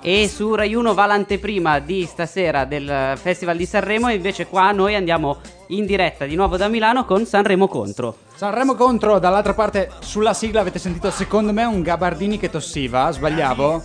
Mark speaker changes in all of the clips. Speaker 1: E su Rai 1 va l'anteprima di stasera del Festival di Sanremo. E invece qua noi andiamo in diretta di nuovo da Milano con Sanremo contro.
Speaker 2: Sanremo contro, dall'altra parte sulla sigla avete sentito secondo me un Gabardini che tossiva, sbagliavo?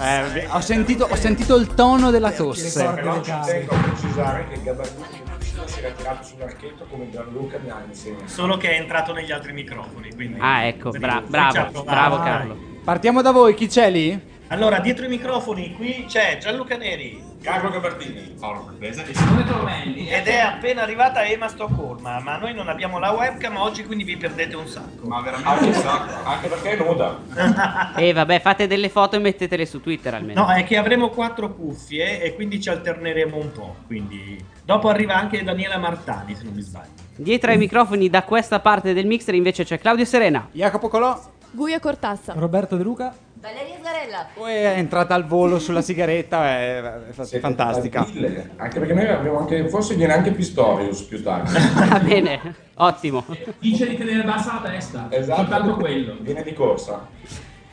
Speaker 2: Eh, ho, sentito, ho sentito il tono della tosse.
Speaker 3: Però ci tengo a precisare che Gabardini non si era tirato sull'archetto come Gianluca mi ha insegnato.
Speaker 4: Solo che è entrato negli altri microfoni. Quindi
Speaker 1: Ah, ecco, bra-
Speaker 4: Poi ci ha
Speaker 1: bravo,
Speaker 4: provato,
Speaker 1: bravo
Speaker 4: dai.
Speaker 1: Carlo.
Speaker 2: Partiamo da voi, chi c'è lì?
Speaker 4: Allora, dietro i microfoni qui c'è Gianluca Neri
Speaker 3: Carlo Gabardini. Paolo Cortese.
Speaker 4: ed è appena arrivata Ema Stoccolma, ma noi non abbiamo la webcam oggi, quindi vi perdete un sacco.
Speaker 3: Ma veramente un sacco. Anche perché è nuda.
Speaker 1: E vabbè, fate delle foto e mettetele su Twitter almeno.
Speaker 4: No, è che avremo quattro cuffie e quindi ci alterneremo un po'. Quindi dopo arriva anche Daniela Martani, se non mi sbaglio.
Speaker 1: Dietro ai microfoni da questa parte del mixer invece c'è Claudio Serena.
Speaker 2: Jacopo Colò?
Speaker 5: Guia Cortassa.
Speaker 6: Roberto De Luca?
Speaker 7: Valeria Sgarella.
Speaker 2: Poi è entrata al volo sulla sigaretta, è, è fa- fantastica.
Speaker 3: Mille. Anche perché noi abbiamo anche. Forse viene anche Pistorius più tardi.
Speaker 1: Va bene, ottimo.
Speaker 8: Dice di tenere bassa la testa.
Speaker 4: Esatto.
Speaker 8: Soltanto quello.
Speaker 3: Esatto. Viene di corsa.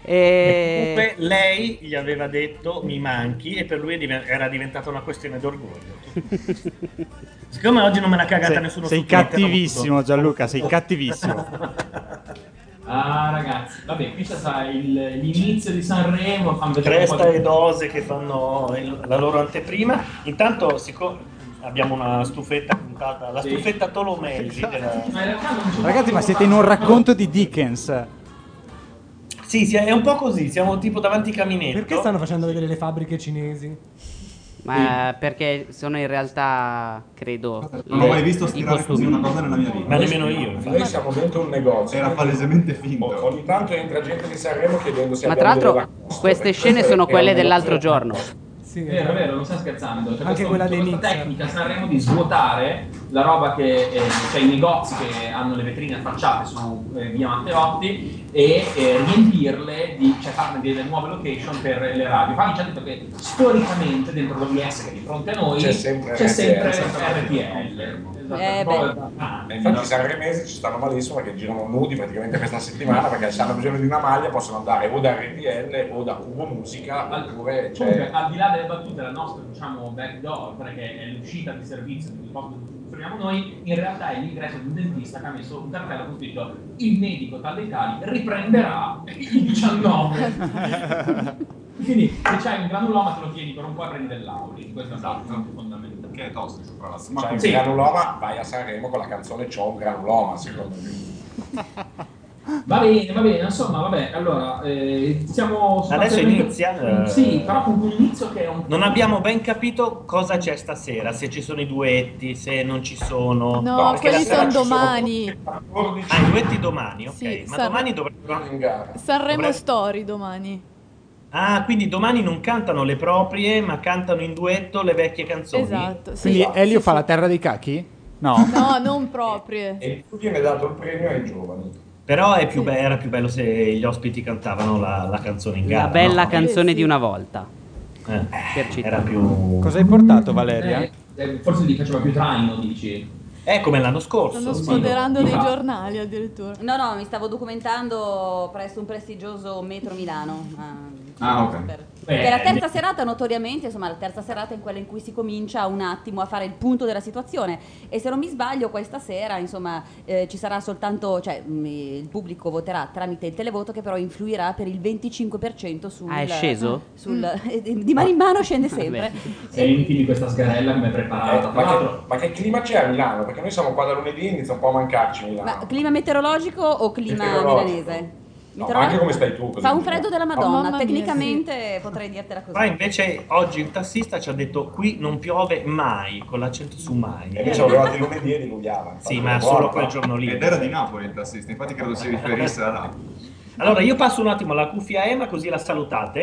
Speaker 1: E...
Speaker 4: Comunque lei gli aveva detto mi manchi e per lui è diven- era diventata una questione d'orgoglio. Siccome oggi non me l'ha cagata
Speaker 2: Sei,
Speaker 4: nessuno
Speaker 2: sei
Speaker 4: su Twitter,
Speaker 2: cattivissimo
Speaker 4: ho
Speaker 2: Gianluca, sei cattivissimo.
Speaker 8: Ah, ragazzi, vabbè, qui c'è sa, il- l'inizio di Sanremo. Fanno
Speaker 4: avuto
Speaker 8: vedere un po'
Speaker 4: Cresta
Speaker 8: di-
Speaker 4: e Dose che fanno il- la loro anteprima. Intanto siccome abbiamo una stufetta puntata, la
Speaker 8: Sì.
Speaker 4: stufetta Tolomei della-
Speaker 8: Ma in realtà non c'è
Speaker 2: Esatto. Ragazzi, ma
Speaker 8: molto
Speaker 2: siete in un
Speaker 8: da-
Speaker 2: racconto di Dickens.
Speaker 4: Sì, sì, è un po' così, siamo tipo davanti ai caminetti.
Speaker 6: Perché stanno facendo vedere le fabbriche cinesi?
Speaker 1: Ma perché sono in realtà, credo...
Speaker 9: Non ho
Speaker 1: le-
Speaker 9: mai visto
Speaker 1: i
Speaker 9: stirare così
Speaker 1: costumi.
Speaker 9: una cosa nella mia
Speaker 4: Ma
Speaker 9: vita. Eh,
Speaker 4: nemmeno io. infatti.
Speaker 3: Noi siamo dentro un negozio.
Speaker 9: Era palesemente finto.
Speaker 3: Ogni tanto entra gente di Sanremo chiedendo se
Speaker 1: Ma tra
Speaker 3: abbiamo delle
Speaker 1: l'altro
Speaker 3: vacanze,
Speaker 1: queste
Speaker 3: perché
Speaker 1: scene
Speaker 3: questo
Speaker 1: sono
Speaker 3: è
Speaker 1: quelle
Speaker 3: un negozio.
Speaker 1: dell'altro giorno.
Speaker 6: Sì.
Speaker 8: È vero, è vero, non sto scherzando. C'è
Speaker 6: Anche
Speaker 8: questo-
Speaker 6: quella
Speaker 8: c'è
Speaker 6: dei
Speaker 8: questa
Speaker 6: Knicks.
Speaker 8: tecnica a Sanremo di svuotare la roba che eh, cioè i negozi che hanno le vetrine affacciate su eh, via Matteotti e eh, riempirle di cioè farne delle nuove location per le radio. Fabio ci ha detto che storicamente dentro WS che è di fronte a noi
Speaker 3: C'è sempre
Speaker 8: c'è sempre
Speaker 3: RTL.
Speaker 8: RTL. Esatto,
Speaker 7: Eh,
Speaker 8: proprio-
Speaker 3: E infatti i sanremesi ci stanno malissimo perché girano nudi praticamente questa settimana perché se hanno bisogno di una maglia possono andare o da RTL o da Cubo Musica oppure
Speaker 8: Comunque,
Speaker 3: cioè,
Speaker 8: al di là delle battute, la nostra diciamo backdoor, quella che è l'uscita di servizio di posto dove funzioniamo noi, in realtà è l'ingresso di un dentista che ha messo un cartello con scritto il medico tal dei tali riprenderà il 19. Quindi se c'hai un granuloma te lo tieni per un po' e prendi dell'auli, questo è un punto fondamentale.
Speaker 9: Esatto. Che è tossico, tra l'altro. Ma
Speaker 3: cioè
Speaker 8: ah, sì.
Speaker 9: quindi-
Speaker 3: il granuloma vai a Sanremo con la canzone C'ho un granuloma secondo me.
Speaker 8: Va bene, va bene, insomma, vabbè, allora, eh, siamo... su un
Speaker 4: Adesso
Speaker 8: argomento-
Speaker 4: inizia, eh.
Speaker 8: Sì, però con un inizio che è un...
Speaker 4: Non abbiamo ben capito cosa c'è stasera, se ci sono i duetti, se non ci
Speaker 5: No,
Speaker 4: sono. perché la
Speaker 5: quelli
Speaker 4: sera
Speaker 5: sono
Speaker 4: ci
Speaker 5: domani.
Speaker 3: 14
Speaker 4: Ah, i duetti domani, ok.
Speaker 5: Sì,
Speaker 4: Ma
Speaker 5: sarà-
Speaker 4: domani dovrebbero.
Speaker 3: in gara.
Speaker 5: Sanremo
Speaker 4: Dovrei-
Speaker 5: Story domani.
Speaker 4: Ah, quindi domani non cantano le proprie, ma cantano in duetto le vecchie canzoni.
Speaker 5: Esatto. Sì.
Speaker 2: Quindi Elio
Speaker 5: Sì,
Speaker 2: fa
Speaker 5: sì.
Speaker 2: la terra dei cacchi? No.
Speaker 5: No, non proprie.
Speaker 3: E in più viene dato il premio ai giovani.
Speaker 4: Però è più
Speaker 5: Sì.
Speaker 4: be- era più bello se gli ospiti cantavano la, la canzone in gara.
Speaker 1: La bella
Speaker 4: no?
Speaker 1: canzone
Speaker 5: Sì,
Speaker 1: di
Speaker 5: sì.
Speaker 1: una volta.
Speaker 4: Eh,
Speaker 1: Per citare.
Speaker 4: era più.
Speaker 2: Cosa hai portato Valeria?
Speaker 8: Eh, eh, forse gli faceva più traino, dici?
Speaker 4: È come l'anno scorso.
Speaker 5: Stanno
Speaker 8: sì,
Speaker 5: sfoderando
Speaker 8: no.
Speaker 5: dei
Speaker 8: Di fa-
Speaker 5: giornali addirittura.
Speaker 7: No, no, mi stavo documentando presso un prestigioso metro Milano. ehm,
Speaker 9: Ah, ok.
Speaker 7: Per,
Speaker 8: Beh,
Speaker 7: per la terza
Speaker 8: eh.
Speaker 7: serata, notoriamente, insomma, la terza serata è quella in cui si comincia un attimo a fare il punto della situazione. E se non mi sbaglio, questa sera, insomma, eh, ci sarà soltanto, cioè, mh, il pubblico voterà tramite il televoto, che però influirà per il 25% sul.
Speaker 1: Ah, è sceso?
Speaker 7: sul-
Speaker 5: Mm.
Speaker 7: di mano in mano scende sempre.
Speaker 8: Senti di questa sgarella come è preparata.
Speaker 3: Eh,
Speaker 8: Tra
Speaker 3: ma,
Speaker 8: l'altro,
Speaker 3: che, ma che clima c'è a Milano? Perché noi siamo qua da lunedì e inizia un po' a mancarci Milano.
Speaker 7: Ma clima meteorologico o clima
Speaker 3: Meteorologico.
Speaker 7: milanese?
Speaker 3: No, ma anche come stai tu, così.
Speaker 7: Fa un freddo della Madonna,
Speaker 5: Mamma mia,
Speaker 7: tecnicamente potrei dirtela così.
Speaker 4: Qua invece oggi il tassista ci ha detto qui non piove mai, con l'accento su mai.
Speaker 3: E invece avevamo di lunedì e diluviava.
Speaker 4: Sì,
Speaker 3: Infatti,
Speaker 4: ma
Speaker 3: buono,
Speaker 4: solo
Speaker 3: però.
Speaker 4: quel giorno lì.
Speaker 9: Ed era di Napoli il tassista, infatti credo si riferisse a Napoli.
Speaker 4: Allora, io passo un attimo alla cuffia Ema, così la salutate.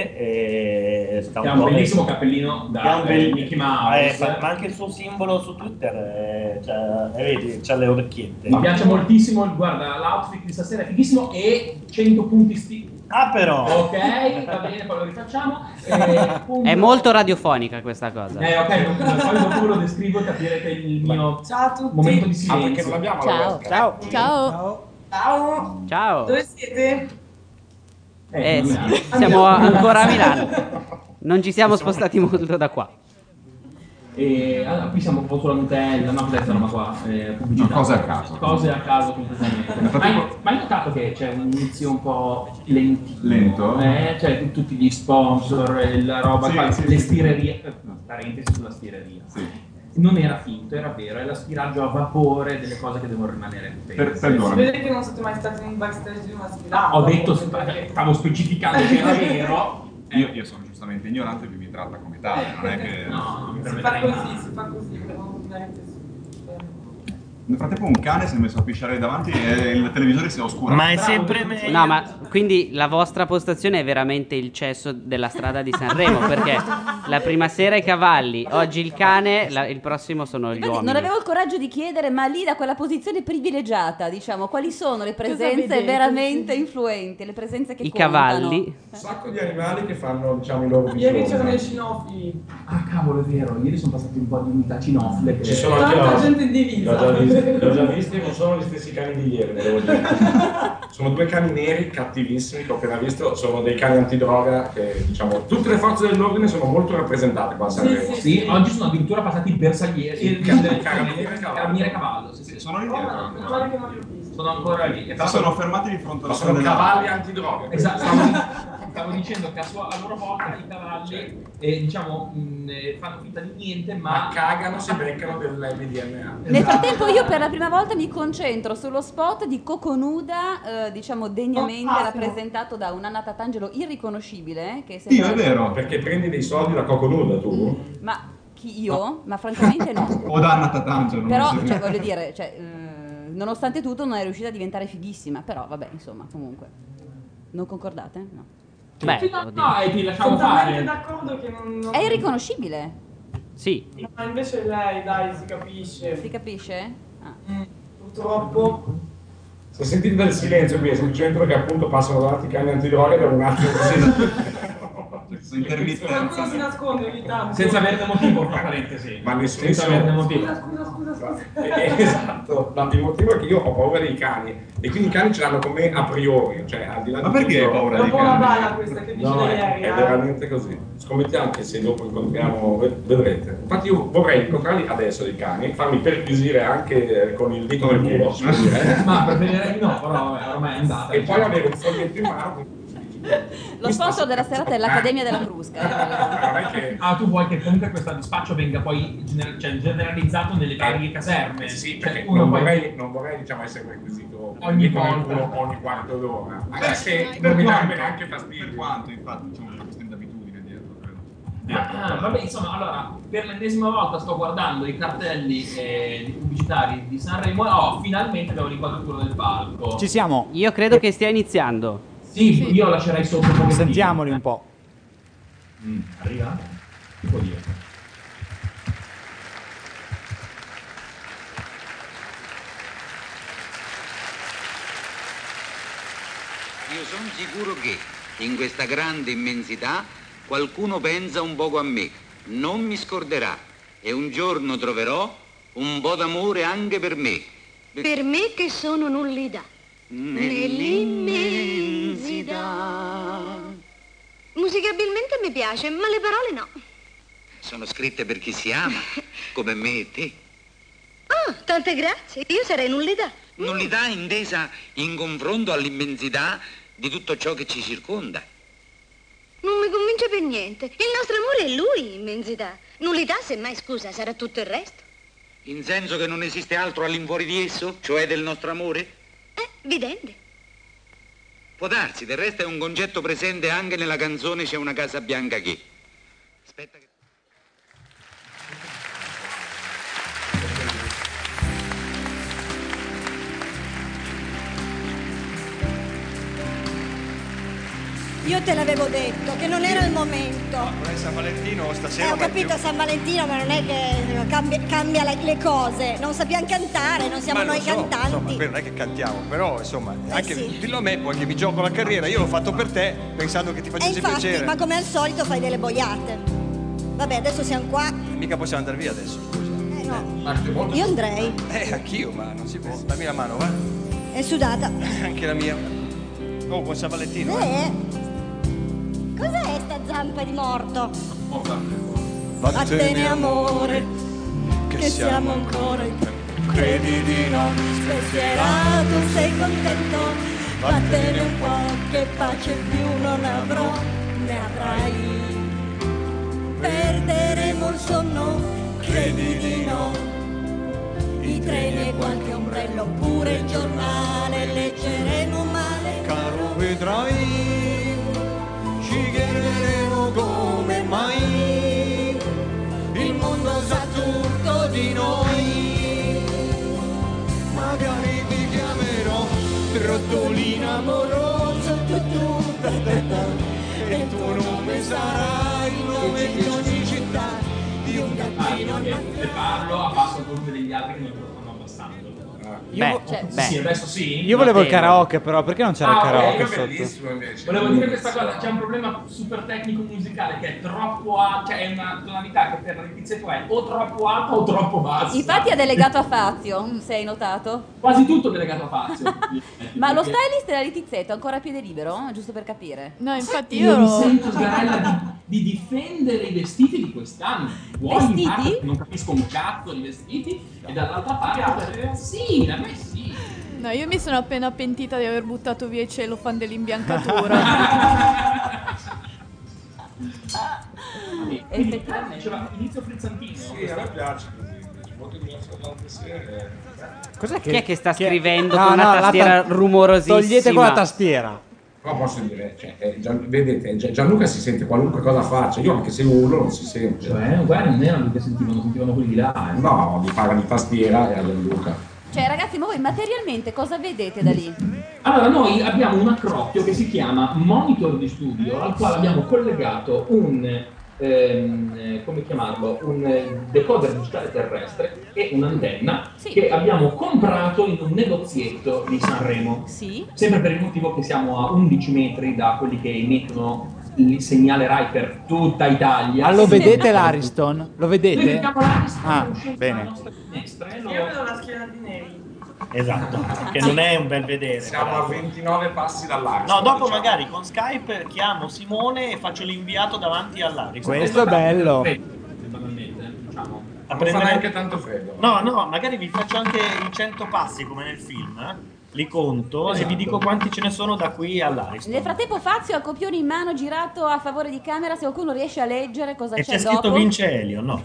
Speaker 4: eh, sta
Speaker 8: Che ha un
Speaker 4: po'
Speaker 8: bellissimo
Speaker 4: messo.
Speaker 8: cappellino da
Speaker 4: Che ha un bel-
Speaker 8: eh, Mickey Mouse.
Speaker 4: Eh, fa- ma anche il suo simbolo su Twitter, eh, cioè, eh, vedi, c'ha le orecchiette.
Speaker 8: Mi piace moltissimo il guarda, l'outfit di stasera è fighissimo e 100 punti sti.
Speaker 4: Ah, però!
Speaker 8: Ok, va bene, poi lo rifacciamo. Eh, punto-
Speaker 1: È molto radiofonica questa cosa.
Speaker 8: Eh, ok, ma- ma poi dopo ve lo descrivo e capirete il mio
Speaker 10: Ciao a tutti.
Speaker 8: momento di
Speaker 3: Ah, perché non
Speaker 8: silenzio.
Speaker 3: abbiamo la
Speaker 7: Ciao.
Speaker 3: webcam.
Speaker 1: Ciao.
Speaker 11: Ciao.
Speaker 12: Ciao.
Speaker 10: Ciao.
Speaker 1: Ciao.
Speaker 10: Dove siete?
Speaker 8: Eh,
Speaker 1: Eh,
Speaker 8: Milano.
Speaker 1: sì, siamo a-
Speaker 8: Andiamo.
Speaker 1: ancora a Milano. Non ci siamo spostati molto da qua.
Speaker 8: E allora, qui siamo un po' sulla Nutella, no, questa roba qua, eh, pubblicità.
Speaker 13: No, cose a caso.
Speaker 8: Cose a caso completamente.
Speaker 13: Infatti-
Speaker 8: ma, hai, ma hai notato che c'è un inizio un po' lentino?
Speaker 13: Lento?
Speaker 8: Eh, cioè tu- tutti gli sponsor, eh, la roba,
Speaker 13: Sì,
Speaker 8: qua,
Speaker 13: sì,
Speaker 8: le
Speaker 13: sì.
Speaker 8: stirerie, eh, parentesi sulla stireria.
Speaker 13: Sì.
Speaker 8: Non era finto, era vero, è l'aspiraggio a vapore delle cose che devono rimanere
Speaker 13: Per-
Speaker 8: fresche.
Speaker 10: Si
Speaker 13: perdonami.
Speaker 10: vede che non siete mai stati in un backstage di una
Speaker 8: Ah,
Speaker 10: sfilata.
Speaker 8: ho detto, stavo specificando che era vero.
Speaker 13: Io, io sono giustamente ignorante e lui mi tratta come tale, non è che...
Speaker 8: No, non mi
Speaker 10: Si fa
Speaker 8: permetterei mai.
Speaker 10: così, si fa così, però non è che si-
Speaker 13: Nel frattempo un cane si è messo a pisciare davanti e il televisore si è oscurato.
Speaker 4: Ma è
Speaker 8: Bravo.
Speaker 4: sempre meglio.
Speaker 1: No, ma quindi la vostra postazione è veramente il cesso della strada di Sanremo, perché la prima sera i cavalli, oggi il cane, la- il prossimo sono gli
Speaker 7: Infatti,
Speaker 1: uomini.
Speaker 7: non avevo il coraggio di chiedere, ma lì da quella posizione privilegiata, diciamo, quali sono le presenze
Speaker 11: vedete?
Speaker 7: veramente influenti, le presenze che
Speaker 1: I
Speaker 7: contano.
Speaker 1: cavalli.
Speaker 3: Un sacco di animali che fanno diciamo, i loro
Speaker 10: Ieri c'erano i
Speaker 3: bisogni.
Speaker 10: cinofili.
Speaker 8: Ah, cavolo, è vero, ieri sono passati un po' di unità cinofile. Che...
Speaker 3: Eh, Ci sono anche
Speaker 10: Tanta
Speaker 3: loro.
Speaker 10: gente in
Speaker 3: Li ho già visti, li ho già
Speaker 10: divisa.
Speaker 3: visti, non sono gli stessi cani di ieri, ve lo devo dire. Sono due cani neri cattivissimi che ho appena visto, sono dei cani antidroga che diciamo tutte le forze dell'ordine sono molto rappresentate qua a Sanremo.
Speaker 10: sì.
Speaker 8: Sì, oggi sono addirittura passati i bersaglieri,
Speaker 3: Il
Speaker 8: il
Speaker 3: carabiniere
Speaker 8: carabiniere
Speaker 3: e cavallo.
Speaker 8: e cavallo. sì,
Speaker 13: Sì,
Speaker 8: sì.
Speaker 13: sono lì
Speaker 10: Oh, ma no,
Speaker 13: dietro.
Speaker 10: meno male che non li ho visti.
Speaker 8: Sono ancora lì. E
Speaker 13: Si
Speaker 8: tra
Speaker 13: sono
Speaker 8: l'altro-
Speaker 13: fermati di fronte
Speaker 3: Ma
Speaker 13: alla
Speaker 3: sono
Speaker 13: della-
Speaker 3: cavalli antidroga. questi.
Speaker 8: Esatto, stavo, stavo dicendo che a, sua- a loro volta i cavalli eh, diciamo, mh, eh, fanno finta di niente,
Speaker 3: Certo. Ma
Speaker 8: ma
Speaker 3: cagano, si beccano dell'MDMA.
Speaker 7: Nel
Speaker 8: Esatto.
Speaker 7: frattempo io per la prima volta mi concentro sullo spot di Coconuda, eh, diciamo degnamente
Speaker 10: Fantastico.
Speaker 7: rappresentato da un Anna Tatangelo irriconoscibile, eh, che
Speaker 13: Dio,
Speaker 7: sembra...
Speaker 13: è vero.
Speaker 3: Perché prendi dei soldi da Coco Nuda tu?
Speaker 7: Ma chi io? Ma francamente no.
Speaker 10: Mm.
Speaker 13: O da Anna Tatangelo. non
Speaker 7: Però,
Speaker 13: so.
Speaker 7: cioè, voglio dire, cioè, eh, nonostante tutto non è riuscita a diventare fighissima, però vabbè, insomma, comunque. Non concordate? No.
Speaker 1: Beh,
Speaker 8: no,
Speaker 1: oddio.
Speaker 8: no, e ti
Speaker 10: Sono
Speaker 8: lasciamo
Speaker 10: talmente
Speaker 8: fare.
Speaker 10: d'accordo che non... non-
Speaker 7: È irriconoscibile,
Speaker 1: Sì,
Speaker 10: Ma invece lei, dai, si capisce.
Speaker 7: si capisce? Ah.
Speaker 10: Mm, Purtroppo.
Speaker 3: Se sentite del silenzio qui è semplicemente perché appunto passano davanti i cani antidroga per un attimo
Speaker 10: Qualcuno
Speaker 13: Sono
Speaker 3: così.
Speaker 10: si
Speaker 13: intermittenza.
Speaker 10: nasconde ogni tanto.
Speaker 8: Senza averne motivo, fra parentesi.
Speaker 3: Ma
Speaker 8: Senza
Speaker 3: nessunissimo-
Speaker 8: averne motivo.
Speaker 10: Scusa, scusa, scusa, scusa.
Speaker 3: Eh, Esatto, ma il motivo è che io ho paura dei cani e quindi i cani ce l'hanno con me a priori, cioè al di là di
Speaker 13: Ma perché
Speaker 3: tutto-
Speaker 13: hai paura
Speaker 10: È un
Speaker 13: dei
Speaker 10: po' una bala
Speaker 13: cani?
Speaker 10: questa che dice
Speaker 3: No,
Speaker 10: lei
Speaker 3: è,
Speaker 10: ieri.
Speaker 3: è
Speaker 10: eh.
Speaker 3: veramente così. Scommettiamo che se dopo incontriamo, ve- vedrete. Infatti, io vorrei incontrarli adesso dei cani, farmi perquisire anche eh, con il dito nel culo, eh. si può dire,
Speaker 8: Ma preferirei di Eh, no, però vabbè, ormai è andata.
Speaker 3: e poi
Speaker 8: diciamo.
Speaker 3: avere un foglietto in mano.
Speaker 7: Lo sponsor della serata è l'Accademia della Crusca.
Speaker 3: Ma non è che.
Speaker 8: Ah, tu vuoi che comunque questo dispaccio venga poi gener- cioè, generalizzato nelle varie caserme?
Speaker 3: Eh Sì,
Speaker 8: Cioè,
Speaker 3: perché
Speaker 8: uno
Speaker 3: non
Speaker 8: poi-
Speaker 3: vorrei, non vorrei diciamo, essere requisito
Speaker 8: Ogni
Speaker 3: dito nel
Speaker 8: volta.
Speaker 3: culo ogni quarto d'ora. Anche
Speaker 13: Beh,
Speaker 3: se
Speaker 13: per
Speaker 3: non mi darebbe
Speaker 13: quanto,
Speaker 3: neanche
Speaker 13: Per
Speaker 3: fastidio.
Speaker 13: quanto, infatti, diciamo, c'è questa abitudine dietro, credo.
Speaker 8: Ah, vabbè, insomma, allora, per l'ennesima volta sto guardando i cartelli eh, di pubblicitari di Sanremo e oh, finalmente abbiamo l'inquadratura del palco.
Speaker 2: Ci siamo.
Speaker 1: io credo che stia iniziando.
Speaker 8: Sì,
Speaker 11: Sì.
Speaker 8: io lascerei sotto un pochettino.
Speaker 2: Sentiamoli un po'.
Speaker 8: Mm, arriva? Chi può dire?
Speaker 14: Io sono sicuro che in questa grande immensità qualcuno pensa un poco a me, non mi scorderà e un giorno troverò un po' d'amore anche per me. Eh,
Speaker 15: Per me che sono nullità.
Speaker 14: Nell'immensità.
Speaker 15: Musicabilmente mi piace, ma le parole no.
Speaker 14: Sono scritte per chi si ama, come me e te.
Speaker 15: Oh, tante grazie. Io sarei nullità.
Speaker 14: Nullità intesa in confronto all'immensità di tutto ciò che ci circonda.
Speaker 15: Non mi convince per niente. Il nostro amore è lui, immensità. Nullità, semmai, scusa, sarà tutto il resto.
Speaker 14: In senso che non esiste altro all'infuori di esso, cioè del nostro amore?
Speaker 15: Eh, vidente.
Speaker 14: Può darsi, del resto è un concetto presente anche nella canzone C'è una casa bianca che. Aspetta che.
Speaker 16: Io te l'avevo detto che non era il momento.
Speaker 17: Non è San Valentino stasera.
Speaker 16: Eh, ho
Speaker 17: ma è
Speaker 16: capito San Valentino, ma non è che eh, cambia, cambia le, le cose. Non sappiamo cantare, non siamo
Speaker 17: Ma lo
Speaker 16: noi
Speaker 17: so,
Speaker 16: cantanti. Eh,
Speaker 17: Insomma, poi non è che cantiamo, però insomma, anche,
Speaker 16: sì.
Speaker 17: dillo a me poi che mi gioco la carriera, io l'ho fatto per te pensando che ti
Speaker 16: E
Speaker 17: facesse
Speaker 16: Eh, infatti,
Speaker 17: piacere.
Speaker 16: ma come al solito fai delle boiate. Vabbè, adesso siamo qua.
Speaker 17: Mica possiamo andare via adesso, scusa.
Speaker 16: Eh, no.
Speaker 17: molto
Speaker 16: Io andrei.
Speaker 17: Eh, anch'io, ma non si può. Dammi la mano, va?
Speaker 16: È sudata.
Speaker 17: Anche la mia. Oh, buon San Valentino. eh.
Speaker 16: Eh? Cos'è sta zampa di morto?
Speaker 17: Vattene,
Speaker 16: amore,
Speaker 17: che siamo ancora in
Speaker 16: Credi di no, spezzierato, sei contento, vattene un po', che pace più non avrò, ne avrai. Perderemo il sonno, credi di no, i treni e qualche ombrello, pure il giornale, leggeremo male,
Speaker 17: caro vedrai, ci chiederemo come mai
Speaker 16: il mondo sa tutto di noi.
Speaker 17: Magari ti chiamerò
Speaker 16: trottolina amorosa tu, tu, ta, ta, ta. e il tuo nome sarà il nome di ogni città di un gattino
Speaker 8: Se parlo abbasso il volume degli altri che non te lo stanno abbassando.
Speaker 2: Beh,
Speaker 8: Cioè,
Speaker 2: beh.
Speaker 8: Sì, adesso sì.
Speaker 2: Io volevo il
Speaker 8: Notevole.
Speaker 2: karaoke, però, perché non c'era il
Speaker 8: Ah, ok,
Speaker 2: karaoke
Speaker 8: io
Speaker 2: sotto?
Speaker 8: bellissimo Volevo dire questa cosa, c'è un problema super tecnico musicale che è troppo alta, cioè è una tonalità che per il pizzetto è o troppo alta o troppo bassa.
Speaker 7: Infatti è delegato a Fazio, mm, se hai notato.
Speaker 8: Quasi tutto è delegato a Fazio.
Speaker 7: Ma lo
Speaker 8: Perché-
Speaker 7: stylist della Litizzetto è ancora a piede libero? Giusto per capire.
Speaker 5: No, infatti
Speaker 8: Io
Speaker 5: io...
Speaker 8: mi sento sgarella di, di difendere i vestiti di quest'anno. Vuoi in
Speaker 5: Vestiti?
Speaker 8: parte, non capisco un cazzo di vestiti e dall'altra parte sì, da me sì.
Speaker 5: No, io mi sono appena pentita di aver buttato via i cellophane dell'imbiancatura.
Speaker 8: Ah, Effettivamente. Diceva inizio frizzantino. Sì, a me piace così, molto diverso dall'altra sera.
Speaker 2: Cos'è
Speaker 1: Chi è che sta
Speaker 2: chi è-
Speaker 1: scrivendo
Speaker 2: No,
Speaker 1: con
Speaker 2: no,
Speaker 1: una
Speaker 2: la ta-
Speaker 1: tastiera rumorosissima?
Speaker 2: Togliete qua la tastiera.
Speaker 3: Però posso dire, cioè, eh, Gian- vedete, Gian- Gianluca si sente qualunque cosa faccia, io anche se urlo non si sente.
Speaker 8: Cioè, guarda, non erano che sentivano, sentivano quelli di là. eh.
Speaker 3: No, mi paga di tastiera e a Gianluca.
Speaker 7: Cioè, ragazzi, ma voi materialmente cosa vedete da lì?
Speaker 8: Allora, noi abbiamo un accrocchio che si chiama monitor di studio, al quale abbiamo collegato un, ehm, eh, come chiamarlo, un eh, decoder digitale terrestre e un'antenna
Speaker 7: Sì.
Speaker 8: che abbiamo comprato in un negozietto di Sanremo.
Speaker 7: Sì?
Speaker 8: Sempre per il motivo che siamo a 11 metri da quelli che emettono il segnale RAI per tutta Italia.
Speaker 2: Ma Ah, lo vedete l'Ariston? Lo
Speaker 8: Noi
Speaker 2: vedete?
Speaker 8: vediamo l'Ariston
Speaker 2: Ah,
Speaker 8: uscendo dalla
Speaker 2: bene.
Speaker 8: nostra
Speaker 4: eh,
Speaker 8: finestra e lo-
Speaker 10: Io vedo la schiena di neri.
Speaker 4: Esatto, che non è un bel vedere.
Speaker 3: Siamo a 29 passi dall'Ariston.
Speaker 4: No, dopo
Speaker 3: diciamo.
Speaker 4: magari con Skype chiamo Simone e faccio l'inviato davanti all'Aris.
Speaker 2: Questo è bello.
Speaker 4: A
Speaker 3: diciamo. Non fa
Speaker 4: prendere-
Speaker 3: neanche tanto freddo.
Speaker 4: No, no, magari vi faccio anche i 100 passi come nel film, eh. li conto
Speaker 7: Esatto.
Speaker 4: e vi dico quanti ce ne sono da qui all'Ariston.
Speaker 7: Nel frattempo Fazio ha copioni in mano girato a favore di camera, se qualcuno riesce a leggere cosa
Speaker 4: E
Speaker 7: c'è
Speaker 4: c'è
Speaker 7: dopo.
Speaker 4: scritto vince Elio, no?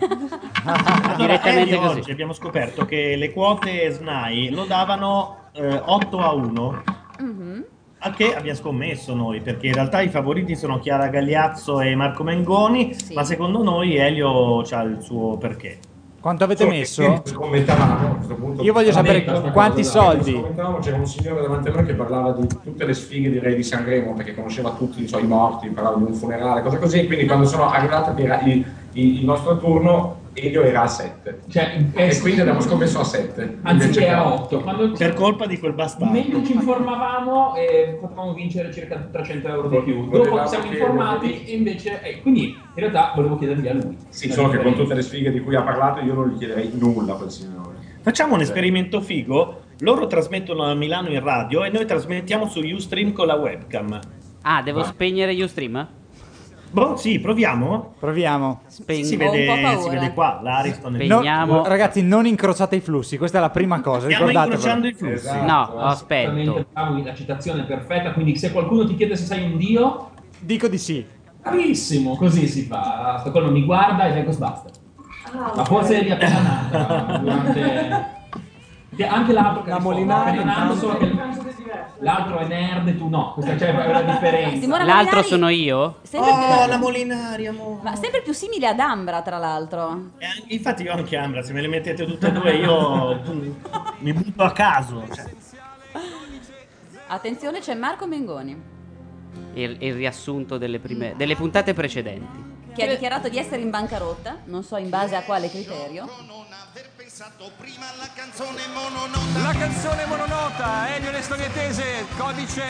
Speaker 4: Allora,
Speaker 1: Direttamente
Speaker 4: Elio
Speaker 1: così.
Speaker 4: oggi abbiamo scoperto che le quote SNAI lo davano eh, 8 a 1,
Speaker 7: Mhm.
Speaker 4: al che abbiamo scommesso noi, perché in realtà i favoriti sono Chiara Gagliazzo e Marco Mengoni, ma secondo noi Elio ha il suo perché.
Speaker 2: Quanto avete messo?
Speaker 3: Scommettavamo a questo punto.
Speaker 2: Io voglio sapere
Speaker 3: Veramente, sta
Speaker 2: quanti
Speaker 3: cosa là,
Speaker 2: soldi.
Speaker 3: Scommettavamo, c'era un signore davanti a noi che parlava di tutte le sfighe di Re di Sanremo perché conosceva tutti i suoi morti, parlava di un funerale, cose così. e Quindi quando sono arrivato che era il, il- il nostro turno, Elio era a 7.
Speaker 8: Cioè, eh,
Speaker 3: e
Speaker 8: sì.
Speaker 3: quindi abbiamo scommesso a 7.
Speaker 8: Anziché a 8.
Speaker 4: Per colpa di quel bastardo.
Speaker 8: Meglio ci informavamo e potevamo vincere circa 300 euro di più. Dopo ci siamo informati e invece... eh, quindi in realtà volevo chiedergli a lui.
Speaker 3: Sì, solo che con tutte le sfighe di cui ha parlato io non gli chiederei nulla a quel signore.
Speaker 4: Facciamo un esperimento figo, loro trasmettono a Milano in radio e noi trasmettiamo su Ustream con la webcam.
Speaker 1: Ah, devo spegnere Ustream?
Speaker 4: Boh, sì, proviamo.
Speaker 2: Proviamo.
Speaker 1: Spengo.
Speaker 4: Si vede, si vede qua, l'Ariston. è-
Speaker 2: No, ragazzi, non incrociate i flussi, questa è la prima cosa.
Speaker 4: Stiamo
Speaker 2: Ricordatevelo. Esatto.
Speaker 4: incrociando i flussi.
Speaker 8: assolutamente, Esatto. bravo, La citazione è perfetta, quindi se qualcuno ti chiede se sei un dio...
Speaker 2: Dico di sì.
Speaker 8: Bravissimo, così si fa. A Stoccolma mi guarda e lei cosa basta. Ma forse eri appena nata durante... Che Anche l'altro che la
Speaker 18: Molinari,
Speaker 8: solo che l'altro è nerd e tu no, questa c'è una differenza.
Speaker 7: Simona
Speaker 1: L'altro
Speaker 7: Molinari-
Speaker 1: sono io?
Speaker 7: Sempre
Speaker 1: Oh,
Speaker 7: più-
Speaker 4: Molinari, amore.
Speaker 7: Ma sempre più simile ad Ambra, tra l'altro.
Speaker 4: Infatti io anche Ambra, se me le mettete tutte e due io pum, mi butto a caso. cioè.
Speaker 7: Attenzione, c'è Marco Mengoni.
Speaker 1: il, il riassunto delle, prime- delle puntate precedenti.
Speaker 7: che ha dichiarato di essere in bancarotta, non so in base a quale criterio.
Speaker 4: Eh,
Speaker 17: La canzone mononota, Elio Nestorietese, codice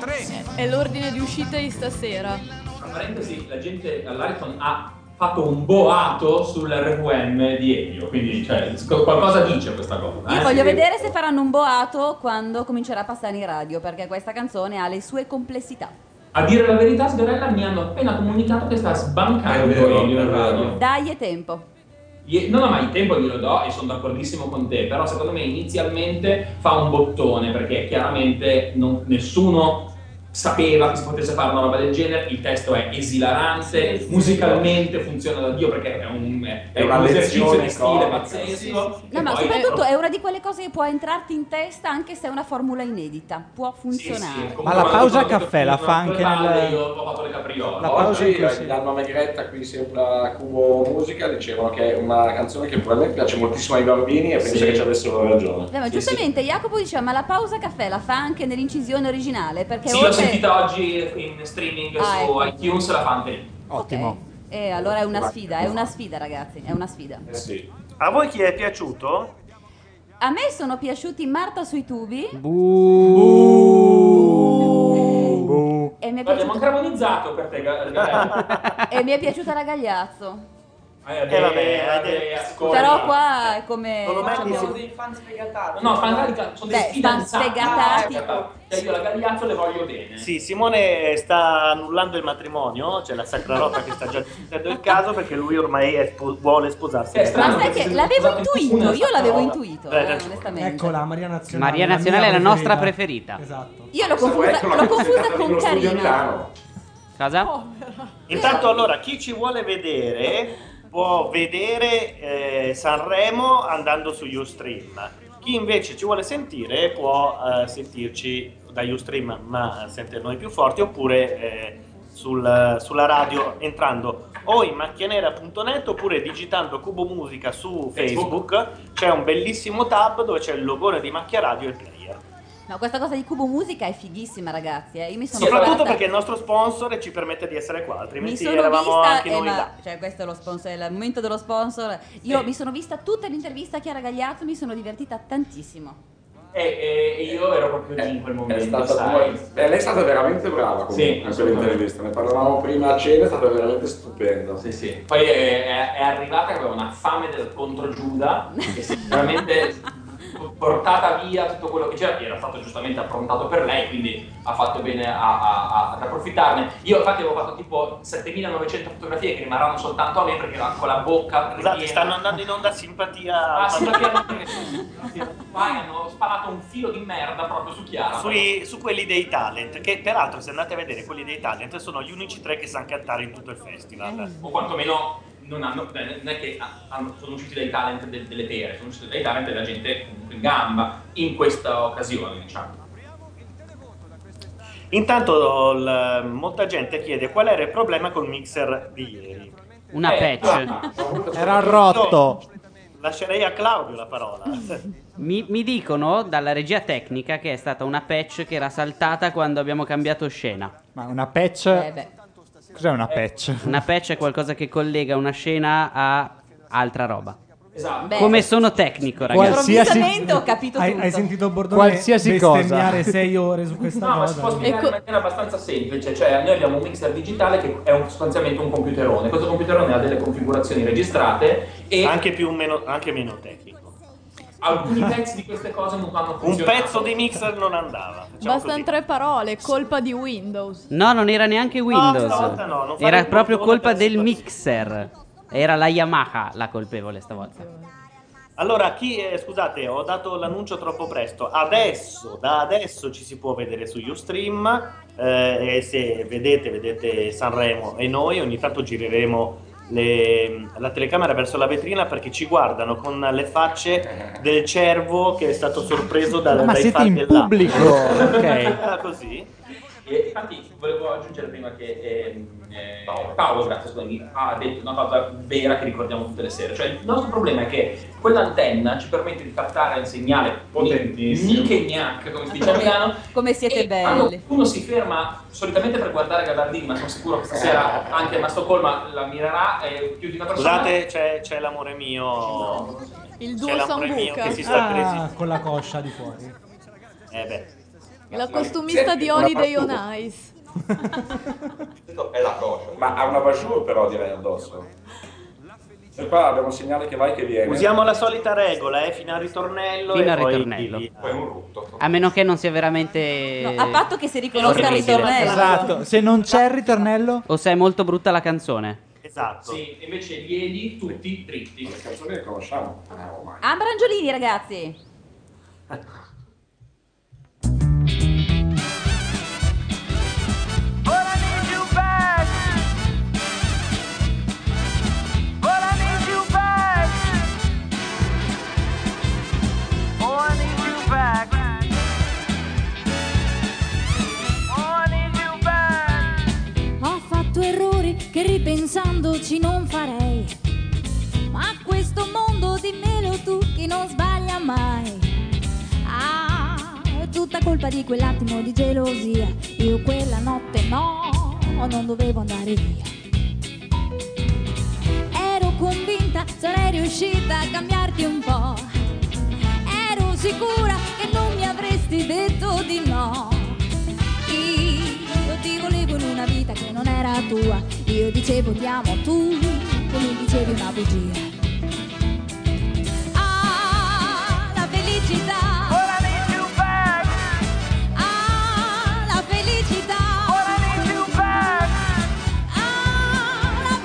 Speaker 17: 03.
Speaker 5: È l'ordine di uscita di stasera.
Speaker 8: Tra parentesi, la gente all'Ariton ha fatto un boato sull'RVM di Elio, quindi cioè, sc- qualcosa dice questa cosa.
Speaker 7: Io
Speaker 8: eh.
Speaker 7: voglio vedere se faranno un boato quando comincerà a passare in radio, perché questa canzone ha le sue complessità.
Speaker 8: A dire la verità, Sgarella mi hanno appena comunicato che sta sbancando
Speaker 3: È vero,
Speaker 8: Elio in
Speaker 3: è vero.
Speaker 8: radio.
Speaker 7: Dai e tempo.
Speaker 8: Ie- Non ho mai il tempo, glielo do e sono d'accordissimo con te, però secondo me inizialmente fa un bottone perché chiaramente non- nessuno sapeva che si potesse fare una roba del genere, il testo è esilarante, musicalmente funziona da Dio perché è un, è
Speaker 3: È una
Speaker 8: un esercizio
Speaker 3: lezione
Speaker 8: di stile
Speaker 3: comica,
Speaker 8: pazzesco.
Speaker 7: No,
Speaker 8: e
Speaker 7: ma
Speaker 8: poi- eh,
Speaker 7: soprattutto è una di quelle cose che può entrarti in testa anche se è una formula inedita, può funzionare.
Speaker 14: Ma la pausa caffè la fa anche nel...
Speaker 3: Io ho fatto le capriole.
Speaker 14: La pausa
Speaker 3: Oggi
Speaker 14: in cui si-
Speaker 3: eh, danno una diretta qui sempre a Cubo Musica, dicevano che è una canzone che probabilmente piace moltissimo ai bambini e penso che ci avessero ragione.
Speaker 7: Beh, Eh, ma giustamente Jacopo diceva, ma la pausa caffè la fa anche nell'incisione originale, perché
Speaker 8: Sì, l'ho
Speaker 7: oltre-
Speaker 8: sentita oggi in streaming
Speaker 7: Ah,
Speaker 8: su
Speaker 7: ecco.
Speaker 8: iTunes, la fa anche lì.
Speaker 14: Ottimo.
Speaker 7: Eh, allora è una sfida, è una sfida ragazzi, è una sfida.
Speaker 4: Eh,
Speaker 3: Eh
Speaker 4: A voi chi è piaciuto?
Speaker 7: A me sono piaciuti Marta sui tubi e mi è,
Speaker 8: Abbiamo
Speaker 7: piaciuta,
Speaker 8: anche armonizzato per te, Ga- Gabriele.
Speaker 7: e mi è piaciuta la Gagliazzo.
Speaker 8: Eh,
Speaker 4: Eh, vabbè,
Speaker 8: vabbè,
Speaker 4: vabbè,
Speaker 8: ascolta.
Speaker 7: Però qua è come...
Speaker 8: Non l'ho mai
Speaker 7: diciamo-
Speaker 8: visto.
Speaker 19: dei fan sfegatati.
Speaker 8: No, fantatica, sono dei
Speaker 7: Beh,
Speaker 8: fidanzati.
Speaker 7: sfegatati.
Speaker 8: Cioè, io la Gagliazzo le voglio bene.
Speaker 4: Sì, Simone sta annullando il matrimonio, c'è la sacra rotta che sta già discutendo il caso perché lui ormai è spo- vuole sposarsi.
Speaker 8: È strano
Speaker 7: Eh, Ma sai che l'avevo intuito, io l'avevo intuito,
Speaker 4: Eh,
Speaker 7: eh,
Speaker 4: ragione.
Speaker 7: onestamente.
Speaker 6: Eccola, Maria Nazionale.
Speaker 1: Maria
Speaker 6: Ecco la
Speaker 1: Nazionale è
Speaker 6: mia
Speaker 1: la nostra
Speaker 6: preferita.
Speaker 1: preferita.
Speaker 6: Esatto.
Speaker 7: Io l'ho confusa,
Speaker 3: Eccola,
Speaker 7: l'ho
Speaker 3: che si è
Speaker 7: confusa
Speaker 3: andata
Speaker 7: con
Speaker 3: nello studio a
Speaker 7: Carina.
Speaker 3: Milano.
Speaker 1: Cosa?
Speaker 4: Intanto allora, chi ci vuole vedere può vedere eh, Sanremo andando su Ustream. Chi invece ci vuole sentire può eh, sentirci da Ustream ma sente noi più forti oppure eh, sul- sulla radio entrando o in macchianera.net oppure digitando Cubo Musica su Facebook. C'è un bellissimo tab dove c'è il logone di Macchia Radio e il player.
Speaker 7: No, questa cosa di Cubo Musica è fighissima ragazzi, eh. Io mi sono
Speaker 4: Soprattutto
Speaker 7: guardata-
Speaker 4: perché il nostro sponsor ci permette di essere qua,
Speaker 7: Mi
Speaker 4: altrimenti
Speaker 7: sono
Speaker 4: eravamo
Speaker 7: vista,
Speaker 4: anche
Speaker 7: eh,
Speaker 4: noi
Speaker 7: ma-
Speaker 4: là.
Speaker 7: cioè questo è lo sponsor, è il momento dello sponsor. Io
Speaker 8: Sì.
Speaker 7: mi sono vista tutta l'intervista a Chiara Gagliazzo, mi sono divertita tantissimo.
Speaker 8: E, e- e io ero proprio lì in quel
Speaker 3: È
Speaker 8: momento.
Speaker 3: stata
Speaker 8: sai.
Speaker 3: pure- Beh, lei è stata veramente brava
Speaker 8: Sì,
Speaker 3: Ah, comunque in
Speaker 8: assolutamente.
Speaker 3: quell'intervista, ne parlavamo prima a cena, è stata veramente stupenda.
Speaker 8: Sì, sì. Poi è, è- è arrivata che aveva una fame del contro Giuda, che si è veramente portata via tutto quello che c'era, che era stato giustamente approntato per lei, quindi ha fatto bene a, a- a- ad approfittarne. Io infatti avevo fatto tipo 7900 fotografie che rimarranno soltanto a me perché ero con la bocca
Speaker 4: Scusate,
Speaker 8: ripiena.
Speaker 4: Esatto, stanno andando in onda simpatia.
Speaker 8: Ah, sì, perché Qua hanno sparato un filo di merda proprio su Chiara.
Speaker 4: Sui- su quelli dei talent, che peraltro se andate a vedere quelli dei talent sono gli unici tre che sanno cantare in tutto il festival.
Speaker 8: o quantomeno non hanno, beh, non è che ha- hanno- sono usciti dai talent de- delle pere, sono usciti dai talent della gente comunque in gamba in questa occasione, diciamo.
Speaker 4: Intanto il- molta gente chiede qual era il problema col mixer di ieri.
Speaker 1: Una
Speaker 4: Eh,
Speaker 1: patch.
Speaker 14: Era rotto.
Speaker 4: Lascerei a Claudio la parola.
Speaker 1: Mi, mi dicono dalla regia tecnica che è stata una patch che era saltata quando abbiamo cambiato scena.
Speaker 14: Ma una patch...
Speaker 1: Eh,
Speaker 14: Cos'è una patch?
Speaker 1: Una patch è qualcosa che collega una scena a altra roba.
Speaker 8: Esatto.
Speaker 6: Beh.
Speaker 1: Come sono tecnico, ragazzi.
Speaker 7: Improvvisamente ho capito
Speaker 6: hai,
Speaker 7: tutto.
Speaker 6: Hai sentito Bordone
Speaker 14: Qualsiasi cosa.
Speaker 6: bestemmiare sei ore su questa
Speaker 8: No, ma si può
Speaker 6: cosa? Ecco.
Speaker 8: spiegare in maniera abbastanza semplice, cioè noi abbiamo un mixer digitale che è un- sostanzialmente un computerone, questo computerone ha delle configurazioni registrate e
Speaker 4: anche, più, meno, anche meno tecnico.
Speaker 8: alcuni pezzi di queste cose non hanno
Speaker 4: Un
Speaker 8: funzionato.
Speaker 4: pezzo di mixer non andava. Facciamo
Speaker 5: Bastano
Speaker 4: così.
Speaker 5: tre parole, colpa di Windows.
Speaker 1: No, non era neanche Windows.
Speaker 4: stavolta no, non fare
Speaker 1: era
Speaker 4: il
Speaker 1: proprio
Speaker 4: bottone
Speaker 1: colpa
Speaker 4: per
Speaker 1: del
Speaker 4: sbaglio.
Speaker 1: mixer. Era la Yamaha la colpevole stavolta.
Speaker 4: Allora, chi eh, scusate, ho dato l'annuncio troppo presto. Adesso, da adesso ci si può vedere su Ustream. eh, e se vedete, vedete Sanremo e noi ogni tanto gireremo le- la telecamera verso la vetrina perché ci guardano con le facce del cervo che è stato sorpreso dal,
Speaker 14: Ma
Speaker 4: dai
Speaker 14: siete
Speaker 4: fatti
Speaker 14: in
Speaker 4: e là.
Speaker 14: pubblico, ok.
Speaker 4: Così.
Speaker 8: E infatti volevo aggiungere prima che ehm, eh, Paolo, Paolo, grazie scusami, ha detto una cosa vera che ricordiamo tutte le sere. Cioè, il nostro problema è che quell'antenna ci permette di trattare il segnale potentissimo, mica e gnac, come si dice a Milano,
Speaker 7: Come siete
Speaker 8: quando
Speaker 7: belli.
Speaker 8: uno si ferma solitamente per guardare Gabardini, ma sono sicuro che stasera anche a Stoccolma la mirerà e più di una persona.
Speaker 4: Scusate, c'è, c'è l'amore mio.
Speaker 5: Il
Speaker 4: C'è
Speaker 5: duo
Speaker 4: l'amore mio
Speaker 5: Sambuca.
Speaker 4: che si sta
Speaker 6: Ah, con la coscia di fuori.
Speaker 4: Eh beh.
Speaker 5: La costumista di Holiday on Ice.
Speaker 3: è la coscia. Ma ha una basciù però direi addosso. E qua abbiamo un segnale che vai che viene.
Speaker 4: Usiamo la solita regola, eh, fino al ritornello.
Speaker 1: Fino
Speaker 4: e
Speaker 1: al
Speaker 4: poi-
Speaker 1: ritornello.
Speaker 4: Poi
Speaker 3: un rutto.
Speaker 1: A meno che non sia veramente.
Speaker 7: No, a patto che si riconosca il
Speaker 1: orribile.
Speaker 7: ritornello. Esatto,
Speaker 1: se non c'è il ritornello. O se è molto brutta la canzone.
Speaker 4: Esatto.
Speaker 8: Sì, invece ieri tutti dritti. Le canzoni le conosciamo.
Speaker 7: Ambra Angiolini, ragazzi.
Speaker 16: All I need you back. All I need you back. Oh, I need you back. Oh, I need you back.
Speaker 20: Ho fatto errori che ripensandoci non farei. Ma questo mondo dimmelo tu che non sbaglia mai. Ah, è tutta colpa di quell'attimo di gelosia. Io quella notte no, non dovevo andare via. Ero convinta sarei riuscita a cambiarti un po'. Ero sicura che non mi avresti detto di no. Io ti volevo in una vita che non era tua. Io dicevo ti amo tu, tu mi dicevi una bugia. Ah, la felicità. Ora
Speaker 16: need you back.
Speaker 20: Ah, la felicità. Ora
Speaker 16: need you back.
Speaker 20: Ah, la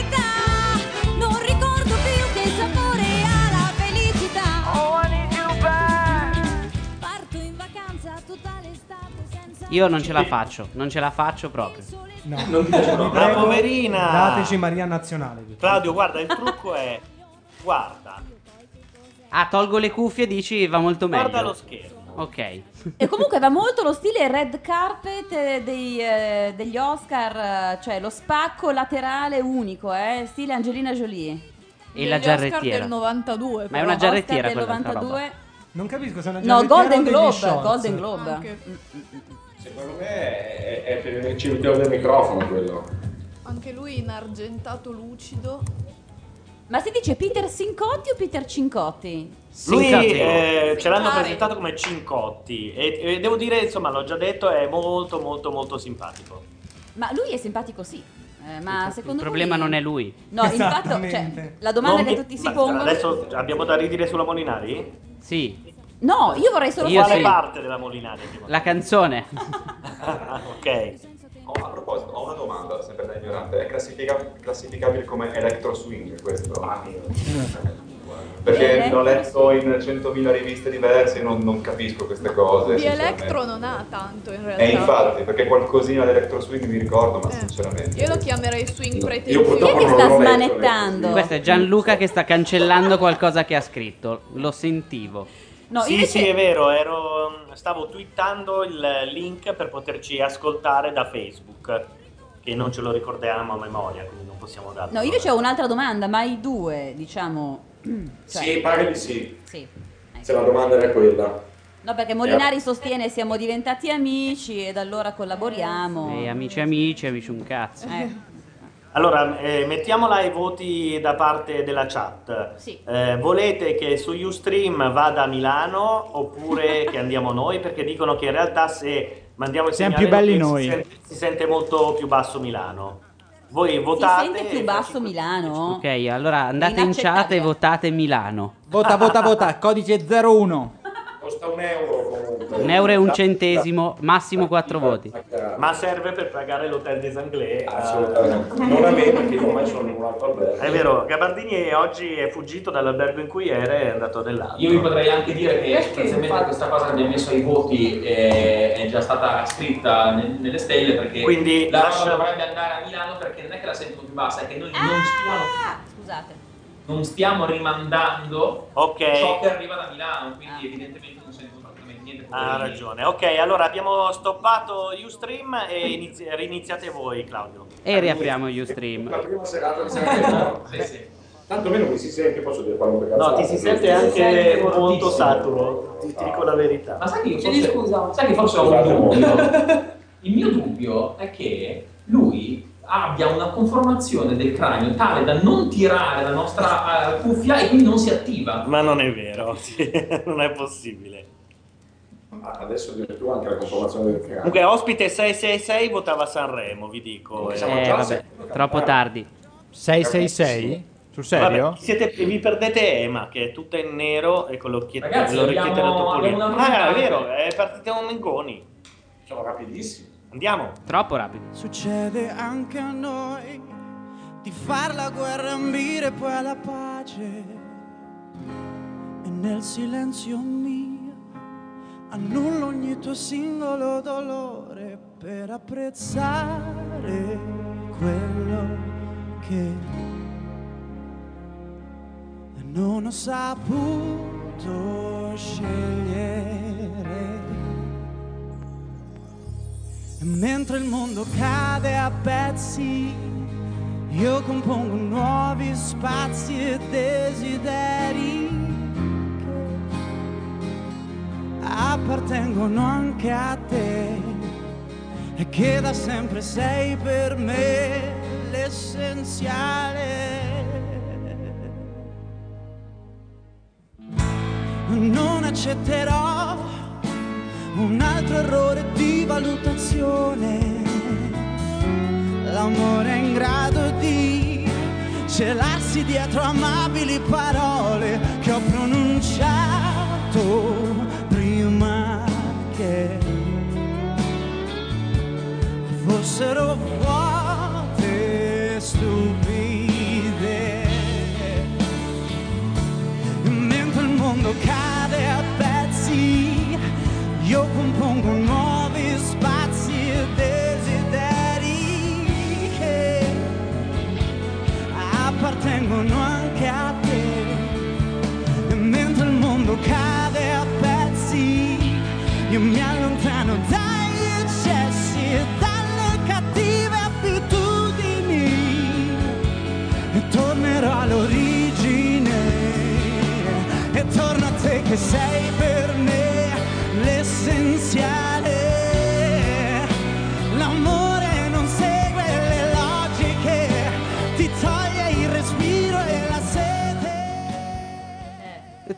Speaker 20: felicità. Non ricordo più che sapore ha la felicità.
Speaker 16: Oh, I need you back.
Speaker 20: Parto in vacanza tutta l'estate senza
Speaker 1: Io non ce la faccio, non ce la faccio proprio.
Speaker 6: No,
Speaker 1: Non
Speaker 6: vi
Speaker 1: dice
Speaker 4: no.
Speaker 6: prego,
Speaker 4: Ma poverina!
Speaker 6: Dateci Maria Nazionale. vi prego.
Speaker 4: Claudio, guarda, il trucco è. Guarda,
Speaker 1: Ah, tolgo le cuffie e dici va molto meglio.
Speaker 4: guarda lo schermo.
Speaker 1: Ok.
Speaker 7: E comunque va molto lo stile red carpet eh, dei, eh, degli Oscar, eh, cioè lo spacco laterale unico, eh, stile Angelina Jolie.
Speaker 1: E la
Speaker 5: Degli Oscar
Speaker 1: giarrettiera.
Speaker 5: del 92.
Speaker 1: Ma è
Speaker 5: però.
Speaker 1: una giarrettiera
Speaker 7: Oscar del
Speaker 1: quella altra
Speaker 7: 92.
Speaker 6: Non capisco se è una
Speaker 7: No,
Speaker 6: giarrettiera
Speaker 7: Golden
Speaker 6: o degli
Speaker 7: Globe,
Speaker 6: shorts.
Speaker 7: Golden Globe.
Speaker 3: Secondo me è, è per il cimitero del microfono quello.
Speaker 5: Anche lui in argentato lucido.
Speaker 7: Ma si dice Peter Sincotti o Peter Cincotti?
Speaker 4: Lui
Speaker 1: Sincotti.
Speaker 4: eh, ce l'hanno
Speaker 7: Sincari.
Speaker 4: presentato come Cincotti e, e devo dire, insomma, l'ho già detto, è molto molto molto simpatico.
Speaker 7: Ma lui è simpatico sì, eh, ma
Speaker 1: Il
Speaker 7: secondo
Speaker 1: problema
Speaker 7: voi...
Speaker 1: non è lui.
Speaker 7: No, il fatto, cioè, la domanda
Speaker 4: Non
Speaker 7: che
Speaker 4: mi-
Speaker 7: tutti si
Speaker 4: ma
Speaker 7: pongono...
Speaker 4: Adesso abbiamo da ridire sulla Molinari?
Speaker 1: Sì.
Speaker 7: No, io vorrei solo
Speaker 4: Quale
Speaker 7: sapere-
Speaker 4: parte della Molinari?
Speaker 1: La canzone.
Speaker 4: ok.
Speaker 3: Oh, a proposito, ho una domanda, sempre da ignorante. È classifica- classificabile come electro swing questo? Perché
Speaker 5: Electro
Speaker 3: l'ho letto in 100.000 riviste diverse e non, non capisco queste cose.
Speaker 5: Di
Speaker 3: sinceramente.
Speaker 5: Electro non ha tanto in realtà.
Speaker 3: E infatti, perché qualcosina dell'electro swing mi ricordo,
Speaker 5: Eh.
Speaker 3: ma sinceramente.
Speaker 5: Io lo chiamerei swing
Speaker 3: Io
Speaker 5: pretenzioso.
Speaker 3: purtroppo non
Speaker 4: eh.
Speaker 3: l'ho letto.
Speaker 1: Questo è Gianluca che sta cancellando qualcosa che ha scritto. Lo sentivo.
Speaker 7: No,
Speaker 4: sì,
Speaker 7: invece-
Speaker 4: sì, è vero, ero- stavo twittando il link per poterci ascoltare da Facebook, che non ce lo ricordiamo a memoria, quindi non possiamo darlo.
Speaker 7: No, io invece ho un'altra domanda, ma i due, diciamo... cioè-
Speaker 3: Sì, pare di sì.
Speaker 7: Sì.
Speaker 3: Se la domanda era quella.
Speaker 7: No, perché Molinari sostiene siamo diventati amici ed allora collaboriamo.
Speaker 1: E Eh, amici amici, amici un cazzo.
Speaker 7: Eh.
Speaker 4: Allora, eh, mettiamola ai voti da parte della chat.
Speaker 7: Sì.
Speaker 4: Eh, volete che su Ustream vada a Milano oppure che andiamo noi? Perché dicono che in realtà se mandiamo il
Speaker 2: Siamo
Speaker 4: segnale
Speaker 2: più belli
Speaker 4: europeo si
Speaker 2: noi.
Speaker 4: sente- si sente molto più basso Milano. Voi
Speaker 7: Si
Speaker 4: votate.
Speaker 7: sente più basso Milano?
Speaker 1: Ok, allora andate in chat e votate Milano.
Speaker 2: Vota, vota, vota. Codice 01.
Speaker 3: Costa un euro comunque.
Speaker 1: Un euro e un centesimo, massimo quattro voti.
Speaker 4: Ma serve per pagare l'hotel des Anglais. eh.
Speaker 3: Assolutamente. Non a me, perché io ormai sono in un altro albergo.
Speaker 4: È vero, Gabardini oggi è fuggito dall'albergo in cui era e è andato nell'altro.
Speaker 8: Io vi potrei anche dire che sostanzialmente questa cosa che abbiamo messo ai voti eh, è già stata scritta ne- nelle stelle perché
Speaker 4: Quindi
Speaker 8: la
Speaker 4: lascia-
Speaker 8: roba dovrebbe andare a Milano perché non è che la sentono più bassa, è che noi non, stiamo,
Speaker 7: Ah, scusate.
Speaker 8: non stiamo rimandando
Speaker 4: Ok. Eh.
Speaker 8: ciò che arriva da Milano, quindi evidentemente non sentono praticamente niente
Speaker 4: Ha ragione. Ok, allora abbiamo stoppato Ustream e inizi- riniziate voi, Claudio.
Speaker 1: E riapriamo Ustream.
Speaker 9: La prima serata mi sembra che Tanto meno mi si sente, posso dire qualunque cazzata.
Speaker 4: No, ti si sente anche molto saturo, ti,
Speaker 9: Ah.
Speaker 4: ti dico la verità.
Speaker 8: Ma sai che io
Speaker 4: Chiedi
Speaker 8: forse,
Speaker 4: scusa.
Speaker 8: sai che forse ho
Speaker 4: Scusate
Speaker 8: un
Speaker 4: molto.
Speaker 8: dubbio? Il mio dubbio è che lui abbia una conformazione del cranio tale da non tirare la nostra eh, cuffia e quindi non si attiva.
Speaker 4: Ma non è vero, sì, non è possibile.
Speaker 9: Ah, Adesso addirittura anche la conformazione del cranio.
Speaker 4: Comunque, ospite 666 votava Sanremo, vi dico.
Speaker 9: siamo Eh, già a vabbè, sette. troppo tardi.
Speaker 2: 666? Sul serio?
Speaker 4: Vabbè, siete- vi perdete Ema, che è tutta in nero e con l'occhietto
Speaker 8: Ragazzi,
Speaker 4: l'orecchietto
Speaker 8: abbiamo-
Speaker 4: topolino.
Speaker 8: abbiamo una
Speaker 4: Ah,
Speaker 8: puntata.
Speaker 4: è vero, è partito un mengoni.
Speaker 9: Sono rapidissimi.
Speaker 4: Andiamo.
Speaker 1: Troppo rapido.
Speaker 16: Succede anche a noi di far la guerra ambire poi alla pace. E nel silenzio mio annullo ogni tuo singolo dolore per apprezzare quello che non ho saputo scegliere. E mentre il mondo cade a pezzi, io compongo nuovi spazi e desideri che appartengono anche a te e che da sempre sei per me l'essenziale. Non accetterò un altro errore di valutazione. L'amore è in grado di celarsi dietro amabili parole che ho pronunciato prima che fossero vuote e stupide mentre il mondo cade a pezzi, io compongo nuovi spazi e desideri che appartengono anche a te. E mentre il mondo cade a pezzi, io mi allontano dagli eccessi e dalle cattive abitudini e tornerò all'origine e torno a te che sei per me l'essenziale. L'amore non segue le logiche, ti toglie il respiro e la sete.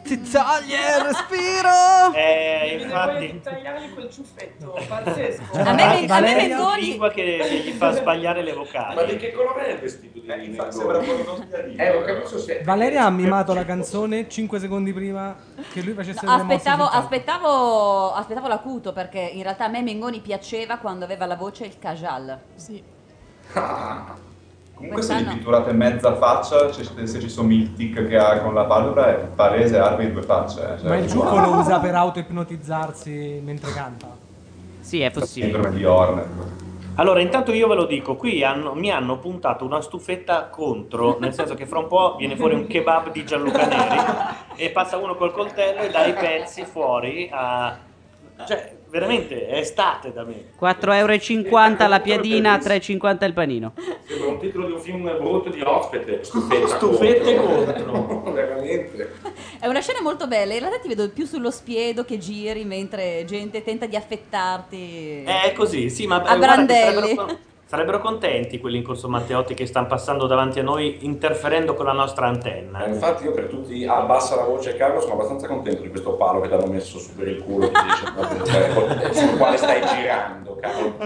Speaker 1: Ti toglie
Speaker 2: Eh,
Speaker 1: il respiro!
Speaker 4: Eh, infatti.
Speaker 21: Tagliargli quel ciuffetto, pazzesco.
Speaker 2: Cioè,
Speaker 4: A me- a me Valeria-
Speaker 21: Mengoni-
Speaker 4: Lingua che, che gli fa sbagliare le vocali.
Speaker 9: Ma di che colore è il vestito
Speaker 8: Eh,
Speaker 9: di Nino? Sembra proprio uno spiadino. Eh, ho capito se...
Speaker 6: Valeria ha mimato la canzone 5 secondi prima che lui facesse
Speaker 7: No,
Speaker 6: le mosse
Speaker 7: aspettavo,
Speaker 6: sul palco.
Speaker 7: aspettavo, aspettavo l'acuto perché in realtà a me Mengoni piaceva quando aveva la voce il cajal.
Speaker 5: Sì.
Speaker 22: Comunque se gli
Speaker 7: Quest'anno-
Speaker 22: pitturate mezza faccia, cioè, se- se ci sono il tic che ha con la palpebra, è palese armi di due facce. eh, Cioè,
Speaker 6: Ma il giuco
Speaker 22: wow.
Speaker 6: lo usa per autoipnotizzarsi mentre canta.
Speaker 1: Sì, è
Speaker 22: Sindrome di Horner.
Speaker 4: Allora, intanto io ve lo dico, qui hanno- mi hanno puntato una stufetta contro, nel senso che fra un po' viene fuori un kebab di Gianluca Neri e passa uno col coltello e dà i pezzi fuori a... Cioè, veramente, è estate da me.
Speaker 1: 4,50 euro la piadina, 3,50 il panino.
Speaker 9: Sembra un titolo di un film brutto di ospite. Stufetta
Speaker 4: Stufette
Speaker 9: contro. Veramente.
Speaker 7: È una scena molto bella, in realtà ti vedo più sullo spiedo che giri mentre gente tenta di affettarti.
Speaker 4: Eh, È così, sì, ma...
Speaker 7: A
Speaker 4: eh, guarda che
Speaker 7: brandelli.
Speaker 4: Sarebbero, sarebbero contenti quelli in corso Matteotti che stanno passando davanti a noi interferendo con la nostra antenna.
Speaker 9: Eh, Infatti io per tutti a bassa la voce Carlo sono abbastanza contento di questo palo che ti hanno messo su per il culo che dice, "Vabbè, cioè, col- sul quale stai girando, Carlo.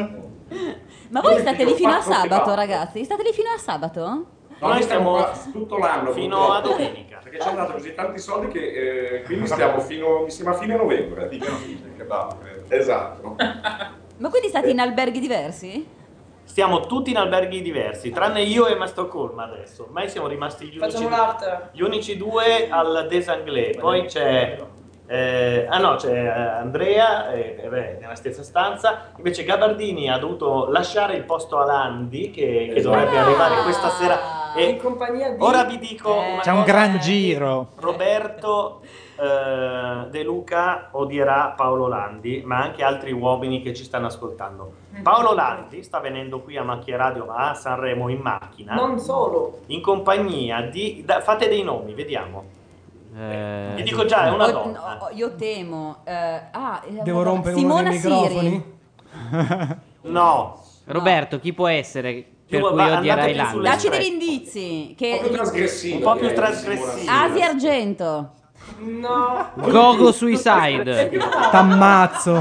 Speaker 7: Ma voi
Speaker 9: Io
Speaker 7: state
Speaker 9: dico,
Speaker 7: lì fino a
Speaker 9: quattro
Speaker 7: sabato,
Speaker 9: serate.
Speaker 7: ragazzi? State lì fino a sabato?
Speaker 9: Noi stiamo qua tutto l'anno
Speaker 4: fino
Speaker 9: purtroppo,
Speaker 4: a domenica.
Speaker 9: Perché ci hanno dato così tanti soldi che eh, quindi stiamo fino mi sembra fine novembre. Esatto.
Speaker 7: Ma quindi state in alberghi diversi?
Speaker 4: Stiamo tutti in alberghi diversi, tranne io e Mastoccolma adesso. Ormai siamo rimasti gli unici,
Speaker 21: Facciamo un'arte.
Speaker 4: gli unici due al Desanglais. Poi c'è. eh, ah no, c'è eh, Andrea, eh, eh, beh, nella stessa stanza. Invece Gabardini ha dovuto lasciare il posto a Landi, che, che dovrebbe
Speaker 7: Ah.
Speaker 4: arrivare questa sera. E
Speaker 8: Ah,
Speaker 4: ora vi dico una
Speaker 2: C'è un
Speaker 4: cosa.
Speaker 2: gran giro.
Speaker 4: Roberto eh, De Luca odierà Paolo Landi, ma anche altri uomini che ci stanno ascoltando.
Speaker 21: Mm.
Speaker 4: Paolo Landi sta venendo qui a Macchia Radio, ma a Sanremo in macchina.
Speaker 21: Non solo.
Speaker 4: In compagnia di... da- fate dei nomi, vediamo.
Speaker 2: Eh.
Speaker 4: Vi dico
Speaker 1: sì.
Speaker 4: già, è una
Speaker 1: Oh,
Speaker 4: donna.
Speaker 7: No, io temo. eh, ah, eh,
Speaker 6: Devo
Speaker 7: guarda,
Speaker 6: rompere uno
Speaker 7: Simona
Speaker 6: dei
Speaker 7: Siri.
Speaker 6: microfoni?
Speaker 4: No.
Speaker 1: Roberto, chi può essere per
Speaker 4: Tu
Speaker 1: cui
Speaker 4: va- andate
Speaker 1: odierai
Speaker 4: più sulle
Speaker 1: Landi?
Speaker 7: Dacci degli indizi. Che...
Speaker 4: più trasgressivo, Un po' più direi, trasgressivo. Simona Siri.
Speaker 7: Asi Argento.
Speaker 21: No.
Speaker 1: Gogo Suicide.
Speaker 6: T'ammazzo.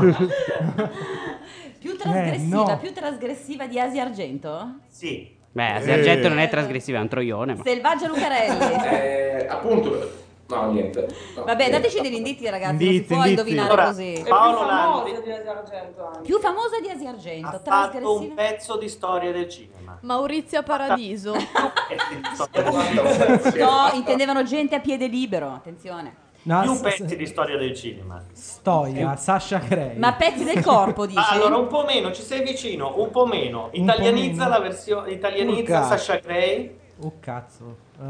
Speaker 7: Più trasgressiva,
Speaker 1: Eh, no.
Speaker 7: più trasgressiva di Asi Argento?
Speaker 4: Sì.
Speaker 1: Beh, Asi
Speaker 9: Eh.
Speaker 1: Argento non è trasgressiva, è un troione. Ma...
Speaker 7: Selvaggia Lucarelli.
Speaker 9: Eh, appunto, no, niente. No,
Speaker 7: Vabbè,
Speaker 9: niente.
Speaker 7: dateci degli indizi, ragazzi. non si
Speaker 9: Indizi,
Speaker 7: può
Speaker 9: indizi.
Speaker 7: indovinare
Speaker 4: Allora,
Speaker 7: così.
Speaker 4: Paolo
Speaker 7: Più
Speaker 4: Landi.
Speaker 7: famosa-
Speaker 21: Di Asia Argento anche.
Speaker 7: Più famosa di Asi Argento.
Speaker 4: Ha fatto
Speaker 7: trasgressiva.
Speaker 4: un pezzo di storia del cinema. Eh,
Speaker 5: Maurizia Paradiso.
Speaker 7: No, intendevano gente a piede libero. Attenzione.
Speaker 6: No,
Speaker 4: più
Speaker 6: s-
Speaker 4: pezzi di storia del cinema.
Speaker 6: Stoia, Sasha Gray.
Speaker 7: Ma pezzi del corpo, dici?
Speaker 4: Ah, allora, un po' meno, ci sei vicino, un po' meno. Italianizza la versione, italianizza
Speaker 6: Urca.
Speaker 4: Sasha Gray.
Speaker 6: Oh cazzo. Eh,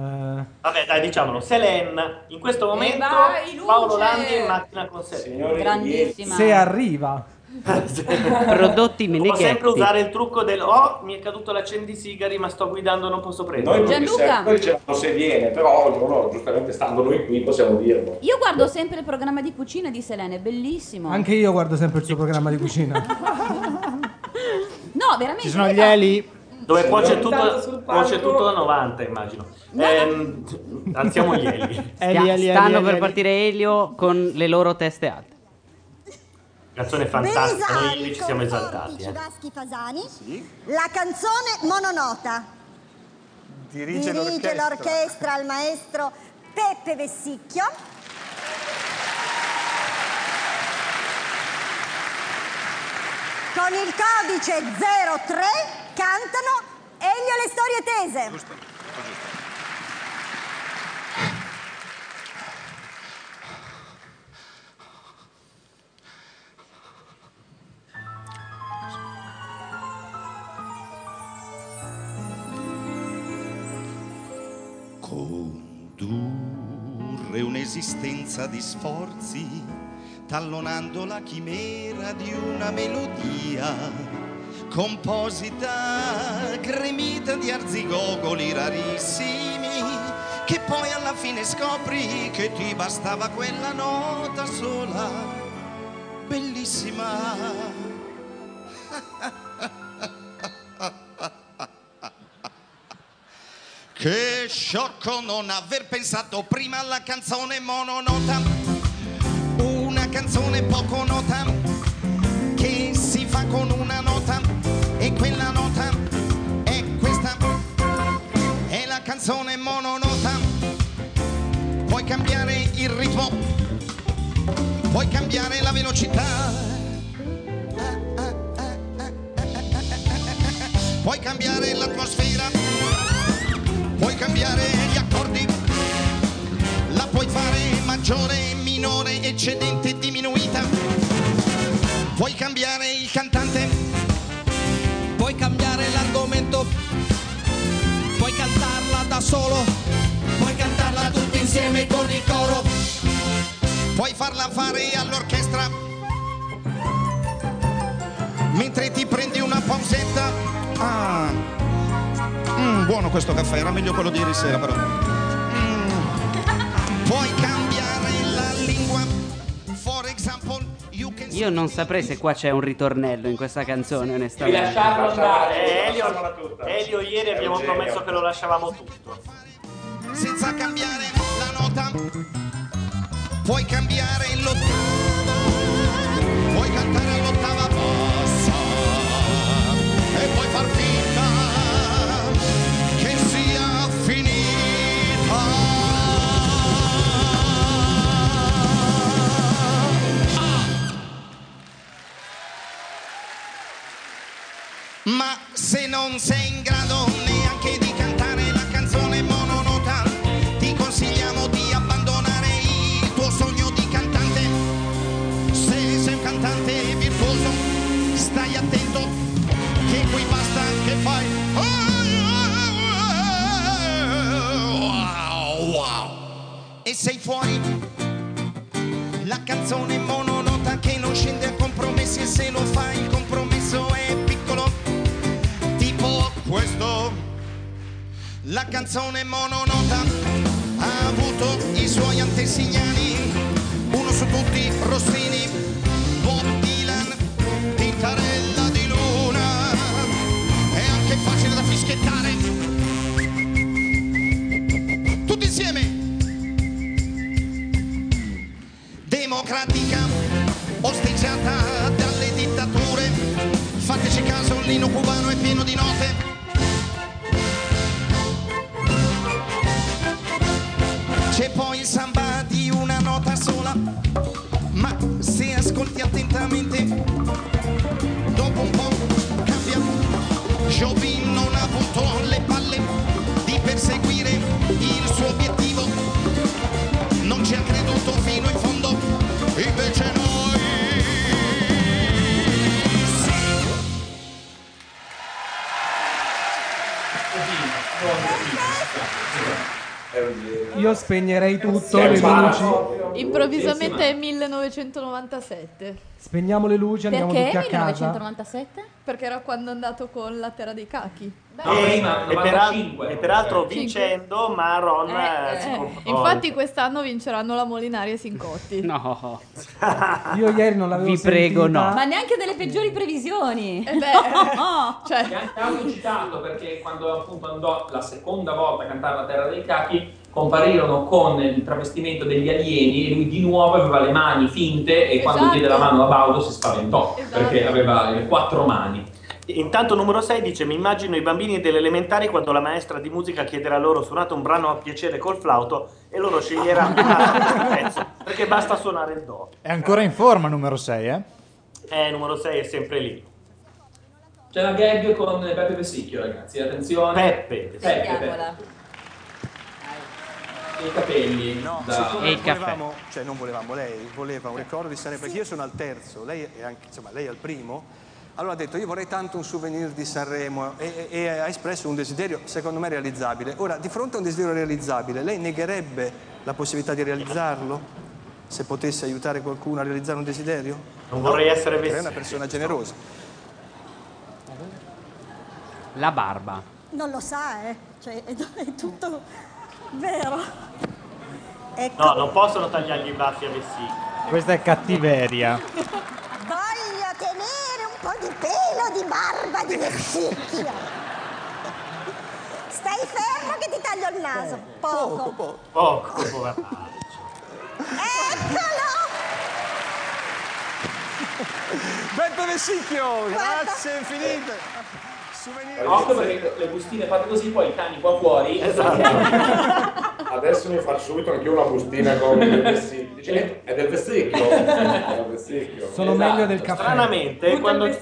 Speaker 4: Vabbè, dai, diciamolo, Selen. In questo momento
Speaker 21: Eh, vai, luce!
Speaker 4: Paolo Landi è in macchina con Selen.
Speaker 21: Grandissima.
Speaker 6: se arriva.
Speaker 1: Prodotti
Speaker 4: Può sempre
Speaker 1: meneghetti.
Speaker 4: usare il trucco del oh, mi è caduto l'accendisigari, ma sto guidando, non posso
Speaker 9: Noi,
Speaker 4: prenderlo.
Speaker 9: non diciamo- noi diciamo se viene, però ognuno, giustamente stando noi qui, possiamo dirlo.
Speaker 7: Io guardo sempre il programma di cucina di Selene, è bellissimo.
Speaker 6: Anche io guardo sempre il suo programma di cucina.
Speaker 7: No, veramente.
Speaker 2: Ci sono gli eli.
Speaker 4: Dove poi c'è
Speaker 7: Tanto
Speaker 4: tutto,
Speaker 7: sul
Speaker 4: poi c'è
Speaker 7: palco.
Speaker 4: tutto a 90, immagino. Ehm, alziamo gli eli.
Speaker 1: Stia-
Speaker 2: Eli, Eli,
Speaker 1: stanno
Speaker 2: Eli,
Speaker 1: per
Speaker 2: Eli.
Speaker 1: partire Elio con le loro teste alte.
Speaker 4: Canzone fantastica, noi lì ci siamo esaltati. eh.
Speaker 10: Vaschi Fasani, la canzone mononota.
Speaker 23: Dirige,
Speaker 10: Dirige
Speaker 23: l'orchestra.
Speaker 10: l'orchestra al maestro Peppe Vessicchio. Con il codice 03 cantano Elio le storie tese.
Speaker 24: condurre un'esistenza di sforzi, tallonando la chimera di una melodia composita, gremita di arzigogoli rarissimi, che poi alla fine scopri che ti bastava quella nota sola, bellissima. Che sciocco non aver pensato prima alla canzone mononota, una canzone poco nota, che si fa con una nota e quella nota è questa, è la canzone mononota. Puoi cambiare il ritmo, puoi cambiare la velocità, puoi cambiare l'atmosfera puoi cambiare gli accordi, la puoi fare maggiore, minore, eccedente, diminuita, puoi cambiare il cantante, puoi cambiare l'argomento, puoi cantarla da solo, puoi cantarla tutti insieme con il coro, puoi farla fare all'orchestra, mentre ti prendi una pausetta. Ah. Mm, buono questo caffè, era meglio quello di ieri sera però. Mm. Puoi cambiare la lingua. For example, you can
Speaker 1: Io non saprei se qua c'è un ritornello in questa canzone, onestamente.
Speaker 4: Lasciarlo
Speaker 3: andare,
Speaker 4: Eh,
Speaker 3: lasciamola
Speaker 4: Elio,
Speaker 3: tutta.
Speaker 4: Elio ieri
Speaker 3: È un
Speaker 4: abbiamo
Speaker 3: genio.
Speaker 4: promesso che lo lasciavamo tutto.
Speaker 24: senza cambiare la nota. Puoi cambiare l'ottava. Puoi cantare l'ottava bassa. E puoi far finta che sia finita. Ma se non sei in grado neanche di cantare la canzone mononota, ti consigliamo di abbandonare il tuo sogno di cantante. Se sei un cantante virtuoso, sei fuori. La canzone mononota che non scende a compromessi e se lo fai il compromesso è piccolo, tipo questo. La canzone mononota ha avuto i suoi antesignani, uno su tutti Rossini, Bob Dylan, Tintarella di Luna, è anche facile da fischiettare. Tutti insieme! Democratica, osteggiata dalle dittature, fateci caso, l'inno cubano è pieno di note. C'è poi il samba di una nota sola, ma se ascolti attentamente, dopo un po' cambia. Jobin non ha avuto le palle di perseguire il suo obiettivo, non ci ha creduto fino in fondo, invece noi sì.
Speaker 6: Io spegnerei tutto. le luci.
Speaker 5: Improvvisamente è 1997.
Speaker 6: Spegniamo le luci, andiamo tutti a casa.
Speaker 5: Perché era quando è andato con la terra dei cachi.
Speaker 4: e,
Speaker 6: prima,
Speaker 4: e pera-
Speaker 6: 95.
Speaker 4: e peraltro
Speaker 5: Cinque.
Speaker 4: vincendo, ma Ron
Speaker 5: Eh,
Speaker 4: eh, si
Speaker 5: eh,
Speaker 4: comporta.
Speaker 5: infatti quest'anno vinceranno la Molinari e Sincotti.
Speaker 1: No.
Speaker 6: Io ieri non l'avevo
Speaker 1: Vi prego,
Speaker 6: sentita.
Speaker 1: no.
Speaker 7: Ma neanche delle peggiori previsioni.
Speaker 5: Eh beh,
Speaker 7: cioè...
Speaker 8: Neanche autocitato perché quando appunto andò la seconda volta a cantare la Terra dei Cachi comparirono con il travestimento degli alieni e lui di nuovo aveva le mani finte e quando
Speaker 4: Esatto.
Speaker 8: diede la mano a Baudo si spaventò perché aveva le quattro mani.
Speaker 4: Intanto numero 6 dice mi immagino i bambini delle elementari quando la maestra di musica chiederà loro suonate un brano a piacere col flauto e loro sceglieranno un pezzo perché basta suonare il do.
Speaker 2: È ancora in forma numero 6, eh?
Speaker 4: Eh, numero 6 è sempre lì.
Speaker 8: C'è la gag con Peppe Vessicchio ragazzi, attenzione.
Speaker 4: Peppe.
Speaker 8: Peppe, Peppe. E i capelli.
Speaker 17: No,
Speaker 8: da-
Speaker 17: siccome non volevamo, cioè non volevamo, lei voleva un ricordo di Sanremo, perché io sono al terzo, lei è, anche, insomma, lei è al primo, allora ha detto io vorrei tanto un souvenir di Sanremo e, e- e ha espresso un desiderio secondo me realizzabile. Ora, di fronte a un desiderio realizzabile, lei negherebbe la possibilità di realizzarlo? Se potesse aiutare qualcuno a realizzare un desiderio?
Speaker 4: Non vorrei essere
Speaker 17: perché Lei è
Speaker 4: Vessicchio.
Speaker 17: una persona generosa.
Speaker 1: La barba.
Speaker 15: Non lo sa, eh. Cioè, è, è tutto vero. Ecco,
Speaker 4: No, non possono tagliargli i baffi a Vessicchio.
Speaker 2: Questa è cattiveria.
Speaker 15: voglio tenere un po' di pelo di barba di vessicchio. Stai fermo che ti taglio il naso. Eh, Poco.
Speaker 4: Poco, poveraccio.
Speaker 17: Beppe Vessicchio, grazie infinite. Souvenir
Speaker 8: Occhio perché le bustine fatte così poi i cani qua fuori.
Speaker 4: Esatto.
Speaker 3: Adesso mi faccio subito anche io una bustina con il vessicchio. Dici, "Eh, È del vessicchio. È del vessicchio.
Speaker 6: Sono meglio del caffè.
Speaker 4: Esatto. Stranamente, quando,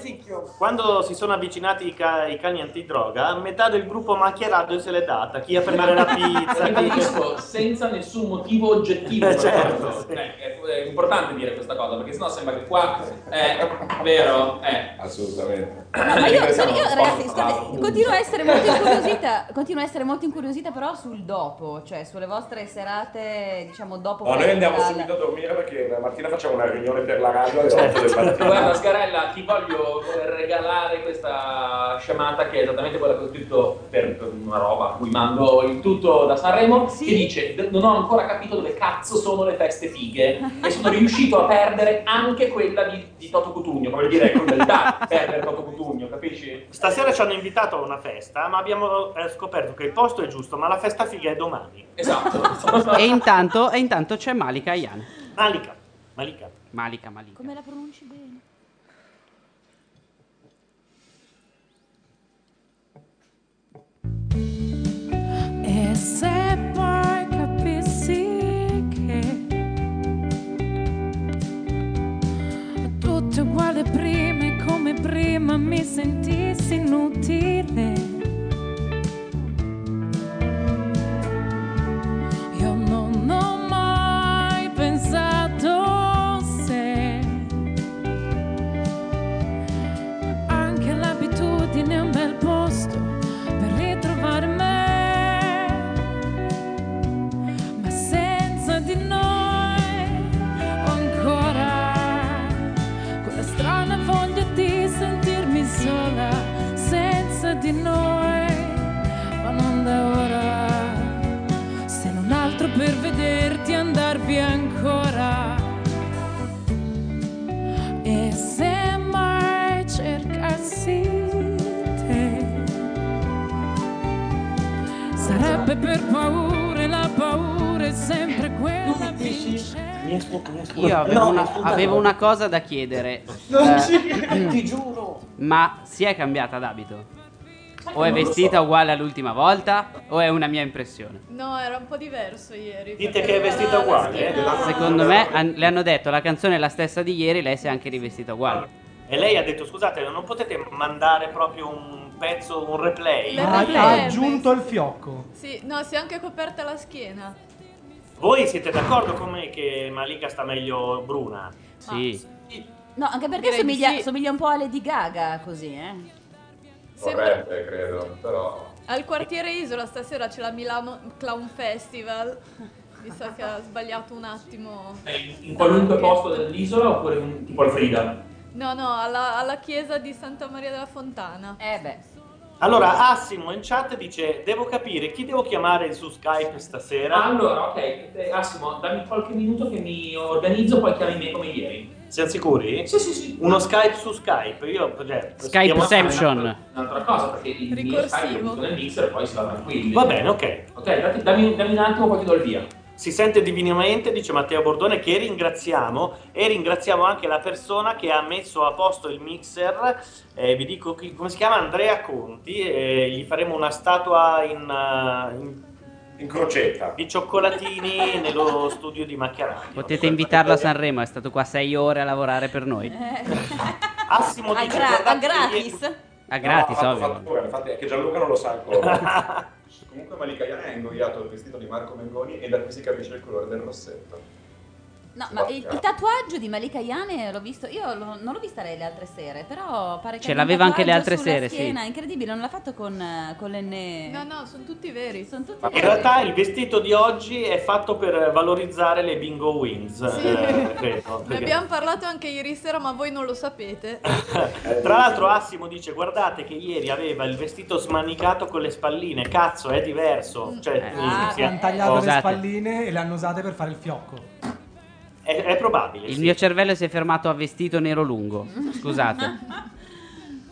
Speaker 4: quando si sono avvicinati i, ca- i cani antidroga, metà del gruppo macchierato se l'è data. Chi a prendere la pizza,
Speaker 8: Perché
Speaker 4: chi...
Speaker 8: dico, senza nessun motivo oggettivo.
Speaker 4: Eh,
Speaker 8: per
Speaker 4: certo,
Speaker 8: farlo. Cioè, è, è importante dire questa cosa perché sennò sembra che qua è vero, è
Speaker 3: assolutamente.
Speaker 7: No, ma io, sono- io, ragazzi, scusate, continuo a essere molto incuriosita, continuo a essere molto incuriosita però sul dopo, cioè sulle vostre serate, diciamo, dopo
Speaker 3: No, noi andiamo
Speaker 7: festival.
Speaker 3: subito a dormire perché la mattina facciamo una riunione per la radio alle 8 del mattino.
Speaker 8: Guarda Scarella, ti voglio regalare questa sciamata che è esattamente quella che ho scritto per per una roba a cui mando il tutto da Sanremo, che dice "D- non ho ancora capito dove cazzo sono le feste fighe e sono riuscito a perdere anche quella di, di Toto Cutugno, come dire, è crudeltà perdere Toto Cutugno, capisci?
Speaker 4: Stasera ci hanno invitato a una festa, ma abbiamo eh, scoperto che il posto è giusto, ma la festa figa è domani.
Speaker 8: Esatto.
Speaker 1: e, intanto, e intanto c'è Malika Ayan.
Speaker 4: Malika. Malika.
Speaker 1: Malika, Malika.
Speaker 25: Come la pronunci bene?
Speaker 26: E se poi capissi che tutto è uguale prima e come prima mi sentissi inutile. Io non ho mai pensato se
Speaker 27: per vederti andar via ancora. E se mai cercassi te, sarebbe per paura e la paura è sempre quella vincente.
Speaker 4: Mi ascolta, mi ascolta.
Speaker 1: Io avevo,
Speaker 4: No,
Speaker 1: una,
Speaker 4: ascolta,
Speaker 1: avevo
Speaker 4: no.
Speaker 1: una cosa da chiedere.
Speaker 4: Non
Speaker 1: Eh,
Speaker 4: ci- ti giuro.
Speaker 1: Ma si è cambiata d'abito? O è
Speaker 4: Non lo
Speaker 1: vestita uguale all'ultima volta? O è una mia impressione?
Speaker 5: No, era un po' diverso ieri.
Speaker 4: Dite
Speaker 5: perché
Speaker 4: che è
Speaker 5: era
Speaker 4: vestita
Speaker 5: la
Speaker 4: uguale,
Speaker 5: schiena-
Speaker 4: eh, della-
Speaker 1: Secondo me an- le hanno detto la canzone è la stessa di ieri, lei si è anche rivestita uguale.
Speaker 4: E lei ha detto: Scusate, non potete mandare proprio un pezzo, un replay? Ah,
Speaker 5: Le
Speaker 6: Ha, ha
Speaker 5: replay.
Speaker 6: aggiunto il fiocco.
Speaker 5: Sì, no, si è anche coperta la schiena.
Speaker 4: Voi siete d'accordo con me che Malika sta meglio Bruna?
Speaker 1: Sì.
Speaker 7: No, anche perché
Speaker 5: Direi di
Speaker 7: somiglia,
Speaker 5: sì.
Speaker 7: somiglia un po' a Lady Gaga così, eh.
Speaker 22: Vorrebbe, credo, però...
Speaker 5: Al quartiere Isola stasera c'è la Milano Clown Festival. Mi sa che ha sbagliato un attimo.
Speaker 8: In qualunque posto dell'isola oppure un- tipo al Frida?
Speaker 5: No, no, alla, alla chiesa di Santa Maria della Fontana.
Speaker 7: Eh beh.
Speaker 4: Allora, Assimo in chat dice: Devo capire chi devo chiamare su Skype stasera.
Speaker 8: Allora, ok, eh, Assimo, dammi qualche minuto che mi organizzo, poi chiami me come ieri.
Speaker 4: Siamo sicuri?
Speaker 8: Sì, sì, sì.
Speaker 4: Uno Skype su Skype? Io, cioè,
Speaker 1: Skypeception.
Speaker 4: chiamo-
Speaker 8: Un'altra cosa, perché il mio
Speaker 4: Ricorsivo.
Speaker 8: Skype è venuto nel mixer e poi si va tranquilli.
Speaker 4: Va bene, ok.
Speaker 8: Ok, dati- dammi, dammi un attimo, poi ti do il via.
Speaker 4: Si sente divinamente, dice Matteo Bordone, che ringraziamo e ringraziamo anche la persona che ha messo a posto il mixer. Eh, vi dico chi- come si chiama Andrea Conti, eh, gli faremo una statua in, eh, in- di cioccolatini nello studio di Macchiarani.
Speaker 1: Potete invitarla a Sanremo, è stato qua sei ore a lavorare per noi.
Speaker 4: Eh. Assimo
Speaker 7: a,
Speaker 4: dice,
Speaker 7: gra- a
Speaker 4: "Guardate
Speaker 7: gratis.
Speaker 1: A gratis,
Speaker 22: No, ha fatto
Speaker 1: ovvio.
Speaker 22: fattura, infatti è che Gianluca non lo sa ancora. Comunque Malika Iana ha ingoiato il vestito di Marco Mengoni e da qui si capisce il colore del rossetto.
Speaker 7: No, ma il, il tatuaggio di Malika Yane l'ho visto, io lo- non l'ho vista lei le altre sere, però pare che
Speaker 1: Ce
Speaker 7: abbia un
Speaker 1: l'aveva anche le
Speaker 7: tatuaggio
Speaker 1: altre
Speaker 7: sulla
Speaker 1: sere, sì.
Speaker 7: schiena, incredibile, non l'ha fatto con, eh, con le ne-
Speaker 5: No, no, sono tutti veri.
Speaker 7: Sono tutti
Speaker 4: Ma In realtà il vestito di oggi è fatto per valorizzare le bingo wings,
Speaker 5: Sì.
Speaker 4: eh, credo,
Speaker 5: Ne
Speaker 4: perché-
Speaker 5: abbiamo parlato anche ieri sera, ma voi non lo sapete.
Speaker 8: Eh,
Speaker 4: Tra l'altro Assimo dice guardate che ieri aveva il vestito smanicato con le spalline, cazzo è diverso. Cioè,
Speaker 6: Eh,
Speaker 4: tu-
Speaker 6: ah,
Speaker 4: si-
Speaker 6: hanno tagliato le
Speaker 1: Scusate.
Speaker 6: spalline e le hanno usate per fare il fiocco.
Speaker 4: È, è probabile.
Speaker 1: Il
Speaker 4: sì.
Speaker 1: mio cervello si è fermato a vestito nero lungo. Scusate.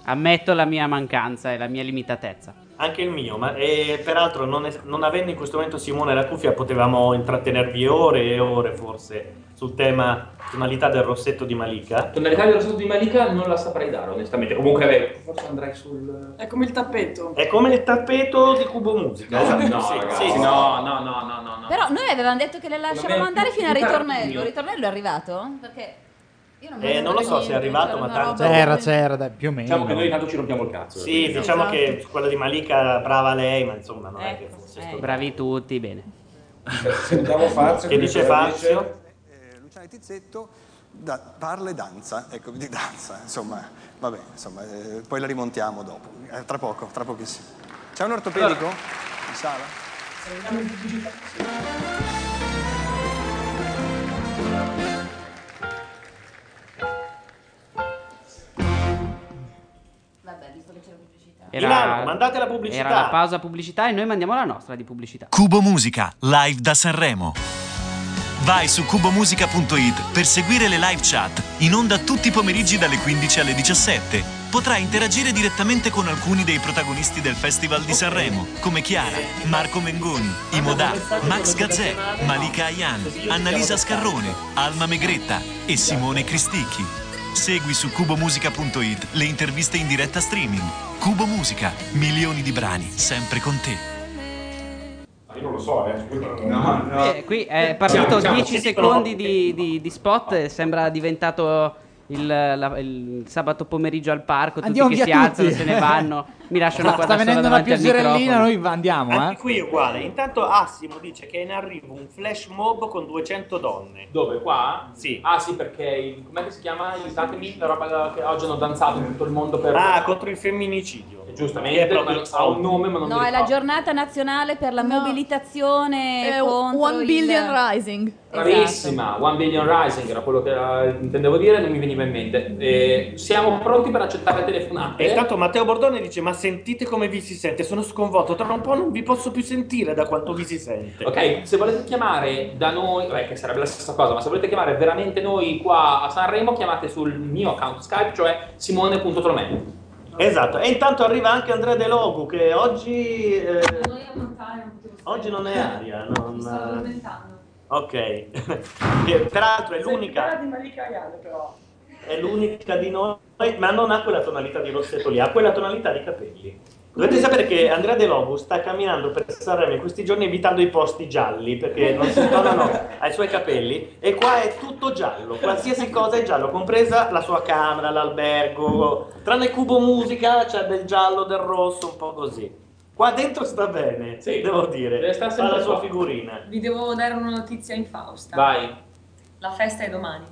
Speaker 1: Ammetto la mia mancanza e la mia limitatezza.
Speaker 4: Anche il mio, ma e, peraltro non, è- non avendo in questo momento Simone la cuffia potevamo intrattenervi ore e ore forse sul tema tonalità del rossetto di Malika.
Speaker 8: Tonalità del rossetto di Malika non la saprei dare, onestamente. Comunque, beh, forse andrei sul...
Speaker 21: È come il tappeto.
Speaker 4: È come il tappeto di Cubo Musica.
Speaker 8: No,
Speaker 4: esatto,
Speaker 8: no,
Speaker 4: sì,
Speaker 8: ragazzi,
Speaker 4: sì,
Speaker 8: no, no, no, no, no, no.
Speaker 7: Però noi avevamo detto che le lasciavamo
Speaker 8: Vabbè,
Speaker 7: andare fino al
Speaker 8: più tardi.
Speaker 7: ritornello. Il ritornello è arrivato? Perché io non, mi
Speaker 4: Eh, non lo so
Speaker 7: ricordo
Speaker 4: se è
Speaker 7: niente,
Speaker 4: arrivato, ma
Speaker 7: c'era una
Speaker 4: tanto...
Speaker 7: roba-
Speaker 28: C'era, c'era, dai, più o meno.
Speaker 8: Diciamo che noi intanto ci rompiamo il cazzo.
Speaker 4: Sì,
Speaker 8: Quindi, no.
Speaker 4: diciamo
Speaker 7: Esatto. Eh,
Speaker 4: che quella di Malika eh, brava lei, ma insomma non è che fosse sto-
Speaker 1: Bravi tutti, bene.
Speaker 22: Sentiamo Fazio.
Speaker 4: Che dice Fazio?
Speaker 23: Eh, Luciano Tizzetto da- parla e danza, ecco, di danza, insomma, vabbè, insomma, eh, poi la rimontiamo dopo, Eh, tra poco, tra pochissimo. C'è un ortopedico in sala?
Speaker 7: Vabbè, visto che c'è la pubblicità.
Speaker 21: Milano, mandate la pubblicità.
Speaker 1: Era la pausa pubblicità e noi mandiamo la nostra di pubblicità.
Speaker 29: Cubo Musica, live da Sanremo. Vai su cubomusica.it per seguire le live chat in onda tutti i pomeriggi dalle 15 alle 17. Potrai interagire direttamente con alcuni dei protagonisti del Festival di Sanremo, come Chiara, Marco Mengoni, Imodà, Max Gazzè, Malika Ayan, Annalisa Scarrone, Alma Megretta e Simone Cristicchi. Segui su cubomusica.it le interviste in diretta streaming. Cubo Musica, milioni di brani sempre con te.
Speaker 22: Ma Io non lo so, eh. No,
Speaker 1: Eh, qui è partito
Speaker 22: Siamo, siamo,
Speaker 1: 10
Speaker 22: sì,
Speaker 1: secondi di, di- di spot e sembra diventato il, la- il sabato pomeriggio al parco, tutti
Speaker 2: Andiamo
Speaker 1: che
Speaker 2: via
Speaker 1: si alzano,
Speaker 2: tutti.
Speaker 1: se ne vanno, mi lasciano qua
Speaker 2: Sta
Speaker 1: da sola
Speaker 2: venendo una
Speaker 1: davanti al
Speaker 2: pioggerellina,
Speaker 1: microfono.
Speaker 2: noi va- andiamo, eh.
Speaker 4: Anche qui è uguale. Intanto Assimo dice che è in arrivo un flash mob con 200 donne.
Speaker 8: Dove? Qua?
Speaker 4: Sì.
Speaker 8: Ah sì, perché il- com'è che si chiama? Aiutatemi, la roba che oggi hanno danzato in tutto il mondo per...
Speaker 4: Ah, contro il femminicidio. giustamente ha un nome ma non mi
Speaker 7: No, è la
Speaker 4: ricordo.
Speaker 7: giornata nazionale per la mobilitazione
Speaker 5: È
Speaker 7: contro
Speaker 5: One
Speaker 7: il-
Speaker 5: Billion Rising.
Speaker 8: Bravissima, One Billion Rising era quello che era- intendevo dire, non mi veniva in mente. Eh, siamo pronti per accettare telefonate?
Speaker 4: E intanto Matteo Bordone dice: Ma sentite come vi si sente? Sono sconvolto. Tra un po' non vi posso più sentire da quanto vi si sente.
Speaker 8: Ok, se volete chiamare da noi, beh, che sarebbe la stessa cosa, ma se volete chiamare veramente noi qua a Sanremo, chiamate sul mio account Skype, cioè simone.tromelli.
Speaker 4: Esatto, e intanto arriva anche Andrea De Logu che oggi. eh, oggi non
Speaker 2: Eh.
Speaker 4: è aria. non- Ok, Che peraltro è l'unica,
Speaker 21: di Malika Ayane, però.
Speaker 4: è l'unica di noi, ma non ha quella tonalità di rossetto lì, ha quella tonalità di capelli. Dovete sapere che Andrea De Logu sta camminando per Sanremo in questi giorni evitando i posti gialli perché non si tornano ai suoi capelli e qua è tutto giallo, qualsiasi cosa è giallo, compresa la sua camera, l'albergo, tranne Cubo Musica c'è del giallo, del rosso, un po' così. Qua dentro sta bene, devo dire,
Speaker 8: stare
Speaker 4: fa la
Speaker 8: sempre
Speaker 4: sua
Speaker 8: qua.
Speaker 4: figurina.
Speaker 21: Vi devo dare una notizia in Fausta.
Speaker 4: Vai.
Speaker 21: La festa è domani.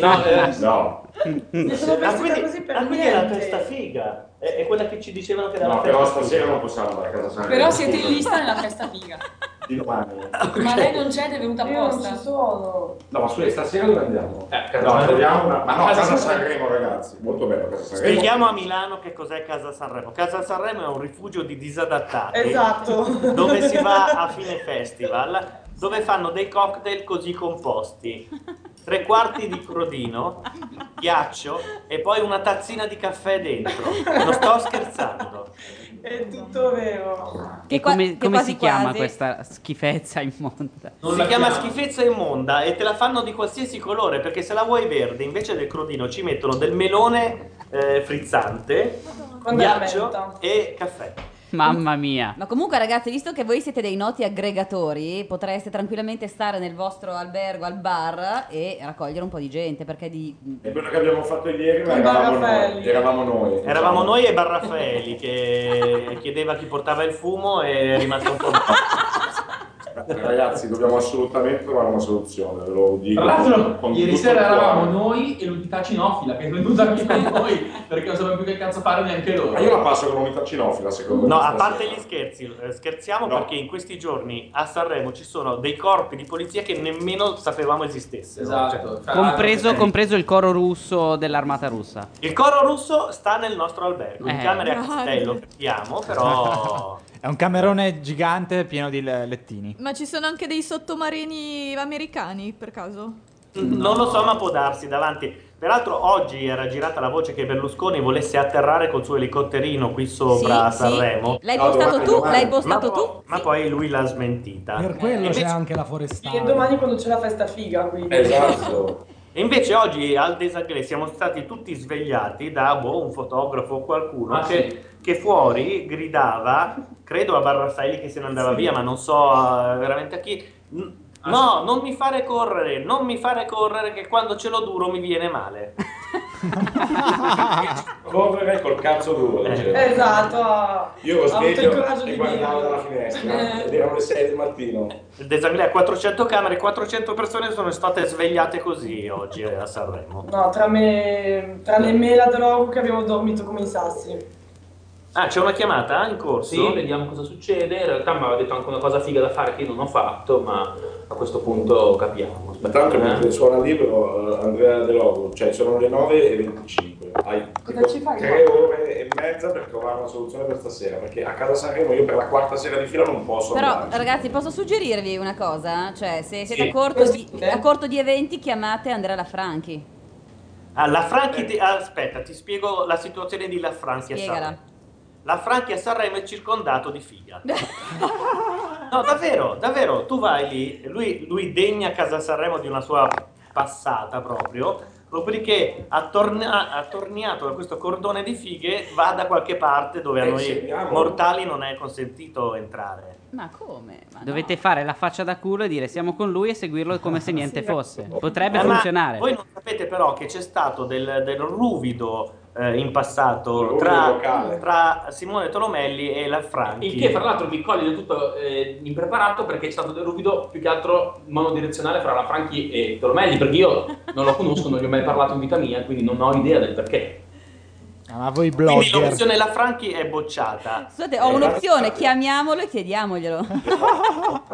Speaker 4: No, eh,
Speaker 3: no.
Speaker 21: Non sono
Speaker 4: Ah,
Speaker 21: vestita
Speaker 4: quindi,
Speaker 21: così per
Speaker 4: ah, quindi è la
Speaker 21: niente.
Speaker 4: testa figa. È, è quella che ci dicevano che era
Speaker 3: No,
Speaker 4: la
Speaker 3: però
Speaker 4: testa
Speaker 3: stasera
Speaker 4: figa.
Speaker 3: non possiamo andare a casa Sanremo.
Speaker 21: Però siete in
Speaker 3: scusa.
Speaker 21: lista nella festa figa.
Speaker 3: Di domani.
Speaker 21: Ma lei non c'è ed è venuta
Speaker 10: Io non
Speaker 21: apposta.
Speaker 10: ci
Speaker 21: sono.
Speaker 3: No, ma scusa, stasera dove andiamo?
Speaker 22: Eh,
Speaker 3: no, andiamo una... Ma no,
Speaker 22: Casa
Speaker 3: casa
Speaker 22: Sanremo.
Speaker 3: Sanremo, ragazzi. Molto bello casa Sanremo.
Speaker 4: Spieghiamo a Milano che cos'è Casa Sanremo. Casa Sanremo è un rifugio di disadattati.
Speaker 10: Esatto.
Speaker 4: Dove si va a fine festival, dove fanno dei cocktail così composti. Tre quarti di crodino, ghiaccio e poi una tazzina di caffè dentro. Non sto scherzando.
Speaker 21: È tutto vero.
Speaker 1: E come, come si chiama questa schifezza immonda?
Speaker 4: si chiama schifezza immonda e te la fanno di qualsiasi colore perché se la vuoi verde invece del crodino ci mettono del melone eh, frizzante,
Speaker 7: Con della
Speaker 4: ghiaccio e caffè.
Speaker 1: Mamma mia.
Speaker 7: Ma comunque ragazzi, visto che voi siete dei noti aggregatori, potreste tranquillamente stare nel vostro albergo al bar e raccogliere un po' di gente, perché di...
Speaker 3: È quello che abbiamo fatto ieri, ma
Speaker 7: Con
Speaker 3: eravamo
Speaker 7: Barraffelli.
Speaker 3: noi. Eravamo noi.
Speaker 4: Eravamo noi e Barraffaeli che chiedeva chi portava il fumo e è rimasto un po'.
Speaker 3: Ragazzi, dobbiamo assolutamente trovare una soluzione, ve lo dico.
Speaker 8: Tra l'altro,
Speaker 3: con
Speaker 8: ieri
Speaker 3: tutto
Speaker 8: sera
Speaker 3: il cuore.
Speaker 8: eravamo noi e l'unità cinofila che è venuta qui con noi perché non sapevamo più che cazzo fare neanche loro.
Speaker 3: Ma io la passo con unità cinofila, secondo me.
Speaker 4: No, a
Speaker 3: stasera.
Speaker 4: parte gli scherzi, eh, scherziamo perché in questi giorni a Sanremo ci sono dei corpi di polizia che nemmeno sapevamo esistessero.
Speaker 8: Esatto.
Speaker 4: Cioè,
Speaker 1: Compreso, compreso il coro russo dell'armata russa.
Speaker 4: Il coro russo sta nel nostro albergo, in
Speaker 1: Eh.
Speaker 4: camera a
Speaker 1: Grande.
Speaker 4: castello, chiamo, però
Speaker 2: È un camerone gigante pieno di le- lettini.
Speaker 5: Ma ci sono anche dei sottomarini americani, per caso?
Speaker 4: non lo so, ma può darsi davanti. Peraltro oggi era girata la voce che Berlusconi volesse atterrare col suo elicotterino qui sopra
Speaker 7: Sì, sì.
Speaker 4: a Sanremo.
Speaker 7: L'hai postato tu, Eh, l'hai postato
Speaker 4: ma, tu. Ma poi lui l'ha smentita.
Speaker 6: Per quello c'è anche la
Speaker 21: E
Speaker 6: forestale.
Speaker 21: domani quando c'è la festa figa, quindi.
Speaker 4: Esatto. E invece oggi al Desagré siamo stati tutti svegliati da boh, un fotografo o qualcuno
Speaker 8: Ah,
Speaker 4: che, che fuori gridava, credo a Barraffelli che se ne andava
Speaker 8: Sì.
Speaker 4: via, ma non so eh, veramente a chi. "N-
Speaker 21: Ah,
Speaker 4: No, non mi fare correre, non mi fare correre che quando ce l'ho duro mi viene male.
Speaker 3: Correre col cazzo duro,
Speaker 10: Eh.
Speaker 3: dicevo.
Speaker 21: Esatto.
Speaker 3: Io ero
Speaker 21: Ha avuto il
Speaker 3: sveglio e
Speaker 21: coraggio di
Speaker 3: guardavo
Speaker 21: dirlo. Eh.
Speaker 3: dalla finestra ed erano le 6 del mattino.
Speaker 4: Il Desagré ha 400 camere, 400 persone sono state svegliate così oggi eh, a Sanremo.
Speaker 21: No, tra me, tranne me e la droga che abbiamo dormito come i sassi.
Speaker 4: Ah, c'è una chiamata in corso?
Speaker 8: Sì, vediamo cosa succede. In realtà mi aveva detto anche una cosa figa da fare che io non ho fatto, ma a questo punto capiamo.
Speaker 3: Intanto mentre
Speaker 8: eh.
Speaker 3: suona libero eh, Andrea De Logo, cioè sono le 9 e 25. Hai
Speaker 21: Cosa ci fai?
Speaker 3: 3 ore e mezza per trovare una soluzione per stasera, perché a casa Sanremo io per la quarta sera di fila non posso
Speaker 7: Però
Speaker 3: andarci.
Speaker 7: ragazzi posso suggerirvi una cosa? Cioè se siete
Speaker 3: Sì.
Speaker 7: a, corto di, a corto di eventi chiamate Andrea Lafranchi.
Speaker 4: Ah, la
Speaker 8: Eh.
Speaker 4: Franchi ti- ah, aspetta, ti spiego la situazione di La Franchi a
Speaker 7: Spiegala.
Speaker 4: Sanremo. La Franchi a Sanremo è circondato di figa. No, davvero, davvero, tu vai lì, lui, lui degna Casa Sanremo di una sua passata proprio, dopodiché attorna- attorniato da questo cordone di fighe va da qualche parte dove a
Speaker 1: Eh,
Speaker 4: noi
Speaker 1: scegliamo.
Speaker 4: mortali non è consentito entrare.
Speaker 7: Ma come? Ma no.
Speaker 1: Dovete fare la faccia da culo e dire siamo con lui e seguirlo come se niente fosse.
Speaker 15: ecco.
Speaker 1: Potrebbe
Speaker 4: Eh, ma
Speaker 1: funzionare.
Speaker 4: Voi non sapete però che c'è stato del, del ruvido eh, in passato
Speaker 8: Ruvido
Speaker 4: tra,
Speaker 8: locale.
Speaker 4: tra Ah, Simone Tolomelli e la Franchi.
Speaker 8: Il che, fra l'altro, mi coglie del tutto eh, impreparato perché è stato del ruvido più che altro monodirezionale fra la Franchi e Tolomelli. Perché io non lo conosco, non gli ho mai parlato in vita mia, quindi non ho idea del perché.
Speaker 2: Ma voi
Speaker 4: Quindi
Speaker 2: blogger.
Speaker 4: l'opzione La Franchi è bocciata.
Speaker 7: Scusate, ho un'opzione, chiamiamolo e chiediamoglielo.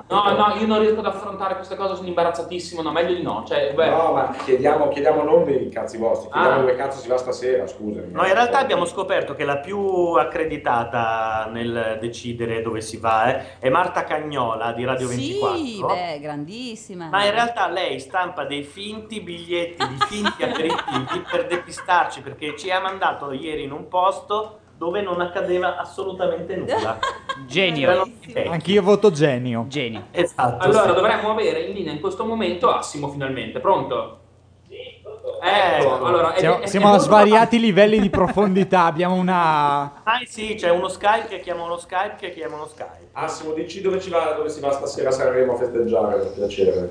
Speaker 8: No, no, io non riesco ad affrontare queste cose, sono imbarazzatissimo, no, meglio di no. Cioè, beh.
Speaker 3: No, ma chiediamo, chiediamo non dei cazzi vostri, chiediamo
Speaker 4: Ah.
Speaker 3: dove cazzo si va stasera, scusami.
Speaker 4: No, in realtà abbiamo scoperto che la più accreditata nel decidere dove si va eh, è Marta Cagnola di Radio
Speaker 7: Sì,
Speaker 4: 24.
Speaker 7: beh, grandissima.
Speaker 4: Ma in realtà lei stampa dei finti biglietti, di finti aperitivi per depistarci perché ci ha mandato ieri in un posto dove non accadeva assolutamente nulla.
Speaker 1: Genio.
Speaker 2: Anch'io voto genio.
Speaker 1: Genio.
Speaker 2: Esatto.
Speaker 8: Allora dovremmo avere in linea in questo momento Assimo finalmente, pronto? Eh,
Speaker 4: Ecco.
Speaker 8: allora, è-
Speaker 2: Siamo,
Speaker 8: è-
Speaker 2: siamo
Speaker 8: è
Speaker 2: a
Speaker 8: molto-
Speaker 2: svariati livelli di profondità. Abbiamo una.
Speaker 4: Ah sì, c'è uno Skype che chiama uno Skype che chiama uno Skype.
Speaker 13: Ah,
Speaker 3: Massimo, dici dove, ci va, dove si va stasera a Sanremo a festeggiare, per piacere.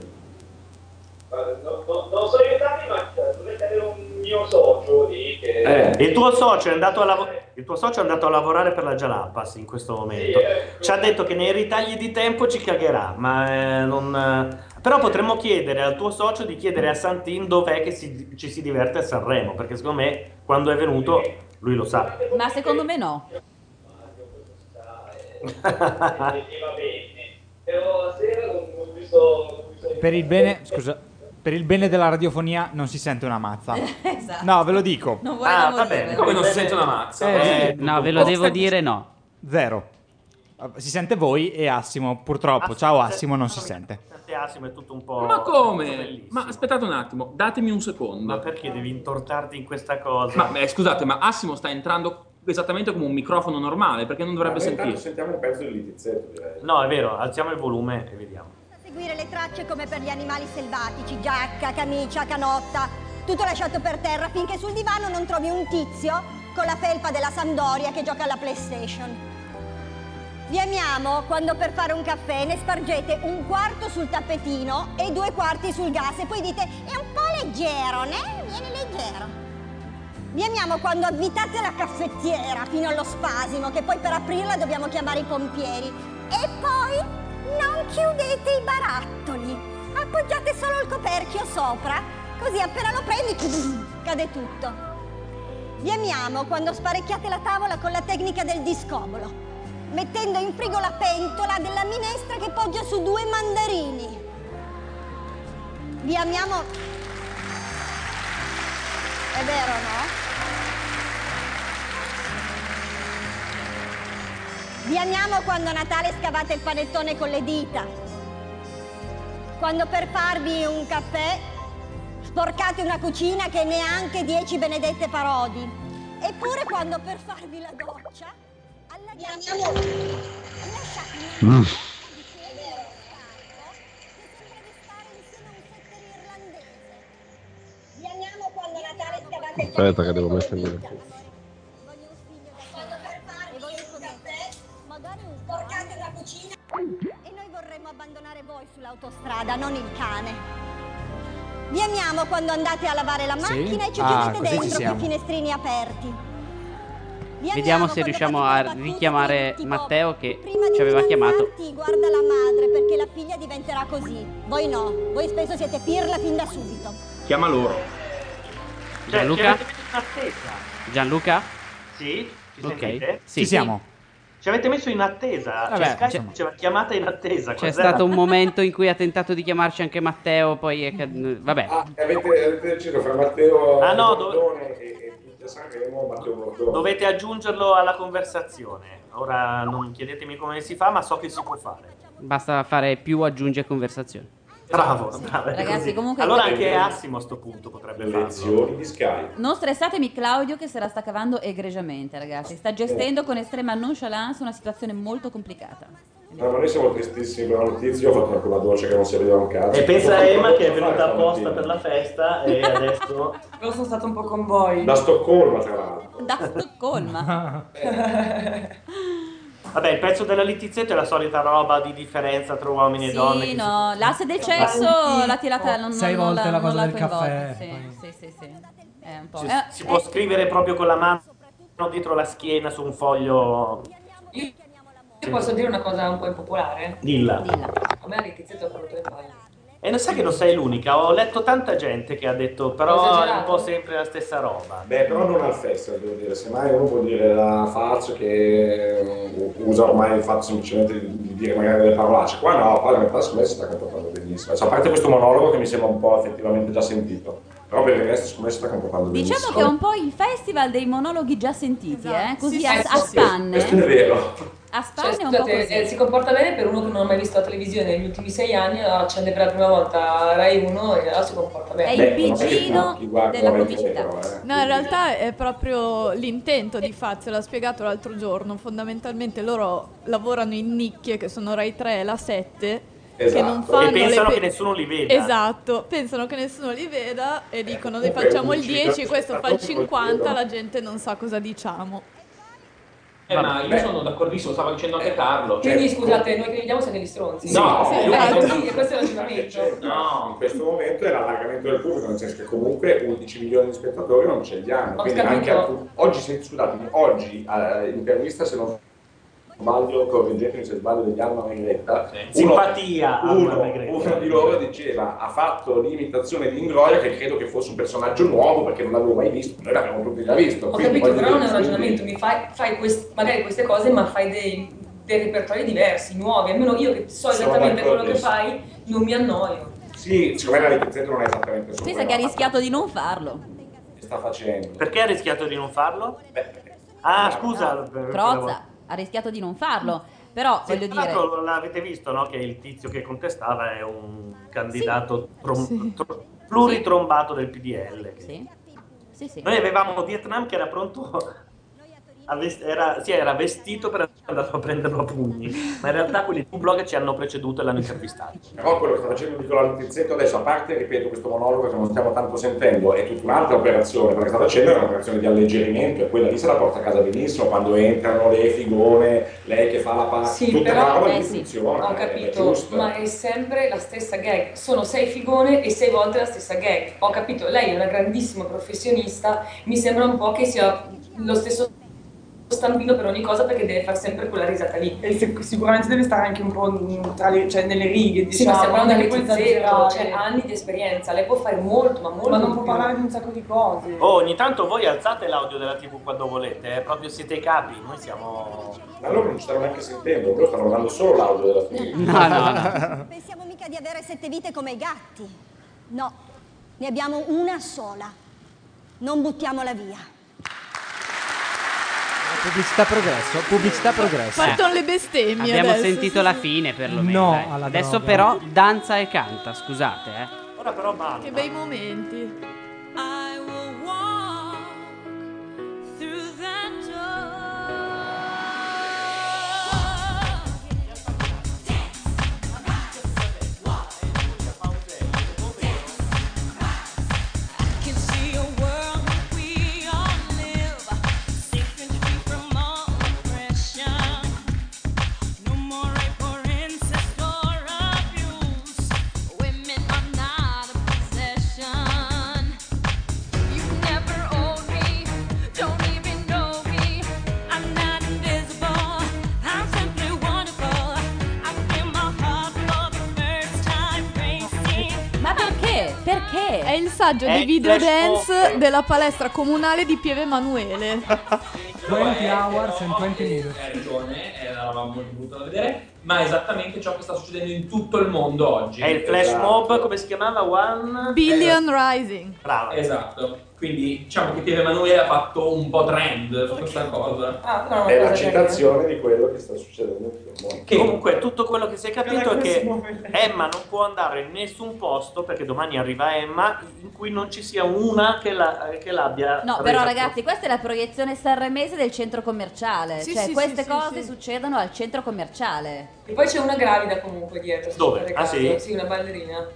Speaker 13: Non so aiutarmi, ma dovete avere un mio socio lì che...
Speaker 3: Eh.
Speaker 4: Il, tuo socio è andato a lavo- il tuo socio è andato a lavorare per la Jalapas in questo momento. Ci ha detto che nei ritagli di tempo ci cagherà, ma eh, non... Però potremmo chiedere al tuo socio di chiedere a Santin dov'è che si- ci si diverte a Sanremo, perché secondo me quando è venuto lui lo sa.
Speaker 7: Ma secondo me no.
Speaker 13: Però sera non, non mi so...
Speaker 2: Per il bene. Scusa. Per il bene della radiofonia non si sente una mazza.
Speaker 7: Esatto.
Speaker 2: No, ve lo dico.
Speaker 7: Non
Speaker 4: volevamo Ah, va bene. dire. Come non si sente una mazza? Eh, no, ve lo devo
Speaker 1: dire no.
Speaker 2: Zero. Si sente voi e Assimo, purtroppo. Ciao Assimo, non si sente.
Speaker 4: Te, Asimo, è tutto un po'...
Speaker 8: Ma come? Ma aspettate un attimo, datemi un secondo. Ma
Speaker 4: perché devi intortarti in questa cosa?
Speaker 8: Ma eh, scusate, ma Assimo sta entrando esattamente come un microfono normale, perché non dovrebbe
Speaker 3: Ma Eh, intanto
Speaker 8: sentire.
Speaker 3: sentiamo un pezzo di litizzetto, direi.
Speaker 4: No, è vero, alziamo il volume e vediamo.
Speaker 15: Seguire le tracce come per gli animali selvatici, giacca, camicia, canotta, tutto lasciato per terra finché sul divano non trovi un tizio con la felpa della Sampdoria che gioca alla PlayStation. Vi amiamo quando per fare un caffè ne spargete un quarto sul tappetino e due quarti sul gas e poi dite è un po' leggero, né? Viene leggero. Vi amiamo quando avvitate la caffettiera fino allo spasimo, che poi per aprirla dobbiamo chiamare i pompieri. E poi non chiudete i barattoli. Appoggiate solo il coperchio sopra, così appena lo prendi cade tutto. Vi amiamo quando sparecchiate la tavola con la tecnica del discobolo, mettendo in frigo la pentola della minestra che poggia su due mandarini. Vi amiamo... È vero, no? Vi amiamo quando a Natale scavate il panettone con le dita. Quando per farvi un caffè sporcate una cucina che neanche dieci benedette parodi. Eppure quando per farvi la doccia allagate... Vi amiamo quando a Natale scavate il
Speaker 30: Aspetta che devo mettere in mezzo.
Speaker 15: e voi un caffè, magari un portate la cucina. E noi vorremmo abbandonare voi sull'autostrada, non il cane. Vi amiamo quando andate a lavare la
Speaker 1: Sì?
Speaker 15: macchina e ci chiudete
Speaker 1: Ah, così ci
Speaker 15: dentro con
Speaker 1: siamo.
Speaker 15: i finestrini aperti. Vi
Speaker 1: Vediamo
Speaker 15: amiamo
Speaker 1: se
Speaker 15: quando
Speaker 1: riusciamo
Speaker 15: fate
Speaker 1: a richiamaare Matteo che
Speaker 15: prima di
Speaker 1: ci aveva chiamato.
Speaker 15: Ti guarda la madre perché la figlia diventerà così. Voi no, voi spesso siete pirla fin da subito.
Speaker 8: Chiama loro.
Speaker 1: Gianluca?
Speaker 4: Attesa.
Speaker 1: Gianluca?
Speaker 4: Sì? Ci
Speaker 1: Ok.
Speaker 4: sentite?
Speaker 1: Sì. Ci siamo.
Speaker 4: Ci avete messo in attesa,
Speaker 1: Vabbè,
Speaker 4: cioè Skype
Speaker 1: insomma.
Speaker 4: diceva chiamata in attesa.
Speaker 1: C'è
Speaker 4: cos'era?
Speaker 1: stato un momento in cui ha tentato di chiamarci anche Matteo, poi è cad- vabbè.
Speaker 3: E Avete, avete deciso fra Matteo
Speaker 4: Ah, no,
Speaker 3: Bordone e, e tutti a Sanremo, Matteo Bordone.
Speaker 4: Dovete aggiungerlo alla conversazione. Ora non chiedetemi come si fa, ma so che si può fare.
Speaker 1: Basta fare più aggiungi e conversazione.
Speaker 4: Bravo, bravo. è
Speaker 7: Ragazzi,
Speaker 4: così.
Speaker 7: comunque-
Speaker 4: Allora anche Assimo a sto punto potrebbe farlo.
Speaker 3: Lezioni di Skype.
Speaker 7: Non stressatemi Claudio che se la sta cavando egregiamente, ragazzi. Sta gestendo con estrema nonchalance una situazione molto complicata.
Speaker 3: No, ma noi siamo tristissimi per la notizia, io ho fatto una quella doccia che non si vedeva un cazzo.
Speaker 4: E pensa a Emma che è venuta
Speaker 3: Fare
Speaker 4: apposta
Speaker 3: stamattina.
Speaker 4: per la festa e adesso...
Speaker 10: Io sono stato un po' con voi.
Speaker 3: Da Stoccolma, tra l'altro.
Speaker 7: Da Stoccolma.
Speaker 4: Vabbè, il pezzo della litizzetto è la solita roba di differenza tra uomini e donne.
Speaker 7: sì,
Speaker 4: che
Speaker 7: no, l'asse del cesso l'ha tirata non,
Speaker 4: Sei
Speaker 7: non- non
Speaker 4: volte la cosa
Speaker 7: l'ha
Speaker 4: del
Speaker 7: coinvolta,
Speaker 4: caffè,
Speaker 7: Sì, sì, sì, sì. È un po'.
Speaker 4: Si,
Speaker 7: eh,
Speaker 4: si può scrivere proprio con la mano dietro la schiena su un foglio.
Speaker 31: Io posso dire una cosa un po' impopolare?
Speaker 4: Dilla.
Speaker 31: A me il tizio ha fatto le palle.
Speaker 4: E non sai che non sei l'unica, ho letto tanta gente che ha detto però è un
Speaker 3: Esagerato.
Speaker 4: po' sempre la stessa roba.
Speaker 3: Beh, però non al festival, devo dire, semmai uno può dire la faccia che eh, usa ormai il fatto semplicemente di, di dire magari delle parolacce. Qua no, qua in realtà secondo me si sta comportando benissimo. Cioè, a parte questo monologo che mi sembra un po' effettivamente già sentito, però per il resto secondo me si sta comportando benissimo.
Speaker 7: Diciamo che è un po' il festival dei monologhi già sentiti, eh? così
Speaker 31: Esatto. Sì,
Speaker 7: a,
Speaker 31: sì,
Speaker 7: a
Speaker 31: sì.
Speaker 7: spanne.
Speaker 3: Questo è vero.
Speaker 7: A
Speaker 31: Cioè,
Speaker 7: spanne è un po'
Speaker 31: scusate,
Speaker 7: così.
Speaker 31: eh, si comporta bene per uno che non ha mai visto la televisione negli ultimi sei anni, la accende per la prima volta a Rai 1 e allora si comporta bene.
Speaker 3: Beh, non è che tutti guardano
Speaker 7: della
Speaker 3: Rai Zero, eh.
Speaker 5: No, in realtà è proprio l'intento di Fazio, l'ha spiegato l'altro giorno. Fondamentalmente loro lavorano in nicchie che sono Rai 3 e la 7 che non
Speaker 4: Esatto.
Speaker 5: fanno
Speaker 4: E
Speaker 5: le
Speaker 4: pensano
Speaker 5: pe-
Speaker 4: che nessuno li veda.
Speaker 5: Esatto, pensano che nessuno li veda e dicono noi
Speaker 4: comunque
Speaker 5: facciamo il
Speaker 4: uccide-
Speaker 5: 10, questo fa il
Speaker 4: proprio col
Speaker 5: 50,
Speaker 4: culo.
Speaker 5: la gente non sa cosa diciamo.
Speaker 8: Eh, ma io sono d'accordissimo, stava dicendo anche Carlo.
Speaker 3: Certo.
Speaker 8: cioè-
Speaker 31: Quindi scusate, noi che vediamo siamo degli stronzi.
Speaker 8: No,
Speaker 31: Sì,
Speaker 8: sì,
Speaker 31: eh,
Speaker 8: esatto.
Speaker 31: sì, questo è il ragionamento.
Speaker 3: No, in questo momento è l'allargamento del pubblico, nel senso che comunque 11 milioni di spettatori non ce li hanno.
Speaker 31: Ho
Speaker 3: Quindi anche
Speaker 31: capito.
Speaker 3: alcun- oggi, se- scusatemi, oggi eh, in pianista se non sbaglio, correggetemi se sbaglio, degli Alma Megretta, uno-
Speaker 4: Simpatia, Alma
Speaker 3: uno,
Speaker 4: Megretta.
Speaker 3: uno di loro diceva, ha fatto l'imitazione di Ingroia che credo che fosse un personaggio nuovo perché non l'avevo mai visto, noi l'abbiamo tutti già visto.
Speaker 31: Ho
Speaker 3: quindi
Speaker 31: capito,
Speaker 3: voglio
Speaker 31: però non è
Speaker 3: dire,
Speaker 31: un
Speaker 3: quindi-
Speaker 31: ragionamento, mi fai, fai quest- magari queste cose, ma fai dei, dei repertori diversi, nuovi, almeno io che so
Speaker 3: Sono
Speaker 31: esattamente quello che
Speaker 3: d'accordissimo.
Speaker 31: fai, non mi annoio.
Speaker 3: Sì, secondo me la ripetizione non è esattamente solo
Speaker 7: Pensa che ha rischiato di non farlo.
Speaker 3: che sta facendo.
Speaker 4: Perché ha rischiato di non farlo? Ah, scusa. per-
Speaker 7: Crozza ha rischiato di non farlo. Però
Speaker 4: Sì,
Speaker 7: voglio
Speaker 4: tra
Speaker 7: dire,
Speaker 4: l'altro l'avete visto, no? Che il tizio che contestava è un candidato trom- tro- pluritrombato del PDL. che-
Speaker 7: sì, sì.
Speaker 4: Noi avevamo Vietnam che era pronto, a vest- era, sì, era vestito per andare a prenderlo a pugni, ma in realtà quelli di blog ci hanno preceduto e l'hanno intervistato.
Speaker 3: Però quello che sta facendo Nicolò Tizzetto adesso, a parte, ripeto, questo monologo che non stiamo tanto sentendo, è tutta un'altra operazione, quella che sta facendo è un'operazione di alleggerimento e quella lì se la porta a casa benissimo, quando entrano le figone, lei che fa la pasta,
Speaker 31: Sì,
Speaker 3: tutta
Speaker 31: però-
Speaker 3: la roba
Speaker 31: eh
Speaker 3: che
Speaker 31: sì,
Speaker 3: funziona,
Speaker 31: Ho
Speaker 3: eh, è
Speaker 31: capito,
Speaker 3: giusto.
Speaker 31: ma è sempre la stessa gag. Sono sei figone e sei volte la stessa gag. Ho capito, lei è una grandissima professionista, mi sembra un po' che sia lo stesso stampino per ogni cosa perché deve fare sempre quella risata lì.
Speaker 10: E sic- sicuramente deve stare anche un po' mm, tra le- cioè, nelle righe,
Speaker 31: Sì, ma
Speaker 10: diciamo.
Speaker 31: stiamo parlando
Speaker 10: non è che
Speaker 31: anche
Speaker 10: puoi
Speaker 31: di zero, cioè
Speaker 10: esagerare.
Speaker 31: anni di esperienza, lei può fare molto, ma molto
Speaker 10: eh. Ma non
Speaker 31: di
Speaker 10: può
Speaker 31: più.
Speaker 10: parlare di un sacco di cose.
Speaker 4: Oh, ogni tanto voi alzate l'audio della TV quando volete, eh, proprio siete i capi, noi siamo... Cioè,
Speaker 3: Ma loro non ci stanno neanche sentendo, loro stanno guardando solo l'audio della figlia.
Speaker 4: No, no, no.
Speaker 15: Pensiamo mica di avere sette vite come i gatti. No, ne abbiamo una sola. Non buttiamola via.
Speaker 2: Ah,
Speaker 28: Pubblicità progresso, pubblicità progresso.
Speaker 5: Partono le bestemmie
Speaker 1: Abbiamo
Speaker 5: adesso,
Speaker 1: sentito
Speaker 5: sì,
Speaker 1: la
Speaker 5: sì.
Speaker 1: fine perlomeno. dai.
Speaker 28: alla
Speaker 1: Adesso
Speaker 28: droga.
Speaker 1: però danza e canta, scusate, eh.
Speaker 4: Ora però balla.
Speaker 5: Che bei momenti.
Speaker 9: I will walk through that door. I can see a world where we all live, safe and free from all oppression. No more rape or incest or abuse. Women are not a possession. You never own me, don't even know me. I'm not invisible, I'm simply wonderful. I feel my heart for the first time racing.
Speaker 7: ma perché? Perché?
Speaker 5: È il saggio
Speaker 9: È
Speaker 5: di video
Speaker 9: il flash
Speaker 5: dance
Speaker 9: mob.
Speaker 5: della palestra comunale di Pieve Emanuele.
Speaker 32: 20 hours and 20 minutes.
Speaker 8: Hai Eh, ragione, è una roba molto brutta da vedere, ma è esattamente ciò che sta succedendo in tutto il mondo oggi. Esatto.
Speaker 4: È il flash mob, come si chiamava? One...
Speaker 5: Billion Rising.
Speaker 4: Brava.
Speaker 8: Esatto, quindi diciamo che Pieve Emanuele ha fatto un po' trend su questa cosa.
Speaker 31: Ah,
Speaker 3: È la citazione di quello che sta succedendo in tutto il mondo.
Speaker 4: Che comunque tutto quello che si è capito è che Emma non può andare in nessun posto perché domani arriva Emma in cui non ci sia una che, la- che l'abbia.
Speaker 7: No,
Speaker 4: presa.
Speaker 7: però ragazzi, questa è la proiezione sanremese del centro commerciale.
Speaker 31: Sì,
Speaker 7: cioè,
Speaker 31: sì, sì,
Speaker 7: queste
Speaker 31: sì,
Speaker 7: cose
Speaker 31: sì.
Speaker 7: succedono al centro commerciale.
Speaker 31: E poi c'è una gravida comunque dietro. se
Speaker 4: Dove?
Speaker 31: fate
Speaker 4: Ah,
Speaker 31: caso.
Speaker 4: sì? Mm-hmm.
Speaker 31: Sì, una ballerina.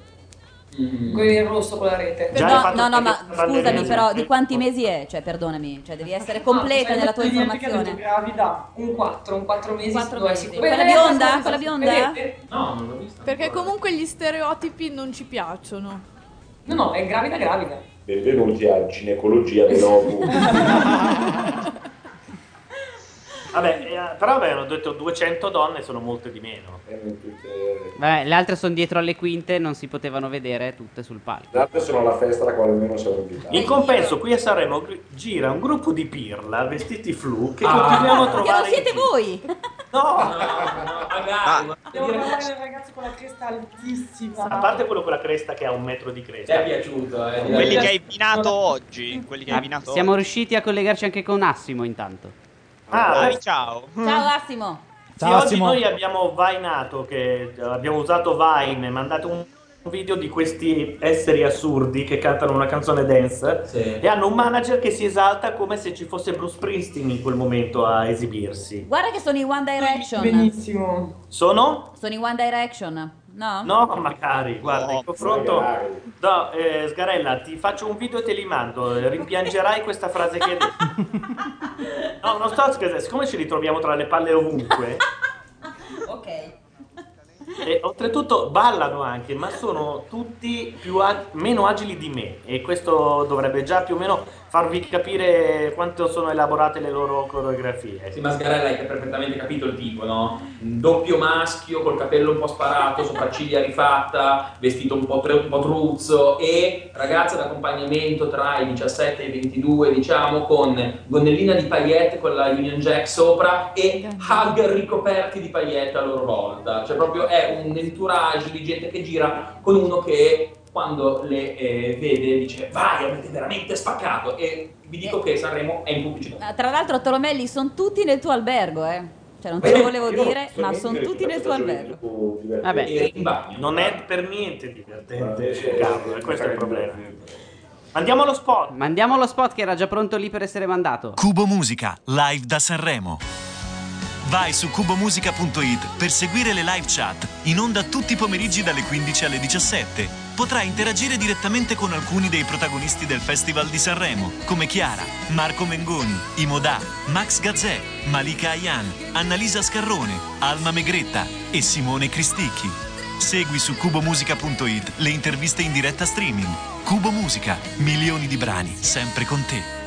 Speaker 31: Quella in rosso con la rete.
Speaker 4: Già hai
Speaker 7: no,
Speaker 4: fatto
Speaker 7: no, no,
Speaker 4: qualche
Speaker 7: ma
Speaker 4: ballerina.
Speaker 7: scusami, però di quanti mesi è? Cioè, perdonami, cioè, devi essere completa nella tua informazione.
Speaker 31: Gravida, un 4, un 4 mesi.
Speaker 7: Quattro
Speaker 31: due,
Speaker 7: mesi.
Speaker 31: sì.
Speaker 7: Quella
Speaker 31: Beh,
Speaker 7: bionda?
Speaker 31: questa-
Speaker 7: Quella bionda?
Speaker 31: vedete?
Speaker 8: No, non l'ho vista.
Speaker 5: Perché comunque gli stereotipi non ci piacciono.
Speaker 31: No, no, è gravida, gravida.
Speaker 3: Benvenuti a Ginecologia dell'Obu.
Speaker 4: Vabbè, eh, però avevano detto 200 donne, sono molte di meno.
Speaker 1: Vabbè, le altre sono dietro alle quinte, non si potevano vedere tutte sul palco.
Speaker 3: Le altre sono alla festa alla quale almeno siamo invitati.
Speaker 4: In compenso, qui a Sanremo gr- gira un gruppo di pirla vestiti flu che
Speaker 3: Ah.
Speaker 4: continuiamo a
Speaker 10: Che non
Speaker 4: trovare.
Speaker 10: siete voi!
Speaker 21: Devo trovare il ragazzo con la cresta altissima.
Speaker 4: Ah. A parte quello con la cresta che ha un metro di cresta.
Speaker 8: Ti è piaciuto, eh?
Speaker 13: Quelli che hai pinato oggi. Quelli che hai pinato
Speaker 1: Ah, Siamo
Speaker 13: oggi.
Speaker 1: riusciti a collegarci anche con Assimo intanto.
Speaker 4: Ah,
Speaker 13: Dai,
Speaker 4: beh.
Speaker 13: ciao.
Speaker 7: Ciao Assimo.
Speaker 1: Ciao,
Speaker 4: sì, oggi
Speaker 1: Simo.
Speaker 4: noi abbiamo Vainato, che eh, abbiamo usato Vine, mandato un un video di questi esseri assurdi che cantano una canzone dance
Speaker 8: Sì.
Speaker 4: e hanno un manager che si esalta come se ci fosse Bruce Springsteen in quel momento a esibirsi.
Speaker 7: Guarda che sono in One Direction.
Speaker 21: Benissimo.
Speaker 4: Sono?
Speaker 7: Sono in One Direction. No?
Speaker 4: No, magari, guarda, in confronto... No, eh, Sgarella, ti faccio un video e te li mando, eh, rimpiangerai questa frase che hai detto. No, non sto scherzando, siccome ci ritroviamo tra le palle ovunque...
Speaker 7: Ok.
Speaker 4: E oltretutto ballano anche, ma sono tutti più a- meno agili di me e questo dovrebbe già più o meno farvi capire quanto sono elaborate le loro coreografie.
Speaker 8: Eh, Sì, Mascarella hai perfettamente capito il tipo, no? Un doppio maschio col capello un po' sparato, sopracciglia rifatta, vestito un po', tre- un po' truzzo e ragazza d'accompagnamento tra i 17 e i 22, diciamo, con gonnellina di paillette con la Union Jack sopra e hug ricoperti di paillette a loro volta. Cioè proprio è un entourage di gente che gira con uno che quando le eh, vede dice vai, avete veramente spaccato e vi dico che Sanremo è in pubblicità.
Speaker 7: Ah, Tra l'altro, Tolomelli, sono tutti nel tuo albergo, eh. Cioè, non te lo volevo dire, ma sono tutti nel tuo albergo.
Speaker 4: Vabbè, non è per niente divertente, Carlo, e questo è il problema. Andiamo allo spot.
Speaker 1: Mandiamo lo spot che era già pronto lì per essere mandato.
Speaker 29: Cubo Musica, live da Sanremo. Vai su cubomusica.it per seguire le live chat in onda tutti i pomeriggi dalle 15 alle 17. Potrai interagire direttamente con alcuni dei protagonisti del Festival di Sanremo, come Chiara, Marco Mengoni, Imodà, Max Gazzè, Malika Ayan, Annalisa Scarrone, Alma Megretta e Simone Cristicchi. Segui su cubomusica.it le interviste in diretta streaming. Cubo Musica, milioni di brani sempre con te.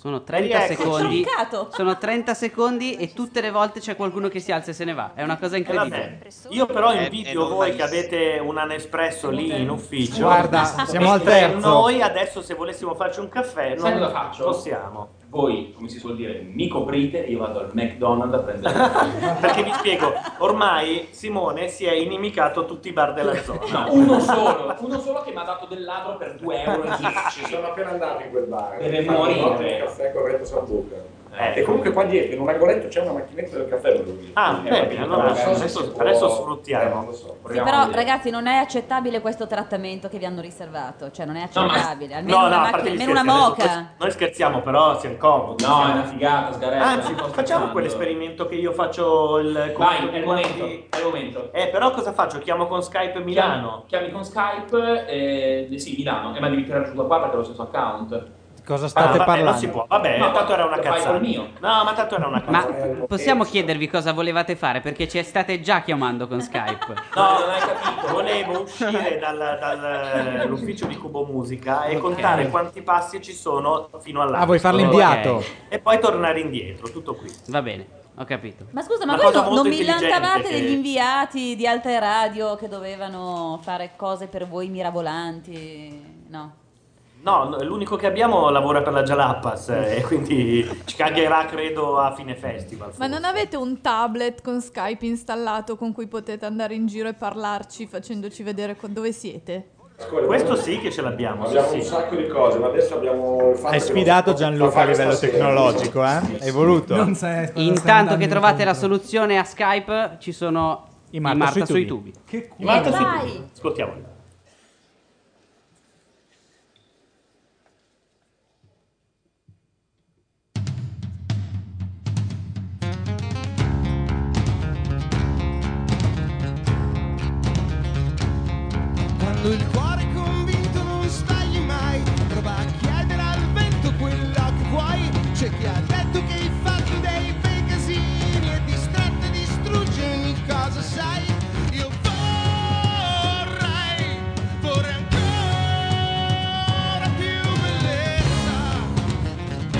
Speaker 1: Sono 30
Speaker 4: Eccoci.
Speaker 1: secondi.
Speaker 4: Troncato.
Speaker 1: Sono 30 secondi e tutte le volte c'è qualcuno che si alza e se ne va. È una cosa
Speaker 4: E Eh, vabbè,
Speaker 1: incredibile.
Speaker 4: io però
Speaker 1: Eh,
Speaker 4: invidio voi che avete un Nespresso lì in ufficio.
Speaker 2: Guarda, siamo al
Speaker 4: Mentre
Speaker 2: terzo.
Speaker 4: Noi adesso se volessimo farci un caffè,
Speaker 8: Sai
Speaker 4: non
Speaker 8: cosa faccio?
Speaker 4: possiamo.
Speaker 8: Voi, come si suol dire, mi coprite e io vado al McDonald's a prendere.
Speaker 4: Perché vi spiego, ormai Simone si è inimicato tutti i bar della zona.
Speaker 8: No, uno solo, uno solo che mi ha dato del ladro per 2,10 euro.
Speaker 3: Sono appena andato in quel bar.
Speaker 8: Deve
Speaker 3: Fanno
Speaker 8: morire.
Speaker 3: notte di caffè con Reto Sambuca. E comunque qua dietro, in un angoletto, c'è una macchinetta del caffè. volevo dire.
Speaker 4: Eh. Ah,
Speaker 3: Quindi,
Speaker 4: bene,
Speaker 3: eh, vabbè,
Speaker 4: allora
Speaker 3: magari
Speaker 4: adesso-
Speaker 3: si può-
Speaker 4: adesso sfruttiamo.
Speaker 3: Eh, non lo so.
Speaker 7: Sì, però, ragazzi, non è accettabile questo trattamento che vi hanno riservato. Cioè, non è
Speaker 4: No, ma-
Speaker 7: accettabile. almeno
Speaker 4: no, no,
Speaker 7: una,
Speaker 4: a
Speaker 7: macchina-
Speaker 4: parte gli
Speaker 7: almeno una
Speaker 4: scherzi, adesso
Speaker 7: moca.
Speaker 4: poi- Noi scherziamo, però siamo comodi.
Speaker 8: No,
Speaker 4: siamo-
Speaker 8: è una figata, Sgarella.
Speaker 4: Anzi, facciamo quell'esperimento che io faccio il
Speaker 8: Vai, è il
Speaker 4: momento, Eh, però cosa faccio? Chiamo con Skype Milano.
Speaker 8: Chiami con Skype, eh, sì, Milano, e ma devi tirare giù da qua perché è lo stesso account.
Speaker 2: Cosa
Speaker 4: Ah,
Speaker 2: state
Speaker 4: vabbè,
Speaker 2: parlando?
Speaker 4: Non si può, vabbè,
Speaker 8: No,
Speaker 4: tanto era una
Speaker 8: lo fai
Speaker 4: cazzata.
Speaker 8: col mio.
Speaker 4: No, ma tanto era una
Speaker 1: Ma
Speaker 4: cazzata.
Speaker 1: possiamo chiedervi cosa volevate fare? Perché ci state già chiamando con Skype.
Speaker 4: No, non hai capito, volevo uscire dal- dall'ufficio di Cubo Musica e
Speaker 1: Ok.
Speaker 4: contare quanti passi ci sono fino all'altro.
Speaker 2: Ah, vuoi farlo inviato?
Speaker 4: Ok. E poi tornare indietro, tutto qui.
Speaker 1: Va bene, ho capito.
Speaker 7: Ma scusa, ma
Speaker 4: Una
Speaker 7: voi
Speaker 4: cosa
Speaker 7: no-
Speaker 4: molto
Speaker 7: non mi
Speaker 4: intelligente
Speaker 7: lancavate
Speaker 4: che-
Speaker 7: degli inviati di altre radio che dovevano fare cose per voi mirabolanti? No.
Speaker 4: No, no, l'unico che abbiamo lavora per la Jalapas eh, e quindi ci cagherà credo a fine festival.
Speaker 5: Ma non avete un tablet con Skype installato con cui potete andare in giro e parlarci facendoci vedere co- dove siete?
Speaker 4: Questo sì che ce l'abbiamo. sì,
Speaker 3: Abbiamo
Speaker 4: sì.
Speaker 3: un sacco di cose, ma adesso abbiamo il fatto
Speaker 24: Hai
Speaker 3: che
Speaker 24: sfidato
Speaker 3: non-
Speaker 24: Gianluca a livello tecnologico, eh? Hai voluto.
Speaker 6: Non sai cosa stai
Speaker 1: Intanto
Speaker 6: andando
Speaker 1: che trovate la
Speaker 6: incontro.
Speaker 1: soluzione a Skype, ci sono i Marta, sui tubi.
Speaker 6: Che culo.
Speaker 4: Marta
Speaker 7: Eh,
Speaker 4: sui
Speaker 7: vai.
Speaker 4: tubi. Ascoltiamolo.
Speaker 16: Quando il cuore convinto non sbagli mai, prova a chiedere al vento quello che vuoi. C'è chi ha detto che i fatti dei bei casini è distratto e distrugge ogni cosa, sai. Io vorrei, vorrei ancora più bellezza.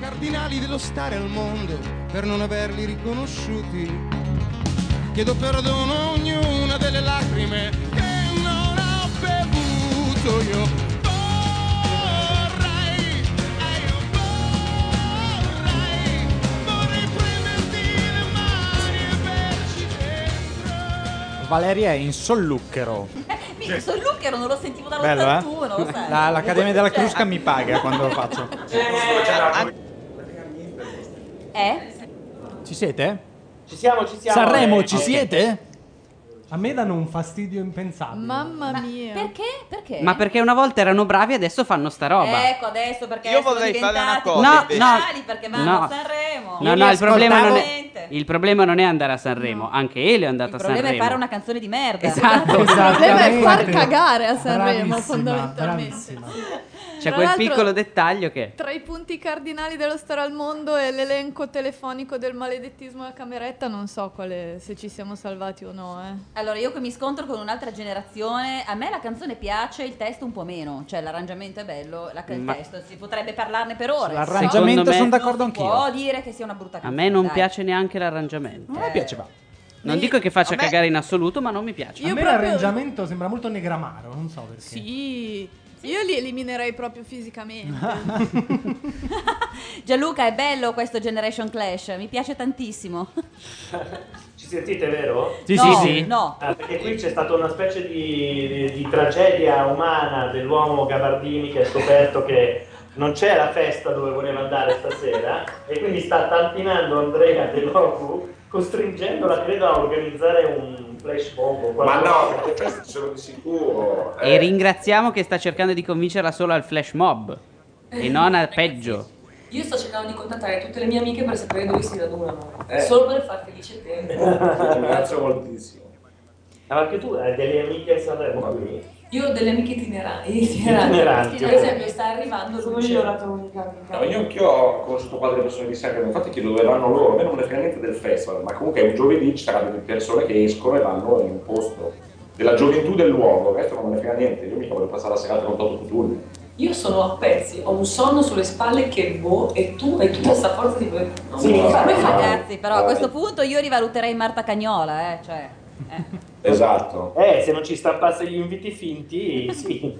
Speaker 33: cardinali dello stare al mondo per non averli riconosciuti. Chiedo perdono a ognuna delle lacrime che non ho bevuto io. Vorrei, eh, io vorrei, vorrei prenderti le mani e berci
Speaker 2: Valeria è in sollucchero.
Speaker 7: Eh, Mi solluchero, non lo sentivo
Speaker 2: Bello, eh?
Speaker 7: dall'81, lo sai. Cioè,
Speaker 2: La- L'Accademia della Crusca mi paga quando lo faccio.
Speaker 7: Eh?
Speaker 2: Ci siete?
Speaker 4: Ci siamo, ci siamo.
Speaker 2: Sanremo,
Speaker 4: eh.
Speaker 2: ci
Speaker 4: Ok.
Speaker 2: siete?
Speaker 6: A me danno un fastidio impensabile.
Speaker 5: Mamma mia.
Speaker 7: Perché? Perché?
Speaker 1: Ma perché una volta erano bravi e adesso fanno sta roba?
Speaker 7: Ecco adesso perché
Speaker 13: Io
Speaker 7: sono
Speaker 13: vorrei fare una
Speaker 7: diventati
Speaker 1: cosa, No, invece. no.
Speaker 7: commerciali, perché vanno
Speaker 1: No.
Speaker 7: a Sanremo.
Speaker 1: No, no, il problema, non è, il problema non è andare a Sanremo, anche Ele è andato a
Speaker 7: Il
Speaker 1: Sanremo.
Speaker 7: problema è fare una canzone di merda.
Speaker 1: Esatto.
Speaker 7: Il
Speaker 5: Il problema è far
Speaker 1: Esattamente.
Speaker 5: cagare a Sanremo,
Speaker 1: Bravissima,
Speaker 5: fondamentalmente.
Speaker 1: C'è
Speaker 5: Tra
Speaker 1: quel
Speaker 5: l'altro-
Speaker 1: piccolo dettaglio che...
Speaker 5: Tra i punti cardinali dello stare al mondo e l'elenco telefonico del maledettismo alla cameretta, non so quale, se ci siamo salvati o no. Eh.
Speaker 7: Allora, io che mi scontro con un'altra generazione, a me la canzone piace, il testo un po' meno, cioè l'arrangiamento è bello, la- il
Speaker 1: Ma-
Speaker 7: testo si potrebbe parlarne per ore.
Speaker 1: Sull'arrangiamento
Speaker 7: Però
Speaker 1: sono
Speaker 2: d'accordo
Speaker 7: non si Può
Speaker 2: anch'io.
Speaker 7: dire che sia una brutta
Speaker 1: A
Speaker 7: canzone.
Speaker 1: me non
Speaker 7: dai.
Speaker 1: piace neanche l'arrangiamento.
Speaker 6: Non mi piaceva.
Speaker 1: Non dico che faccia cagare in assoluto, ma non mi piace.
Speaker 6: a me l'arrangiamento sembra molto negramaro, non so perché.
Speaker 5: Sì. Io li eliminerei proprio fisicamente.
Speaker 7: Gianluca, è bello questo Generation Clash, mi piace tantissimo.
Speaker 4: Ci sentite, vero?
Speaker 7: Sì, No, sì, sì. no.
Speaker 4: Ah, perché qui c'è stata una specie di, di- di tragedia umana dell'uomo Gabardini che ha scoperto che non c'è la festa dove voleva andare stasera e quindi sta tampinando Andrea De Logu costringendola, credo, a organizzare un flash bomb. o
Speaker 3: Ma
Speaker 4: qualcosa.
Speaker 3: no, perché questo sono di sicuro.
Speaker 4: Eh.
Speaker 1: E ringraziamo che sta cercando di convincerla solo al flash mob e non al peggio.
Speaker 31: Io sto cercando di contattare tutte le mie amiche per sapere dove si radunano.
Speaker 4: Eh.
Speaker 31: Solo per far felice te.
Speaker 3: Ringrazio moltissimo.
Speaker 4: Ah, Ma anche tu hai delle amiche a Sanremo? quindi?
Speaker 31: Io ho delle amiche itineranti.
Speaker 4: Itineranti.
Speaker 31: Per esempio, sta arrivando
Speaker 34: Sono
Speaker 31: Lucia.
Speaker 34: io la tua unica amica.
Speaker 3: No, io anch'io ho conosciuto qualche persone di Sanremo, infatti chiedo dove vanno loro, a me non ne frega niente del festival, ma comunque un giovedì ci saranno delle persone che escono e vanno in un posto della gioventù del luogo, il resto non me ne frega niente, io mica voglio passare la serata con Toto Cutulli.
Speaker 31: Io sono a pezzi, ho un sonno sulle spalle che boh, e tu hai tutta questa forza di voler. No,
Speaker 3: Sì,
Speaker 31: no,
Speaker 3: infatti.
Speaker 31: no.
Speaker 7: Ragazzi, però a questo punto io rivaluterei Marta Cagnola, eh, cioè.
Speaker 3: Esatto.
Speaker 4: Eh, se non ci stampasse gli inviti finti, sì.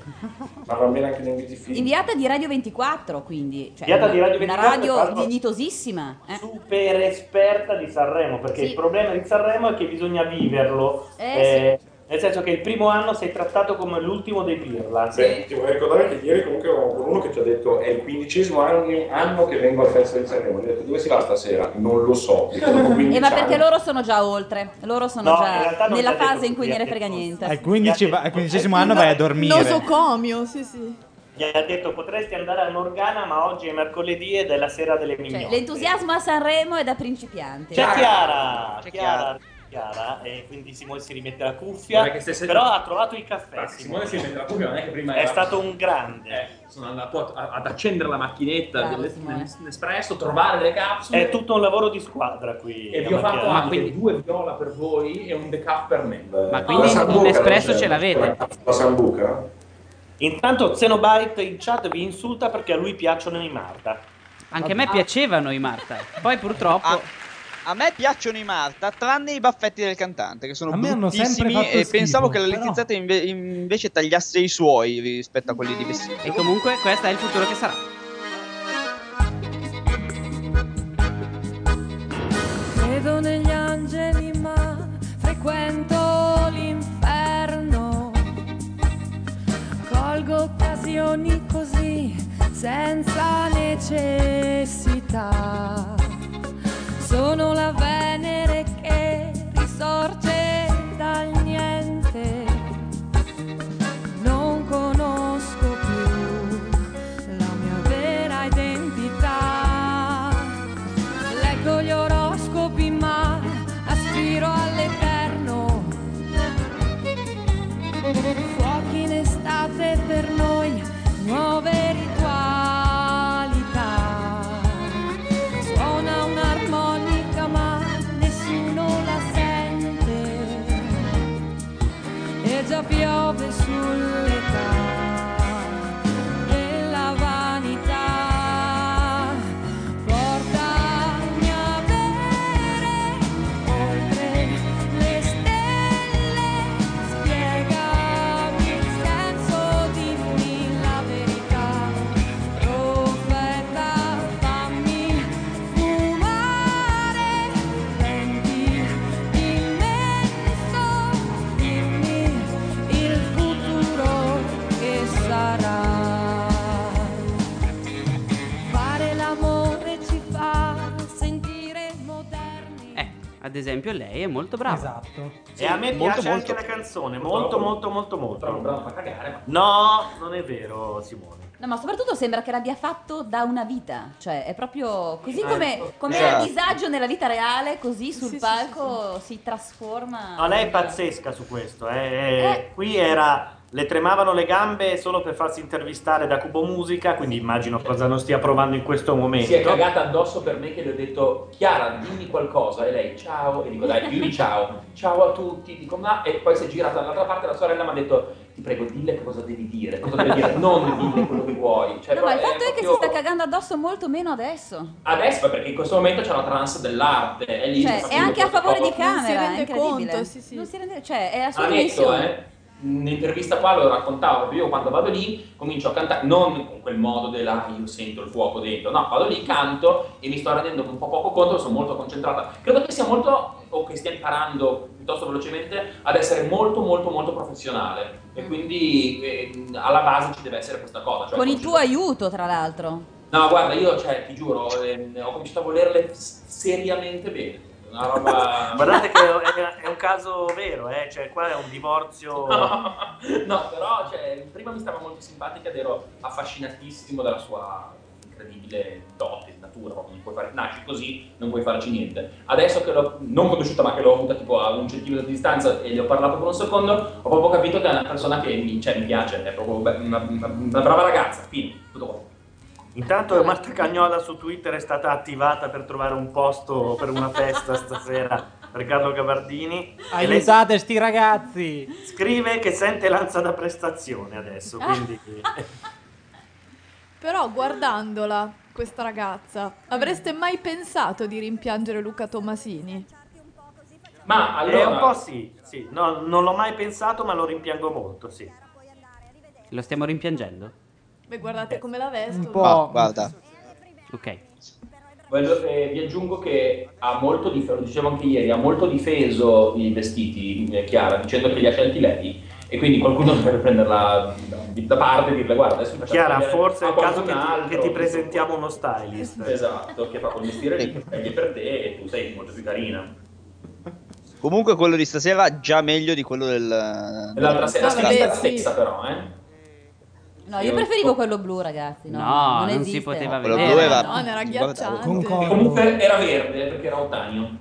Speaker 3: Ma va bene anche gli inviti finti.
Speaker 7: Inviata di Radio 24, quindi. Cioè,
Speaker 4: Inviata di
Speaker 7: una-
Speaker 4: Radio 24,
Speaker 7: Una
Speaker 4: tra
Speaker 7: radio
Speaker 4: l'altro.
Speaker 7: dignitosissima. eh.
Speaker 4: super esperta di Sanremo, perché
Speaker 7: Sì.
Speaker 4: il problema di Sanremo è che bisogna viverlo.
Speaker 7: Eh,
Speaker 4: Eh, Nel senso che il primo anno sei trattato come l'ultimo dei pirla.
Speaker 3: Beh, ti vorrei ricordare ecco, che ieri comunque ho con uno che ci ha detto è il quindicesimo anno, anno che vengo al Festival di Sanremo, gli ho detto dove si va stasera? Non lo so, Dico, dopo 15
Speaker 7: Eh, ma perché
Speaker 3: anni.
Speaker 7: loro sono già oltre, loro sono
Speaker 3: No, in
Speaker 7: già
Speaker 3: realtà non
Speaker 7: nella
Speaker 3: ti ha detto
Speaker 7: fase in cui
Speaker 3: niente,
Speaker 7: gliene frega niente. Cioè,
Speaker 35: Al, 15 va- al quindicesimo anno vai a dormire.
Speaker 5: Nosocomio, Ecco. sì, sì.
Speaker 4: Gli ha detto potresti andare a Morgana, ma oggi è mercoledì ed è la sera delle
Speaker 7: Cioè,
Speaker 4: mignotte.
Speaker 7: l'entusiasmo a Sanremo è da principianti.
Speaker 3: Cioè,
Speaker 4: C'è Chiara,
Speaker 7: C'è
Speaker 4: Chiara, Chiara, e quindi Simone si rimette la cuffia,
Speaker 8: Guarda che se- se-
Speaker 4: però ha trovato il caffè.
Speaker 8: Simone si mette la cuffia, non è che prima
Speaker 4: È
Speaker 8: era- Eh,
Speaker 4: stato un grande.
Speaker 8: Sono andato a- a- ad accendere la macchinetta
Speaker 4: Bravo,
Speaker 8: delle-
Speaker 4: Simone.
Speaker 8: dell'espresso, trovare delle capsule.
Speaker 4: È tutto un lavoro di squadra qui.
Speaker 8: E vi ho fatto
Speaker 4: Chiara.
Speaker 8: anche due viola per voi e un decaf per me.
Speaker 4: Ma quindi
Speaker 3: La Sambuca,
Speaker 4: un espresso
Speaker 3: non c'è.
Speaker 4: ce l'avete?
Speaker 3: La Sambuca?
Speaker 4: Intanto Xenobite in chat vi insulta perché a lui piacciono i Marta.
Speaker 1: Anche a me piacevano i Marta. Poi purtroppo...
Speaker 13: A me piacciono i Marta, tranne i baffetti del cantante, che sono
Speaker 1: A me hanno sempre
Speaker 13: bruttissimi
Speaker 1: fatto
Speaker 13: e
Speaker 1: schifo,
Speaker 13: pensavo che la
Speaker 1: però-
Speaker 13: Letizia inve- invece tagliasse i suoi rispetto a quelli di Vestito.
Speaker 1: E comunque questo è il futuro che sarà.
Speaker 10: Credo negli angeli ma frequento l'inferno. Colgo occasioni così senza necessità. Sono la Venere che risorge dal niente. Non conosco più la mia vera identità. Leggo gli oroscopi ma aspiro all'eterno. Fuochi in estate per noi, nuove ritualità. Suona un'armonica ma nessuno la sente.
Speaker 1: Eh, ad esempio, lei è molto brava.
Speaker 6: Esatto.
Speaker 4: E a me piace anche la canzone, molto molto molto molto. No, non è vero, Simone.
Speaker 7: No, ma soprattutto sembra che l'abbia fatto da una vita, cioè è proprio così
Speaker 4: Eh,
Speaker 7: come, come
Speaker 4: esatto.
Speaker 7: è a disagio nella vita reale, così sul palco si trasforma.
Speaker 4: No, lei è pazzesca su questo. Ah, eh. Qui era. Le tremavano le gambe solo per farsi intervistare da Cubo Musica, quindi immagino cosa non stia provando in questo momento.
Speaker 8: Si è cagata addosso per me che le ho detto Chiara dimmi qualcosa e lei ciao e dico dai Yuri ciao ciao a tutti dico ma e poi si è girata dall'altra parte la sorella mi ha detto ti prego dille che cosa devi dire cosa devi dire non dille quello che vuoi cioè,
Speaker 7: No, ma il
Speaker 8: è
Speaker 7: fatto è che si
Speaker 8: proprio-
Speaker 7: sta cagando addosso molto meno adesso.
Speaker 8: adesso perché in questo momento c'è una trans dell'arte è lì
Speaker 7: Cioè, è anche a favore di
Speaker 5: Non si
Speaker 7: camera,
Speaker 5: rende
Speaker 7: è incredibile.
Speaker 5: conto,
Speaker 7: Non si rende cioè, è la sua
Speaker 8: Ammetto,
Speaker 7: missione.
Speaker 8: eh. Nell'intervista qua lo raccontavo, proprio io quando vado lì comincio a cantare, non con quel modo della "Ah, io sento il fuoco dentro, no, vado lì, canto e mi sto rendendo un po' poco conto, sono molto concentrata. Credo che sia molto, o che stia imparando piuttosto velocemente ad essere molto molto molto professionale e quindi eh, alla base ci deve essere questa cosa. Cioè,
Speaker 7: Con il tuo aiuto, tra l'altro.
Speaker 8: No, guarda, io cioè, ti giuro, ehm, ho cominciato a volerle s- seriamente bene. Una roba...
Speaker 4: Guardate che è, è un caso vero, eh? cioè qua è un divorzio.
Speaker 8: No, però cioè, prima mi stava molto simpatica ed ero affascinatissimo dalla sua incredibile dote, natura, proprio, non puoi fare, nasci così, non puoi farci niente. Adesso che l'ho non conosciuta ma che l'ho avuta tipo a un centimetro di distanza e le ho parlato per un secondo, ho proprio capito che è una persona che mi, cioè, mi piace, è proprio be- una, una- una brava ragazza, fine, tutto qua.
Speaker 4: Intanto Marta Cagnola su Twitter è stata attivata per trovare un posto per una festa stasera per Carlo Gabardini. E lei
Speaker 24: Aiutate sti ragazzi.
Speaker 4: scrive che sente l'ansia da prestazione adesso, quindi
Speaker 5: Però guardandola, questa ragazza, avreste mai pensato di rimpiangere Luca Tomasini?
Speaker 8: Ma
Speaker 4: è
Speaker 8: allora-
Speaker 4: Eh, un po' sì, sì. No, non l'ho mai pensato, ma lo rimpiango molto, sì.
Speaker 8: Certo,
Speaker 1: Lo stiamo rimpiangendo?
Speaker 5: Beh, guardate come la vesto.
Speaker 1: guarda. Ok.
Speaker 8: Quello che vi aggiungo che ha molto difeso, lo dicevo anche ieri, ha molto difeso i vestiti eh, Chiara dicendo che li ha scelti lei e quindi qualcuno dovrebbe prenderla da- da parte e dirle guarda adesso mi facciamo
Speaker 4: Chiara,
Speaker 8: vedere
Speaker 4: forse è
Speaker 8: eh, a
Speaker 4: il
Speaker 8: qualcun
Speaker 4: caso che ti, che
Speaker 8: altro".
Speaker 4: ti presentiamo uno stylist.
Speaker 8: Esatto, che fa quel mestiere lì, che sceglie per te e tu sei molto più carina.
Speaker 13: Comunque quello di stasera già meglio di quello del...
Speaker 8: Dell'altra sera,
Speaker 13: della
Speaker 8: sì,
Speaker 13: scorsa.
Speaker 8: stessa però, eh.
Speaker 7: No, io preferivo quello blu, ragazzi. No,
Speaker 13: No, non
Speaker 7: esiste.
Speaker 13: si poteva Quello vedere. blu era-
Speaker 5: No, era agghiacciante.
Speaker 8: E Comunque era verde eh, perché era ottanio.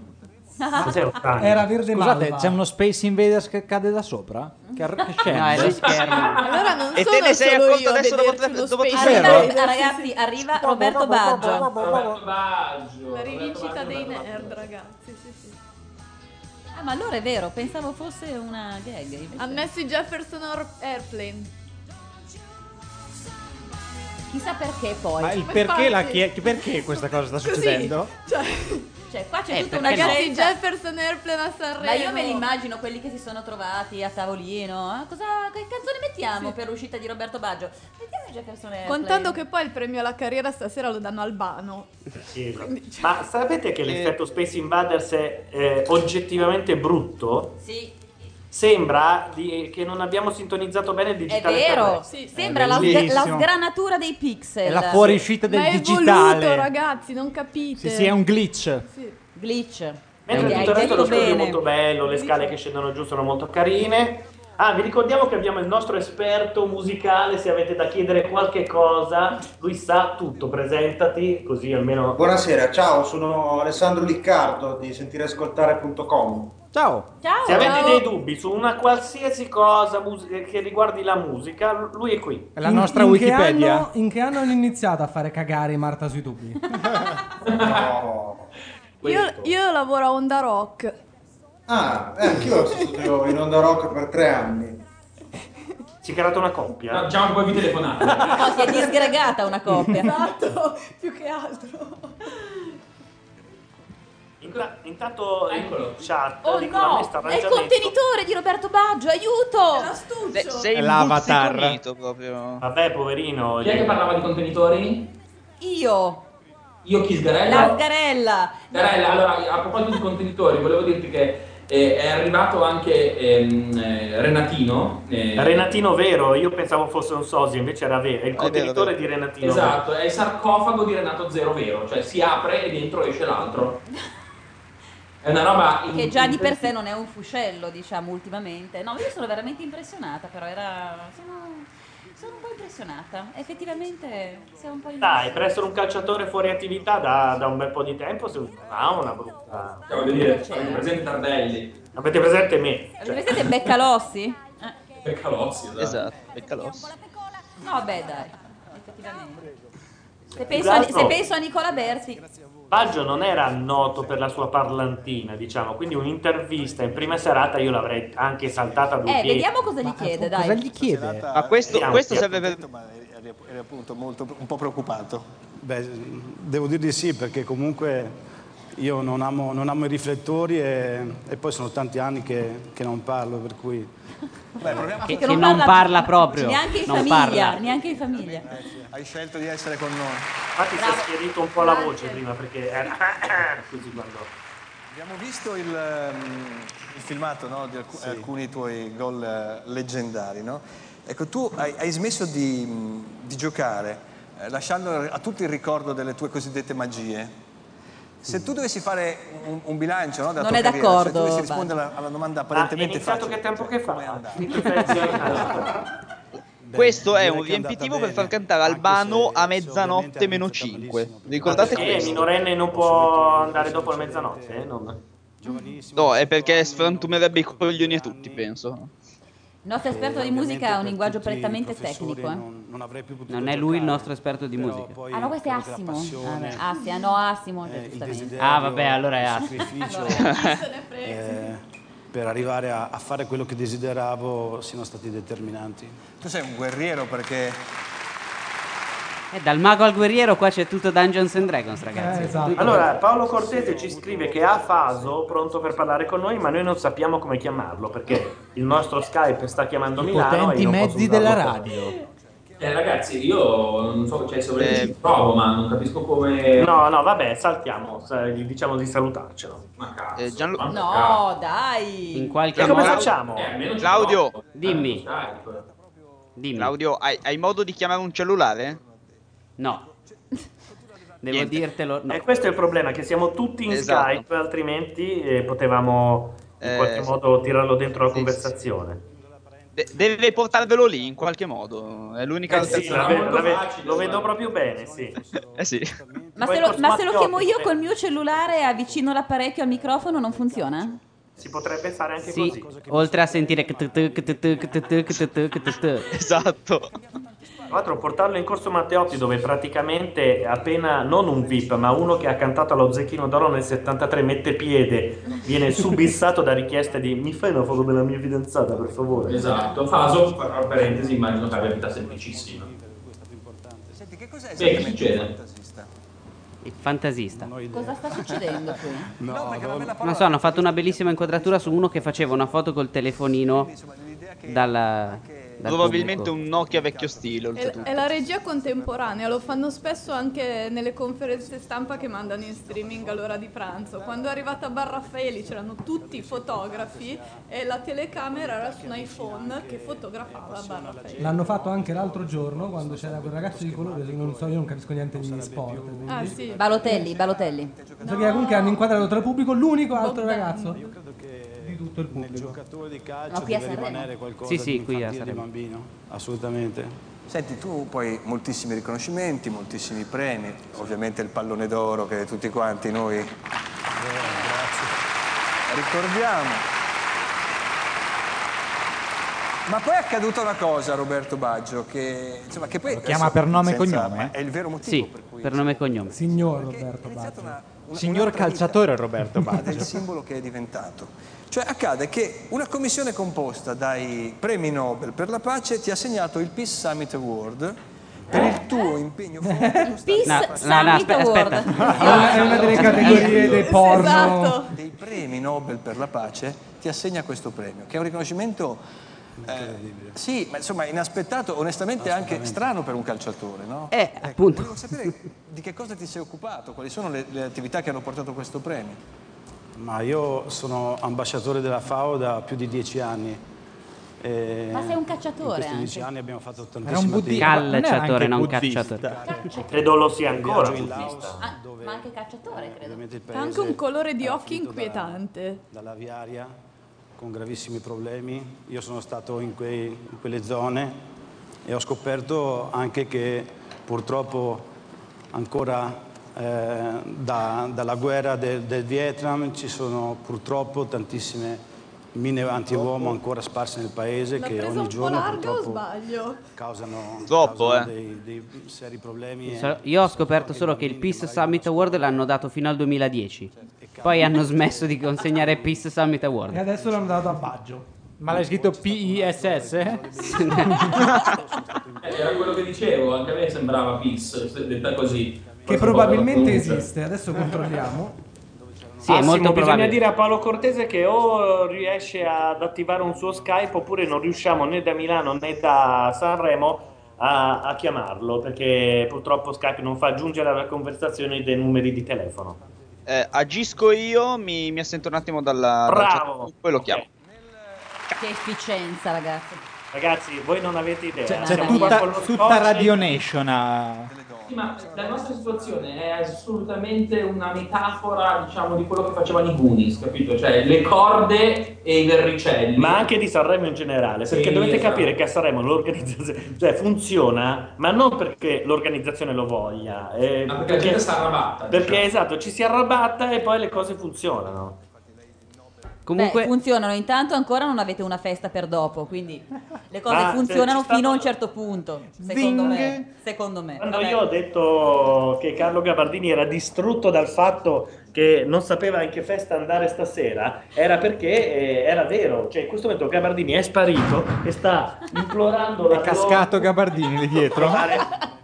Speaker 2: Cos'è
Speaker 8: ottanio?
Speaker 2: Era verde Scusate,
Speaker 8: malva.
Speaker 2: c'è uno Space Invaders che cade da sopra? Che, ar- che scende?
Speaker 1: No, è lo schermo.
Speaker 5: Allora non
Speaker 13: E
Speaker 5: sono
Speaker 13: te ne sei
Speaker 5: solo
Speaker 13: accorto
Speaker 5: io a
Speaker 13: adesso dopo
Speaker 5: vederci
Speaker 13: tre-
Speaker 5: uno
Speaker 13: dopo tre
Speaker 5: Space
Speaker 13: sere?
Speaker 5: Invaders.
Speaker 7: Ah, ragazzi, arriva Roberto Baggio.
Speaker 8: Roberto Baggio.
Speaker 5: La rivincita
Speaker 8: Roberto
Speaker 5: dei
Speaker 8: Baggio.
Speaker 5: nerd, ragazzi. Sì, sì.
Speaker 7: Ah, ma allora è vero, pensavo fosse una gag. invece-
Speaker 5: Ha messo i Jefferson Air- Airplane.
Speaker 7: Chissà perché poi.
Speaker 24: Ma il perché, la chie- perché questa cosa sta succedendo?
Speaker 7: Cioè, qua c'è
Speaker 24: Eh,
Speaker 7: tutta una
Speaker 24: perché no?
Speaker 5: Ragazzi, Jefferson Airplane a Sanremo.
Speaker 7: Ma io me li immagino quelli che si sono trovati a tavolino. eh, Cosa, che canzone mettiamo per l'uscita di Roberto Baggio? Mettiamo Jefferson Airplane.
Speaker 5: Contando che poi il premio alla carriera stasera lo danno Albano.
Speaker 4: Sì, ma- Ma sapete che l'effetto Space Invaders è eh, oggettivamente brutto?
Speaker 7: Sì.
Speaker 4: Sembra di- che non abbiamo sintonizzato bene il
Speaker 7: È
Speaker 4: digitale.
Speaker 7: vero,
Speaker 4: terrestre.
Speaker 7: sembra la, la sgranatura dei pixel.
Speaker 4: È la fuoriuscita
Speaker 5: Ma è voluto, ragazzi, non capite.
Speaker 2: Sì, sì, è un glitch.
Speaker 5: Sì.
Speaker 7: Glitch.
Speaker 4: Mentre
Speaker 5: Hai
Speaker 4: tutto il resto dello
Speaker 5: detto
Speaker 4: studio è
Speaker 5: bene.
Speaker 4: molto bello, le scale che scendono giù sono molto carine. Ah, vi ricordiamo che abbiamo il nostro esperto musicale, se avete da chiedere qualche cosa, lui sa tutto, presentati così almeno...
Speaker 23: Buonasera, ciao, sono Alessandro Liccardo di sentireascoltare.com.
Speaker 2: Ciao.
Speaker 7: Ciao.
Speaker 4: Se avete dei dubbi su una qualsiasi cosa mus- eh, che riguardi la musica, lui è qui.
Speaker 2: È la nostra Wikipedia.
Speaker 6: Che anno, in che anno hanno iniziato a fare cagare Marta sui dubbi?
Speaker 5: Io, io lavoro a Onda Rock.
Speaker 23: Ah, eh, anch'io studio in onda rock per tre anni.
Speaker 4: Si è creata una coppia.
Speaker 8: Già un po' di telefonate.
Speaker 7: No, si è disgregata una coppia.
Speaker 5: Esatto, più che altro.
Speaker 4: In- Intanto in chat
Speaker 7: Oh
Speaker 4: dicono a
Speaker 7: no,
Speaker 4: me sta
Speaker 7: è il
Speaker 4: arrangiamento.
Speaker 7: contenitore di Roberto Baggio, aiuto!
Speaker 13: Beh, sei
Speaker 2: È l'avatar.
Speaker 13: imbuzziconito proprio.
Speaker 4: Vabbè, poverino. eh.
Speaker 8: Chi è che parlava di contenitori?
Speaker 7: Io,
Speaker 8: Io chi sgarella?
Speaker 7: la sgarella.
Speaker 8: Darella, allora, a proposito di contenitori, volevo dirti che eh, è arrivato anche ehm, eh, Renatino. eh,
Speaker 4: Renatino Vero, io pensavo fosse un sosia, invece era vero, è il contenitore di Renatino
Speaker 8: Esatto, è il sarcofago di Renato Zero Vero, cioè si apre e dentro esce l'altro.
Speaker 4: È una roba
Speaker 7: che già di per sé non è un fuscello, diciamo, ultimamente. No, io sono veramente impressionata, però era... Sono, sono un po' impressionata. Effettivamente siamo un po' in...
Speaker 4: Dai, per essere un calciatore fuori attività da, da un bel po' di tempo, se ha una brutta.
Speaker 8: Cioè, voglio dire, avete presente Tardelli,
Speaker 4: Avete presente me?
Speaker 7: Avete presente Beccalossi?
Speaker 8: Peccalossi, esatto.
Speaker 13: Beccalossi.
Speaker 7: Eh. No, beh, dai, effettivamente. Se penso, a, se penso a Nicola Berti,
Speaker 4: Baggio non era noto per la sua parlantina, diciamo, quindi un'intervista in prima serata io l'avrei anche saltata a due
Speaker 7: eh,
Speaker 4: piedi.
Speaker 7: vediamo cosa gli chiede, dai.
Speaker 36: chiede?
Speaker 13: Ma questo,
Speaker 4: Vediamo.
Speaker 13: questo serve per...
Speaker 17: Eri, eri appunto molto, un po' preoccupato? Beh, devo dir di sì, perché comunque io non amo, non amo i riflettori e, e poi sono tanti anni che, che non parlo, per cui... eh,
Speaker 1: Che, che non parla proprio.
Speaker 7: Neanche in
Speaker 1: non
Speaker 7: famiglia,
Speaker 1: parla.
Speaker 7: neanche in famiglia.
Speaker 23: Eh
Speaker 17: Hai scelto di essere con noi.
Speaker 4: Infatti si è schierito un po' la voce prima perché era così quando...
Speaker 17: Abbiamo visto il, ehm, il filmato no, di alcu- alcuni tuoi gol eh, leggendari, no? Ecco, tu hai, hai smesso di, mh, di giocare, eh, lasciando a tutti il ricordo delle tue cosiddette magie. Se tu dovessi fare un, un bilancio no, della
Speaker 7: Non
Speaker 17: tua
Speaker 7: è
Speaker 17: carriera,
Speaker 7: d'accordo,
Speaker 17: se tu dovessi
Speaker 7: Barbara.
Speaker 17: rispondere alla, alla domanda
Speaker 4: Ah, è
Speaker 17: apparentemente
Speaker 4: iniziato
Speaker 17: facile, cioè,
Speaker 4: che tempo che fa?
Speaker 13: Questo è
Speaker 17: direi
Speaker 13: un
Speaker 17: che è andata
Speaker 13: riempitivo per far cantare Albano a mezzanotte meno 5. Ricordate
Speaker 4: Perché
Speaker 13: questo?
Speaker 4: Eh, minorenne non può andare dopo la mezzanotte? eh? Non-
Speaker 13: No, è perché sfrantumerebbe i coglioni a tutti, penso.
Speaker 7: Il nostro esperto di musica ha un linguaggio prettamente tecnico. eh.
Speaker 17: Non avrei più potuto
Speaker 1: Non è lui il nostro esperto di musica.
Speaker 17: poi
Speaker 7: Ah, no, questo è
Speaker 17: quello della
Speaker 7: Assimo. Ah,
Speaker 17: passione, Eh,
Speaker 7: beh, Assi- ah, no, Assimo, giustamente.
Speaker 17: desiderio,
Speaker 1: Ah, vabbè, allora è
Speaker 17: il
Speaker 1: Assi.
Speaker 17: sacrificio,
Speaker 7: Allora, chi se n'è
Speaker 17: eh, per arrivare a, a fare quello che desideravo siano stati determinanti. Tu sei un guerriero perché
Speaker 1: Eh, dal mago al guerriero qua c'è tutto Dungeons and Dragons, ragazzi.
Speaker 4: Allora, Paolo Cortese ci scrive che ha Faso pronto per parlare con noi, ma noi non sappiamo come chiamarlo perché il nostro Skype sta chiamando Milano.
Speaker 36: potenti
Speaker 4: e io non posso
Speaker 36: mezzi
Speaker 4: usarlo
Speaker 36: della
Speaker 4: per-
Speaker 36: radio.
Speaker 8: Eh ragazzi, io non so, cioè se volete ci provo, ma non capisco come...
Speaker 4: No, no, vabbè, saltiamo, sa- gli diciamo di salutarcelo. Ma cazzo,
Speaker 13: Eh,
Speaker 4: quanto cazzo.
Speaker 7: No, dai.
Speaker 1: In
Speaker 4: E
Speaker 1: qualche
Speaker 4: come
Speaker 1: modo.
Speaker 4: facciamo?
Speaker 17: Eh,
Speaker 13: Claudio,
Speaker 1: Dimmi.
Speaker 13: Claudio, hai, hai modo di chiamare un cellulare?
Speaker 1: No. Devo dirtelo. No.
Speaker 4: E questo è il problema, che siamo tutti in
Speaker 13: Esatto.
Speaker 4: Skype, altrimenti eh, potevamo in
Speaker 13: Eh,
Speaker 4: qualche
Speaker 13: sì.
Speaker 4: modo tirarlo dentro la conversazione.
Speaker 13: De- deve portarvelo lì in qualche modo. È l'unica
Speaker 4: Eh sì, la
Speaker 13: alternativa.
Speaker 4: ve- la ve- lo vedo proprio bene, sì.
Speaker 13: Eh sì.
Speaker 7: Ma se, lo, ma se lo chiamo io col mio cellulare e avvicino l'apparecchio al microfono non funziona?
Speaker 4: Si potrebbe fare anche
Speaker 1: Sì,
Speaker 4: così.
Speaker 1: oltre a sentire. Esatto.
Speaker 4: Tra l'altro portarlo in corso Matteotti dove praticamente appena non un VIP ma uno che ha cantato allo Zecchino d'Oro nel 73 mette piede, viene subissato da richieste di mi fai una foto della mia fidanzata per favore.
Speaker 8: Esatto, Faso, tra parentesi, immagino che abbia vita semplicissima.
Speaker 17: Senti, che cos'è
Speaker 8: Beh, che
Speaker 17: esattamente
Speaker 8: succede?
Speaker 17: un fantasista?
Speaker 1: Il fantasista.
Speaker 7: Cosa sta succedendo qui?
Speaker 17: No, perché la bella
Speaker 1: Non so, hanno fatto una bellissima inquadratura su uno che faceva una foto col telefonino dalla. dal
Speaker 13: Probabilmente
Speaker 1: pubblico.
Speaker 13: un Nokia vecchio stile,
Speaker 5: È,
Speaker 7: Eh,
Speaker 13: oltretutto.
Speaker 5: è la regia contemporanea, lo fanno spesso anche nelle conferenze stampa che mandano in streaming all'ora di pranzo. Quando è arrivata Barraffaeli c'erano tutti i fotografi e la telecamera era su un iPhone che fotografava Barraffaeli.
Speaker 6: L'hanno fatto anche l'altro giorno quando c'era quel ragazzo di colore, che non so, io non capisco niente di sport. quindi-
Speaker 5: Ah sì.
Speaker 7: Balotelli, Balotelli.
Speaker 6: So che comunque hanno inquadrato tra il pubblico l'unico altro ragazzo di tutto il pubblico.
Speaker 17: giocatore di
Speaker 7: No,
Speaker 17: calcio
Speaker 7: qui a
Speaker 17: deve
Speaker 7: Sanremo.
Speaker 17: rimanere qualcosa
Speaker 1: Sì, sì,
Speaker 17: di
Speaker 1: qui a
Speaker 17: infantile, di
Speaker 1: Sanremo.
Speaker 17: bambino, assolutamente. Senti, tu poi moltissimi riconoscimenti, moltissimi premi, ovviamente il pallone d'oro che tutti quanti noi ricordiamo. Ma poi è accaduta una cosa, Roberto Baggio, che, insomma, che poi... Lo
Speaker 36: chiama per nome e cognome, eh?
Speaker 17: È il vero motivo
Speaker 1: Sì,
Speaker 17: per cui...
Speaker 1: per nome e cognome.
Speaker 6: Signor Roberto Baggio.
Speaker 36: Signor calciatore Roberto
Speaker 17: Ed è il
Speaker 36: Baggio.
Speaker 17: simbolo che è diventato. Cioè accade che una commissione composta dai premi Nobel per la pace ti ha assegnato il Peace Summit Award per il tuo impegno
Speaker 7: Il Peace
Speaker 1: No, no,
Speaker 7: Summit
Speaker 1: no, aspe-
Speaker 7: Award.
Speaker 1: aspetta.
Speaker 6: È una delle categorie dei porno.
Speaker 5: Esatto.
Speaker 17: dei premi Nobel per la pace ti assegna questo premio, che è un riconoscimento eh, sì, ma insomma inaspettato, onestamente anche strano per un calciatore, no? Ecco,
Speaker 1: Eh, appunto.
Speaker 17: Volevo sapere di che cosa ti sei occupato, quali sono le, le attività che hanno portato a questo premio. Ma io sono ambasciatore della FAO da più di dieci anni
Speaker 37: eh,
Speaker 7: Ma sei un cacciatore
Speaker 37: In questi dieci
Speaker 7: anche.
Speaker 37: anni abbiamo fatto tantissime
Speaker 1: Era un buddista. Calciatore, non
Speaker 37: cacciatore.
Speaker 4: Credo lo sia ancora
Speaker 37: Viaggio in
Speaker 4: buddista.
Speaker 7: Ah, ma anche cacciatore, credo.
Speaker 5: Ha anche un colore di occhi inquietante.
Speaker 37: dalla viaria con gravissimi problemi. Io sono stato in, quei- in quelle zone e ho scoperto anche che purtroppo ancora eh, da- dalla guerra del, del Vietnam ci sono purtroppo tantissime mine antiuomo ancora sparse nel paese
Speaker 5: L'ha
Speaker 37: che
Speaker 5: presa
Speaker 37: ogni
Speaker 5: un po'
Speaker 37: giorno
Speaker 5: larga o
Speaker 37: purtroppo
Speaker 5: sbaglio?
Speaker 37: causano,
Speaker 1: Zoppo,
Speaker 37: causano
Speaker 1: eh.
Speaker 37: dei, dei seri problemi.
Speaker 1: So- Io ho scoperto solo che il Peace Summit Award l'hanno dato fino al 2010. Poi hanno smesso di consegnare Peace Summit Award.
Speaker 6: E adesso l'hanno dato a Baggio.
Speaker 2: Ma l'hai scritto PISS? Cioè,
Speaker 8: Eh, era quello che dicevo, anche a me sembrava PIS, se detta così.
Speaker 6: Che probabilmente esiste, adesso controlliamo.
Speaker 1: Sì, è molto
Speaker 4: bisogna
Speaker 1: probabile.
Speaker 4: dire a Paolo Cortese che o riesce ad attivare un suo Skype oppure non riusciamo né da Milano né da Sanremo a, a chiamarlo perché purtroppo Skype non fa aggiungere alla conversazione dei numeri di telefono.
Speaker 13: Eh, agisco io, mi, mi assento un attimo dalla...
Speaker 4: Bravo!
Speaker 13: dal- Poi lo chiamo.
Speaker 7: Che efficienza, ragazzi.
Speaker 4: Ragazzi, voi non avete idea.
Speaker 24: C'è, c'è
Speaker 4: Siamo qua
Speaker 24: Cioè, tutta,
Speaker 4: con lo
Speaker 24: tutta
Speaker 4: scotch.
Speaker 24: Radio Nation a...
Speaker 8: Sì, ma la nostra situazione è assolutamente una metafora, diciamo, di quello che facevano i Goonies, capito? Cioè, le corde e i verricelli.
Speaker 4: Ma anche di Sanremo in generale, perché
Speaker 8: Sì,
Speaker 4: dovete
Speaker 8: esatto.
Speaker 4: capire che a Sanremo l'organizzazione cioè, funziona, ma non perché l'organizzazione lo voglia, eh,
Speaker 8: Ma perché la gente si arrabatta,
Speaker 4: Perché
Speaker 8: diciamo.
Speaker 4: esatto, ci si arrabatta e poi le cose funzionano.
Speaker 7: Beh, funzionano. Intanto ancora non avete una festa per dopo, quindi le cose
Speaker 4: Ma,
Speaker 7: funzionano
Speaker 4: cioè, ci
Speaker 7: fino a un certo punto. Secondo
Speaker 4: Zing.
Speaker 7: me. Secondo me.
Speaker 4: Quando
Speaker 7: Vabbè.
Speaker 4: io ho detto che Carlo Gabardini era distrutto dal fatto che non sapeva in che festa andare stasera, era perché eh, era vero. Cioè, in questo momento Gabardini è sparito e sta implorando la
Speaker 24: È cascato Gabardini lì dietro.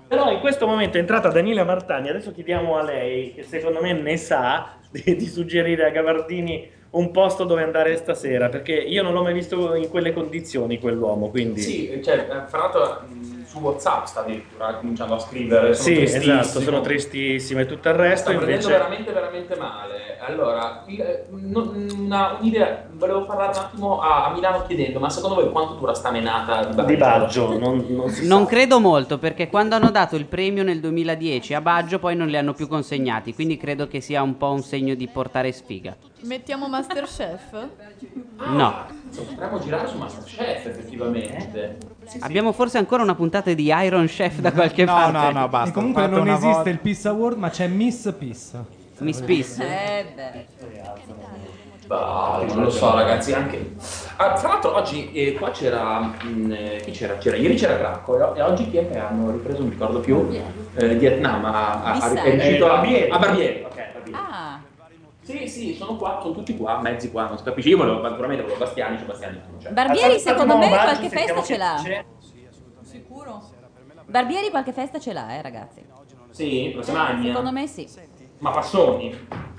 Speaker 4: Però in questo momento è entrata Daniela Martani, adesso chiediamo a lei, che secondo me ne sa, di, di suggerire a Gabardini un posto dove andare stasera, perché io non l'ho mai visto in quelle condizioni quell'uomo, quindi...
Speaker 8: Sì, cioè, eh, fra l'altro mh, su WhatsApp sta addirittura cominciando a scrivere. Sono
Speaker 4: Sì,
Speaker 8: tristissimo.
Speaker 4: esatto, sono tristissimo e tutto il resto
Speaker 8: Sta prendendo
Speaker 4: invece...
Speaker 8: veramente, veramente male. Allora, il- eh, non- una- un'idea, volevo parlare un attimo a, a Milano chiedendo, ma secondo voi quanto dura sta menata di Baggio?
Speaker 4: Di Baggio, non, non si
Speaker 1: Non credo molto perché quando hanno dato il premio nel 2010 a Baggio poi non li hanno più consegnati, quindi credo che sia un po' un segno di portare sfiga.
Speaker 5: Mettiamo Masterchef?
Speaker 1: No.
Speaker 8: Potremmo girare su Masterchef
Speaker 7: Eh?
Speaker 8: effettivamente.
Speaker 1: Abbiamo forse ancora una puntata di Iron Chef da qualche parte?
Speaker 6: E comunque non esiste il Peace Award, ma c'è Miss Peace.
Speaker 1: Miss Peace?
Speaker 7: Eh, beh.
Speaker 8: Bah, non lo so ragazzi, anche... Ah, tra l'altro oggi eh, qua c'era, mh, eh, chi c'era? C'era, ieri c'era Cracco e, o- e oggi chi è che hanno ripreso, non ricordo più, eh, Vietnam, ha, ha- ha
Speaker 4: Bissai.
Speaker 8: riuscito
Speaker 4: Eh,
Speaker 8: a,
Speaker 4: Barbieri.
Speaker 8: a Barbieri, ok, Barbieri.
Speaker 7: Ah,
Speaker 8: Sì, sì, sono qua, sono tutti qua, mezzi qua, non si capisce. Io volevo, naturalmente volevo Bastiani, c'è Bastiani. non c'è.
Speaker 7: Barbieri
Speaker 8: Alza-
Speaker 7: secondo
Speaker 8: alza-
Speaker 7: me
Speaker 8: no,
Speaker 7: qualche
Speaker 8: Baggio,
Speaker 7: festa ce l'ha.
Speaker 5: Sicuro?
Speaker 7: Barbieri qualche festa ce l'ha, eh, ragazzi.
Speaker 8: Sì, lo si
Speaker 7: Secondo
Speaker 8: magna.
Speaker 7: me sì.
Speaker 8: Ma Passoni.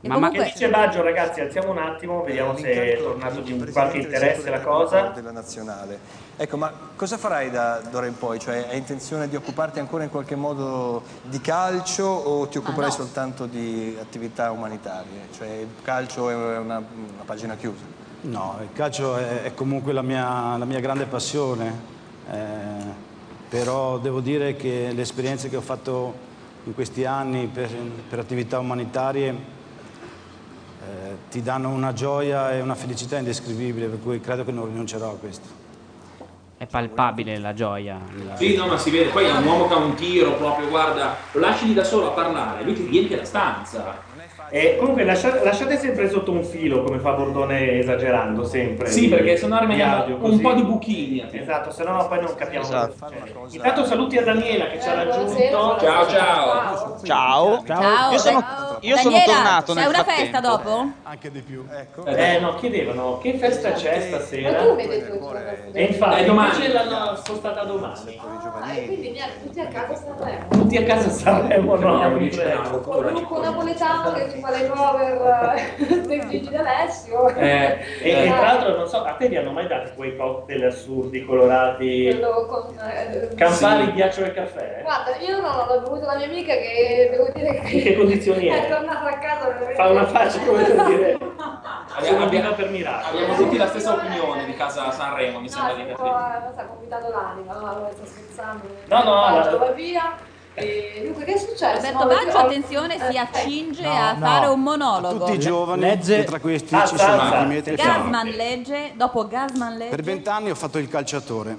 Speaker 4: Ma,
Speaker 7: comunque-
Speaker 4: ma che dice Baggio, ragazzi? Alziamo un attimo, vediamo se è tornato di un qualche interesse la cosa.
Speaker 22: della nazionale. Ecco, ma cosa farai da d'ora in poi? Cioè, hai intenzione di occuparti ancora in qualche modo di calcio o ti occuperai
Speaker 7: no.
Speaker 22: soltanto di attività umanitarie? Cioè, il calcio è una, una pagina chiusa.
Speaker 37: No, il calcio è, è comunque la mia, la mia grande passione, eh, però devo dire che le esperienze che ho fatto in questi anni per, per attività umanitarie eh, ti danno una gioia e una felicità indescrivibile, per cui credo che non rinuncerò a questo.
Speaker 1: È palpabile la gioia.
Speaker 8: Sì, no, ma si vede. Poi è un uomo che ha un tiro proprio, guarda, lo lasci lì da solo a parlare, lui ti riempie la stanza.
Speaker 4: E comunque lasciate, lasciate sempre sotto un filo, come fa Bordone esagerando sempre.
Speaker 8: Sì, perché sennò rimaniamo un po' di eh.
Speaker 4: buchini. Esatto, sennò poi non capiamo cosa succede. Intanto saluti a Daniela che ci ha raggiunto.
Speaker 8: Ciao, ciao. Ciao.
Speaker 7: Ciao,
Speaker 8: Io sono,
Speaker 7: dai-
Speaker 8: io sono
Speaker 7: Daniela,
Speaker 8: tornato
Speaker 7: c'è
Speaker 8: nel
Speaker 7: una
Speaker 8: frattempo.
Speaker 7: festa dopo?
Speaker 22: Anche di più. Ecco.
Speaker 4: Eh no, chiedevano che festa c'è stasera. E
Speaker 8: È
Speaker 4: infatti,
Speaker 8: eh. domani.
Speaker 4: invece l'hanno spostata domani.
Speaker 31: Ah, quindi niente, tutti a casa Sanremo.
Speaker 4: Tutti a casa Sanremo, no?
Speaker 8: Torniamo lì, torniamo.
Speaker 31: Con Luco Napoletano che ci fa le cover eh, dei Gigi D'Alessio.
Speaker 4: Eh, e, e tra l'altro, non so, a te gli hanno mai dato quei cocktail assurdi, colorati,
Speaker 31: Quello con... eh,
Speaker 4: campari, ghiaccio e caffè?
Speaker 31: Guarda, io non l'ho bevuto da mia amica che devo dire che...
Speaker 4: In che condizioni
Speaker 31: è
Speaker 4: è?
Speaker 31: tornata a casa veramente...
Speaker 4: Fa una faccia come per dire
Speaker 8: Abbiamo,
Speaker 4: Sono
Speaker 8: abbiamo-
Speaker 4: viva per miracolo.
Speaker 8: abbiamo tutti la stessa opinione di casa Sanremo, mi sembra di
Speaker 31: No,
Speaker 8: capire.
Speaker 31: si è comitato l'anima, no? Allora sto scherzando.
Speaker 8: No, no,
Speaker 31: Baggio
Speaker 8: la-
Speaker 31: va via. E dunque, che è successo?
Speaker 7: Alberto
Speaker 31: No,
Speaker 7: Baggio,
Speaker 31: perché ho- Eh,
Speaker 7: attenzione, si accinge
Speaker 37: No,
Speaker 7: a
Speaker 37: no.
Speaker 7: fare un monologo.
Speaker 37: Tutti i giovani,
Speaker 2: Legge-
Speaker 37: e tra questi ci
Speaker 2: Alza,
Speaker 37: sono
Speaker 2: alza.
Speaker 37: anche i miei tre figli.
Speaker 7: Gasman legge, dopo Gasman legge.
Speaker 37: Per vent'anni ho fatto il calciatore.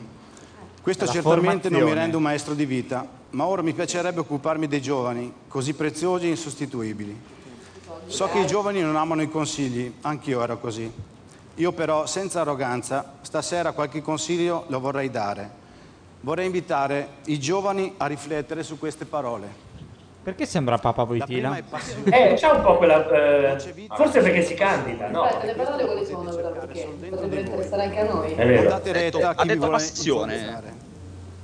Speaker 37: Questo
Speaker 2: La
Speaker 37: certamente non mi
Speaker 2: formazione.
Speaker 37: rende un maestro di vita, ma ora mi piacerebbe occuparmi dei giovani, così preziosi e insostituibili. So che i giovani non amano i consigli, anch'io ero così. Io però, senza arroganza, stasera qualche consiglio lo vorrei dare. Vorrei invitare i giovani a riflettere su queste parole.
Speaker 24: Perché sembra Papa
Speaker 37: prima
Speaker 24: Voitila?
Speaker 37: è passione.
Speaker 4: Eh, c'è un po' quella. eh, forse perché si candida, no?
Speaker 31: Aspetta, le parole quali sono allora? Perché potrebbe interessare anche a noi.
Speaker 4: È vero.
Speaker 37: Date retta a chi
Speaker 13: ha
Speaker 37: vi
Speaker 13: detto
Speaker 37: vuole
Speaker 13: passione.
Speaker 37: influenzare.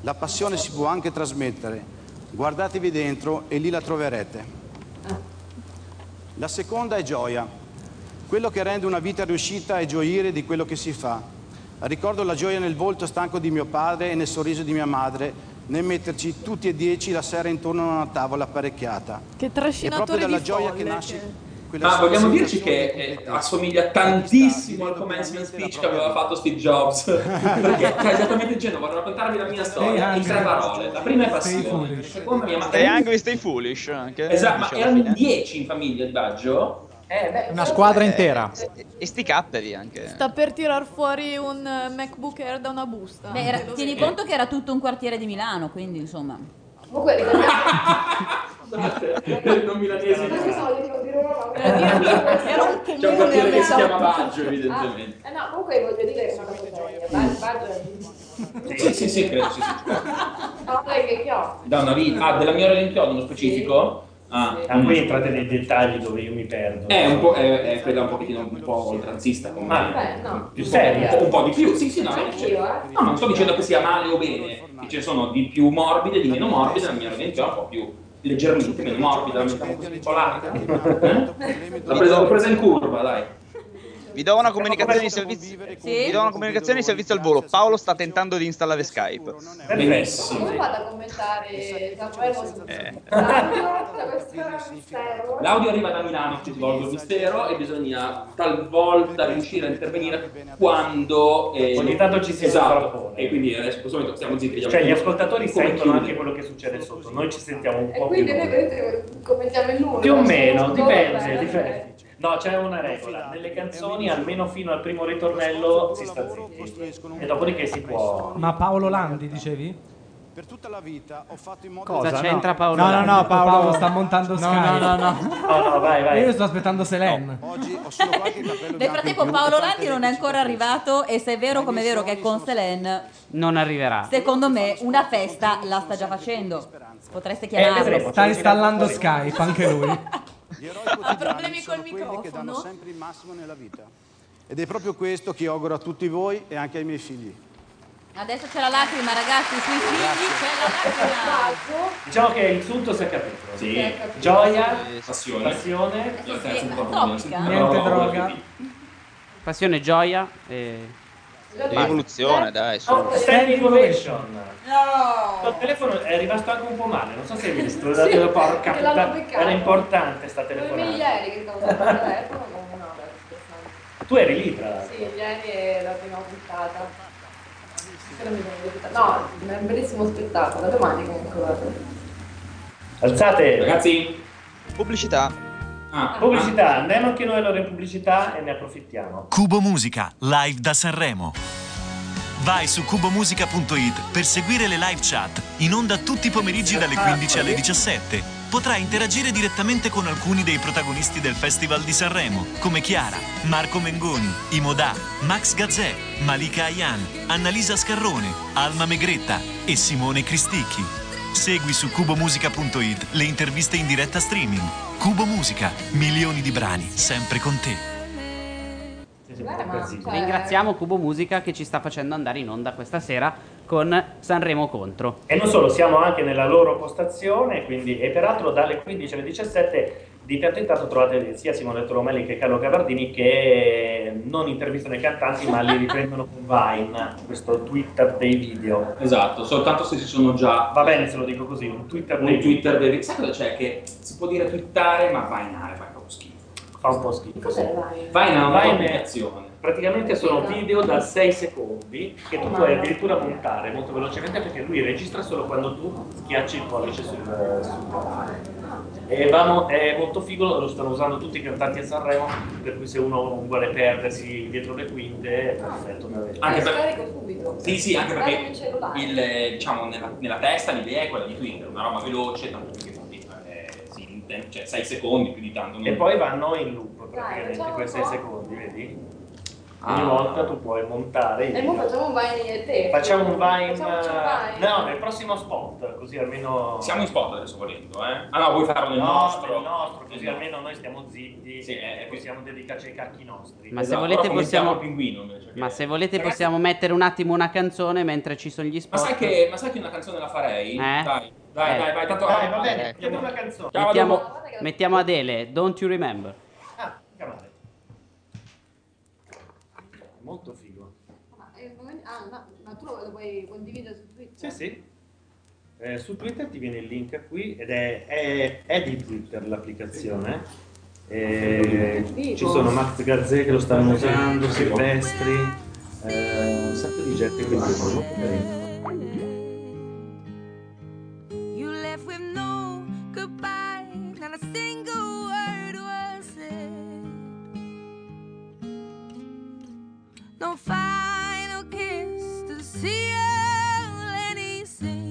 Speaker 37: La passione si può anche trasmettere. Guardatevi dentro e lì la troverete. La seconda è gioia. Quello che rende una vita riuscita è gioire di quello che si fa. Ricordo la gioia nel volto stanco di mio padre e nel sorriso di mia madre nel metterci tutti e dieci la sera intorno a una tavola apparecchiata.
Speaker 5: Che
Speaker 37: È
Speaker 5: trascinatore
Speaker 37: proprio
Speaker 5: di
Speaker 37: dalla gioia
Speaker 5: folle.
Speaker 37: che nasce quella
Speaker 8: Ma vogliamo
Speaker 37: sensazione
Speaker 8: dirci che eh, assomiglia tantissimo al commencement speech che aveva fatto Steve Jobs. Perché
Speaker 3: Cioè,
Speaker 8: sta esattamente dicendo, vorrei raccontarvi la mia storia in tre parole. La prima è passione, la seconda mi ama.
Speaker 13: Stay angry, stay foolish anche.
Speaker 8: Esatto, ma
Speaker 13: dice alla
Speaker 8: erano
Speaker 13: fine.
Speaker 8: in 10 in famiglia di Baggio.
Speaker 31: Eh, beh,
Speaker 24: Una squadra intera.
Speaker 13: eh, E sti capperi anche.
Speaker 5: cioè, Sta per tirar fuori un eh, MacBook Air da una busta.
Speaker 7: Beh, era- tieni conto che era tutto un quartiere di Milano, quindi insomma.
Speaker 31: Comunque,
Speaker 8: non milanese.
Speaker 31: Io sono di- di Roma. Cioè,
Speaker 5: Era un
Speaker 8: C'è un quartiere che si
Speaker 31: abbiamo-
Speaker 8: chiama Baggio, evidentemente.
Speaker 31: Eh no, comunque voglio dire che è una cosa seria. Bag- Baggio è
Speaker 8: Sì, sì, sì, credo sì, sì.
Speaker 31: No, dai, che chiodo.
Speaker 8: Da una vita. Ah, della mia ora d'impianto nello specifico? Ah,
Speaker 4: Ah, qui entrate nei dettagli dove io mi perdo.
Speaker 8: È un po', è, è quella un pochettino un po' oltranzista come
Speaker 4: Ah,
Speaker 31: Beh, no.
Speaker 8: più seria, un po', un po' di più, sì sì, no,
Speaker 31: Ma
Speaker 8: non,
Speaker 31: anch'io,
Speaker 8: c'è-
Speaker 31: eh.
Speaker 8: no, non sto dicendo che sia male o bene, che ce ne sono di più morbide, di meno morbide, la mia è un po' più leggermente meno morbida, la mettiamo così polata. L'ho Eh? presa, l'ho presa in curva, dai.
Speaker 13: Vi do una comunicazione di servizio. Vi do una comunicazione di servizio al volo. Paolo sta tentando di installare Skype.
Speaker 8: Benissimo.
Speaker 31: Come vado a commentare Sanremo senza
Speaker 13: Eh.
Speaker 31: Cioè, questo è un mistero.
Speaker 8: L'audio arriva da Milano, ci svolge un mistero e bisogna talvolta riuscire a intervenire quando... eh,
Speaker 4: Ogni tanto ci si
Speaker 8: Esatto,
Speaker 4: sovrappone.
Speaker 8: e
Speaker 10: eh,
Speaker 8: quindi adesso questo momento stiamo zitti. vediamo
Speaker 4: Cioè, gli
Speaker 8: come-
Speaker 4: ascoltatori
Speaker 8: come
Speaker 4: sentono
Speaker 8: chiudere.
Speaker 4: anche quello che succede sotto, noi ci sentiamo un
Speaker 31: E
Speaker 4: po'
Speaker 31: quindi
Speaker 4: più.
Speaker 31: noi vedete, commentiamo il nulla.
Speaker 4: Più o meno,
Speaker 31: Solo
Speaker 4: dipende,
Speaker 31: per-
Speaker 4: dipende. No, c'è una regola. Nelle canzoni, almeno fino al primo ritornello, si sta zitti. E dopodiché si può.
Speaker 6: Ma Paolo Landi, dicevi?
Speaker 37: Per tutta la vita ho fatto in modo
Speaker 6: Cosa
Speaker 37: No.
Speaker 6: c'entra Paolo
Speaker 24: No, no, no,
Speaker 6: Landi?
Speaker 24: Paolo,
Speaker 6: Paolo sta montando
Speaker 24: no,
Speaker 6: Sky.
Speaker 24: No, no, no.
Speaker 4: No, no, vai, vai.
Speaker 6: Io sto aspettando Selen.
Speaker 37: Oggi ho solo qualche capello
Speaker 7: Nel
Speaker 37: bianco in
Speaker 7: frattempo
Speaker 37: più.
Speaker 7: Paolo Landi non è ancora arrivato e se è vero come è vero che è con Selen,
Speaker 1: Non arriverà.
Speaker 7: secondo me una festa la sta già facendo. Potreste
Speaker 1: Eh,
Speaker 7: chiamarlo.
Speaker 1: vedremo.
Speaker 6: Sta installando Skype anche lui.
Speaker 37: Ha problemi col microfono. Che danno sempre il massimo nella vita. Ed è proprio questo che auguro a tutti voi e anche ai miei figli.
Speaker 7: Adesso c'è la lacrima, ragazzi, sui figli c'è la lacrima.
Speaker 4: Diciamo che il sunto si è capito.
Speaker 8: Sì.
Speaker 4: Gioia,
Speaker 8: Passione.
Speaker 4: passione,
Speaker 8: Il terzo un po'
Speaker 7: Topica.
Speaker 8: No,
Speaker 1: Niente
Speaker 8: no, no,
Speaker 1: droga.
Speaker 8: no.
Speaker 1: Passione, gioia e.
Speaker 13: Evoluzione, dai. su.
Speaker 4: Oh, standing ovation.
Speaker 31: No!
Speaker 4: Il telefono è rimasto anche un po' male, non so se hai visto.
Speaker 31: Sì,
Speaker 4: dato- porca
Speaker 31: che l'hanno
Speaker 4: puttana,
Speaker 31: beccato.
Speaker 4: era importante sta
Speaker 31: Come me
Speaker 4: telefonata.
Speaker 31: ieri che stavo usando il telefono, comunque no, beh, scherzando.
Speaker 4: Tu eri lì, tra l'altro.
Speaker 31: Sì, ieri è la prima puntata. Se non mi sono dimenticata. No, è un bellissimo spettacolo, domani comunque. guarda.
Speaker 4: Alzate.
Speaker 8: Ragazzi,
Speaker 13: Pubblicità.
Speaker 8: ah,
Speaker 4: Pubblicità, andiamo anche noi allora in pubblicità e ne approfittiamo.
Speaker 29: Cubo Musica, live da Sanremo. Vai su cubomusica.it per seguire le live chat in onda tutti i pomeriggi dalle 15 alle 17. Potrai interagire direttamente con alcuni dei protagonisti del Festival di Sanremo, come Chiara, Marco Mengoni, Imodà, Max Gazzè, Malika Ayan, Annalisa Scarrone, Alma Megretta e Simone Cristicchi. Segui su cubomusica.it le interviste in diretta streaming. Cubo Musica, milioni di brani sempre con te.
Speaker 1: Ringraziamo Cubo Musica che ci sta facendo andare in onda questa sera con Sanremo contro.
Speaker 4: E non solo, siamo anche nella loro postazione, quindi, e peraltro dalle 15 alle 17 di piatto in piatto trovate sia Simone Tolomelli che Carlo Gavardini che non intervistano i cantanti ma li riprendono con Vine, questo Twitter dei video.
Speaker 8: Esatto, soltanto se ci sono già
Speaker 4: Va bene se lo dico così, un Twitter
Speaker 8: un
Speaker 4: dei
Speaker 8: Twitter dei... Sai cosa c'è? Che si può dire twittare, ma va in aria, fa proprio schifo.
Speaker 4: video. fa un po' schifo. sì.
Speaker 8: Vai in
Speaker 4: Vai in-
Speaker 8: applicazione. Praticamente
Speaker 31: Ah.
Speaker 8: sono video da 6 secondi che tu puoi addirittura montare molto velocemente perché lui registra solo quando tu schiacci il pollice sul, sul canale. E vamo- è molto figo, lo stanno usando tutti i cantanti a Sanremo, per cui se uno vuole perdersi dietro le
Speaker 4: Eh,
Speaker 8: quinte è perfetto. per-
Speaker 10: Anche per-
Speaker 31: Scarico subito.
Speaker 10: Sì, sì, anche
Speaker 31: Scarico
Speaker 10: perché
Speaker 31: il cellulare.
Speaker 10: il, eh, diciamo, nella, nella testa l'idea è quella di Twitter, una roba veloce, tanto perché tanti, eh, sì, eh, cioè 6 secondi più di tanto. non-
Speaker 4: E poi vanno in loop
Speaker 31: Dai,
Speaker 4: praticamente
Speaker 31: facciamo
Speaker 4: quei
Speaker 31: un
Speaker 4: 6
Speaker 31: po'.
Speaker 4: secondi, vedi?
Speaker 10: Ah.
Speaker 4: Ogni volta tu puoi montare. i
Speaker 31: E
Speaker 4: video.
Speaker 31: mo facciamo un Vine e te.
Speaker 4: Facciamo un eh, Vine.
Speaker 31: Facciamoci un
Speaker 8: eh,
Speaker 31: Vine.
Speaker 4: No, nel prossimo spot, così almeno.
Speaker 10: Siamo in spot adesso volendo, eh? Ah no, vuoi farlo nel
Speaker 4: No,
Speaker 10: nostro? eh,
Speaker 4: nel nostro, così almeno noi stiamo zitti e possiamo dedicarci ai cacchi nostri.
Speaker 1: Ma se volete possiamo.
Speaker 10: pinguino invece,
Speaker 1: Ma se volete
Speaker 10: Ragazzi-
Speaker 1: possiamo mettere un attimo una canzone mentre ci sono gli
Speaker 10: Ma
Speaker 1: spot.
Speaker 10: sai, che, ma sai che una canzone la farei?
Speaker 1: Eh?
Speaker 10: Dai, dai,
Speaker 1: Eh.
Speaker 10: dai, vai, tanto
Speaker 1: Dai,
Speaker 10: ah,
Speaker 1: va bene,
Speaker 10: eh.
Speaker 4: mettiamo una canzone.
Speaker 10: Ciao,
Speaker 1: mettiamo,
Speaker 10: Adamo.
Speaker 1: mettiamo Adele, Don't You Remember.
Speaker 4: Ah, mica male. Molto figo.
Speaker 31: Ma, eh, come- ah, ma- ma tu lo vuoi condividere su
Speaker 4: Sì,
Speaker 31: Twitter?
Speaker 4: sì. Eh, su Twitter ti viene il link qui ed è, è, è di Twitter l'applicazione. Eh,
Speaker 31: Figo.
Speaker 4: ci sono Max Gazzè che lo stanno usando, Silvestri, eh, un sacco di gente che lo usano.
Speaker 28: You left with no goodbye, not a single word was said. No final kiss to seal any sins.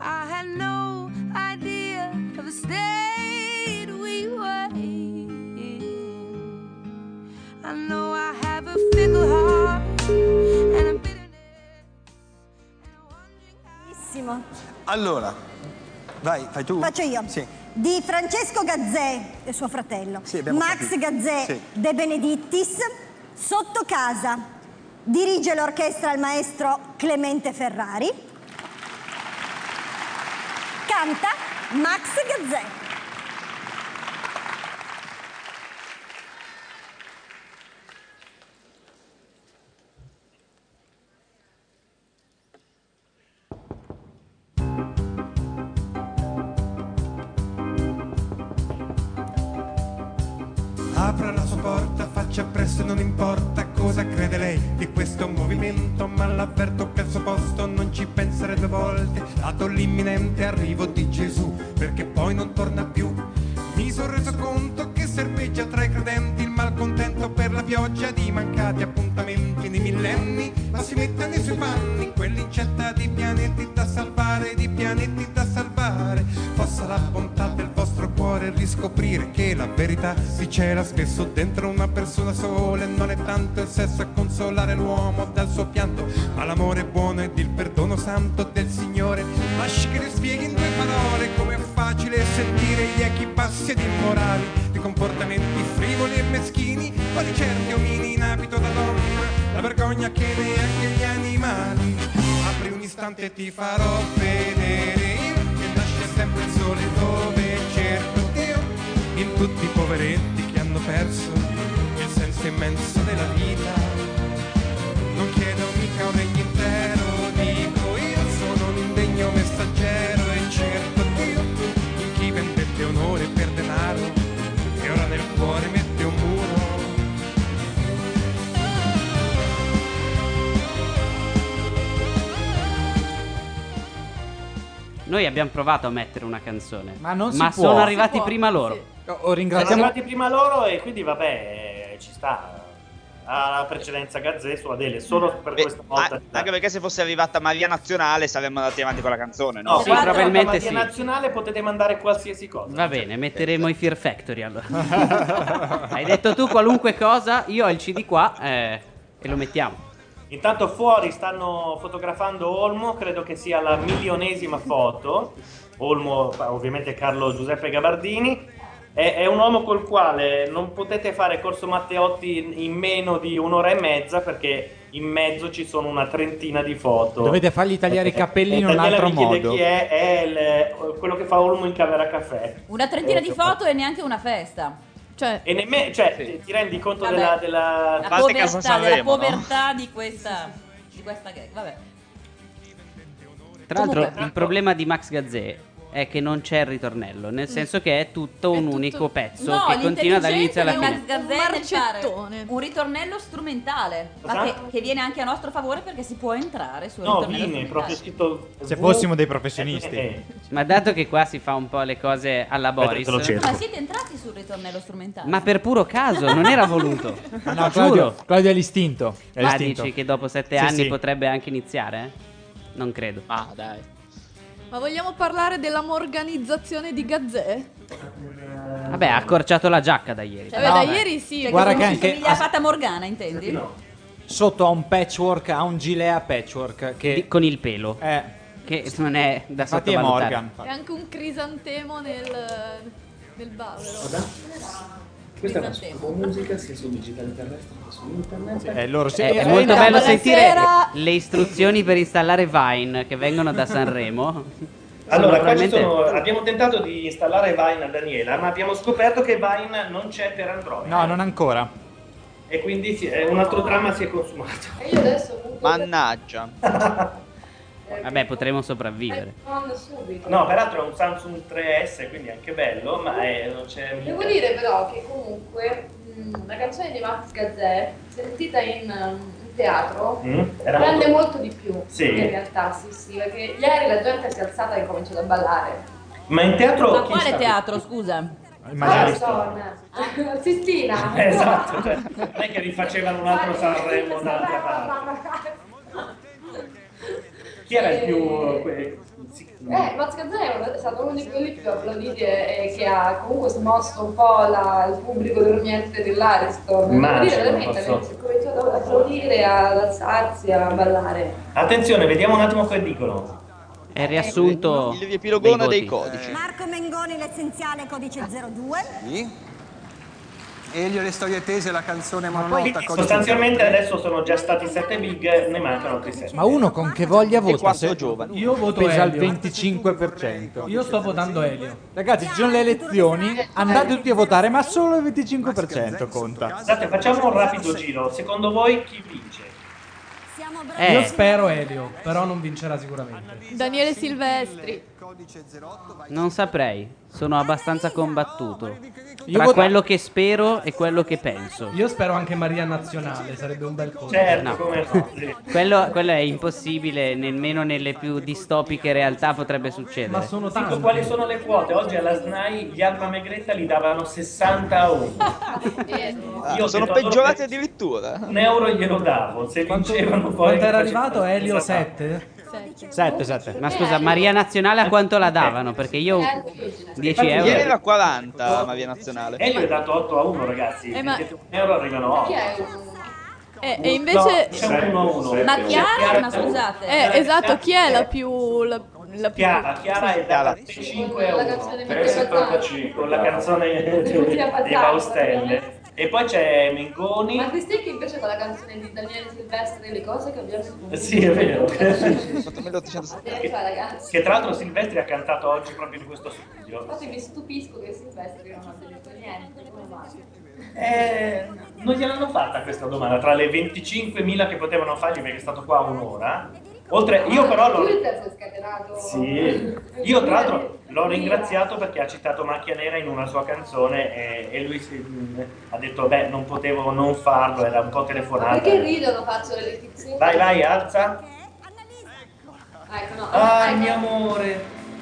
Speaker 28: I had no idea of the state we were in. I know I have a fickle heart and a
Speaker 15: Bellissimo.
Speaker 22: Allora, vai, fai tu.
Speaker 15: Faccio io.
Speaker 22: Sì.
Speaker 15: Di Francesco Gazzè e suo fratello,
Speaker 22: Sì, abbiamo
Speaker 15: Max
Speaker 22: capito.
Speaker 15: Gazzè
Speaker 22: Sì.
Speaker 15: De Benedictis, sotto casa, dirige l'orchestra il maestro Clemente Ferrari, canta Max Gazzè.
Speaker 33: Apra la sua porta, faccia presto, non importa cosa crede lei di questo movimento, ma l'avverto che al suo posto non ci penserà due volte, dato l'imminente arrivo di Gesù, perché poi non torna più. Mi sono reso conto che serpeggia tra i credenti il malcontento per la pioggia di mancati appuntamenti nei millenni, ma si mette nei suoi panni quell'incetta di pianeti da salvare, di pianeti da salvare. Possa la bontà del vostro cuore riscoprire che la verità si cela spesso dentro una persona sola e non è tanto il sesso a consolare l'uomo dal suo pianto, ma l'amore buono ed il perdono santo del Signore. Lasci che le spieghi in due parole come è facile sentire gli echi passi ed immorali di comportamenti frivoli e meschini, quali certi omini in abito da donna, la vergogna che neanche gli animali. Apri un istante e ti farò vedere io che nasce sempre il sole dove cerco Dio in tutti i poveretti che hanno perso il senso immenso della vita. Non chiedo mica un regno intero, dico io sono un indegno messaggero e cerco Dio in chi vendette onore per denaro e ora nel cuore mette un muro.
Speaker 1: Noi abbiamo provato a mettere una canzone.
Speaker 2: Ma non si può.
Speaker 1: sono
Speaker 2: Si
Speaker 1: arrivati
Speaker 2: può,
Speaker 1: prima loro. Eh,
Speaker 2: O
Speaker 4: Siamo
Speaker 2: ringraziamo
Speaker 4: arrivati prima loro e quindi vabbè, eh, ci sta. Ha la precedenza Gazzè su Adele, solo per questa volta.
Speaker 13: Ah, Anche perché se fosse arrivata Maria Nazionale saremmo andati avanti con la canzone, no?
Speaker 4: No, se guardate la
Speaker 1: probabilmente
Speaker 4: bandiera
Speaker 1: sì.
Speaker 4: nazionale potete mandare qualsiasi cosa.
Speaker 1: Va bene, metteremo i Fear Factory allora. Hai detto tu qualunque cosa, io ho il CD qua eh, e lo mettiamo.
Speaker 4: Intanto fuori stanno fotografando Olmo, credo che sia la milionesima foto. Olmo, ovviamente Carlo Giuseppe Gabardini. È, è un uomo col quale non potete fare corso Matteotti in, in meno di un'ora e mezza perché in mezzo ci sono una trentina di foto.
Speaker 2: Dovete fargli tagliare i capelli in
Speaker 4: E
Speaker 2: un
Speaker 4: Daniela
Speaker 2: altro
Speaker 4: mi chiede
Speaker 2: modo.
Speaker 4: chi è, è il- eh, quello che fa Olmo in camera caffè.
Speaker 7: Una trentina
Speaker 4: Eh,
Speaker 7: di foto e neanche una festa. Cioè,
Speaker 4: E nemmeno, cioè, ti, ti rendi conto
Speaker 7: Vabbè.
Speaker 4: della, della...
Speaker 7: la povertà, della povertà di questa di questa gag. Vabbè.
Speaker 1: Tra l'altro,
Speaker 7: Comunque-
Speaker 1: il problema di Max Gazzè è che non c'è il ritornello, nel senso che è tutto un unico pezzo
Speaker 7: No,
Speaker 1: che continua dall'inizio alla
Speaker 7: l'intelligente
Speaker 1: fine.
Speaker 7: di Max Gazzè è un ritornello strumentale, ma che,
Speaker 4: Esatto.
Speaker 7: che viene anche a nostro favore perché si può entrare sul
Speaker 4: No,
Speaker 7: ritornello
Speaker 4: viene proprio
Speaker 7: strumentale.
Speaker 4: scritto.
Speaker 1: Se
Speaker 4: V-
Speaker 1: fossimo
Speaker 24: dei professionisti.
Speaker 4: Eh,
Speaker 1: Ma dato che qua si fa un po' le cose alla Boris,
Speaker 24: te lo cerco.
Speaker 7: Ma siete entrati sul ritornello strumentale?
Speaker 1: ma per puro caso, non era voluto.
Speaker 2: No,
Speaker 1: Giuro.
Speaker 2: Claudio, Claudio è l'istinto. È
Speaker 1: Ma
Speaker 2: l'istinto.
Speaker 1: dici che dopo sette
Speaker 2: Sì,
Speaker 1: anni
Speaker 2: sì.
Speaker 1: potrebbe anche iniziare? Non credo. Ah, dai.
Speaker 5: Ma vogliamo parlare della morganizzazione di Gazzè?
Speaker 1: Vabbè, ha accorciato la giacca da ieri.
Speaker 7: Cioè,
Speaker 5: Vabbè, da
Speaker 7: No, beh.
Speaker 5: ieri sì.
Speaker 7: Cioè,
Speaker 2: Guarda
Speaker 7: che,
Speaker 2: che
Speaker 7: che
Speaker 2: anche-
Speaker 7: somiglia a Fata Morgana, intendi?
Speaker 2: Sotto a un patchwork, a un gilea patchwork. Che...
Speaker 1: con il pelo. Che non è da
Speaker 2: Eh. Infatti è
Speaker 1: sottovalutare.
Speaker 2: Morgan.
Speaker 5: E anche un crisantemo nel, nel bavero.
Speaker 10: Questa è una sua musica sia su digitale terrestre che su internet.
Speaker 2: Eh, loro sì.
Speaker 1: È,
Speaker 2: Eh,
Speaker 1: è molto
Speaker 2: eh,
Speaker 1: bello
Speaker 2: buonasera.
Speaker 1: sentire le istruzioni per installare Vine che vengono da Sanremo.
Speaker 4: eh,
Speaker 1: Sono
Speaker 4: Allora, qua ci
Speaker 1: veramente-
Speaker 4: sono- abbiamo tentato di installare Vine a Daniela, ma abbiamo scoperto che Vine non c'è per Android.
Speaker 2: No, non ancora.
Speaker 4: E quindi si- eh, un altro dramma si è consumato.
Speaker 31: E io adesso
Speaker 1: Mannaggia. Vabbè, potremo sopravvivere.
Speaker 31: non subito.
Speaker 4: No, peraltro è un Samsung 3S, quindi è anche bello, ma è- non c'è...
Speaker 31: Devo dire però che comunque mh, la canzone di Max Gazzè, sentita in, um, in teatro,
Speaker 4: Mm, era
Speaker 31: prende
Speaker 4: molto-
Speaker 31: molto... di più
Speaker 4: Sì.
Speaker 31: in realtà, sì, sì, perché ieri la gente si è alzata e ha cominciato a ballare.
Speaker 4: Ma in teatro...
Speaker 7: Ma
Speaker 4: chi
Speaker 7: quale
Speaker 4: sta-
Speaker 7: teatro, scusa?
Speaker 31: Madonna. Ah, Sistina.
Speaker 4: Esatto, cioè, non è che rifacevano un altro Sanremo d'altra parte. Chi era il più... que- sì,
Speaker 31: Eh, Max Gazzè è uno- è stato uno di quelli più applauditi e e che ha comunque smosso un po' la- il pubblico dormiente dell'Ariston. Devo
Speaker 4: Immagino,
Speaker 31: dire veramente,
Speaker 4: non
Speaker 31: si è cominciato ad applaudire, ad alzarsi, a ballare.
Speaker 4: Attenzione, vediamo un attimo cosa dicono.
Speaker 1: È riassunto...
Speaker 13: Il riepilogone
Speaker 1: dei
Speaker 13: dei codici.
Speaker 15: Marco Mengoni, l'essenziale codice 02.
Speaker 22: Eh. Ah. Sì. Elio e le storie tese, la canzone mononota.
Speaker 4: Quindi, sostanzialmente adesso sono già stati 7 big, ne mancano altri 7.
Speaker 2: Ma uno con che voglia vota?
Speaker 4: quanto
Speaker 2: Se...
Speaker 4: giovani.
Speaker 2: Io
Speaker 6: voto
Speaker 2: Pesa
Speaker 6: Elio.
Speaker 2: il 25%.
Speaker 6: Io sto votando Elio.
Speaker 2: Ragazzi, ci sono le elezioni, andate tutti a votare, ma solo il 25% conta.
Speaker 4: Scusate, facciamo un rapido giro. Secondo voi chi vince?
Speaker 2: Eh.
Speaker 6: Io spero Elio, però non vincerà sicuramente.
Speaker 5: Daniele Silvestri.
Speaker 1: Non saprei, sono abbastanza combattuto.
Speaker 6: Io
Speaker 1: Tra
Speaker 6: vot-
Speaker 1: quello che spero e quello che penso.
Speaker 6: Io spero anche Maria Nazionale, sarebbe un bel colpo.
Speaker 1: Certo, No. Quello, quello è impossibile, nemmeno nelle più distopiche realtà potrebbe succedere.
Speaker 6: Ma sono
Speaker 4: Dico
Speaker 6: tanti.
Speaker 4: quali sono le quote. Oggi alla SNAI gli Alba Megretta li davano 60 a uno.
Speaker 13: Ah,
Speaker 4: Io
Speaker 13: sono
Speaker 4: ho detto a loro
Speaker 13: peggiorati
Speaker 4: che
Speaker 13: addirittura.
Speaker 4: Un euro glielo davo. Se vincevano poi.
Speaker 6: Quanto era
Speaker 4: facevano-
Speaker 6: arrivato Elio 7?
Speaker 1: 7, 7. Ma scusa, Maria Nazionale a quanto la davano? Perché io
Speaker 10: Eh,
Speaker 1: 10
Speaker 13: Infatti, Ieri
Speaker 1: euro.
Speaker 13: era 40 la Mavia Nazionale.
Speaker 4: Elio è dato 8 a 1, ragazzi.
Speaker 5: Eh, ma-
Speaker 4: Mettete Un euro arrivano 8.
Speaker 5: Eh, e invece...
Speaker 4: No, c'è un 1 a 1.
Speaker 5: Ma
Speaker 7: Chiara, ma scusate.
Speaker 5: Eh, esatto, chi è la più... La, la più...
Speaker 4: Chiara, Chiara è data 5 a 1. 3,75 con la canzone dei Baustelle. E poi c'è Mengoni.
Speaker 31: Ma questi che invece con la canzone di Daniele Silvestri le cose che abbiamo scoperto.
Speaker 4: Sì, è vero.
Speaker 31: Eh, cioè, ragazzi.
Speaker 4: Che tra l'altro Silvestri ha cantato oggi proprio in questo studio.
Speaker 31: Infatti mi stupisco che Silvestri non abbia detto niente. come mai?
Speaker 4: Eh, non gliel'hanno fatta questa domanda tra le 25.000 che potevano fargli perché è stato qua un'ora. Oltre, io però l'ho,
Speaker 31: Twitter si è scatenato.
Speaker 4: sì, io tra l'altro l'ho ringraziato perché ha citato Macchia Nera in una sua canzone e, e lui si- mh, ha detto beh non potevo non farlo, era un po'
Speaker 31: Ma
Speaker 4: telefonata.
Speaker 31: perché ridono faccio le lezioni?
Speaker 4: Vai, vai, alza.
Speaker 31: Ah, ecco, no.
Speaker 4: Ah, il
Speaker 31: ecco.
Speaker 4: mio amore.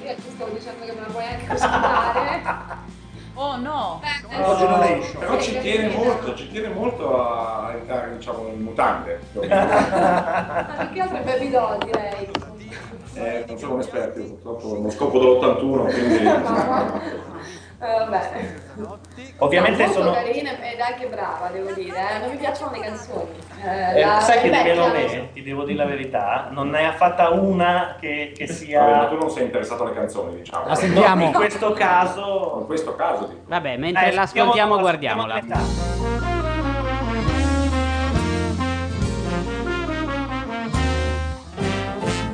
Speaker 31: Io ti stavo dicendo che me la puoi anche ascoltare.
Speaker 7: Oh no!
Speaker 3: Però ci
Speaker 31: eh,
Speaker 3: tiene molto, ci tiene molto a a entrare diciamo in mutande.
Speaker 31: Ma più che altro è Baby Doll, direi.
Speaker 3: Eh, non sono un esperto, io purtroppo uno scopo dell'81, quindi
Speaker 31: Eh, vabbè.
Speaker 4: Ovviamente
Speaker 31: No, molto
Speaker 4: sono...
Speaker 31: carina ed anche brava, devo dire. eh. Non mi piacciono le canzoni. Eh,
Speaker 4: eh,
Speaker 31: la-
Speaker 4: sai che
Speaker 31: Rebecca-
Speaker 4: nemmeno me, ti devo dire la verità, non ne ha fatta una che, che sia...
Speaker 3: Eh, Vabbè, ma tu non sei interessato alle canzoni, diciamo.
Speaker 4: La sentiamo. In questo caso... In
Speaker 3: questo caso, dico.
Speaker 1: Vabbè, mentre
Speaker 3: Eh,
Speaker 1: l'ascoltiamo,
Speaker 3: ascoltiamo-
Speaker 1: guardiamola.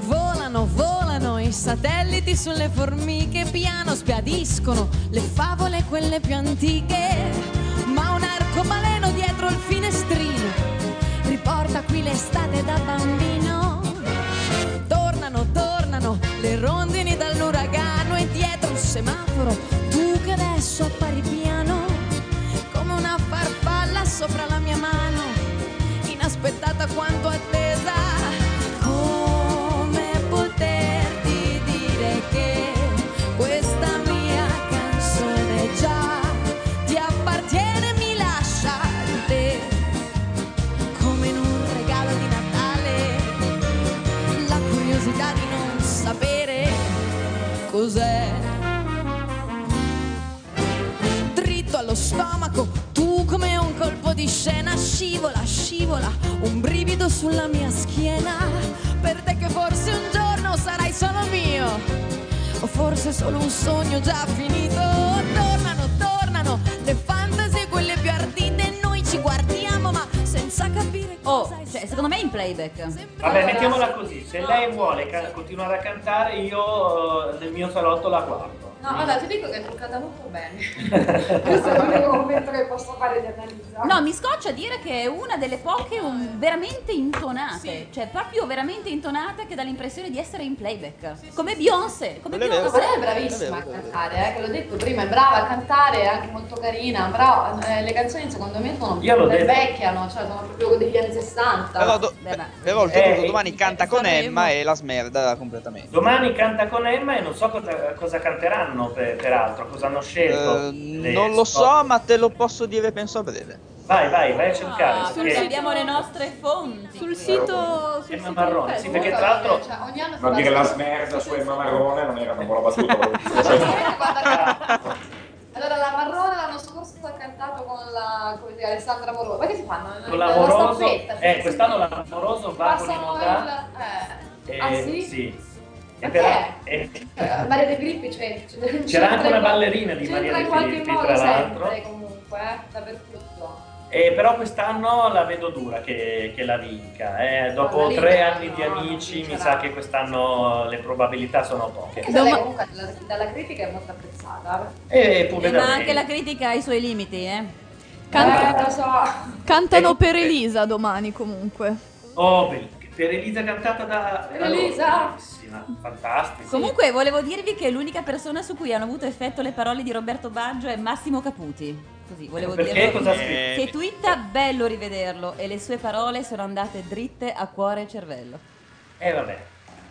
Speaker 27: Volano, volano i satelliti sulle formiche, piano spiadiscono le favole quelle più antiche, ma un arcobaleno dietro il finestrino riporta qui l'estate da bambino. Tornano, tornano le rondini dall'uragano e dietro cos'è. Dritto allo stomaco, tu come un colpo di scena scivola, scivola, un brivido sulla mia schiena. Per te che forse un giorno sarai solo mio, o forse solo un sogno già finito. Tornano, tornano le fantasy, quelle più ardite, noi ci guardiamo ma senza capire
Speaker 7: Oh, cioè, secondo me è in playback.
Speaker 4: Vabbè, mettiamola così, se lei vuole ca- continuare a cantare, io eh, nel mio salotto la guardo.
Speaker 31: No, allora ti dico che è truccata molto bene. Questo è l'unico commento che posso fare di analizza.
Speaker 7: No, mi scoccia dire che è una delle poche um, veramente intonate. Cioè, proprio veramente intonate che dà l'impressione di essere in playback. come Beyoncé. Come
Speaker 31: Ma
Speaker 7: Beyoncé.
Speaker 31: lei è bravissima a cantare, eh, che l'ho detto prima, è brava a cantare, è anche molto carina, però eh, le canzoni secondo me sono
Speaker 13: Io l'ho detto.
Speaker 31: vecchiano, cioè sono proprio degli anni 60.
Speaker 13: Però, do-
Speaker 31: Beh, ma-
Speaker 13: però oltretutto
Speaker 4: Eh,
Speaker 13: domani canta con Emma e la smerda completamente.
Speaker 4: Domani canta con Emma e non so cosa, cosa canteranno, per- peraltro, cosa hanno scelto.
Speaker 13: Eh,
Speaker 4: le
Speaker 13: non lo
Speaker 4: spot.
Speaker 13: so, ma te lo posso dire, penso a breve.
Speaker 4: Vai, vai, vai a cercare.
Speaker 7: Ah,
Speaker 4: perché-
Speaker 7: perché abbiamo le nostre fonti.
Speaker 5: Sul sito, sul
Speaker 4: Emma
Speaker 5: sito
Speaker 4: Marroni,
Speaker 5: del
Speaker 4: sì,
Speaker 5: Facebook.
Speaker 4: perché tra l'altro...
Speaker 31: cioè,
Speaker 3: Non dire la smerda su Emma Marrone non era una buona battuta.
Speaker 31: Allora, la Marrone l'anno scorso ha cantato con la come dire, Alessandra Moro. Ma che si fanno?
Speaker 4: Con l'amoroso,
Speaker 31: La staffetta, sì,
Speaker 4: eh,
Speaker 31: sì.
Speaker 4: quest'anno l'amoroso va con i
Speaker 31: Passano
Speaker 4: moda.
Speaker 31: il... eh,
Speaker 4: eh,
Speaker 31: ah, sì?
Speaker 4: E
Speaker 31: Perché?
Speaker 4: però- eh,
Speaker 31: Eh, Maria De Grippi c'è. c'è-
Speaker 4: c'era anche una
Speaker 31: c'entra-
Speaker 4: ballerina di Maria
Speaker 31: c'entra
Speaker 4: De
Speaker 31: in qualche
Speaker 4: Filippi,
Speaker 31: modo
Speaker 4: tra l'altro.
Speaker 31: sempre, comunque, eh, dappertutto.
Speaker 4: eh, però quest'anno la vedo dura che, che la vinca. eh. Dopo
Speaker 31: Ah, la
Speaker 4: tre
Speaker 31: vinca,
Speaker 4: anni di
Speaker 31: no,
Speaker 4: amici,
Speaker 31: non
Speaker 4: mi
Speaker 31: vincerà.
Speaker 4: sa che quest'anno le probabilità sono poche.
Speaker 31: Anche se lei comunque dalla, dalla critica è molto apprezzata.
Speaker 4: E Eh, pure da
Speaker 7: Eh, ma
Speaker 4: me.
Speaker 7: anche la critica ha i suoi limiti, eh.
Speaker 5: Canta-
Speaker 31: Eh, lo so.
Speaker 5: Cantano per Elisa domani comunque.
Speaker 4: Oh, beh, per Elisa cantata da...
Speaker 7: Per
Speaker 4: da loro.
Speaker 7: Elisa?
Speaker 4: Bravissima, fantastica.
Speaker 7: Comunque volevo dirvi che l'unica persona su cui hanno avuto effetto le parole di Roberto Baggio è Massimo Caputi. Così, volevo
Speaker 4: Perché?
Speaker 7: dirlo.
Speaker 4: Cosa ha
Speaker 1: Eh,
Speaker 4: scritto?
Speaker 7: Che twitta bello rivederlo e le sue parole sono andate dritte a cuore e cervello.
Speaker 4: Eh vabbè,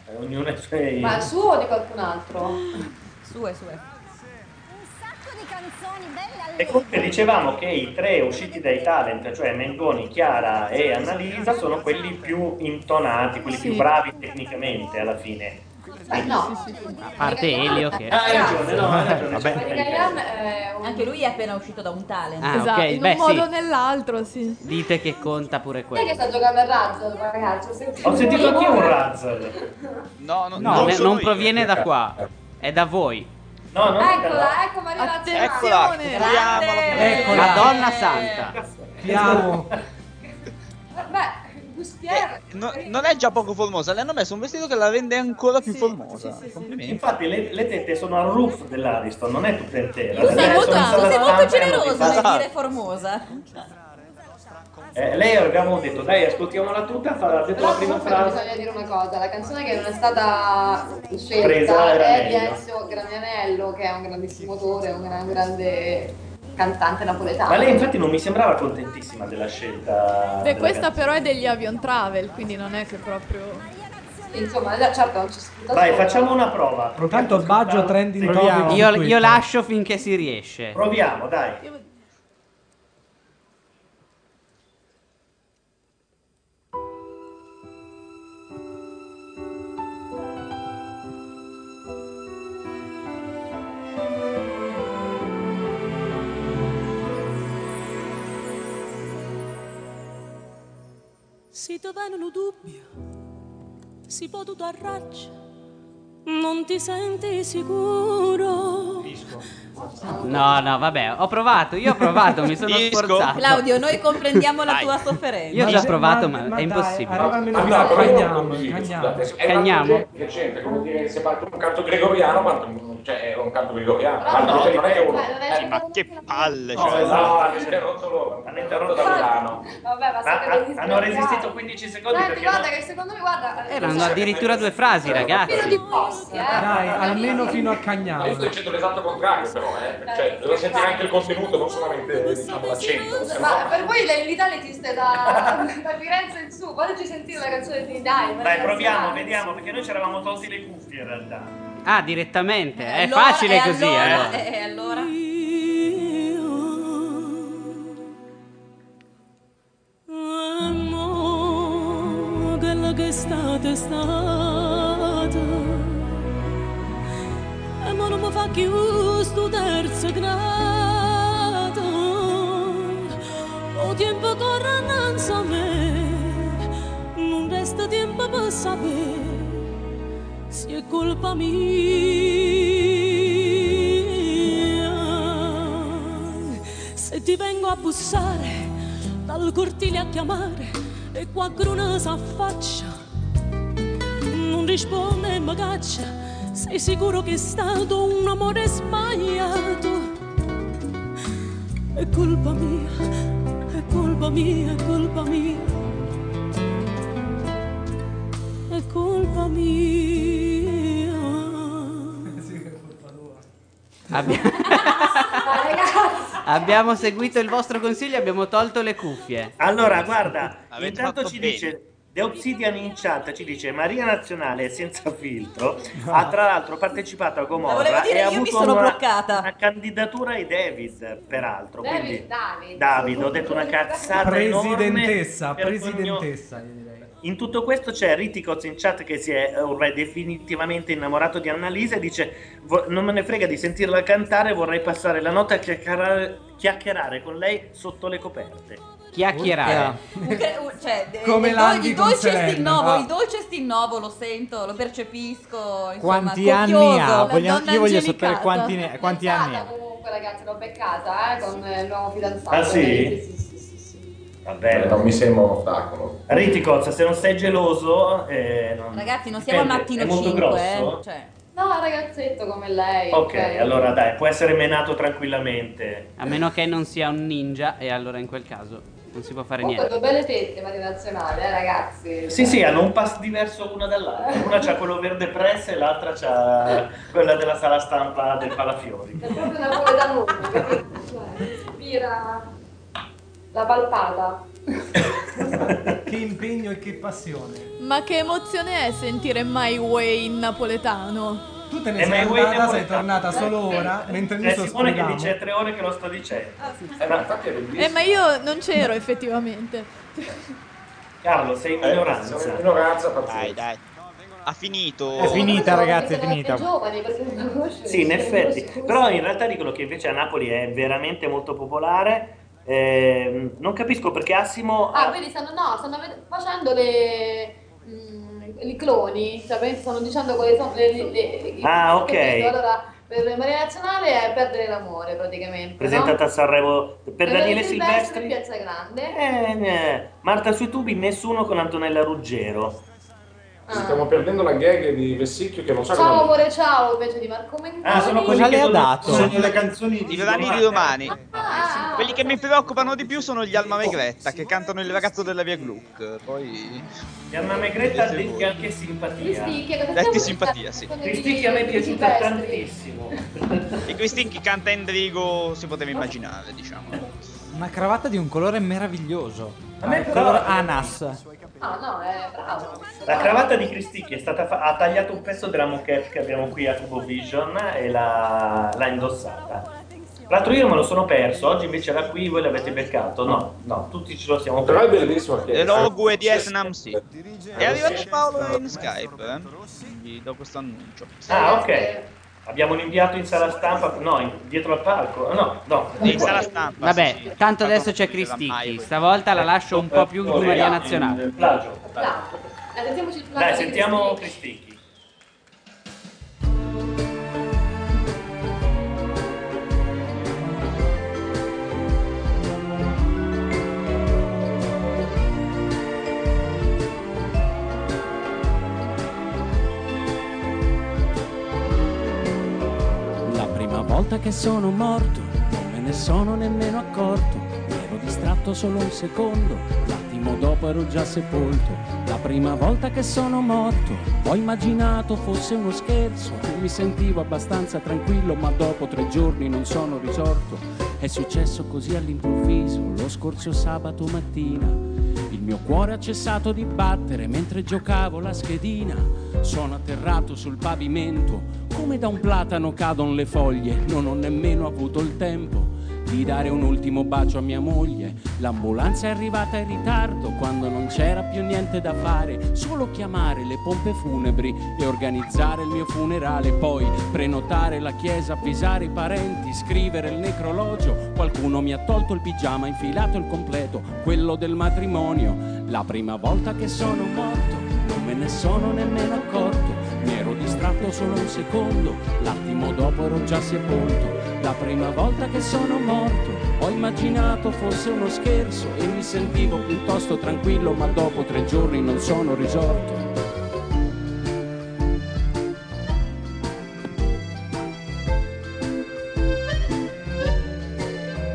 Speaker 4: eh, ognuno ha i suoi...
Speaker 31: Ma il suo o di qualcun altro?
Speaker 7: Sue, sue.
Speaker 4: E comunque dicevamo che i tre usciti dai talent, cioè Mengoni, Chiara e Annalisa, sono quelli più intonati, quelli più
Speaker 31: Sì.
Speaker 4: bravi tecnicamente alla fine.
Speaker 31: Beh, no.
Speaker 4: A
Speaker 1: parte Elio che-
Speaker 4: Ah, hai ragione, no, hai ragione.
Speaker 7: Anche lui è appena uscito da un talent.
Speaker 1: Ah, Esatto, ok, in un beh, modo sì. o
Speaker 5: nell'altro, sì.
Speaker 1: Dite che conta pure
Speaker 31: Chi è che
Speaker 1: quello.
Speaker 31: sta giocando a razzo, ragazzi?
Speaker 4: Ho sentito anch'io un razzo.
Speaker 13: No, no,
Speaker 1: No,
Speaker 13: non
Speaker 1: ne-
Speaker 13: sono
Speaker 1: non
Speaker 13: io.
Speaker 1: proviene da qua, è da voi.
Speaker 4: No,
Speaker 1: non
Speaker 31: Eccola, ecco Maria Razzo.
Speaker 13: Eccola,
Speaker 1: Eccola. Madonna santa.
Speaker 31: Beh, Gustier.
Speaker 13: No- non è già poco formosa, le hanno messo un vestito che la rende ancora più formosa. Complimenti.
Speaker 4: Infatti le, le tette sono al roof dell'Ariston, non è tutta intera.
Speaker 7: Tu sei
Speaker 4: Le
Speaker 7: molto,
Speaker 4: sono in sala
Speaker 7: tu sei molto
Speaker 4: stampa e hanno
Speaker 7: generoso nel
Speaker 4: pensato-
Speaker 7: dire formosa.
Speaker 4: Eh, lei abbiamo detto, dai, ascoltiamola tutta, fa- ha detto la
Speaker 31: Però
Speaker 4: prima
Speaker 31: comunque
Speaker 4: frase.
Speaker 31: bisogna dire una cosa, la canzone che non è stata
Speaker 4: Presa
Speaker 31: scelta
Speaker 4: era
Speaker 31: è di
Speaker 4: meglio.
Speaker 31: Ezio Granianello, che è un grandissimo autore, un gran- grande cantante napoletano.
Speaker 4: Ma lei infatti non mi sembrava contentissima della scelta.
Speaker 5: Beh,
Speaker 4: della
Speaker 5: questa
Speaker 4: canzone.
Speaker 5: però è degli Avion Travel, quindi non è che proprio...
Speaker 31: Insomma, da- certo non ci sputa
Speaker 4: Vai,
Speaker 31: solo.
Speaker 4: facciamo una prova.
Speaker 6: Intanto il Baggio trending topic. su
Speaker 1: Io, io
Speaker 6: Twitter.
Speaker 1: lascio finché si riesce.
Speaker 4: Proviamo, dai.
Speaker 9: Se ti vengono dubbi, si può tutto arraccia, non ti senti sicuro.
Speaker 1: No, no, vabbè, ho provato, io ho provato, mi sono sforzato.
Speaker 7: Claudio, noi comprendiamo la
Speaker 1: Vai.
Speaker 7: tua sofferenza.
Speaker 1: Io ho già provato, ma,
Speaker 6: ma
Speaker 1: è
Speaker 6: dai,
Speaker 1: impossibile.
Speaker 6: arriva almeno
Speaker 3: Ma Ah, no,
Speaker 6: qua,
Speaker 3: però
Speaker 6: cagniamo,
Speaker 3: così,
Speaker 6: cagniamo.
Speaker 3: scusate, È un
Speaker 1: Cagniamo.
Speaker 3: canto che c'entra, come dire, se parto un canto gregoriano, ma cioè, è un canto gregoriano. Ma no, non è uno.
Speaker 13: ma che palle!
Speaker 4: Cioè,
Speaker 13: cioè.
Speaker 3: No, esatto, hanno interrotto loro, hanno interrotto da Milano.
Speaker 31: Vabbè, ma
Speaker 4: Ma
Speaker 31: siete
Speaker 4: ha-
Speaker 31: degli
Speaker 4: hanno
Speaker 31: sbagliati.
Speaker 4: resistito 15 secondi
Speaker 31: Guardi,
Speaker 4: perché
Speaker 31: guarda
Speaker 4: no.
Speaker 31: che secondo me, guarda... eh,
Speaker 1: Erano addirittura due frasi,
Speaker 31: Fino
Speaker 1: ragazzi.
Speaker 31: di posti, eh.
Speaker 6: Dai, almeno fino a Cagnano.
Speaker 3: Ma io sto dicendo l'esatto contrario però, eh. Cioè, devo sentire anche il contenuto, non solamente diciamo l'accento. se no-
Speaker 31: Ma per voi l- l'Italia esiste da, da Firenze in su, fateci sentire la canzone di Dai.
Speaker 4: Dai, proviamo, vediamo, perché noi ci eravamo tolti le cuffie in realtà.
Speaker 1: Ah, direttamente, è
Speaker 7: Allora-
Speaker 1: facile
Speaker 7: e
Speaker 1: così,
Speaker 7: allora-
Speaker 1: eh.
Speaker 7: E allora?
Speaker 9: Amo quello che è stato è stato. Amo mi fa chiuso terzo grado O tempo corre innanzi a me Non resta tempo per sapere Se è colpa mia Se ti vengo a bussare Dal cortile a chiamare E qualcuno s'affaccia non risponde e mi caccia. Sei sicuro che è stato un amore sbagliato? È colpa mia, è colpa mia, è colpa mia. È colpa mia.
Speaker 1: Abbi- abbiamo seguito il vostro consiglio, abbiamo tolto le cuffie.
Speaker 4: Allora, guarda,
Speaker 1: Avete
Speaker 4: intanto
Speaker 1: fatto
Speaker 4: ci
Speaker 1: bene.
Speaker 4: dice The Obsidian in chat ci dice Maria Nazionale senza filtro ha tra l'altro partecipato a
Speaker 7: La
Speaker 4: Gomorra
Speaker 7: volevo dire,
Speaker 4: e ha
Speaker 7: io mi
Speaker 4: avuto
Speaker 7: sono
Speaker 4: una,
Speaker 7: bloccata.
Speaker 4: una candidatura ai David, peraltro, quindi
Speaker 31: David,
Speaker 4: David, ho detto una cazzata
Speaker 6: Presidentessa,
Speaker 4: enorme per
Speaker 6: presidentessa, io direi.
Speaker 4: in tutto questo c'è Riticoz in chat che si è eh, ormai definitivamente innamorato di Annalisa e dice "Vo- non me ne frega di sentirla cantare, vorrei passare la notte a chiacchierare, chiacchierare con lei sotto le coperte.
Speaker 1: Chiacchierare.
Speaker 7: Un cre- un- cioè, de-
Speaker 4: Come
Speaker 7: il do-
Speaker 4: Landi
Speaker 7: il
Speaker 4: con
Speaker 7: dolce
Speaker 4: Selena,
Speaker 7: stinnovo,
Speaker 4: va.
Speaker 7: il dolce stinnovo lo sento, lo percepisco. Insomma,
Speaker 24: Quanti anni
Speaker 7: copioso.
Speaker 24: ha?
Speaker 7: La
Speaker 24: Vogliamo-
Speaker 7: donna
Speaker 24: io voglio
Speaker 7: angelicata.
Speaker 24: sapere quanti, ne- quanti anni ha.
Speaker 31: Comunque ragazzi l'ho beccata eh, con eh, il nuovo fidanzato.
Speaker 4: Ah sì? Ah, Vabbè, non mi sembra un ostacolo. Riticoz, se non sei geloso... eh, non-
Speaker 7: Ragazzi, non siamo al
Speaker 4: Dipende,
Speaker 7: mattino
Speaker 4: è molto
Speaker 7: 5,
Speaker 4: grosso?
Speaker 7: eh, cioè.
Speaker 31: No, ragazzetto come lei.
Speaker 4: Ok, allora dai, può essere menato tranquillamente.
Speaker 1: A meno che non sia un ninja, e allora in quel caso non si può fare
Speaker 31: Comunque due
Speaker 1: niente.
Speaker 31: belle tette Maria Nazionale, eh, ragazzi.
Speaker 4: Sì, sì, hanno un pass diverso una dall'altra. Una c'ha quello verde press e l'altra c'ha quella della sala stampa del Palafiori.
Speaker 31: È proprio una cuore da nulla, capito? Cioè, Mira la palpata.
Speaker 6: Che impegno e che passione.
Speaker 5: Ma che emozione è sentire My Way in napoletano?
Speaker 6: Tu te
Speaker 4: Eh,
Speaker 6: ne
Speaker 4: ma
Speaker 6: sei
Speaker 4: è Wayne
Speaker 6: andata, sei
Speaker 4: Napoletano.
Speaker 6: tornata solo ora, mentre noi
Speaker 4: C'è Simone che
Speaker 6: sospendavamo.
Speaker 4: dice è tre ore che lo sto dicendo. Eh, ma infatti è bellissimo.
Speaker 5: Eh, ma io non c'ero effettivamente.
Speaker 4: Carlo, sei in minoranza.
Speaker 3: sono in
Speaker 4: dai, dai.
Speaker 13: Ha finito.
Speaker 4: È finita, ragazzi,
Speaker 31: Perché
Speaker 4: è
Speaker 31: sono
Speaker 4: finita.
Speaker 31: anche giovani, perché non conoscete.
Speaker 4: Sì, in effetti.
Speaker 31: Scusa.
Speaker 4: Però in realtà dicono che invece a Napoli è veramente molto popolare. Ehm, non capisco perché Assimo...
Speaker 31: Ah, quindi stanno, no, stanno ved- facendo le, mm, i cloni, cioè praticamente stanno dicendo quali sono le... le- le-
Speaker 4: Ah, ok.
Speaker 31: capito? Allora, per Maria Nazionale è perdere l'amore praticamente.
Speaker 4: presentata a
Speaker 31: no?
Speaker 4: Sanremo per Daniele Silvestri.
Speaker 31: Silvestri. Piazza Grande.
Speaker 4: Eh, eh. Marta sui tubi, nessuno con Antonella Ruggero.
Speaker 3: Stiamo perdendo la gag di Vessicchio che non so
Speaker 31: Ciao
Speaker 3: come...
Speaker 31: amore, ciao invece di Marco Mengoni.
Speaker 3: Ah, sono così che-
Speaker 13: ha
Speaker 3: dato?
Speaker 13: Sono
Speaker 3: le canzoni
Speaker 13: di domani. di domani. Quelli che mi preoccupano di più sono gli Alma Megretta che cantano il ragazzo della via Gluck. Poi.
Speaker 4: Gli Alma Megretta detti anche simpatia.
Speaker 31: Cristicchi, cosa
Speaker 13: Detti
Speaker 31: stiamo-
Speaker 13: simpatia, sì.
Speaker 4: Cristicchi a me è piaciuta
Speaker 31: Silvestri.
Speaker 4: tantissimo.
Speaker 13: E questi che canta Endrigo si poteva immaginare, diciamo.
Speaker 24: Una cravatta di un colore meraviglioso.
Speaker 4: A me
Speaker 24: Ah,
Speaker 4: però-
Speaker 24: colore Anas.
Speaker 31: Ah, no, è bravo.
Speaker 4: La cravatta di Cristicchi è stata fa- ha tagliato un pezzo della moquette che abbiamo qui a Cubo Vision e l'ha, l'ha indossata. Tra l'altro io me lo sono perso, oggi invece era qui, voi l'avete beccato. No, no, tutti ce lo siamo
Speaker 3: Però
Speaker 4: persi.
Speaker 3: è bellissimo Eh, che-
Speaker 13: Le logue di Esnam sì. È arrivato Paolo in Skype, eh? Quindi do questo annuncio.
Speaker 4: Ah, ok. Abbiamo un inviato in sala stampa, no, in- dietro al palco. No, no.
Speaker 13: In sala stampa.
Speaker 1: Vabbè, tanto adesso c'è Cristicchi. Stavolta la lascio un po' più di Maria Nazionale.
Speaker 31: Dai, sentiamoci il plato
Speaker 4: Dai,
Speaker 31: di
Speaker 4: sentiamo Cristicchi.
Speaker 17: La prima volta che sono morto non me ne sono nemmeno accorto. Mi ero distratto solo un secondo, l'attimo dopo ero già sepolto. La prima volta che sono morto ho immaginato fosse uno scherzo. Mi sentivo abbastanza tranquillo, ma dopo tre giorni non sono risorto. È successo così all'improvviso lo scorso sabato mattina. Il mio cuore ha cessato di battere mentre giocavo la schedina. Sono atterrato sul pavimento, come da un platano cadono le foglie. Non ho nemmeno avuto il tempo
Speaker 38: di dare un ultimo bacio a mia moglie. L'ambulanza è arrivata in ritardo quando non c'era più niente da fare, solo chiamare le pompe funebri e organizzare il mio funerale, poi prenotare la chiesa, avvisare i parenti, scrivere il necrologio. Qualcuno mi ha tolto il pigiama, infilato il completo, quello del matrimonio. La prima volta che sono morto, non me ne sono nemmeno accorto. Mi ero distratto solo un secondo, l'attimo dopo ero già sepolto. La prima volta che sono morto, ho immaginato fosse uno scherzo e mi sentivo piuttosto tranquillo, ma dopo tre giorni non sono risorto.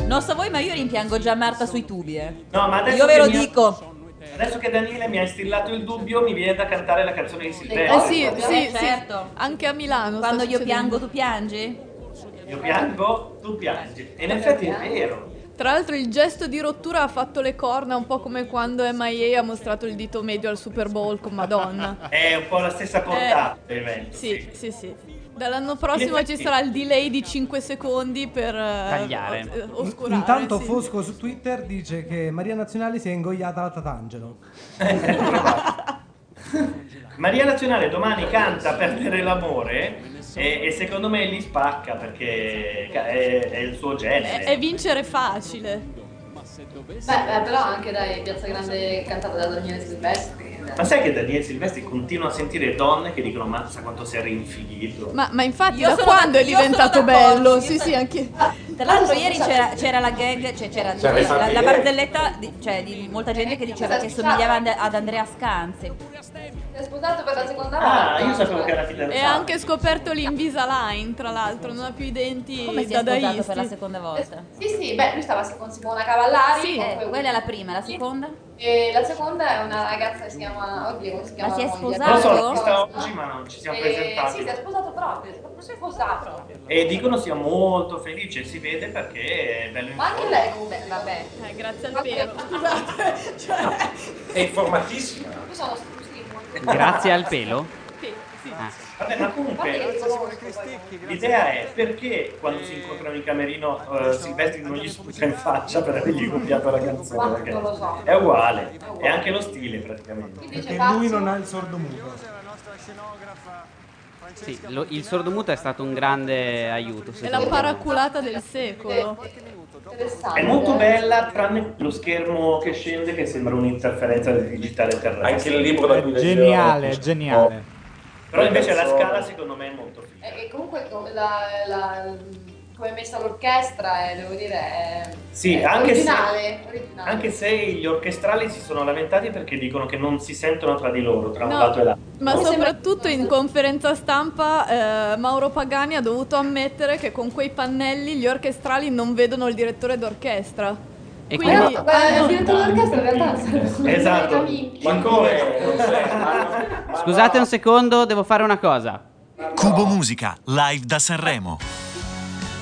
Speaker 7: Non so voi, ma io rimpiango già Marta sui tubi. Eh.
Speaker 4: No, ma adesso
Speaker 7: io ve
Speaker 4: che
Speaker 7: lo
Speaker 4: mi ha-
Speaker 7: dico.
Speaker 4: Adesso che Daniele mi ha instillato il dubbio, mi viene da cantare la canzone di Silvestri.
Speaker 5: Eh sì, sì, sì.
Speaker 7: certo.
Speaker 5: Anche a Milano.
Speaker 7: Quando
Speaker 5: sta
Speaker 7: io
Speaker 5: succedendo.
Speaker 7: piango, tu piangi?
Speaker 4: Io piango, tu piangi. E in effetti è vero.
Speaker 5: Tra l'altro il gesto di rottura ha fatto le corna un po' come quando MIA ha mostrato il dito medio al Super Bowl con Madonna.
Speaker 4: È un po' la
Speaker 7: Eh.
Speaker 4: stessa portata dell'evento.
Speaker 5: Sì, sì, sì. Dall'anno prossimo ci
Speaker 4: effetti-
Speaker 5: sarà il delay di 5 secondi per eh,
Speaker 1: Tagliare.
Speaker 5: os- eh, oscurare.
Speaker 6: Intanto
Speaker 5: sì.
Speaker 6: Fosco su Twitter dice che Maria Nazionale si è ingoiata la Tatangelo.
Speaker 4: Maria Nazionale domani canta Perdere l'amore e, e secondo me li spacca perché ca- è, è il suo
Speaker 5: È,
Speaker 4: genere.
Speaker 7: Eh,
Speaker 5: è vincere facile.
Speaker 31: Beh, beh, però anche dai, Piazza Grande cantata da Daniele Silvestri.
Speaker 4: Ma sai che Daniele Silvestri continua a sentire donne che dicono mazza quanto sei rinfighito.
Speaker 5: Ma, ma infatti
Speaker 7: Io
Speaker 5: da
Speaker 7: sono-
Speaker 5: quando è
Speaker 7: io sono
Speaker 5: diventato
Speaker 7: d'accordo,
Speaker 5: bello?
Speaker 7: io
Speaker 5: Sì,
Speaker 7: sono-
Speaker 5: sì, anche...
Speaker 7: Tra l'altro ieri c'era, c'era la gag, cioè c'era
Speaker 5: C'era
Speaker 7: la- la,
Speaker 5: Fabio.
Speaker 7: la barzelletta di, cioè, di molta gente
Speaker 31: Ecco,
Speaker 7: che diceva che somigliava ad- ad Andrea Scanzi.
Speaker 31: Si è sposato per la seconda volta.
Speaker 4: Ah, io sapevo che era fidanzato.
Speaker 5: E ha anche scoperto l'Invisalign, tra l'altro, non ha più i denti
Speaker 7: Come si è sposato
Speaker 5: dadaisti.
Speaker 7: per la seconda volta?
Speaker 31: Sì, sì, beh, Eh, lui stava con Simona Cavallari.
Speaker 7: Sì, eh, quella è la prima, la seconda?
Speaker 31: E la seconda è una ragazza che si chiama. Oddio, come si chiama?
Speaker 7: Ma si è
Speaker 31: moglie?
Speaker 4: Non so, l'ho
Speaker 7: sposato?
Speaker 4: vista oggi ma non ci siamo
Speaker 31: Eh,
Speaker 4: presentati.
Speaker 31: sì, si è sposato proprio, proprio si è sposato.
Speaker 4: E dicono sia molto felice, si vede perché è bello in
Speaker 31: Ma anche lei come, vabbè.
Speaker 5: grazie
Speaker 31: Eh, al pelo. Scusate, cioè,
Speaker 4: È informatissima.
Speaker 31: io sono stupito.
Speaker 1: Grazie al pelo?
Speaker 31: Sì, sì.
Speaker 1: Ah.
Speaker 4: Vabbè, ma comunque l'idea è perché quando si incontrano in camerino eh, Silvestri non gli sputa in faccia per avergli copiato la canzone. perché
Speaker 31: Non lo so.
Speaker 4: È uguale, è anche lo stile praticamente.
Speaker 6: Perché lui non ha il sordo muto.
Speaker 1: Sì, lo- il sordomuto è stato un grande aiuto.
Speaker 5: È la
Speaker 1: secondo me.
Speaker 5: paraculata del secolo.
Speaker 4: È molto bella, tranne lo schermo che scende che sembra un'interferenza del digitale terrestre.
Speaker 8: Anche il libro da cui leggevo.
Speaker 2: Geniale, geniale.
Speaker 4: Però invece la scala secondo me è molto figa.
Speaker 31: E, e comunque come la, la- come è messa l'orchestra, eh, devo dire, è,
Speaker 4: Sì,
Speaker 31: è
Speaker 4: anche se-
Speaker 31: originale. originale.
Speaker 4: Anche se gli orchestrali si sono lamentati perché dicono che non si sentono tra di loro, tra un
Speaker 5: No.
Speaker 4: lato e l'altro.
Speaker 5: Ma soprattutto in conferenza stampa eh, Mauro Pagani ha dovuto ammettere che con quei pannelli gli orchestrali non vedono il direttore d'orchestra.
Speaker 1: E
Speaker 5: Quindi-
Speaker 1: quindi-
Speaker 31: Ma Eh, il direttore d'orchestra in realtà
Speaker 4: Ah, Esatto.
Speaker 31: Ma come?
Speaker 1: Scusate un secondo, devo fare una cosa.
Speaker 29: Cubo Musica, live da Sanremo.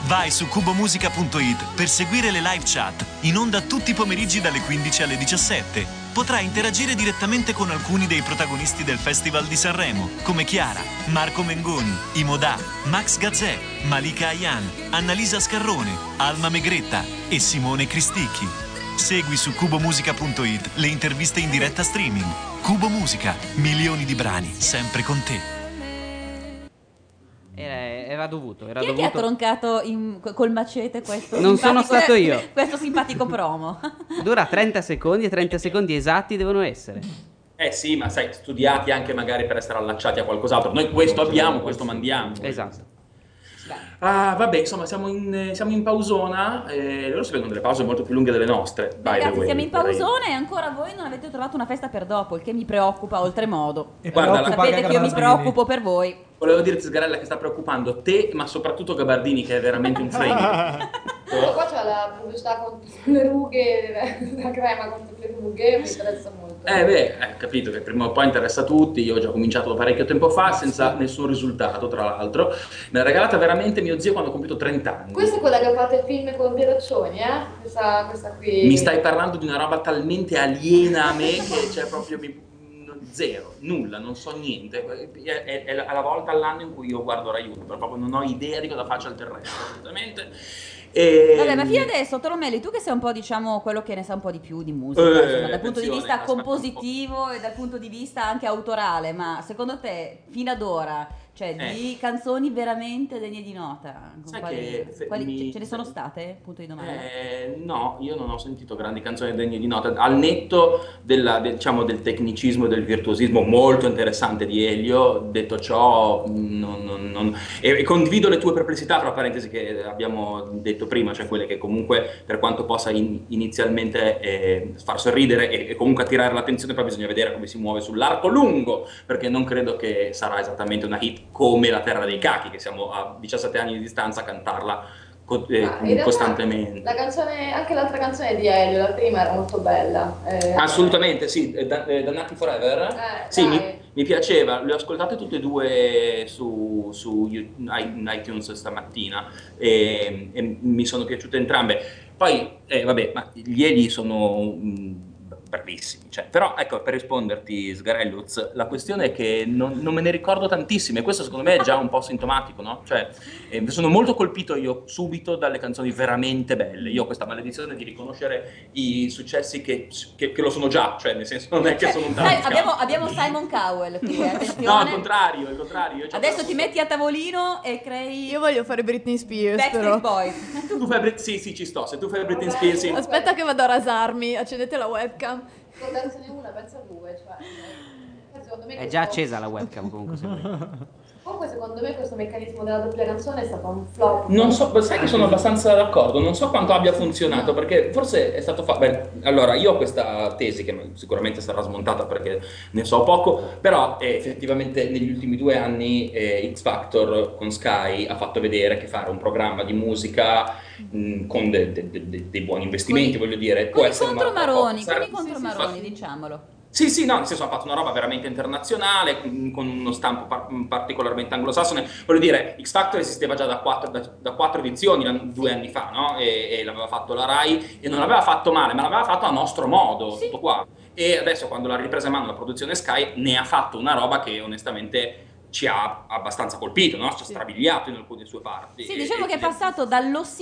Speaker 29: Vai su cubomusica.it per seguire le live chat in onda tutti i pomeriggi dalle 15 alle 17. Potrai interagire direttamente con alcuni dei protagonisti del Festival di Sanremo, come Chiara, Marco Mengoni, Imodà, Max Gazzè, Malika Ayan, Annalisa Scarrone, Alma Megretta e Simone Cristicchi. Segui su cubomusica.it le interviste in diretta streaming. Cubo Musica, milioni di brani sempre con te.
Speaker 1: Era, era dovuto, era
Speaker 7: Chi è che ha
Speaker 1: dovuto.
Speaker 7: troncato in- col macete questo?
Speaker 1: Non sono
Speaker 7: simpatico-
Speaker 1: stato io.
Speaker 7: Questo simpatico promo.
Speaker 1: Dura 30 secondi e 30 secondi esatti devono essere.
Speaker 8: Eh sì, ma sai, studiati anche magari per essere allacciati a qualcos'altro. Noi questo abbiamo, questo mandiamo.
Speaker 1: Esatto.
Speaker 8: Ah, vabbè, insomma, siamo in, eh, siamo in pausona. Eh, loro si prendono delle pause molto più lunghe delle nostre. By the
Speaker 7: Ragazzi,
Speaker 8: way,
Speaker 7: siamo in
Speaker 8: vorrei-
Speaker 7: pausone e ancora voi non avete trovato una festa per dopo, il che mi preoccupa oltremodo.
Speaker 8: E Guarda, preoccupa
Speaker 7: sapete
Speaker 8: anche
Speaker 7: che io mi
Speaker 8: Gabardini.
Speaker 7: preoccupo per voi.
Speaker 8: Volevo dire, Zgarella, che sta preoccupando te, ma soprattutto Gabardini, che è veramente un frame.
Speaker 31: Questo qua c'ha la pubblicità con tutte le rughe, la crema con tutte le rughe, mi interessa molto.
Speaker 8: Eh beh, eh, capito che prima o poi interessa a tutti, io ho già cominciato parecchio tempo fa senza nessun risultato, tra l'altro. Me l'ha regalata veramente mio zio quando ho compiuto 30 anni.
Speaker 31: Questa è quella che ha fatto il film con Pieraccioni, eh? Questa, questa qui.
Speaker 8: Mi stai parlando di una roba talmente aliena a me che c'è proprio mi- no, zero, nulla, non so niente. È, è- è la è la volta all'anno in cui io guardo Rai Uno, però proprio non ho idea di cosa faccio al terreno assolutamente. Ehm, E-
Speaker 7: Vabbè, ma fino adesso, Tolomelli, tu che sei un po', diciamo, quello che ne sa un po' di più di musica,
Speaker 8: Eh,
Speaker 7: insomma, dal punto di
Speaker 8: attenzione,
Speaker 7: vista
Speaker 8: aspetta un po'.
Speaker 7: compositivo e dal punto di vista anche autorale, ma secondo te, fino ad ora, cioè,
Speaker 8: Eh.
Speaker 7: di canzoni veramente degne di nota, con
Speaker 8: Sai
Speaker 7: quali-
Speaker 8: che se
Speaker 7: quali-
Speaker 8: mi-
Speaker 7: ce- ce ne sono state? Punto di domanda.
Speaker 8: Eh, no, io non ho sentito grandi canzoni degne di nota, al netto della- de- diciamo, del tecnicismo e del virtuosismo molto interessante di Elio, detto ciò, non- non- non- e, e condivido le tue perplessità, tra parentesi, che abbiamo detto prima, cioè quelle che comunque, per quanto possa in- inizialmente eh, far sorridere e, e comunque attirare l'attenzione, poi bisogna vedere come si muove sull'arco lungo, perché non credo che sarà esattamente una hit come La Terra dei Cachi, che siamo a 17 anni di distanza a cantarla co- eh,
Speaker 31: Ma in realtà-
Speaker 8: costantemente.
Speaker 31: La canzone, anche l'altra canzone di Elio, la prima era molto bella. eh.
Speaker 8: Assolutamente, sì, eh, da- eh, Dannati Forever.
Speaker 31: Eh,
Speaker 8: sì, mi,
Speaker 31: dai.
Speaker 8: mi piaceva, le ho ascoltate tutte e due su, su You- i- iTunes stamattina e, e mi sono piaciute entrambe. Poi, eh, vabbè, ma gli Eli sono mh, bravissimi. cioè, però, ecco, per risponderti, Sgarelluz, la questione è che non, non me ne ricordo tantissime. Questo, secondo me, è già un po' sintomatico, no? Cioè, eh, sono molto colpito io subito dalle canzoni veramente belle. Io ho questa maledizione di riconoscere i successi che, che- che lo sono già, cioè, nel senso, non è che sono un
Speaker 7: Sai,
Speaker 8: target.
Speaker 7: abbiamo, abbiamo Simon Cowell qui, eh, attenzione.
Speaker 8: No, al contrario, al contrario. Io c'ho
Speaker 7: Adesso ti metti a tavolino e crei... Io voglio fare Britney Spears,
Speaker 5: però.
Speaker 7: Boys.
Speaker 8: Tu fai Brit- sì, sì, ci sto. Se tu fai Britney Spears, sì.
Speaker 5: Aspetta che vado a rasarmi, accendete la webcam.
Speaker 31: Pensa di una, pensa a due, cioè. eh, secondo me
Speaker 1: È già
Speaker 31: questo-
Speaker 1: accesa la webcam comunque. se vuoi.
Speaker 31: Comunque, secondo me, questo meccanismo della doppia canzone è stato un flop.
Speaker 8: Non so, sai che sono abbastanza d'accordo, non so quanto abbia funzionato, perché forse è stato fatto... Beh, allora, io ho questa tesi che sicuramente sarà smontata perché ne so poco, però eh, effettivamente negli ultimi due anni eh, X Factor con Sky ha fatto vedere che fare un programma di musica mh, con de- de- de- de- dei buoni investimenti, voglio dire, può essere...
Speaker 7: Contro
Speaker 8: una-
Speaker 7: Maroni,
Speaker 8: sarà-
Speaker 7: quindi contro
Speaker 8: sì, sì,
Speaker 7: Maroni,
Speaker 8: fa-
Speaker 7: diciamolo.
Speaker 8: Sì, sì, no, nel senso ha fatto una roba veramente internazionale, con con uno stampo par- particolarmente anglosassone. Voglio dire, X Factor esisteva già da quattro, da- da quattro edizioni l'an- due anni fa, no? E, e l'aveva fatto la Rai e non l'aveva fatto male, ma l'aveva fatto a nostro modo, tutto qua. E adesso quando l'ha ripresa in mano la produzione Sky ne ha fatto una roba che onestamente ci ha abbastanza colpito, no? Ci ha strabiliato in alcune sue parti.
Speaker 7: Sì,
Speaker 8: E-
Speaker 7: diciamo
Speaker 8: e-
Speaker 7: che è passato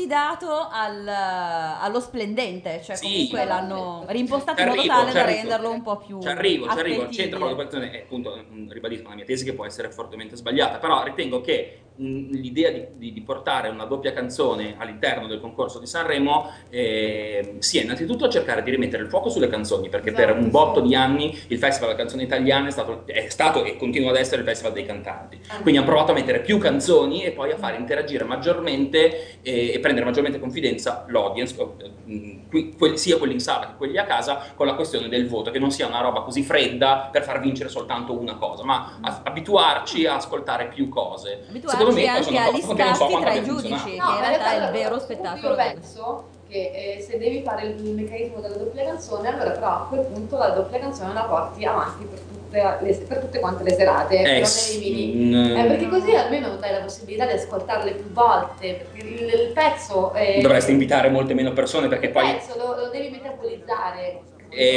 Speaker 7: dall'ossidato al- allo splendente, cioè comunque l'hanno rimpostato in modo
Speaker 8: Ci
Speaker 7: tale
Speaker 8: eh, arrivo,
Speaker 7: da
Speaker 8: ci arrivo.
Speaker 7: renderlo un po' più
Speaker 8: Ci arrivo, ci arrivo, al centro
Speaker 7: appetibile.
Speaker 8: valutazione è eh, appunto, mh, ribadisco la mia tesi che può essere fortemente sbagliata, però ritengo che mh, l'idea di, di- di portare una doppia canzone all'interno del concorso di Sanremo eh, sia innanzitutto cercare di rimettere il fuoco sulle canzoni, perché per
Speaker 38: Esatto,
Speaker 8: un botto di anni il Festival della Canzone Italiana è stato, è stato e continua ad essere il Festival dei cantanti. Quindi hanno provato a mettere più canzoni e poi a far interagire maggiormente eh, e prendere maggiormente confidenza l'audience, eh, mh, qui- quelli- sia quelli in sala che quelli a casa, con la questione del voto, che non sia una roba così fredda per far vincere soltanto una cosa, ma a- abituarci a ascoltare più cose. Secondo me
Speaker 7: Abituarci
Speaker 8: poi
Speaker 7: anche
Speaker 8: sono d'accordo, che non so
Speaker 7: a listarsi
Speaker 8: quanto
Speaker 7: tra i
Speaker 8: abbia funzionato.
Speaker 7: giudici,
Speaker 31: No, ma
Speaker 7: che in
Speaker 31: in
Speaker 7: realtà è il
Speaker 31: realtà
Speaker 7: vero
Speaker 31: Io
Speaker 7: spettacolo.
Speaker 31: penso che eh, se devi fare il meccanismo della doppia canzone, allora però a quel punto la doppia canzone la porti avanti per tutte, le- per tutte quante le serate.
Speaker 8: Eh,
Speaker 31: non
Speaker 8: sì,
Speaker 31: elimini.
Speaker 8: mm.
Speaker 31: Eh, perché così almeno dai la possibilità di ascoltarle più volte, perché il, il pezzo... eh,
Speaker 8: Dovresti invitare molte meno persone perché
Speaker 31: il
Speaker 8: poi...
Speaker 31: pezzo lo, lo devi metabolizzare.
Speaker 8: eh,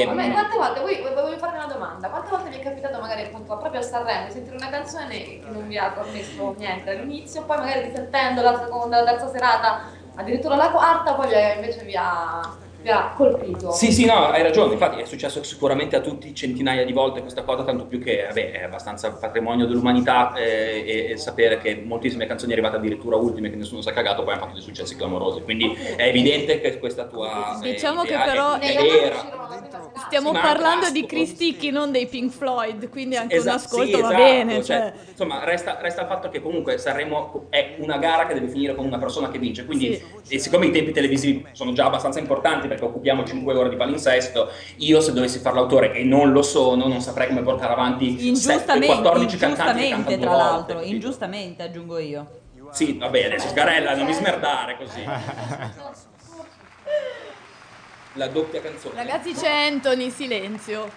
Speaker 13: Ehm,
Speaker 31: Ma quante volte, voi, volevo farvi una domanda, quante volte vi è capitato magari appunto proprio a Sanremo di sentire una canzone che non vi ha promesso niente all'inizio, poi magari risentendo la seconda, la terza serata, addirittura la quarta, poi eh, invece vi ha, vi ha colpito?
Speaker 8: Sì, sì, no, hai ragione. Infatti è successo sicuramente a tutti centinaia di volte questa cosa, tanto più che vabbè, è abbastanza patrimonio dell'umanità eh, e, e sapere che moltissime canzoni arrivate addirittura ultime che nessuno si è cagato, poi hanno fatto dei successi clamorosi. Quindi è evidente che questa tua eh,
Speaker 5: Diciamo che
Speaker 8: idea è-
Speaker 5: però-
Speaker 8: è,
Speaker 5: Negli
Speaker 8: vera.
Speaker 5: Stiamo
Speaker 8: Sì, ma
Speaker 5: parlando di
Speaker 8: classico.
Speaker 5: Cristicchi, non dei Pink Floyd, quindi anche
Speaker 8: Esa-
Speaker 5: un ascolto
Speaker 8: sì,
Speaker 5: va
Speaker 8: esatto,
Speaker 5: bene. Cioè,
Speaker 8: cioè, Insomma, resta, resta il fatto che comunque Sanremo è una gara che deve finire con una persona che vince. Quindi, e siccome i tempi televisivi sono già abbastanza importanti perché occupiamo 5 ore di palinsesto, io se dovessi fare l'autore e non lo sono, non saprei come portare avanti
Speaker 7: Ingiustamente,
Speaker 8: 14 cantanti che
Speaker 7: ingiustamente
Speaker 8: cantano due
Speaker 7: tra
Speaker 8: volte.
Speaker 7: l'altro, ingiustamente aggiungo io.
Speaker 8: Sì, vabbè, adesso Sgarella, non mi smerdare così. La doppia canzone.
Speaker 5: ragazzi, c'è Anthony, silenzio.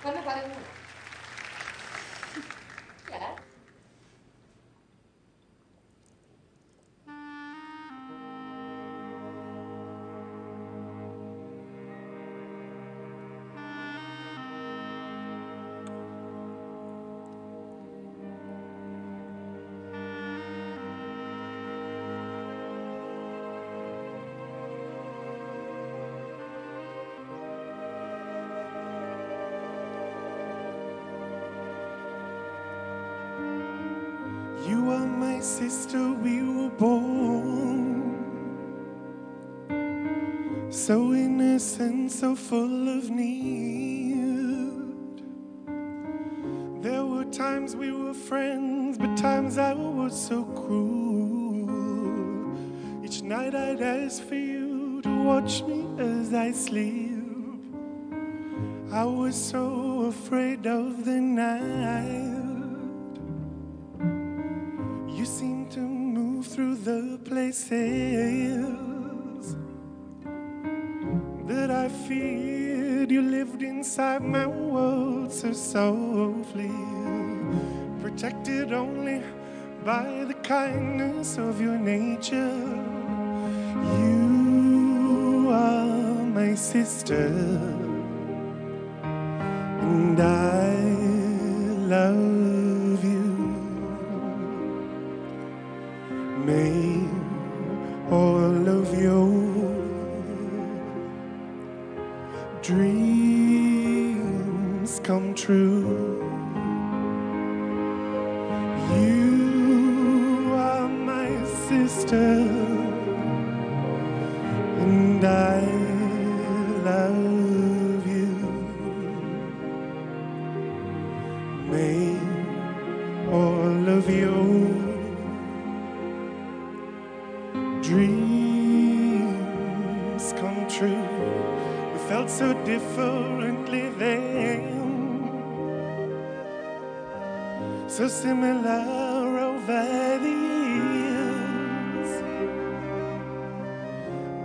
Speaker 31: Fammi fare una. Chi è?
Speaker 21: Thank Sister, we were born so innocent, so full of need. There were times we were friends, but times I was so cruel. Each night I'd ask for you to watch me as I sleep. I was so afraid of the night. You seem to move through the places that I feared. You lived inside my world so softly, protected only by the kindness of your nature. You are my sister, and I love you. May all of your dreams come true. You are my sister, and I love you. May all of your dreams come true. We felt so differently then, so similar over the years.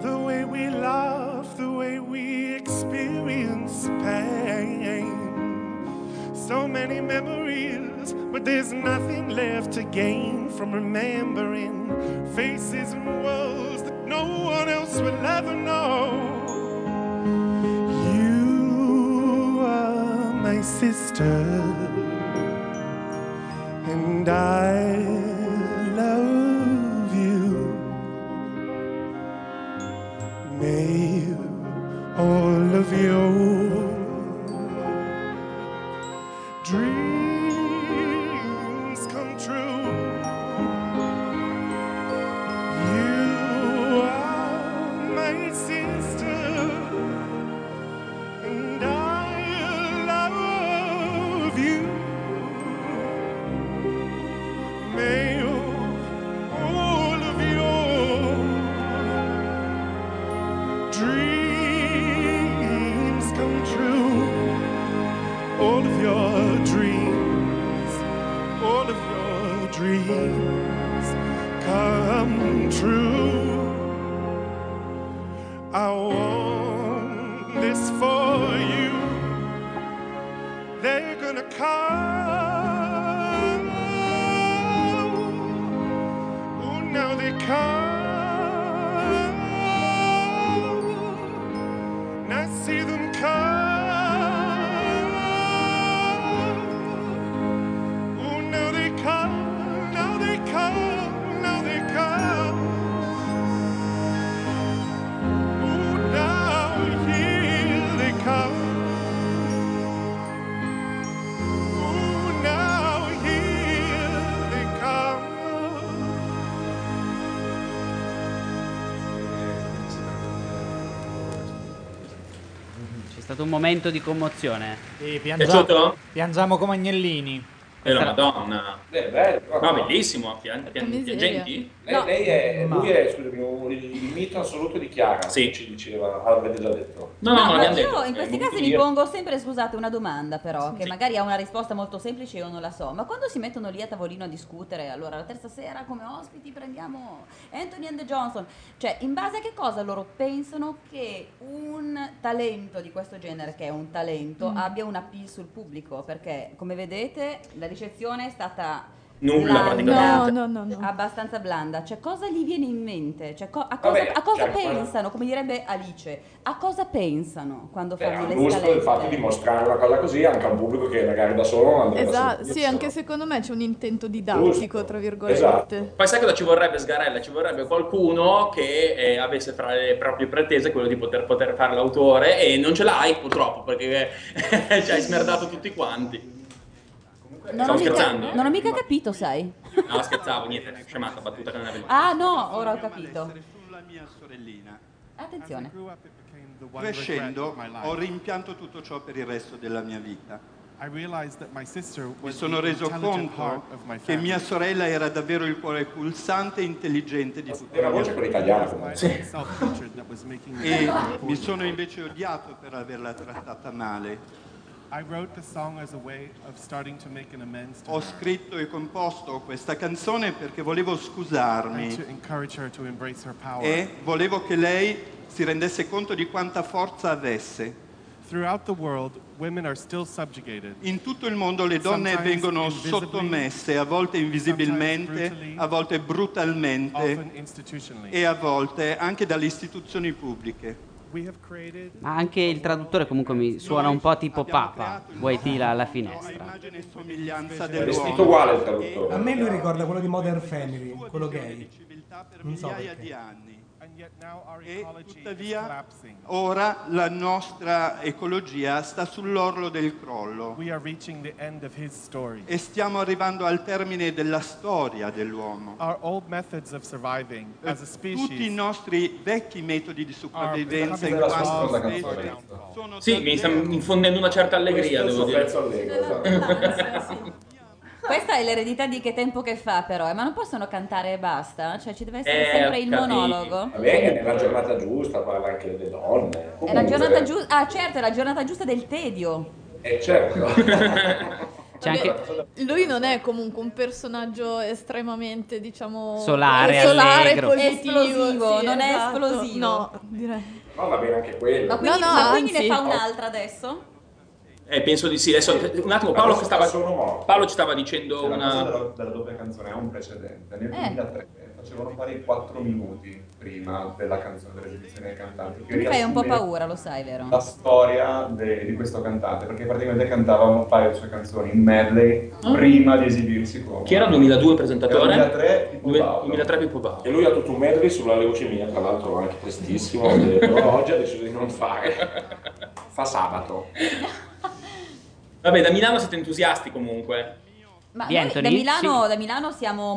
Speaker 21: The way we laugh, the way we experience pain. So many memories, but there's nothing left to gain from remembering faces and worlds that no one else will ever know. You are my sister, and I love you. May all of your dreams come true. You are my sister, and I love you. May all of your dreams come true. All of your dreams, all of your dreams come true. I want this for you. They're gonna come. Oh, now they come. And I see them come. Oh, now they come, now they come, now they come. Oh, now here they come. Oh, now here they come.
Speaker 1: C'è stato un momento di commozione.
Speaker 2: Sì,
Speaker 10: Piaciuto?
Speaker 2: piangiamo come agnellini.
Speaker 10: E la
Speaker 8: Ah.
Speaker 10: Madonna.
Speaker 2: Beh, bello, però.
Speaker 10: No, bellissimo. Pian, pian-
Speaker 2: miseria.
Speaker 10: piangenti?
Speaker 3: Eh, Lei, lei è, lui è, scusami, un- il mito assoluto di Chiara. Sì. Ci diceva, avete già detto.
Speaker 10: No, no,
Speaker 7: No,
Speaker 10: no,
Speaker 7: ma
Speaker 10: l'abbiamo
Speaker 7: io
Speaker 10: detto.
Speaker 7: in questi
Speaker 3: molto
Speaker 7: casi mi
Speaker 3: dire.
Speaker 7: pongo sempre, scusate, una domanda però, che magari ha una risposta molto semplice io non la so, ma quando si mettono lì a tavolino a discutere, allora la terza sera come ospiti prendiamo Anthony and the Johnson, cioè in base a che cosa loro pensano che un talento di questo genere, che è un talento,
Speaker 37: Mm.
Speaker 7: abbia un appeal sul pubblico? Perché come vedete la ricezione è stata...
Speaker 10: Nulla,
Speaker 7: blanda,
Speaker 10: praticamente.
Speaker 7: abbastanza blanda. Cioè, cosa gli viene in mente? Cioè, co- a cosa,
Speaker 3: Vabbè,
Speaker 7: a cosa
Speaker 3: cioè, guarda-
Speaker 7: pensano? Come direbbe Alice, a cosa pensano quando
Speaker 3: Beh, ha
Speaker 7: fanno
Speaker 3: un
Speaker 7: le
Speaker 3: gusto il
Speaker 7: scalette?
Speaker 3: fatto di mostrare una cosa così anche a un pubblico che magari da solo non andrebbe
Speaker 5: Esatto,
Speaker 3: a
Speaker 5: sì, anche secondo me c'è un intento didattico, tra
Speaker 8: Esatto.
Speaker 3: Esatto.
Speaker 5: virgolette.
Speaker 10: Poi sai cosa ci vorrebbe Sgarella? Ci vorrebbe qualcuno che eh, avesse fra le proprie pretese quello di poter, poter fare l'autore e non ce l'hai purtroppo perché eh, ci hai smerdato tutti quanti.
Speaker 7: Non ho,
Speaker 10: Stavo
Speaker 7: mica,
Speaker 10: scherzando?
Speaker 7: non ho mica capito, sai.
Speaker 8: No, scherzavo, niente, scemata, battuta che non avevo.
Speaker 7: Ah no, ora ho capito.
Speaker 39: mia sorellina.
Speaker 7: Attenzione.
Speaker 39: Crescendo ho rimpianto tutto ciò per il resto della mia vita. Mi sono reso conto che mia sorella era davvero il cuore pulsante e intelligente di tutta
Speaker 3: Era
Speaker 39: la
Speaker 3: la voce
Speaker 39: mia
Speaker 3: con l'italiano,
Speaker 39: famiglia.
Speaker 3: comunque. Sì.
Speaker 39: E mi sono invece odiato per averla trattata male.
Speaker 21: I wrote the song as a way of starting to make an amends to
Speaker 39: Ho
Speaker 21: her
Speaker 39: scritto e composto questa canzone perché volevo
Speaker 21: and to
Speaker 39: scusarmi
Speaker 21: encourage her to embrace her power.
Speaker 39: e volevo che lei si rendesse conto di quanta forza avesse.
Speaker 21: Throughout the world, women are still subjugated.
Speaker 39: In tutto il mondo le donne
Speaker 21: Sometimes
Speaker 39: vengono
Speaker 21: invisibly,
Speaker 39: sottomesse, a volte invisibilmente, a volte brutalmente
Speaker 21: Often institutionally.
Speaker 39: e a volte anche dalle istituzioni pubbliche.
Speaker 21: We have created
Speaker 1: Ma anche il traduttore comunque mi suona un po' tipo Papa, Waitila alla finestra.
Speaker 39: Somiglianza
Speaker 3: È
Speaker 39: dell'uomo.
Speaker 3: vestito uguale il traduttore.
Speaker 6: A me lui ricorda quello di Modern Family, quello gay. Non so
Speaker 39: migliaia
Speaker 6: perché.
Speaker 39: di anni. E tuttavia ora la nostra ecologia sta sull'orlo del crollo
Speaker 21: we are reaching the end of his story.
Speaker 39: e stiamo arrivando al termine della storia dell'uomo.
Speaker 21: Our old methods of surviving as a
Speaker 39: Tutti i
Speaker 21: species
Speaker 39: nostri vecchi metodi di sopravvivenza in
Speaker 21: Della
Speaker 39: quanto
Speaker 21: seconda
Speaker 39: stessi
Speaker 8: Sì, mi sta infondendo una certa allegria, devo
Speaker 3: Questo è un
Speaker 8: dire.
Speaker 3: pezzo allegro,
Speaker 7: Questa è l'eredità di che tempo che fa però, eh, ma non possono cantare e basta, cioè ci deve essere
Speaker 3: Eh,
Speaker 7: sempre il
Speaker 3: ho capito.
Speaker 7: monologo.
Speaker 3: Vabbè, che nella giornata giusta parla anche delle donne.
Speaker 7: È la
Speaker 3: Comunque,
Speaker 7: giornata giusta, ah certo, è la giornata giusta del tedio.
Speaker 3: Eh, certo.
Speaker 1: C'è anche
Speaker 5: Lui non è comunque un personaggio estremamente, diciamo,
Speaker 1: Solare,
Speaker 5: eh, solare
Speaker 1: allegro.
Speaker 5: positivo,
Speaker 7: Esplosivo,
Speaker 5: sì,
Speaker 7: non è
Speaker 5: esatto.
Speaker 7: esplosivo.
Speaker 5: No, direi.
Speaker 3: No, va bene anche quello.
Speaker 7: Ma quindi,
Speaker 5: No, no,
Speaker 7: ma quindi ne
Speaker 5: anzi.
Speaker 7: fa un'altra adesso?
Speaker 8: Eh, penso di sì. Adesso, un attimo, Paolo, che stava, Paolo ci stava dicendo
Speaker 40: La cosa
Speaker 8: una...
Speaker 40: della, della doppia canzone è un precedente. Nel
Speaker 7: Eh.
Speaker 40: 2003 facevano fare i 4 minuti prima della canzone dell'esibizione dei cantanti. che
Speaker 7: Tu mi fai un po'
Speaker 40: riassume
Speaker 7: paura, lo sai, vero?
Speaker 40: La storia de- di questo cantante, perché praticamente cantava un paio di sue canzoni in medley
Speaker 8: Ah.
Speaker 40: prima di esibirsi come.
Speaker 8: Chi era 2002 presentatore?
Speaker 40: Era 2003
Speaker 8: Due- 2003 Pippo Baudo.
Speaker 3: E lui ha tutto un medley sulla leucemia, tra l'altro anche prestissimo, che però oggi ha deciso di non fare. Fa sabato.
Speaker 8: Vabbè, da Milano siete entusiasti comunque.
Speaker 7: Ma
Speaker 8: Di
Speaker 7: noi
Speaker 8: Anthony?
Speaker 7: da, Milano,
Speaker 8: Sì.
Speaker 7: da Milano siamo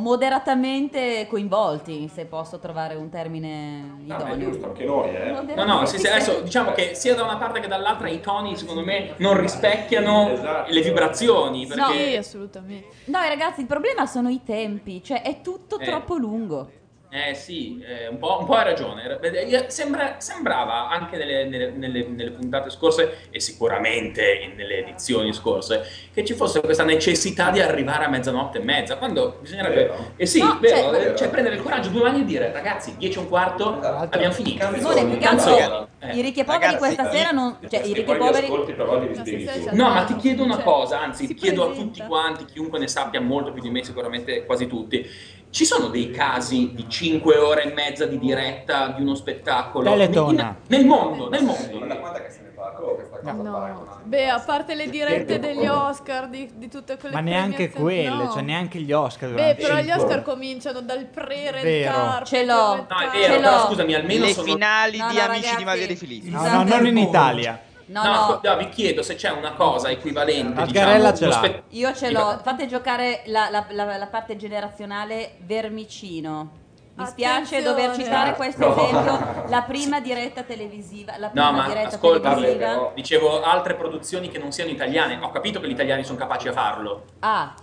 Speaker 7: moderatamente coinvolti, se posso trovare un termine idoneo.
Speaker 3: Ah, Anche noi, eh.
Speaker 8: No, no, sì, sì, adesso diciamo che sia da una parte che dall'altra i toni, secondo me,
Speaker 3: Esatto.
Speaker 8: non rispecchiano le vibrazioni. Perché...
Speaker 5: Sì, assolutamente.
Speaker 7: No, ragazzi, il problema sono i tempi, cioè è tutto
Speaker 8: Eh.
Speaker 7: troppo lungo.
Speaker 8: Eh sì, eh, un, po', un po' hai ragione. Era- eh, sembra- sembrava anche nelle, nelle- nelle- nelle puntate scorse e sicuramente in- nelle edizioni scorse che ci fosse questa necessità di arrivare a mezzanotte e mezza, quando bisognerebbe... Eh sì,
Speaker 7: No,
Speaker 8: vero,
Speaker 7: cioè-
Speaker 8: eh, cioè prendere il coraggio due mani e dire ragazzi, 10 e un quarto, abbiamo finito.
Speaker 7: Simone, più che altro oh, i ricchi e poveri
Speaker 8: Ragazzi,
Speaker 7: questa
Speaker 8: eh,
Speaker 7: sera non... Cioè, i
Speaker 3: Se
Speaker 7: ricchi e
Speaker 3: poi li
Speaker 7: poveri...
Speaker 3: ascolti però li risvegli su.
Speaker 8: No, ma ti chiedo
Speaker 7: Cioè,
Speaker 8: una cosa, anzi, chiedo a tutti quanti, chiunque ne sappia molto più di me, sicuramente quasi tutti. Ci sono dei casi di 5 ore e mezza di diretta di uno spettacolo
Speaker 2: Teletona.
Speaker 8: In- nel mondo, nel mondo.
Speaker 40: Ma da quando è che se ne parla questa cosa?
Speaker 5: No. Beh, a parte le dirette degli Oscar, di, di tutte quelle
Speaker 2: Ma neanche
Speaker 5: premiazioni-
Speaker 2: quelle,
Speaker 5: no.
Speaker 2: cioè neanche gli Oscar.
Speaker 5: Beh,
Speaker 2: durante
Speaker 5: però gli
Speaker 2: cinque ore.
Speaker 5: Oscar cominciano dal cioè,
Speaker 2: Vero.
Speaker 5: pre-rentar.
Speaker 7: Ce l'ho.
Speaker 8: No, è vero,
Speaker 7: Ce
Speaker 8: però
Speaker 7: l'ho.
Speaker 8: scusami, almeno
Speaker 13: Le
Speaker 8: sono...
Speaker 13: finali
Speaker 7: No,
Speaker 13: di
Speaker 7: no,
Speaker 13: Amici
Speaker 7: ragazzi.
Speaker 13: di Maria De Filippi.
Speaker 2: No, no, non in Italia.
Speaker 7: No,
Speaker 8: No,
Speaker 7: no,
Speaker 8: vi chiedo se c'è una cosa equivalente,
Speaker 2: La
Speaker 8: diciamo,
Speaker 2: Sgarella ce
Speaker 8: uno
Speaker 2: l'ha.
Speaker 8: spe-
Speaker 7: io ce l'ho. Fate giocare la, la- la- la parte generazionale vermicino. Mi spiace
Speaker 5: Attenzione.
Speaker 7: dover citare questo
Speaker 8: No.
Speaker 7: esempio, la prima diretta televisiva, la prima
Speaker 8: No, ma
Speaker 7: diretta
Speaker 8: ascolta,
Speaker 7: televisiva.
Speaker 8: dicevo altre produzioni che non siano italiane. Ho capito che gli italiani sono capaci a farlo.
Speaker 7: Ah,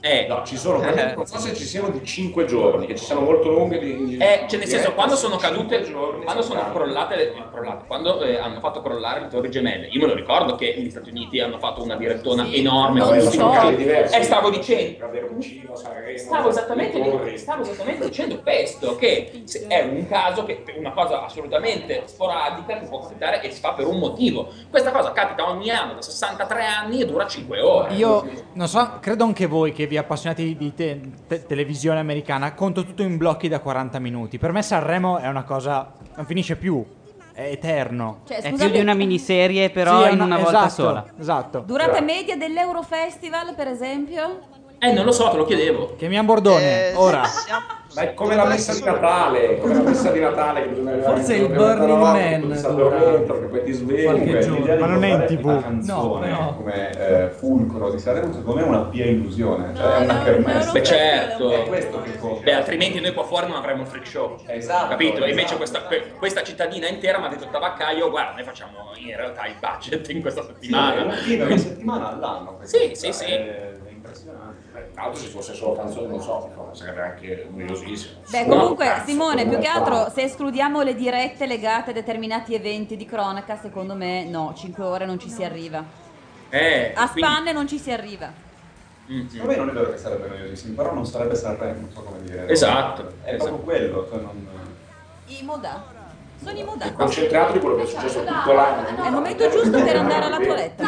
Speaker 8: Eh,
Speaker 3: No, ci sono, non so se ci siano di 5 giorni, che ci siano molto lunghe di...
Speaker 8: Eh, cioè, nel senso, quando sono cadute,
Speaker 3: giorni,
Speaker 8: quando sono
Speaker 3: soltanto.
Speaker 8: crollate, le- eh, crollate, quando eh, hanno fatto crollare le torri gemelle, io me lo ricordo che gli Stati Uniti hanno fatto una direttona
Speaker 5: Sì.
Speaker 8: enorme.
Speaker 5: Non
Speaker 8: con-
Speaker 5: so. Sono casi
Speaker 3: diversi.
Speaker 8: Eh, stavo dicendo,
Speaker 3: Vermucino, Sanremo,
Speaker 8: stavo esattamente,
Speaker 3: Torri.
Speaker 8: stavo esattamente dicendo questo, che se- è un caso che è una cosa assolutamente sporadica che può capitare e si fa per un motivo. Questa cosa capita ogni anno da 63 anni e dura 5 ore.
Speaker 2: Io non so, credo anche voi che vi appassionati di te- te- televisione americana, conto tutto in blocchi da 40 minuti. Per me Sanremo è una cosa non finisce più, è eterno.
Speaker 7: Cioè,
Speaker 1: È
Speaker 7: scusate,
Speaker 1: più di una miniserie, però
Speaker 2: Sì, è
Speaker 1: in una volta
Speaker 2: esatto,
Speaker 1: sola.
Speaker 2: Esatto.
Speaker 7: durata media dell'Eurofestival, per esempio?
Speaker 10: Eh, non lo so, te lo chiedevo.
Speaker 24: Chiamiamo
Speaker 1: Eh,
Speaker 24: Bordone, ora.
Speaker 3: Ma è come la messa di Natale, come la messa di Natale che bisogna
Speaker 24: Forse il
Speaker 3: Burning
Speaker 24: Man
Speaker 3: dentro, che poi ti svegli,
Speaker 24: qualche
Speaker 3: beh,
Speaker 24: giorno.
Speaker 3: l'idea di
Speaker 24: Ma non è in
Speaker 3: portare
Speaker 24: TV.
Speaker 3: Una canzone
Speaker 24: No, no.
Speaker 3: come eh, Fulcro di Sanremo, secondo me è una pia illusione, cioè è una kermesse.
Speaker 10: Beh, certo.
Speaker 3: È questo che conta.
Speaker 10: Beh, altrimenti noi qua fuori non avremmo il freak show.
Speaker 3: Esatto,
Speaker 10: Capito? E invece
Speaker 3: esatto,
Speaker 10: questa, que- questa cittadina intera mi ha detto Tabaccaio, guarda, noi facciamo in realtà il budget in questa
Speaker 3: Sì, è
Speaker 10: settimana.
Speaker 3: un film, è una settimana all'anno. questa
Speaker 10: Sì,
Speaker 3: cosa,
Speaker 10: sì, sì.
Speaker 3: È è impressionante. Beh, Tra l'altro se fosse solo canzone, non so, sarebbe anche noiosissimo.
Speaker 7: Beh,
Speaker 3: No,
Speaker 7: comunque,
Speaker 3: cazzo,
Speaker 7: Simone,
Speaker 3: come
Speaker 7: più che
Speaker 3: fa?
Speaker 7: altro, se escludiamo le dirette legate a determinati eventi di cronaca, secondo me no, 5 ore non ci si arriva.
Speaker 10: Eh,
Speaker 7: A
Speaker 10: quindi-
Speaker 7: spanne non ci si arriva.
Speaker 3: Secondo me non è vero che sarebbe noiosissimo, però non sarebbe Sanremo, non so come dire.
Speaker 10: Esatto,
Speaker 3: È proprio quello. cioè non-
Speaker 7: I moda. Sono i moda.
Speaker 3: Concentrato di quello che è successo tutto l'anno.
Speaker 7: È il momento giusto per andare alla toiletta.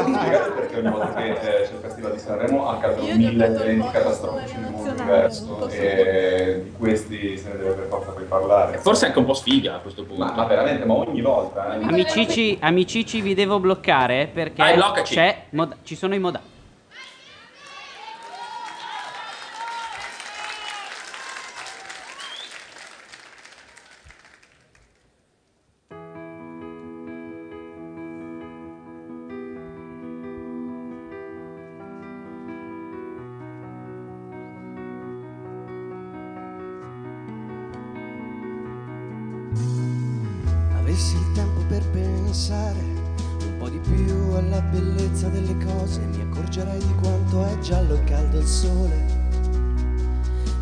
Speaker 3: Spiegate perché ogni volta che eh, c'è il Festival di Sanremo accadono mille eventi catastrofici in un mondo diverso e di questi se ne deve per forza poi parlare.
Speaker 10: Forse è anche un po' sfiga a questo punto.
Speaker 3: Ma, ma veramente, ma ogni volta. eh.
Speaker 1: Amicici, amicici, vi devo bloccare perché
Speaker 10: Vai, bloccaci.
Speaker 1: c'è mod- ci sono i moda.
Speaker 23: Avessi il tempo per pensare un po' di più alla bellezza delle cose, mi accorgerei di quanto è giallo e caldo il sole.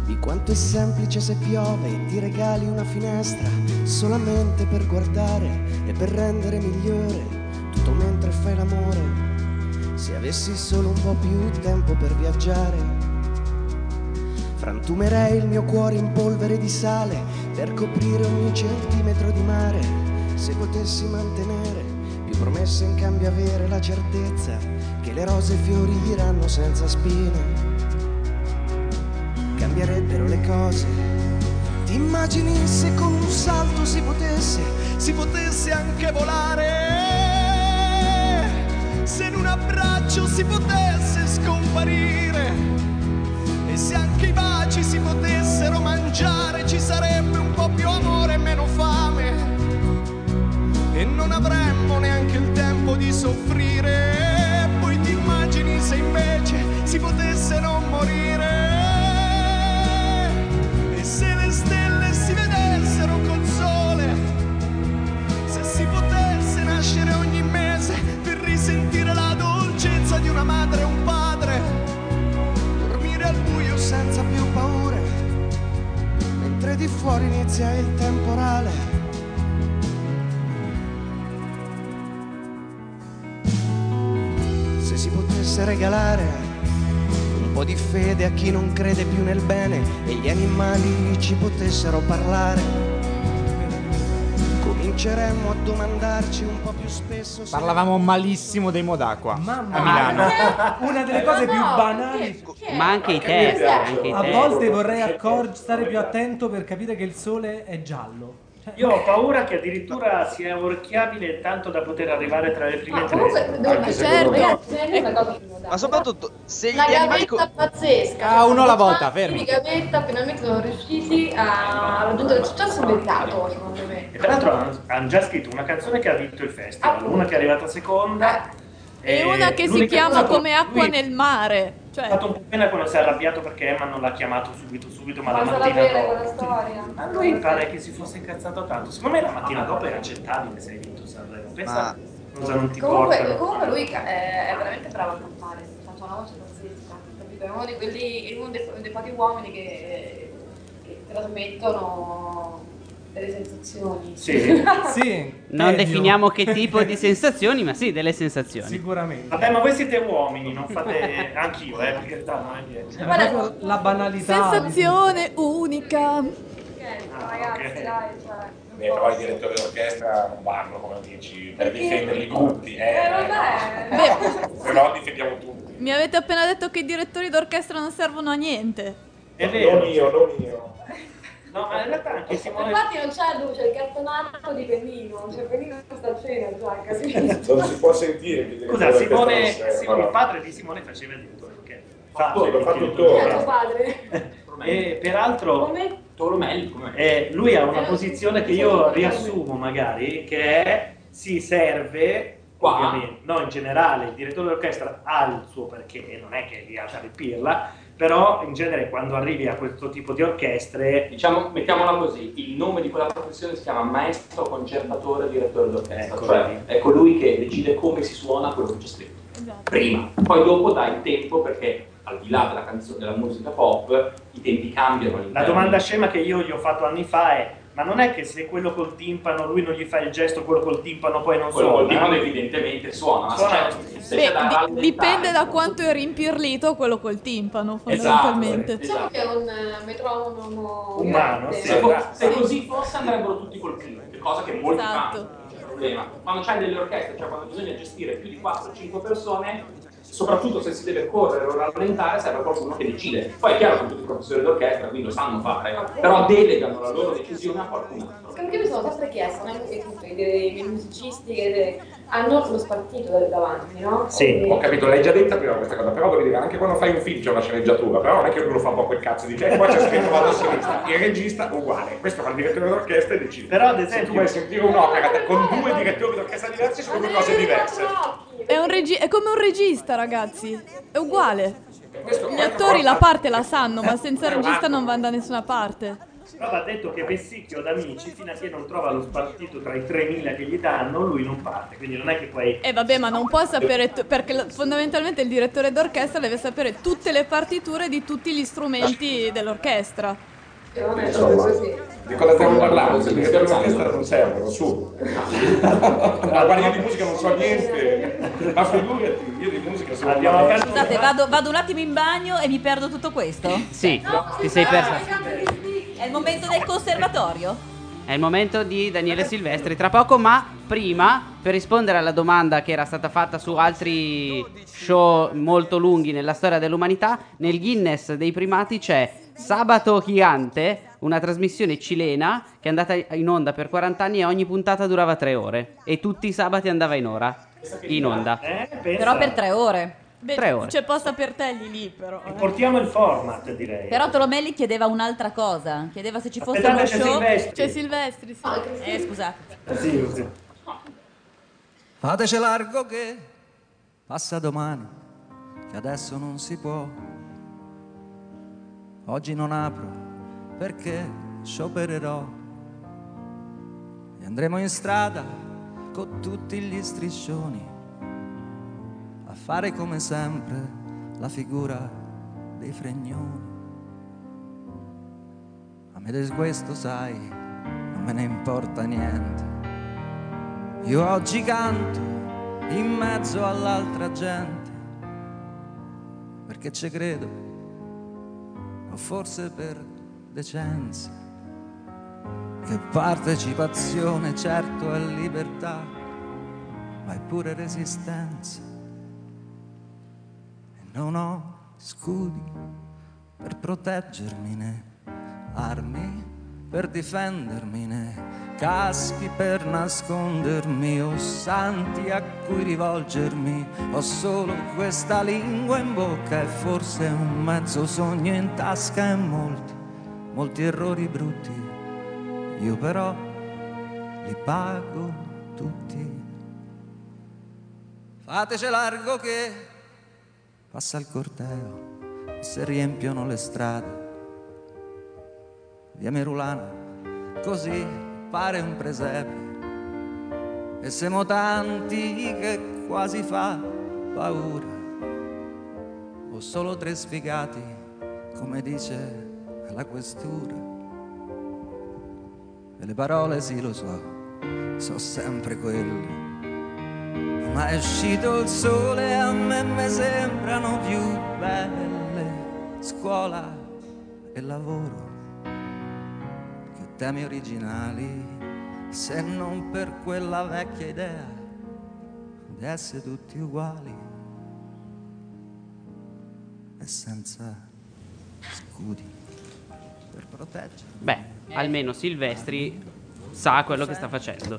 Speaker 23: Di quanto è semplice se piove e ti regali una finestra solamente per guardare e per rendere migliore tutto mentre fai l'amore. Se avessi solo un po' più tempo per viaggiare, frantumerei il mio cuore in polvere di sale per coprire ogni centimetro di mare. Se potessi mantenere più promesse in cambio avere la certezza che le rose fioriranno senza spine, cambierebbero le cose. Ti immagini se con un salto si potesse, si potesse anche volare? Se in un abbraccio si potesse scomparire e se anche i baci si potessero mangiare ci sarebbe un po' più amore e meno fame e non avremmo neanche il tempo di soffrire. Poi ti immagini se invece si potesse non morire e se le stelle si vedessero col sole, se si potesse nascere ogni mese per risentire la dolcezza di una madre e un padre, dormire al buio senza più paure, mentre di fuori inizia il temporale. se si potesse regalare un po' di fede a chi non crede più nel bene e gli animali ci potessero parlare. Cominceremmo a domandarci un po' più spesso se
Speaker 24: Parlavamo malissimo dei Modacqua a Milano.
Speaker 6: Una delle cose
Speaker 23: No,
Speaker 6: più
Speaker 23: no,
Speaker 6: banali.
Speaker 1: Ma anche i test, anche i
Speaker 13: Eh,
Speaker 6: A
Speaker 1: test.
Speaker 6: volte vorrei accor- stare più attento per capire che il sole è giallo.
Speaker 4: Io ho paura che addirittura sia orchiabile tanto da poter arrivare tra le prime tre.
Speaker 31: Ma certo, ragazzi, non è una cosa
Speaker 13: Ma soprattutto se
Speaker 31: Una
Speaker 13: gli animali.
Speaker 31: gavetta pazzesca.
Speaker 13: Ah, uno alla volta,
Speaker 31: Tanti
Speaker 13: fermi.
Speaker 31: Di gavetta, finalmente sono riusciti a raggiungere il successo meritato, secondo me.
Speaker 4: E tra l'altro hanno han già scritto una canzone che ha vinto il festival, una che è arrivata seconda.
Speaker 5: Ah. E una che si
Speaker 4: eh, l'unica
Speaker 5: chiama
Speaker 4: cosa con
Speaker 5: come acqua
Speaker 4: cui
Speaker 5: nel mare.
Speaker 4: Ho
Speaker 5: Cioè,
Speaker 4: fatto un po' pena quando si è arrabbiato perché Emma non l'ha chiamato subito subito, ma la
Speaker 31: Quanta la
Speaker 4: mattina
Speaker 31: vera
Speaker 4: dopo.
Speaker 31: quella storia.
Speaker 4: Ma lui pare che si fosse incazzato tanto. Secondo me la mattina dopo era accettabile se hai vinto Sanremo. Pensa cosa non ti
Speaker 31: Comunque,
Speaker 4: portano.
Speaker 31: comunque lui eh, è veramente bravo a cantare, cioè, ha una voce pazzesca, capito? È uno di quelli, è uno dei, dei pochi uomini che, che trasmettono delle sensazioni.
Speaker 1: Non
Speaker 4: Medio.
Speaker 1: definiamo che tipo di sensazioni, ma sì, delle sensazioni.
Speaker 6: Sicuramente.
Speaker 4: Vabbè, ma voi siete uomini, non fate. anch'io, eh, perché in realtà non è
Speaker 31: Cioè,
Speaker 4: niente.
Speaker 6: Ma proprio la banalità.
Speaker 5: sensazione unica.
Speaker 31: Ragazzi, dai, cioè.
Speaker 3: Beh, però i direttori d'orchestra non vanno, come dici, per
Speaker 31: Perché?
Speaker 3: difenderli tutti.
Speaker 31: Eh,
Speaker 3: Eh,
Speaker 31: vabbè.
Speaker 3: se no difendiamo tutti.
Speaker 5: Mi avete appena detto che i direttori d'orchestra non servono a niente.
Speaker 4: È vero.
Speaker 3: Non io, non io.
Speaker 4: No, ma in realtà anche Simone.
Speaker 31: Infatti non c'è luce, il cartonato di Benino, cioè Benino sta a cena, già, capito?
Speaker 3: Non si può sentire.
Speaker 4: Scusa, Simone,
Speaker 3: Questa eh, non serve,
Speaker 4: Simone-
Speaker 3: no.
Speaker 4: il padre di Simone faceva il direttore d'orchestra.
Speaker 3: Fatto,
Speaker 4: fatto
Speaker 31: è tuo
Speaker 4: tuttora.
Speaker 31: padre?
Speaker 4: E peraltro
Speaker 31: Come?
Speaker 4: Tolomelli, eh, lui ha una posizione che io riassumo magari, che è si serve, ovviamente, no in generale, il direttore d'orchestra ha il suo perché, e non è che li ha da ripirla, però in genere quando arrivi a questo tipo di orchestre...
Speaker 8: Diciamo, mettiamola così, il nome di quella professione si chiama maestro concertatore direttore d'orchestra,
Speaker 4: Ecco,
Speaker 8: cioè
Speaker 4: vedi.
Speaker 8: è colui che decide come si suona quello che c'è scritto. Prima, poi dopo dà il tempo perché al di là della canzone, della musica pop, i tempi cambiano.
Speaker 4: La domanda scema che io gli ho fatto anni fa è, ma non è che se quello col timpano, lui non gli fa il gesto, quello col timpano poi non
Speaker 8: Quello col
Speaker 4: suona?
Speaker 8: timpano evidentemente suona, ma
Speaker 4: Suona-
Speaker 8: cioè, se
Speaker 5: Beh,
Speaker 8: c'è da
Speaker 5: di-
Speaker 8: rallentare-
Speaker 5: dipende da quanto è rimpirlito quello col timpano,
Speaker 8: Esatto,
Speaker 5: fondamentalmente.
Speaker 31: Diciamo che è un eh, metronomo
Speaker 8: Umano,
Speaker 31: grande.
Speaker 8: sì. Eh, Esatto. Se co- se così fosse andrebbero tutti colpiti, cosa che molti
Speaker 31: Esatto.
Speaker 8: fanno, non c'è problema. Quando c'hai delle orchestre, cioè quando bisogna gestire più di 4-5 persone, soprattutto se si deve correre o rallentare, serve qualcuno che decide. Poi è chiaro che tutti i professori d'orchestra quindi lo sanno fare, però delegano la loro decisione a qualcun altro.
Speaker 31: Perché mi sono sempre chiesta, no, i- i- i- i miei musicisti che eh, hanno lo spartito da- davanti, no? E-
Speaker 3: Ho capito, l'hai già detta prima questa cosa, però voglio dire, anche quando fai un film c'è una sceneggiatura, però non è che uno fa un po' quel cazzo di te, qua c'è scritto vado a sinistra, il regista uguale, questo fa il direttore d'orchestra e decide.
Speaker 4: Però ad
Speaker 3: Se tu
Speaker 4: esempio-
Speaker 3: vuoi sentire un'opera da- con due direttori d'orchestra diversi sono due cose diverse.
Speaker 5: È, un regi- è come un regista, ragazzi. È uguale. Gli attori la parte la sanno,
Speaker 8: Eh,
Speaker 5: ma senza regista non vanno da nessuna parte.
Speaker 4: Però va detto che Vessicchio ad amici, fino a che non trova lo spartito tra i 3.000 che gli danno, lui non parte. Quindi non è che poi...
Speaker 5: E vabbè, ma non può sapere, tu- perché la- fondamentalmente il direttore d'orchestra deve sapere tutte le partiture di tutti gli strumenti dell'orchestra.
Speaker 3: Insomma, di cosa stiamo parlando? Il direttore d'orchestra non servono, su. Ma guarda, io di musica non so niente, ma figurati, io di musica sono...
Speaker 4: Abbiamo
Speaker 3: un-
Speaker 7: Scusate, vado, vado un attimo in bagno e mi perdo tutto questo?
Speaker 1: Sì, ti sei persa.
Speaker 7: È il momento del conservatorio?
Speaker 1: È il momento di Daniele Silvestri tra poco, ma prima, per rispondere alla domanda che era stata fatta su altri show molto lunghi nella storia dell'umanità, nel Guinness dei primati c'è Sabato Gigante, una trasmissione cilena che è andata in onda per 40 anni e ogni puntata durava 3 ore e tutti i sabati andava in ora, in onda.
Speaker 7: Però per tre ore. Cioè,
Speaker 5: Beh,
Speaker 1: Eh, Tre ore.
Speaker 5: C'è posta per te lì, lì però. eh.
Speaker 4: Portiamo il format, direi.
Speaker 7: Però Tolomelli chiedeva un'altra cosa, chiedeva se ci fosse
Speaker 4: Aspettate,
Speaker 7: uno
Speaker 4: c'è
Speaker 7: show.
Speaker 4: Silvestri.
Speaker 28: Cioè,
Speaker 5: C'è Silvestri, sì.
Speaker 31: Ah,
Speaker 7: Eh, scusate.
Speaker 4: Sì, sì.
Speaker 28: Fatece largo che passa domani, che adesso non si può. Oggi non apro perché sciopererò. E andremo in strada con tutti gli striscioni a fare come sempre la figura dei fregnoni. A me di questo sai, non me ne importa niente. Io oggi canto in mezzo all'altra gente, perché ci credo, o forse per decenza, che partecipazione certo è libertà, ma è pure resistenza. E non ho scudi per proteggermi né armi per difendermi né caschi per nascondermi o santi a cui rivolgermi ho solo questa lingua in bocca e forse un mezzo sogno in tasca e molti molti errori brutti io però li pago tutti fatece largo che passa il corteo e si riempiono le strade via Merulana così pare un presepe. E siamo tanti che quasi fa paura. Ho solo tre sfigati, come dice la questura. E le parole sì lo so, so sempre quelle. Ma è uscito il sole e a me mi sembrano più belle scuola e lavoro temi originali se non per quella vecchia idea di essere tutti uguali e senza scudi per proteggermi.
Speaker 1: Beh, almeno Silvestri sa quello che sta facendo.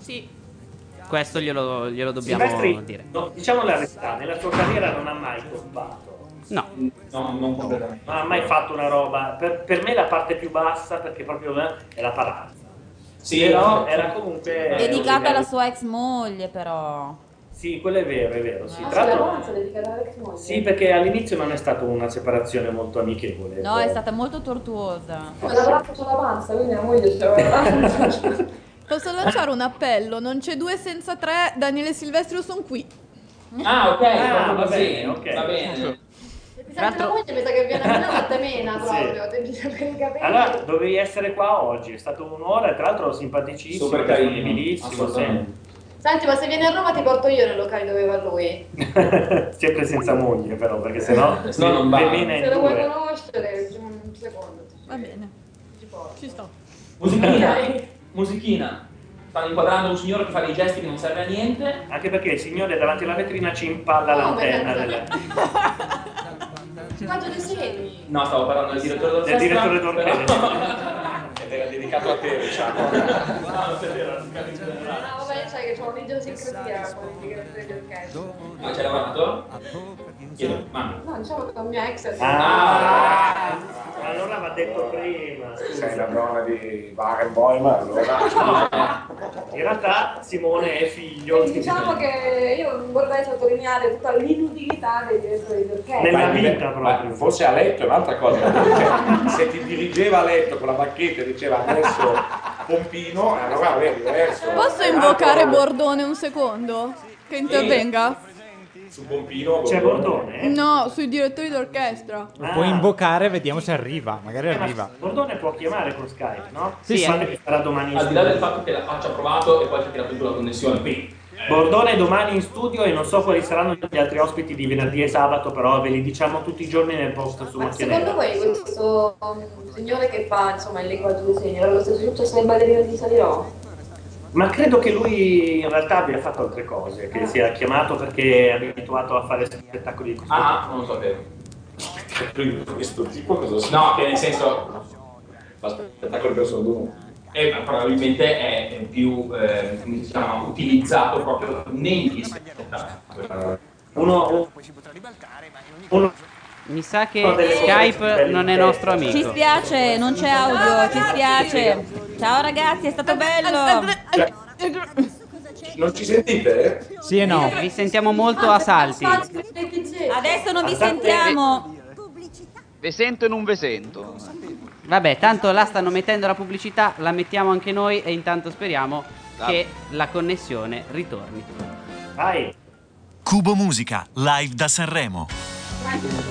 Speaker 1: Questo glielo, glielo dobbiamo
Speaker 4: Silvestri,
Speaker 1: dire.
Speaker 4: no, diciamo la verità, nella sua carriera non ha mai colpato.
Speaker 1: No.
Speaker 10: No, non completamente.
Speaker 4: Non ha mai fatto una roba. Per, per me la parte più bassa, perché proprio eh, è la paranza.
Speaker 10: Sì,
Speaker 4: Però era comunque.
Speaker 7: Dedicata alla sua ex moglie, però.
Speaker 4: Sì, quello è vero, è vero. Sì.
Speaker 31: Ah,
Speaker 4: Tra
Speaker 31: c'è la
Speaker 4: l'altro-
Speaker 31: romanza dedicata alla ex moglie.
Speaker 4: sì, perché all'inizio non è stata una separazione molto amichevole.
Speaker 7: No, è stata molto tortuosa.
Speaker 31: Ho lavorato sulla panza, quindi la moglie "Oh, c'era.
Speaker 5: Posso lanciare un appello? Non c'è due senza tre, Daniele Silvestro sono qui.
Speaker 8: Ah, ok,
Speaker 4: Ah,
Speaker 8: proprio
Speaker 4: va
Speaker 8: così,
Speaker 4: bene, ok.
Speaker 8: va bene.
Speaker 31: Mi sento la moglie, Cioè, mi sa che viene a Milano a te mena
Speaker 4: Sì.
Speaker 31: proprio. Devi sapere i capelli.
Speaker 4: Allora, dovevi essere qua oggi, è stato un'ora e tra l'altro simpaticissimo,
Speaker 8: Super carino,
Speaker 4: disponibilissimo,
Speaker 8: assolutamente.
Speaker 31: Senti, ma se vieni a Roma ti porto io nei locali dove va lui.
Speaker 4: sempre, sempre senza moglie però, perché sennò
Speaker 8: Eh, Sì, non va.
Speaker 4: le mena
Speaker 31: Se
Speaker 4: in
Speaker 31: lo vuoi
Speaker 4: due.
Speaker 31: conoscere, un secondo. Va bene. Ci porto. Ci sto.
Speaker 8: Musichina, musichina. Stanno inquadrando un signore che fa dei gesti che non serve a niente.
Speaker 4: Anche perché il signore davanti alla vetrina ci impalla
Speaker 8: No,
Speaker 4: l'antenna
Speaker 8: ma-
Speaker 4: del,
Speaker 31: Ma dove sei?
Speaker 8: No, stavo parlando del direttore
Speaker 4: del
Speaker 8: d'orchestra.
Speaker 4: direttore d'orchestra.
Speaker 8: Ed era dedicato a te, diciamo.
Speaker 31: Ah, vabbè, sai che c'ho un'idiosincrasia con il direttore di orchestra.
Speaker 8: Ma c'è lavorato? Chiedo, ma...
Speaker 31: No, diciamo che con mia ex.
Speaker 4: Ah, allora va detto prima.
Speaker 3: Sei la nonna di Barenboim, allora.
Speaker 4: In realtà Simone è figlio.
Speaker 31: Diciamo che io non vorrei sottolineare tutta l'inutilità dei direttori di orchestra.
Speaker 4: Nella
Speaker 3: Beh,
Speaker 4: vita
Speaker 3: beh,
Speaker 4: proprio.
Speaker 3: Ah, Forse a letto è un'altra cosa. Cioè, se ti dirigeva a letto con la bacchetta e diceva adesso pompino, allora vedi, adesso.
Speaker 5: Posso invocare
Speaker 3: Ah,
Speaker 5: Bordone un secondo? Che intervenga?
Speaker 3: Su pompino.
Speaker 4: C'è Bordone?
Speaker 5: No, sui direttori d'orchestra.
Speaker 24: Lo puoi invocare, vediamo se arriva. Magari
Speaker 4: Ma
Speaker 24: arriva.
Speaker 4: Bordone può chiamare con Skype, no?
Speaker 24: Sì, sì.
Speaker 4: Quando che sarà domani in
Speaker 8: Al di là del
Speaker 4: studio.
Speaker 8: fatto che la faccia ha provato e poi ci ha tirato giù la connessione, quindi...
Speaker 4: Bordone domani in studio e non so quali saranno gli altri ospiti di venerdì e sabato, però ve li diciamo tutti i giorni nel post su
Speaker 31: Ma
Speaker 4: Macchia
Speaker 31: secondo voi questo um, signore che fa insomma il linguaggio dei segni era lo stesso successo del ballerino di Salirò?
Speaker 4: Ma credo che lui in realtà abbia fatto altre cose,
Speaker 8: Ah.
Speaker 4: che sia chiamato perché è abituato a fare spettacoli di questo
Speaker 8: Ah, non lo sapevo.
Speaker 3: Questo tipo cosa
Speaker 8: No, che nel senso...
Speaker 3: Spettacolo verso l'uno.
Speaker 8: eh, ma probabilmente è è più eh, come si chiama, utilizzato proprio negli spettacoli.
Speaker 4: Uno, uno
Speaker 1: Mi sa che
Speaker 8: Fa delle
Speaker 1: Skype
Speaker 8: cose
Speaker 1: non è nostro amico.
Speaker 7: Ci spiace, non c'è audio, ci spiace. Ciao ragazzi, è stato bello.
Speaker 3: Cioè, Non ci sentite?
Speaker 24: Sì e no.
Speaker 1: Vi sentiamo molto a salti.
Speaker 7: Adesso non vi
Speaker 1: Aspetta.
Speaker 3: eh,
Speaker 7: sentiamo.
Speaker 13: Ve sento e non ve sento.
Speaker 1: Vabbè, tanto là stanno mettendo la pubblicità, la mettiamo anche noi e intanto speriamo
Speaker 13: Ah.
Speaker 1: che la connessione ritorni.
Speaker 4: Vai.
Speaker 29: Cubo Musica, live da Sanremo.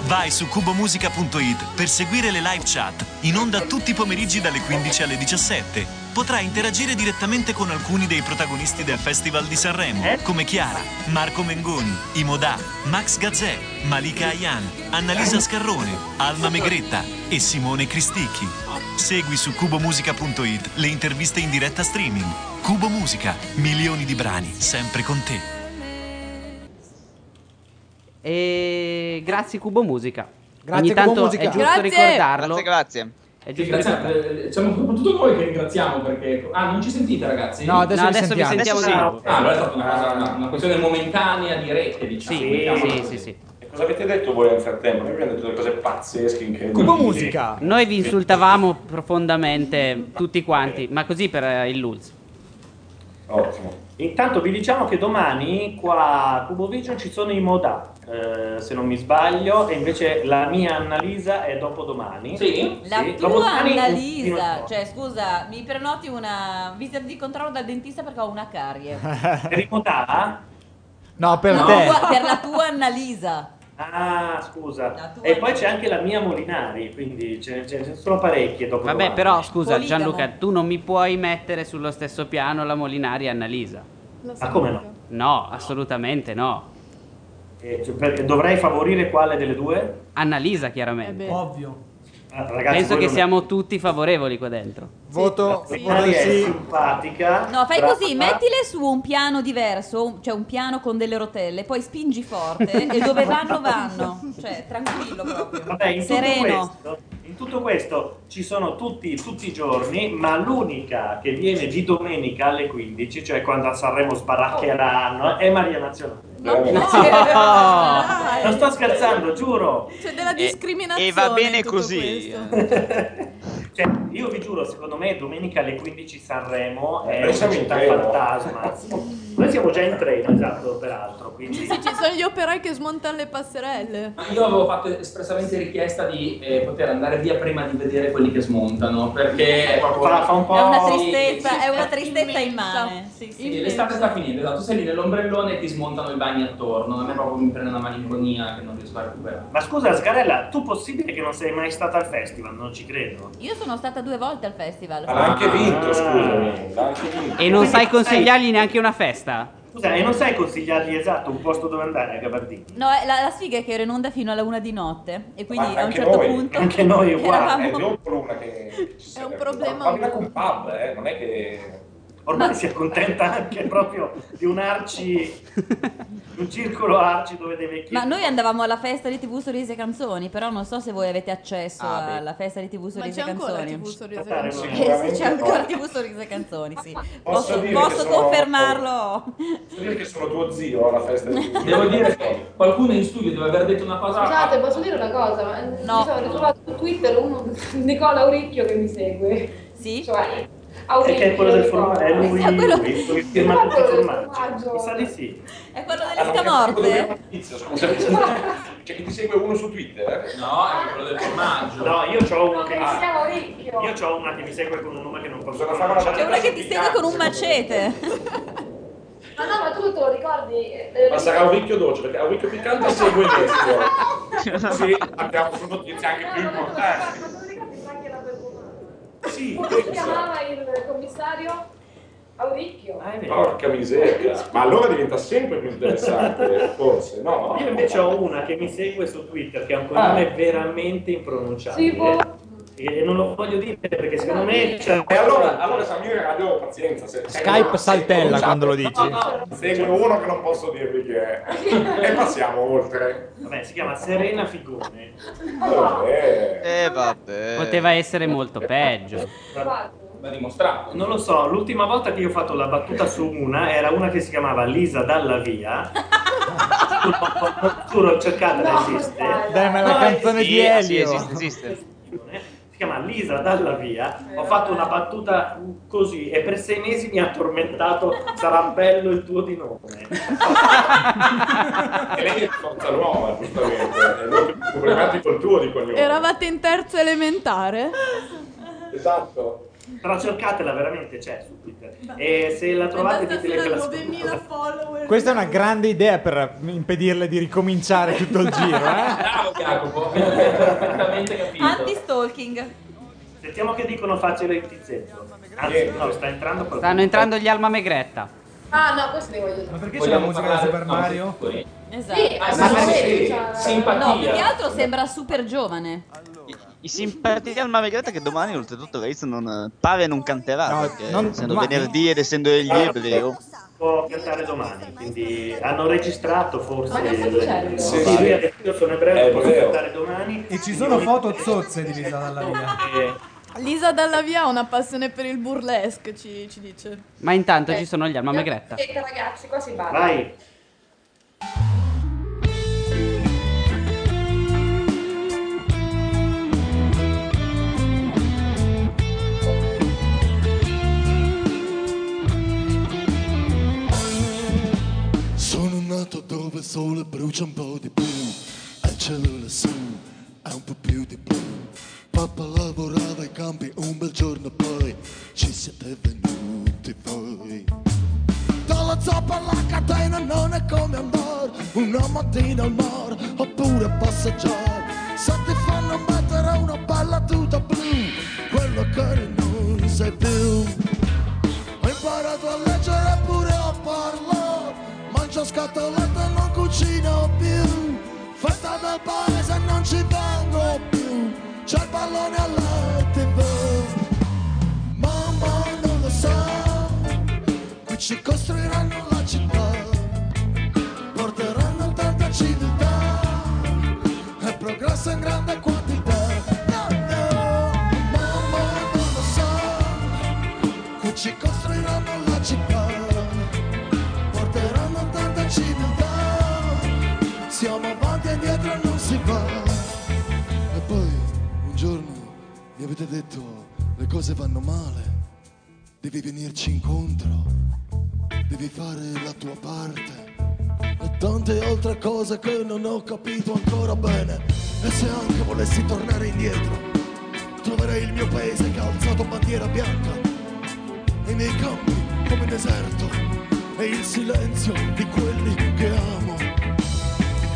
Speaker 29: Vai su cubomusica.it per seguire le live chat in onda tutti i pomeriggi dalle 15 alle 17. Potrai interagire direttamente con alcuni dei protagonisti del Festival di Sanremo, come Chiara, Marco Mengoni, Imodà, Max Gazzè, Malika Ayan, Annalisa
Speaker 4: Eh?
Speaker 29: Scarrone, Alma Megretta e Simone Cristicchi. Segui su cubomusica.it le interviste in diretta streaming. Cubo Musica, milioni di brani sempre con te.
Speaker 1: E grazie Cubo Musica.
Speaker 13: Grazie,
Speaker 1: Ogni
Speaker 13: Cubo
Speaker 1: tanto
Speaker 13: Musica.
Speaker 1: è giusto
Speaker 13: Grazie.
Speaker 1: ricordarlo.
Speaker 13: Grazie, grazie.
Speaker 1: È
Speaker 8: Sì,
Speaker 1: giusto ricordarlo.
Speaker 8: grazie, eh, siamo soprattutto noi che ringraziamo perché... Ah, non ci sentite ragazzi?
Speaker 24: No, adesso No, vi adesso vi
Speaker 1: sentiamo. sentiamo di nuovo.
Speaker 8: Ah, allora è stata una, cosa- una- una questione momentanea di rete, diciamo.
Speaker 1: Sì,
Speaker 8: mettiamola
Speaker 1: sì,
Speaker 8: così.
Speaker 1: sì, sì.
Speaker 3: E cosa avete detto voi nel frattempo? Noi abbiamo detto delle cose pazzesche, incredibili.
Speaker 1: Noi vi insultavamo profondamente tutti quanti, ma così per eh, il Lulz.
Speaker 3: Ottimo.
Speaker 4: Intanto vi diciamo che domani qua a Cubo Vision ci sono i moda, eh, se non mi sbaglio, e invece la mia Annalisa è dopodomani.
Speaker 8: Sì.
Speaker 7: La
Speaker 4: eh, Sì,
Speaker 7: tua
Speaker 4: dopodomani in-
Speaker 7: Annalisa, cioè scusa, mi prenoti una visita di controllo dal dentista perché ho una carie.
Speaker 4: Per i moda?
Speaker 24: No, per
Speaker 7: No,
Speaker 24: te.
Speaker 7: gua- per la tua Annalisa.
Speaker 4: Ah, scusa.
Speaker 7: tua
Speaker 4: E poi
Speaker 7: Annalisa.
Speaker 4: c'è anche la mia Molinari, quindi ce ce- ce ne sono parecchie dopodomani.
Speaker 1: Vabbè, però scusa
Speaker 7: Poligamo.
Speaker 1: Gianluca, tu non mi puoi mettere sullo stesso piano la Molinari e Annalisa.
Speaker 4: Ma Ah, come no?
Speaker 1: No, assolutamente no.
Speaker 4: Eh, cioè, perché dovrei favorire quale delle due?
Speaker 1: Annalisa,
Speaker 7: Eh
Speaker 1: chiaramente.
Speaker 6: Ovvio.
Speaker 4: Ah, Eh ragazzi,
Speaker 1: Penso
Speaker 4: voi
Speaker 1: che
Speaker 4: non-
Speaker 1: siamo tutti favorevoli qua dentro.
Speaker 24: Voto.
Speaker 4: La Molinari
Speaker 24: voto
Speaker 4: è
Speaker 24: sì.
Speaker 4: simpatica.
Speaker 7: No, fai
Speaker 4: brava.
Speaker 7: così, mettile su un piano diverso, un- cioè un piano con delle rotelle, poi
Speaker 4: Eh,
Speaker 7: spingi forte e dove vanno vanno. Cioè, tranquillo proprio.
Speaker 4: Vabbè, in tutto
Speaker 7: Sereno.
Speaker 4: questo, In tutto questo ci sono tutti, tutti i giorni, ma l'unica che viene di domenica alle 15, cioè quando a Sanremo sbaraccheranno, è Maria Nazionale. Non sto scherzando, giuro.
Speaker 5: C'è della
Speaker 13: E-
Speaker 5: discriminazione.
Speaker 13: Eh, e va bene
Speaker 5: in tutto
Speaker 13: così.
Speaker 5: questo.
Speaker 4: Cioè, io vi giuro, secondo me domenica alle 15 Sanremo
Speaker 3: Eh,
Speaker 4: è
Speaker 3: noi
Speaker 4: una
Speaker 3: siamo in
Speaker 4: città
Speaker 3: treno.
Speaker 4: fantasma. Noi siamo già in treno, esatto, peraltro. Quindi...
Speaker 5: Sì, sì, ci sono gli operai che smontano le passerelle.
Speaker 8: Io avevo fatto espressamente richiesta di eh, poter andare via prima di vedere quelli che smontano, perché è proprio...
Speaker 4: Fa- fa un po'-
Speaker 7: È una
Speaker 8: Sì,
Speaker 7: tristezza, è una
Speaker 5: Immensa.
Speaker 7: tristezza immane.
Speaker 5: Sì, sì.
Speaker 8: sì, l'estate sta finendo, esatto, sei lì nell'ombrellone e ti smontano i bagni attorno, a me proprio mi prende una malinconia che non riesco a recuperare.
Speaker 4: Ma scusa, Sgarella, tu possibile che non sei mai stata al festival? Non ci credo.
Speaker 7: Io sono stata due volte al festival.
Speaker 4: L'ha
Speaker 5: Ah.
Speaker 4: anche vinto, scusami.
Speaker 1: E non sai consigliargli neanche una festa?
Speaker 4: Scusa, e non sai consigliargli esatto un posto dove andare a Gabardini?
Speaker 7: No, eh, la, la sfiga è che ero in onda fino alla una di notte e quindi
Speaker 4: Ma
Speaker 7: a un
Speaker 4: anche
Speaker 7: certo
Speaker 4: noi,
Speaker 7: punto
Speaker 4: anche noi uguale,
Speaker 7: eravamo-
Speaker 4: eh,
Speaker 3: non per una che ci sia.
Speaker 5: È un problema.
Speaker 3: Parla con pub, eh, non è che...
Speaker 4: Ormai si accontenta anche proprio di un arci, un circolo arci dove deve chiedere.
Speaker 7: Ma noi andavamo alla festa di TV Sorrisi e Canzoni, però non so se voi avete accesso
Speaker 4: Ah, beh.
Speaker 7: alla festa di TV Sorrisi e
Speaker 5: c'è ancora
Speaker 7: Canzoni.
Speaker 5: TV Sorrisi e
Speaker 7: Eh, sì,
Speaker 5: Canzoni?
Speaker 7: c'è ancora TV Sorrisi e Canzoni, sì.
Speaker 3: Posso
Speaker 7: Posso,
Speaker 3: dire
Speaker 7: posso
Speaker 3: che sono-
Speaker 7: confermarlo.
Speaker 3: Posso dire che sono tuo zio alla festa di
Speaker 8: Devo dire che qualcuno in studio deve aver detto una cosa...
Speaker 7: Esatto.
Speaker 31: Scusate, posso dire una cosa? Ma no. ho trovato su Twitter uno, Nicola Auricchio che mi segue.
Speaker 7: Sì?
Speaker 31: Cioè,
Speaker 4: E
Speaker 31: Auricchio.
Speaker 4: che è quello del formaggio, è lui,
Speaker 7: Sì, è quello-
Speaker 4: lui, lui
Speaker 31: È
Speaker 4: firmato del
Speaker 31: quello del
Speaker 4: formaggio. Mi sa di sì.
Speaker 7: È quello
Speaker 3: Ah,
Speaker 7: delle scamorte?
Speaker 3: Tizio, scusa. Cioè, che ti segue uno su Twitter? eh?
Speaker 8: No, è quello del formaggio.
Speaker 4: No, io c'ho uno che oh. mi
Speaker 31: Si chiama Auricchio.
Speaker 4: Io c'ho una che mi segue con un nome che non posso
Speaker 3: Bisogna fare una Cioè,
Speaker 7: C'è una
Speaker 4: pronunciare.
Speaker 7: che ti segue con un macete.
Speaker 31: Ma no, ma tu te lo ricordi? Eh,
Speaker 3: Ma sarà un ricchio dolce, perché un ricchio piccante segue Nestor. Sì, abbiamo su notizie anche più importanti.
Speaker 31: Ma te lo ricordi Franchi alla Bergomano?
Speaker 3: Sì,
Speaker 31: Come si chiamava il commissario? Auricchio.
Speaker 3: Porca miseria. Ma allora diventa sempre più interessante, forse, no?
Speaker 4: Io invece ho una che mi segue su Twitter che ha un
Speaker 3: Ah.
Speaker 4: cognome veramente impronunciabile.
Speaker 3: Tipo?
Speaker 4: E non lo voglio dire perché secondo me c'è...
Speaker 3: E allora, allora Samir Radio, pazienza. Se, se-
Speaker 24: Skype saltella quando lo dici.
Speaker 3: Segue uno che non posso dirvi che è. E passiamo oltre.
Speaker 4: Vabbè, si chiama Serena Figone.
Speaker 13: Eh vabbè.
Speaker 1: Poteva essere molto peggio.
Speaker 8: Va dimostrato.
Speaker 4: Non lo so, l'ultima volta che io ho fatto la battuta su una era una che si chiamava Lisa Dalla Via. Giuro, Giuro, cercatela, esiste.
Speaker 24: Dai, ma è la
Speaker 4: No,
Speaker 24: canzone
Speaker 4: esiste,
Speaker 24: di Elio.
Speaker 4: sì, esiste, esiste. Si chiama Lisa Dalla Via. Ho fatto una battuta così e per sei mesi mi ha tormentato. Sarà bello il tuo di nome.
Speaker 3: E lei è forza nuova, giustamente. eh, È molto più problematico il tuo di cognome.
Speaker 5: Eravate in terza elementare?
Speaker 3: Esatto.
Speaker 4: Però cercatela veramente, c'è su Twitter. E se la trovate ditele che la scrivo.
Speaker 5: follower.
Speaker 24: Questa è una grande idea per impedirle di ricominciare tutto il giro, eh?
Speaker 8: Bravo Jacopo, perfettamente capito.
Speaker 7: Anti-stalking.
Speaker 4: Sentiamo che dicono facile il tizzetto. Anzi, no, sta entrando qualcuno.
Speaker 1: Stanno entrando gli Alma Megretta.
Speaker 31: Ah no, questo ne voglio Ma
Speaker 6: Perché c'è la musica di Super Mario?
Speaker 7: Esatto.
Speaker 31: Sì,
Speaker 8: Ah,
Speaker 31: ma
Speaker 8: sì,
Speaker 31: non
Speaker 8: sì,
Speaker 31: vedi,
Speaker 8: sì.
Speaker 31: cioè-
Speaker 8: Simpatia.
Speaker 7: No, più che altro sembra super giovane.
Speaker 13: I simpatici al Mavegretta che domani oltretutto Reis non eh, pare non canterà, perché
Speaker 4: non-
Speaker 13: essendo
Speaker 4: domani-
Speaker 13: venerdì ed essendo oh. egli ebreo.
Speaker 4: può cantare domani, quindi hanno registrato forse
Speaker 31: Ma che sta dicendo?
Speaker 4: il...
Speaker 31: Sì,
Speaker 4: Sì, lui
Speaker 31: sì.
Speaker 4: ha detto io sono ebreo,
Speaker 3: È
Speaker 4: può
Speaker 3: vero.
Speaker 4: cantare domani.
Speaker 6: E ci sono foto zozze di Lisa dalla via.
Speaker 13: Eh.
Speaker 4: E-
Speaker 5: Lisa Dalla Via ha una passione per il burlesque, ci, ci dice.
Speaker 1: Ma intanto
Speaker 31: Eh.
Speaker 1: ci sono gli Alma Megretta.
Speaker 31: Aspetta, ragazzi, qua si va.
Speaker 1: Vai.
Speaker 22: Sono nato dove il sole brucia un po' di più, al cielo lassù è un po' più di blu. Papà lavorava ai campi un bel giorno poi ci siete venuti voi. Dalla zoppa alla catena non è come andare una mattina al mare oppure passeggiare. Se ti fanno mettere una bella tuta blu, quello che non sei più. Ho imparato a leggere e pure a parlare Mangio scatolette e non cucino più Festa del paese non ci vengo più C'è il pallone alla tv Mamma non lo sa Qui ci costruiranno la città Porteranno tanta civiltà E progresso in grande quantità Yeah, yeah. Siamo avanti e indietro non si va. E poi un giorno mi avete detto le cose vanno male, devi venirci incontro, devi fare la tua parte. E tante altre cose che non ho capito ancora bene. E se anche volessi tornare indietro, troverei il mio paese che ha alzato bandiera bianca. E nei campi come deserto, e il silenzio di quelli che amo.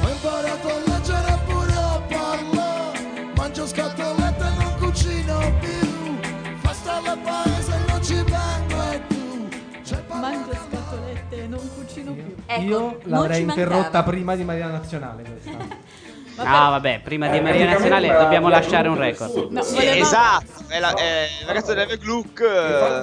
Speaker 22: Ho imparato a leggere e pure a parlare, mangio scatolette e non cucino più, fasta al paese e non ci vengo e
Speaker 5: Mangio scatolette e non cucino più. Ecco,
Speaker 6: Io l'avrei interrotta prima di Maria Nazionale. questa.
Speaker 1: No, Ah, vabbè, prima di Maria Nazionale dobbiamo lasciare un record.
Speaker 13: Sì, Esatto, è la, è il ragazzo del Gluck.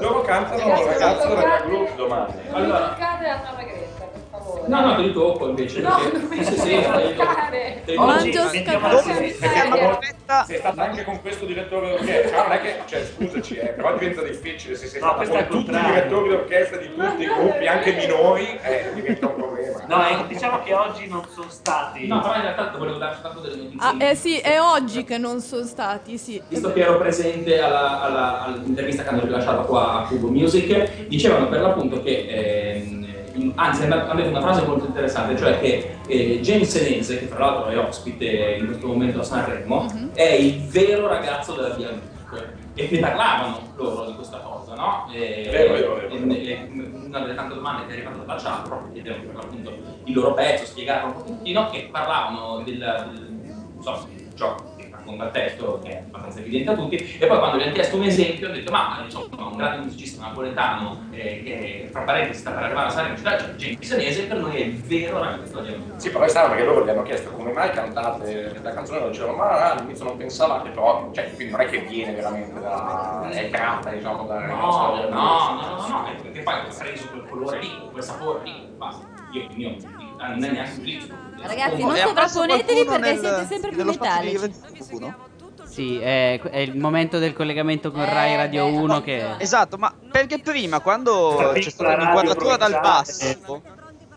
Speaker 4: Loro cantano
Speaker 31: Ragazzi,
Speaker 4: ragazzo
Speaker 31: toccate-
Speaker 4: della Gluck domani.
Speaker 31: Non
Speaker 4: Allora,
Speaker 31: toccate la tua magretta, per favore.
Speaker 8: No, no, te li tocco invece.
Speaker 31: No,
Speaker 8: perché-
Speaker 31: non mi
Speaker 8: sì, sì, dai,
Speaker 31: toccare.
Speaker 8: te li tocco.
Speaker 4: oggi mettiamo la
Speaker 31: Italia.
Speaker 4: sei stata anche con questo direttore d'orchestra, non è che, cioè scusaci, eh, però diventa difficile se sei
Speaker 3: No,
Speaker 4: stata
Speaker 3: questo
Speaker 4: con
Speaker 3: è il
Speaker 4: tutti i
Speaker 3: contrario.
Speaker 4: direttori d'orchestra di tutti i gruppi, anche minori, eh, diventa un problema.
Speaker 9: No, eh, diciamo che oggi non sono stati.
Speaker 8: No, però in realtà volevo darci tanto delle notizie.
Speaker 5: Ah, eh sì, è oggi che non sono stati, sì.
Speaker 8: visto che ero presente alla- alla- all'intervista che hanno rilasciato qua a Cubo Music, dicevano per l'appunto che, ehm, in- anzi hanno hanno detto una frase molto interessante, cioè che eh, James Senese, che tra l'altro è ospite in questo momento a Sanremo, è il vero ragazzo della Via Duc. E che parlavano loro di questa cosa, no? E,
Speaker 4: Vero, vero, vero.
Speaker 8: e- e una delle tante domande che è arrivata da Ciao, proprio chiedevano per l'appunto il loro pezzo, spiegavano un pochettino e parlavano del, del- non so, di ciò che racconta il testo, che è abbastanza evidente a tutti, e poi quando gli hanno chiesto un esempio hanno detto ma insomma un grande musicista napoletano eh, che fra parentesi sta per arrivare a Sanremo, cioè cioè, James Senese per noi è il vero ragazzo di Amico.
Speaker 3: Sì, però è strano perché loro gli hanno chiesto come mai cantate la canzone loro dicevano ma all'inizio non pensavate però, cioè quindi non è che viene veramente da... è canta diciamo da...
Speaker 8: No, no, no, no, no, no, è perché poi ha preso quel colore lì, quel sapore lì, basta. Io il mio, non è neanche un critico.
Speaker 7: Ragazzi, non sovrapponetevi perché siete sempre più metallici.
Speaker 1: Sì, è, è il momento del collegamento con
Speaker 9: Eh,
Speaker 13: Eh,
Speaker 1: Rai Radio 1 che...
Speaker 13: Esatto, ma perché prima quando
Speaker 1: Questa
Speaker 13: c'è stata
Speaker 1: piccola
Speaker 13: un'inquadratura
Speaker 1: radio
Speaker 13: dal
Speaker 1: provinciale.
Speaker 13: basso,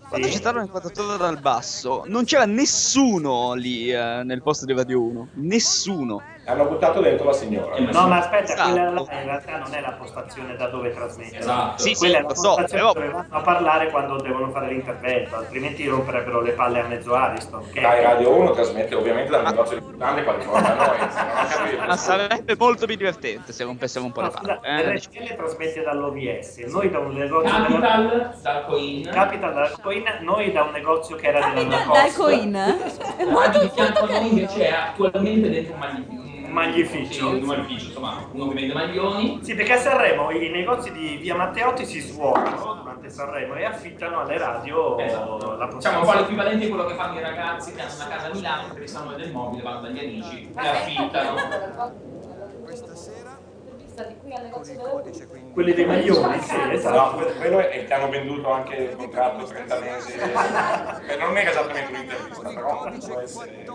Speaker 13: quando c'è stata un'inquadratura dal basso, non c'era nessuno lì eh, nel posto di Radio 1, nessuno.
Speaker 3: Hanno buttato dentro la signora.
Speaker 9: No, ma aspetta,
Speaker 13: Esatto.
Speaker 9: quella là in realtà non è la postazione da dove trasmettere.
Speaker 13: Esatto. Sì, sì,
Speaker 9: quella è
Speaker 13: lo
Speaker 9: la
Speaker 13: so,
Speaker 9: postazione
Speaker 13: però-
Speaker 9: dove vanno a parlare quando devono fare l'intervento, altrimenti romperebbero le palle a mezzo Ariston. Che
Speaker 3: Rai Radio 1 trasmette ovviamente dal negozio di grande quale sono da noi.
Speaker 13: Ma sarebbe molto più divertente se rompessimo un po' le
Speaker 9: Scusa,
Speaker 13: palle. eh,
Speaker 9: RCL trasmette dall'OVS, noi da un negozio
Speaker 8: Capital dal Coin.
Speaker 9: Capital dal Coin, noi da un negozio che era della
Speaker 7: Dal
Speaker 9: Lacoste.
Speaker 7: coin. È molto
Speaker 8: di fianco a noi
Speaker 7: carino.
Speaker 8: invece è attualmente dentro un magli- un maglificio, sì, un maglificio, insomma, uno che vende maglioni.
Speaker 9: Sì, perché a Sanremo i negozi di Via Matteotti si svuotano durante Sanremo e affittano alle radio la
Speaker 8: Diciamo
Speaker 9: postazione.
Speaker 8: un po' l'equivalente di quello che fanno i ragazzi che hanno una casa a Milano, che restano del mobile, vanno dagli amici, le affittano.
Speaker 31: Questa sera intervista di qui al negozio della
Speaker 9: Quelli dei maglioni, sì, esatto.
Speaker 3: No, que- quello è che hanno venduto anche il contratto 30 mesi. Eh, non era esattamente un'intervista, però può essere.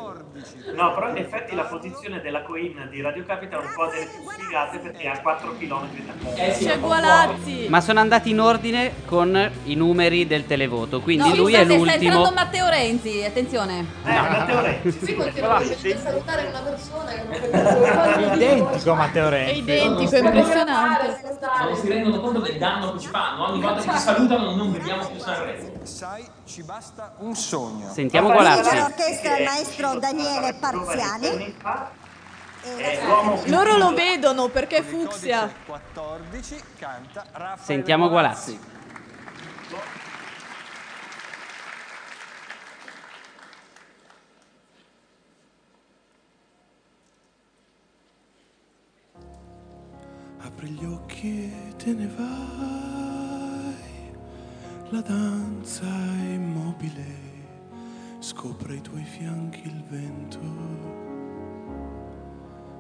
Speaker 9: No, però in effetti la posizione della coin di Radio Capital è un po' delle più sfigate perché è a 4 km da qui.
Speaker 7: Eh
Speaker 5: C'è Gualazzi.
Speaker 1: Ma sono andati in ordine con i numeri del televoto, quindi
Speaker 7: No,
Speaker 1: lui
Speaker 7: scusate,
Speaker 1: è
Speaker 7: Sta
Speaker 1: l'ultimo.
Speaker 7: entrando Matteo Renzi, attenzione.
Speaker 31: Sì, perché non riuscite a salutare una persona che non
Speaker 24: Identico Matteo
Speaker 5: È
Speaker 24: Renzi.
Speaker 5: identico, è impressionante.
Speaker 8: Non si rendono conto del danno che ci fanno, ogni volta che ci salutano non vediamo più Sanremo.
Speaker 28: Sai, ci basta un sogno.
Speaker 1: Sentiamo
Speaker 27: Sono chiesto al maestro Daniele
Speaker 7: Eh,
Speaker 27: Parziani.
Speaker 5: Loro lo vedono perché è fucsia.
Speaker 28: 14 canta Raffaele
Speaker 1: Sentiamo Gualazzi.
Speaker 27: Apri gli occhi e te ne vai. La danza è immobile. Scopre i tuoi fianchi il vento.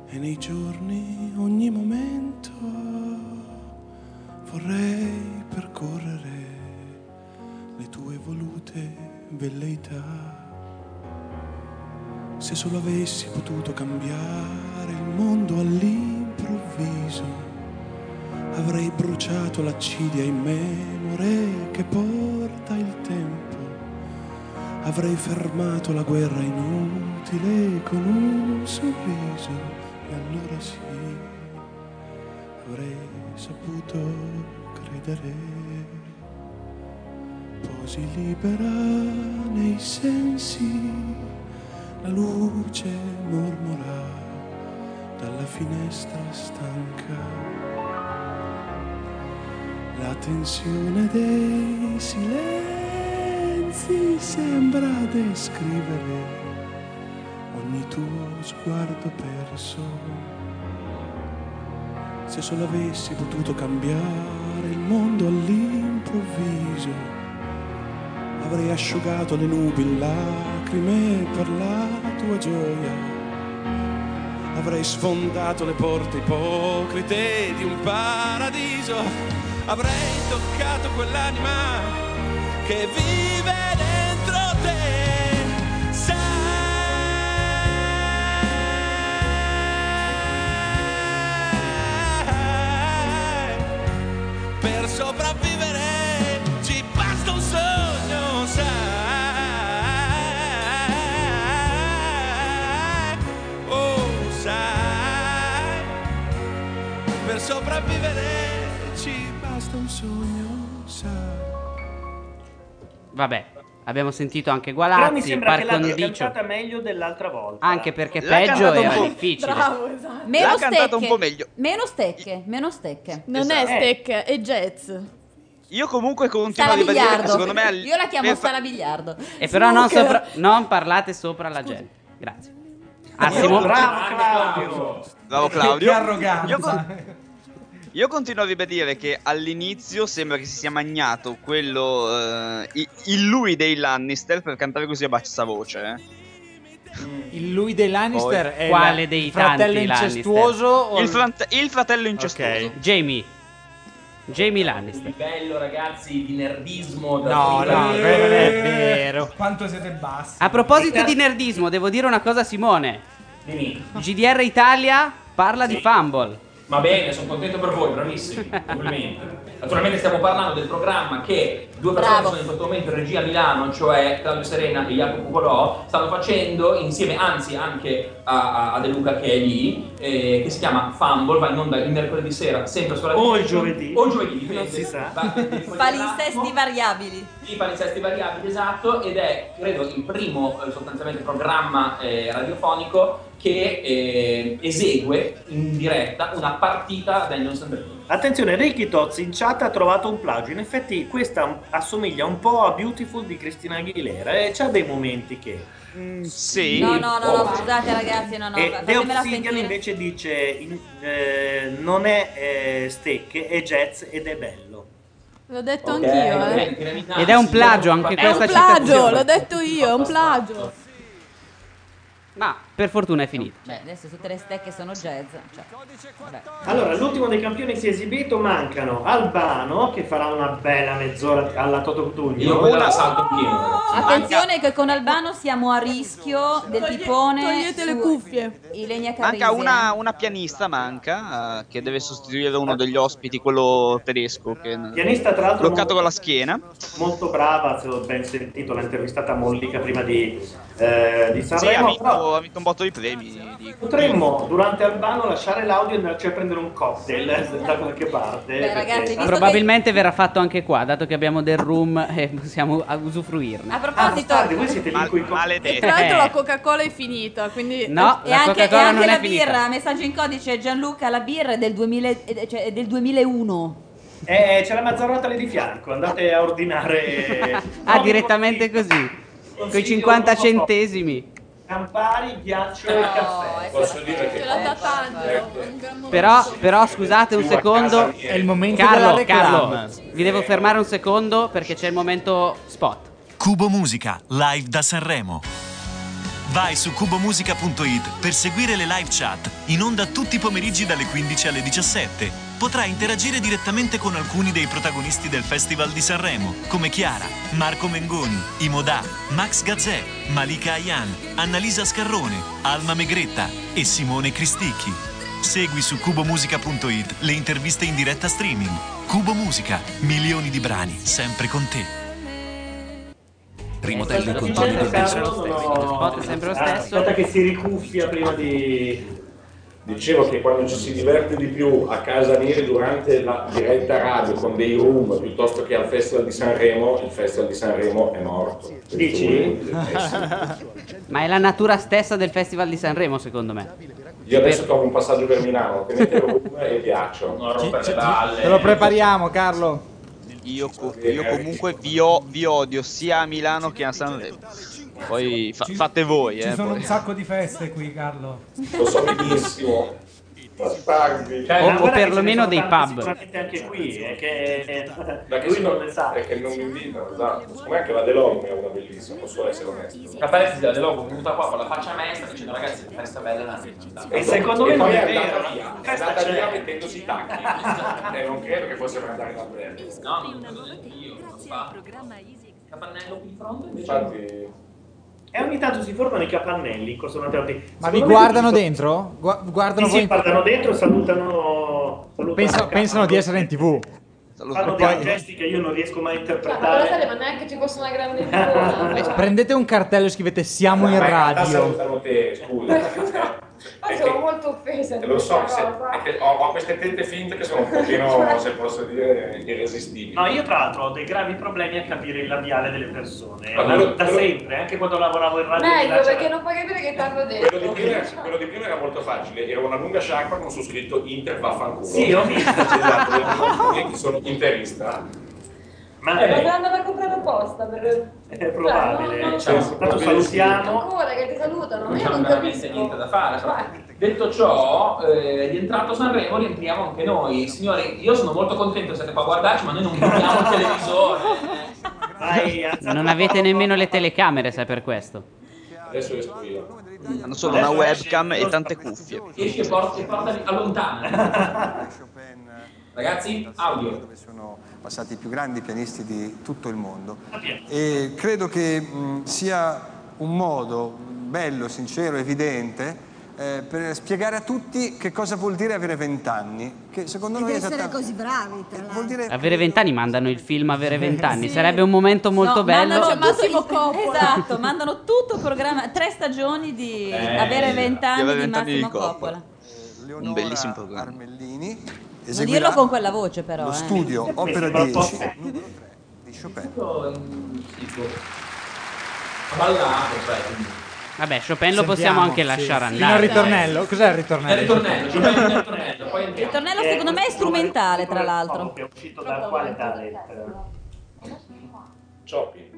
Speaker 27: E nei giorni ogni momento vorrei percorrere le tue volute velleità. Se solo avessi potuto cambiare il mondo all'improvviso, avrei bruciato l'accidia in memore che porta il tempo Avrei fermato la guerra inutile con un sorriso e allora sì, avrei saputo credere. Così libera nei sensi, la luce mormora dalla finestra stanca. La tensione dei silenzi sembra descrivere ogni tuo sguardo perso. Se solo avessi potuto cambiare il mondo all'improvviso, avrei asciugato le nubi in lacrime per la tua gioia. Avrei sfondato le porte ipocrite di un paradiso avrei toccato quell'anima che vive dentro te. Sai, per sopravvivere ci basta un sogno, sai, oh sai, per sopravvivere ci basta un sogno, sai.
Speaker 1: Vabbè, abbiamo sentito anche
Speaker 4: Però mi
Speaker 1: Gualazzi,
Speaker 4: sembra
Speaker 1: par
Speaker 4: che l'abbia
Speaker 1: condicio.
Speaker 4: cantata meglio dell'altra volta.
Speaker 1: Anche perché peggio era difficile.
Speaker 5: esatto.
Speaker 7: Meno
Speaker 4: L'ha
Speaker 7: stecche.
Speaker 4: cantata un po' meglio.
Speaker 7: Meno stecche, meno stecche.
Speaker 5: Non è stecche, è jazz.
Speaker 13: Esatto. Io comunque continuo
Speaker 7: Sala
Speaker 13: a ribadire che
Speaker 7: biliardo.
Speaker 13: secondo me... al- Esatto.
Speaker 7: Io la chiamo
Speaker 13: per fa-
Speaker 7: sala biliardo.
Speaker 1: E Eh, però non,
Speaker 7: Smoker.
Speaker 1: sopra- non parlate sopra la gente. Grazie. Assimo.
Speaker 13: Bravo Claudio.
Speaker 1: Che arroganza.
Speaker 13: Io, con- io continuo a ribadire che all'inizio sembra che si sia magnato quello eh, i- il lui dei Lannister per cantare così a bassa voce. eh.
Speaker 24: Il lui dei Lannister
Speaker 13: Poi-
Speaker 24: è la- il fratello incestuoso o
Speaker 13: Il, frate- il fratello incestuoso.
Speaker 1: Jamie. Jamie Lannister.
Speaker 8: Bello ragazzi di nerdismo. da
Speaker 24: No,
Speaker 8: scrivere.
Speaker 24: no, quello non è vero.
Speaker 6: Quanto siete bassi.
Speaker 1: A
Speaker 4: Ecco.
Speaker 1: proposito di nerdismo, devo dire una cosa a Simone. GDR Italia parla di Fumble.
Speaker 8: Va bene, sono contento per voi, bravissimi, complimenti. Naturalmente stiamo parlando del programma che due persone sono in questo momento in regia a Milano, cioè Claudio Serena e Jacopo Colò, stanno facendo insieme, anzi anche a, a- a De Luca che è lì, eh, che si chiama Fumble, va in onda il mercoledì sera, sempre sulla
Speaker 4: O
Speaker 8: il
Speaker 4: giovedì.
Speaker 8: O il giovedì, dipende.
Speaker 4: si sa.
Speaker 8: Va-
Speaker 7: Palinsesti variabili.
Speaker 8: i palinsesti variabili, esatto, ed è credo il primo eh, sostanzialmente programma eh, radiofonico che eh, esegue in diretta una partita degli non sempre
Speaker 4: Attenzione, Ricky Tozzi in chat ha trovato un plagio. In effetti, questa assomiglia un po' a Beautiful di Cristina Aguilera e c'ha dei momenti che. sì.
Speaker 7: No, no, no, no, scusate ragazzi, no, no,
Speaker 4: e The
Speaker 7: fatemela
Speaker 4: Obsidian
Speaker 7: sentire.
Speaker 4: invece dice in- eh, non è eh, stecche, è jazz ed è bello.
Speaker 5: L'ho detto
Speaker 4: Ok,
Speaker 5: anch'io,
Speaker 4: ok.
Speaker 5: eh.
Speaker 1: Ed è un plagio anche
Speaker 5: È un
Speaker 1: questa
Speaker 5: plagio,
Speaker 1: citazione.
Speaker 5: l'ho detto io, è un plagio.
Speaker 1: Ma per fortuna è finita.
Speaker 7: Beh, adesso tutte le stecche sono jazz. Cioè, vabbè.
Speaker 4: Allora, l'ultimo dei campioni che si è esibito mancano Albano, che farà una bella mezz'ora alla Toto Cutugno.
Speaker 8: Io quella la salto pieno,
Speaker 7: Attenzione che con Albano siamo a rischio del pipone.
Speaker 5: togliete le
Speaker 7: cuffie. I legna
Speaker 13: Manca una, una pianista, manca, eh, che deve sostituire uno degli ospiti, quello tedesco. Che
Speaker 4: Pianista, tra l'altro,
Speaker 13: bloccato con la schiena.
Speaker 4: Molto brava, se ho ben sentito, l'ha intervistata Mollica prima di, eh, di
Speaker 13: Sì, ha
Speaker 4: Sanremo.
Speaker 13: vinto, ha vinto un botto di premi. di-
Speaker 4: Potremmo durante Albano lasciare l'audio e andarci a prendere un cocktail eh, da qualche parte. perché-
Speaker 1: Probabilmente verrà fatto anche qua, dato che abbiamo del room e possiamo
Speaker 5: A
Speaker 1: usufruirne.
Speaker 24: Ah,
Speaker 5: proposito,
Speaker 4: Ah, voi siete lì coi
Speaker 5: e tra l'altro la Coca-Cola è finita, quindi
Speaker 1: Eh. No,
Speaker 7: e
Speaker 1: la
Speaker 7: anche, e
Speaker 1: Coca-Cola
Speaker 7: anche
Speaker 1: non è
Speaker 7: la
Speaker 1: finita.
Speaker 7: birra, messaggio in codice Gianluca, la birra è del, 2000 eh, cioè, è del 2001.
Speaker 4: Eh, c'è la Mazzarotta lì di fianco, andate a ordinare
Speaker 1: Ah, direttamente così. Coi 50 centesimi.
Speaker 4: campari, ghiaccio e caffè. Posso dire che
Speaker 1: Però, però scusate un secondo.
Speaker 24: È il momento della
Speaker 1: Carlo,
Speaker 24: reclama.
Speaker 1: Carlo, vi devo fermare un secondo perché c'è il momento spot.
Speaker 29: Cubo Musica, live da Sanremo. Vai su cubomusica.it per seguire le live chat in onda tutti i pomeriggi dalle 15 alle 17. Potrai interagire direttamente con alcuni dei protagonisti del Festival di Sanremo, come Chiara, Marco Mengoni, Imodà, Max Gazzè, Malika Ayan, Annalisa Scarrone, Alma Megretta e Simone Cristicchi. Segui su cubomusica.it le interviste in diretta streaming. Cubo Musica, milioni di brani sempre con te. Rimodelli con Tony
Speaker 4: Certo,
Speaker 29: Dorbese.
Speaker 4: Carlo, non ho-
Speaker 1: Lo spot è sempre lo
Speaker 4: Ah,
Speaker 1: stesso.
Speaker 4: Aspetta che si ricuffia prima di...
Speaker 3: Dicevo che quando ci si diverte di più a casa Neri durante la diretta radio con dei room piuttosto che al Festival di Sanremo, il Festival di Sanremo è morto. eh,
Speaker 4: Dici?
Speaker 1: Ma è la natura stessa del Festival di Sanremo, secondo me.
Speaker 3: Io adesso trovo un passaggio per Milano, che mette room e ghiaccio. Non rompere
Speaker 24: Cioè,
Speaker 3: le balle.
Speaker 2: Te lo prepariamo, Carlo.
Speaker 13: Io, co- io comunque vi, o- vi odio sia a Milano che a Sanremo. Poi fa- fate voi,
Speaker 6: Ci
Speaker 13: eh.
Speaker 6: sono
Speaker 13: poi.
Speaker 6: un sacco di feste qui, Carlo.
Speaker 3: Lo so benissimo.
Speaker 4: Cioè,
Speaker 3: Bastardi.
Speaker 1: O- o perlomeno dei pub.
Speaker 4: Sicuramente anche qui, è che...
Speaker 3: Perché
Speaker 4: lui
Speaker 3: se no-
Speaker 4: non ne sa.
Speaker 3: Perché non mi invitano, esatto. Secondo me anche la DeLong è una bellissima, posso essere onesto.
Speaker 8: La parentesi della Delogo venuta qua con la faccia maestra dicendo ragazzi, la festa bella è una merda.
Speaker 3: E
Speaker 4: secondo
Speaker 3: poi
Speaker 4: me non è
Speaker 3: andata
Speaker 4: vero.
Speaker 3: via, è
Speaker 4: Festa
Speaker 3: andata
Speaker 4: c'è.
Speaker 3: via mettendosi i tacchi. e non credo che fosse per andare in albergo.
Speaker 8: No, non lo detto io, non fa. Capannello qui di fronte invece.
Speaker 3: Infatti,
Speaker 4: E ogni tanto si formano i capannelli in Corso Matteotti.
Speaker 2: Ma
Speaker 4: Secondo
Speaker 2: vi
Speaker 4: me
Speaker 2: guardano
Speaker 4: dico-
Speaker 2: dentro? Gua- guardano
Speaker 4: Sì,
Speaker 2: voi?
Speaker 4: sì, guardano dentro, salutano... salutano
Speaker 2: Pensa-
Speaker 4: anche-
Speaker 2: pensano di essere in tv.
Speaker 4: Fanno
Speaker 2: E
Speaker 4: dei
Speaker 2: poi-
Speaker 4: gesti che io non riesco mai a
Speaker 31: Cioè, ma lo
Speaker 4: interpretare.
Speaker 31: saremo neanche ci fosse una grande Cioè, idea.
Speaker 2: Eh, Prendete un cartello e scrivete siamo in
Speaker 3: Ma in realtà
Speaker 2: radio.
Speaker 3: salutano te, scusa.
Speaker 31: Ma sono molto offesa di
Speaker 3: eh, Lo so,
Speaker 31: questa
Speaker 3: se-
Speaker 31: roba.
Speaker 3: perché ho, ho queste tette finte che sono un pochino, se posso dire, eh, irresistibili.
Speaker 4: No, io tra l'altro ho dei gravi problemi a capire il labiale delle persone.
Speaker 3: Ma
Speaker 4: da,
Speaker 3: quello-
Speaker 4: da
Speaker 3: quello-
Speaker 4: sempre, anche quando lavoravo in radio.
Speaker 31: Meglio,
Speaker 4: là c'era-
Speaker 31: perché non puoi capire che t'hanno
Speaker 3: Quello di,
Speaker 31: detto.
Speaker 3: prima, quello di prima era molto facile, era una lunga sciarpa con su scritto Inter vaffanculo.
Speaker 4: Sì, ho visto.
Speaker 3: esatto, io che sono interista.
Speaker 4: Ma
Speaker 31: Eh, Ma te l'hanno mai comprato apposta per...
Speaker 3: eh,
Speaker 4: È
Speaker 31: Cioè,
Speaker 4: probabile.
Speaker 31: non- non-
Speaker 3: Ciao,
Speaker 4: Tanto salutiamo.
Speaker 31: Ancora che ti salutano,
Speaker 8: Non
Speaker 31: io
Speaker 8: c'è
Speaker 31: non
Speaker 8: veramente
Speaker 31: capisco.
Speaker 8: niente da fare. però. Detto ciò, eh, rientrato Sanremo, rientriamo anche noi. Signori, io sono molto contento che siete qua a guardarci, ma noi non guardiamo il televisore.
Speaker 4: Vai, alzate
Speaker 1: Non
Speaker 4: la
Speaker 1: avete
Speaker 4: mano.
Speaker 1: nemmeno le telecamere, sai per questo.
Speaker 3: Adesso esco io.
Speaker 13: Hanno solo una webcam e tante cuffie.
Speaker 8: Esci e porta, e portami a lontano. Ragazzi, audio.
Speaker 17: dove sono passati i più grandi pianisti di tutto il mondo.
Speaker 8: Ah,
Speaker 17: E credo che mh, sia un modo bello, sincero, evidente eh, per spiegare a tutti che cosa vuol dire avere vent'anni, che secondo noi è
Speaker 15: essere
Speaker 17: esattamente...
Speaker 15: così bravi,
Speaker 22: Eh,
Speaker 15: tra l'altro.
Speaker 1: Avere vent'anni mandano il film Avere vent'anni. Sarebbe un momento molto
Speaker 7: No,
Speaker 1: bello.
Speaker 7: mandano
Speaker 41: Massimo
Speaker 7: tutto- Esatto, mandano tutto il programma, tre stagioni di
Speaker 13: Eh,
Speaker 7: avere
Speaker 13: di
Speaker 7: vent'anni
Speaker 13: avere
Speaker 7: di
Speaker 13: vent'anni di
Speaker 7: Massimo
Speaker 13: Coppola.
Speaker 7: Coppola.
Speaker 13: Un bellissimo programma.
Speaker 7: Non
Speaker 17: Eh, Eseguirà
Speaker 7: dirlo con quella voce però.
Speaker 17: lo
Speaker 7: eh.
Speaker 17: studio Opera 10, numero 3 di Chopin.
Speaker 8: Ballato, sai. cioè, quindi.
Speaker 1: Vabbè, Chopin lo possiamo anche lasciare
Speaker 2: Fino al
Speaker 1: andare. eh.
Speaker 2: ritornello. Cos'è il ritornello?
Speaker 8: Nel ritornello, ci vai nel ritornello, poi
Speaker 7: Il
Speaker 8: entriamo.
Speaker 4: Eh,
Speaker 7: tornello secondo me è strumentale tra l'altro.
Speaker 4: È uscito da quale talent?
Speaker 3: Cioppi.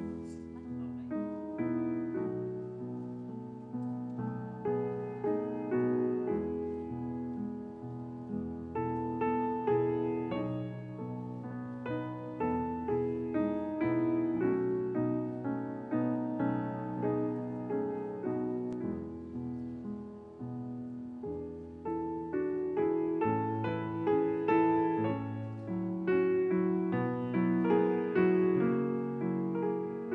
Speaker 42: Thank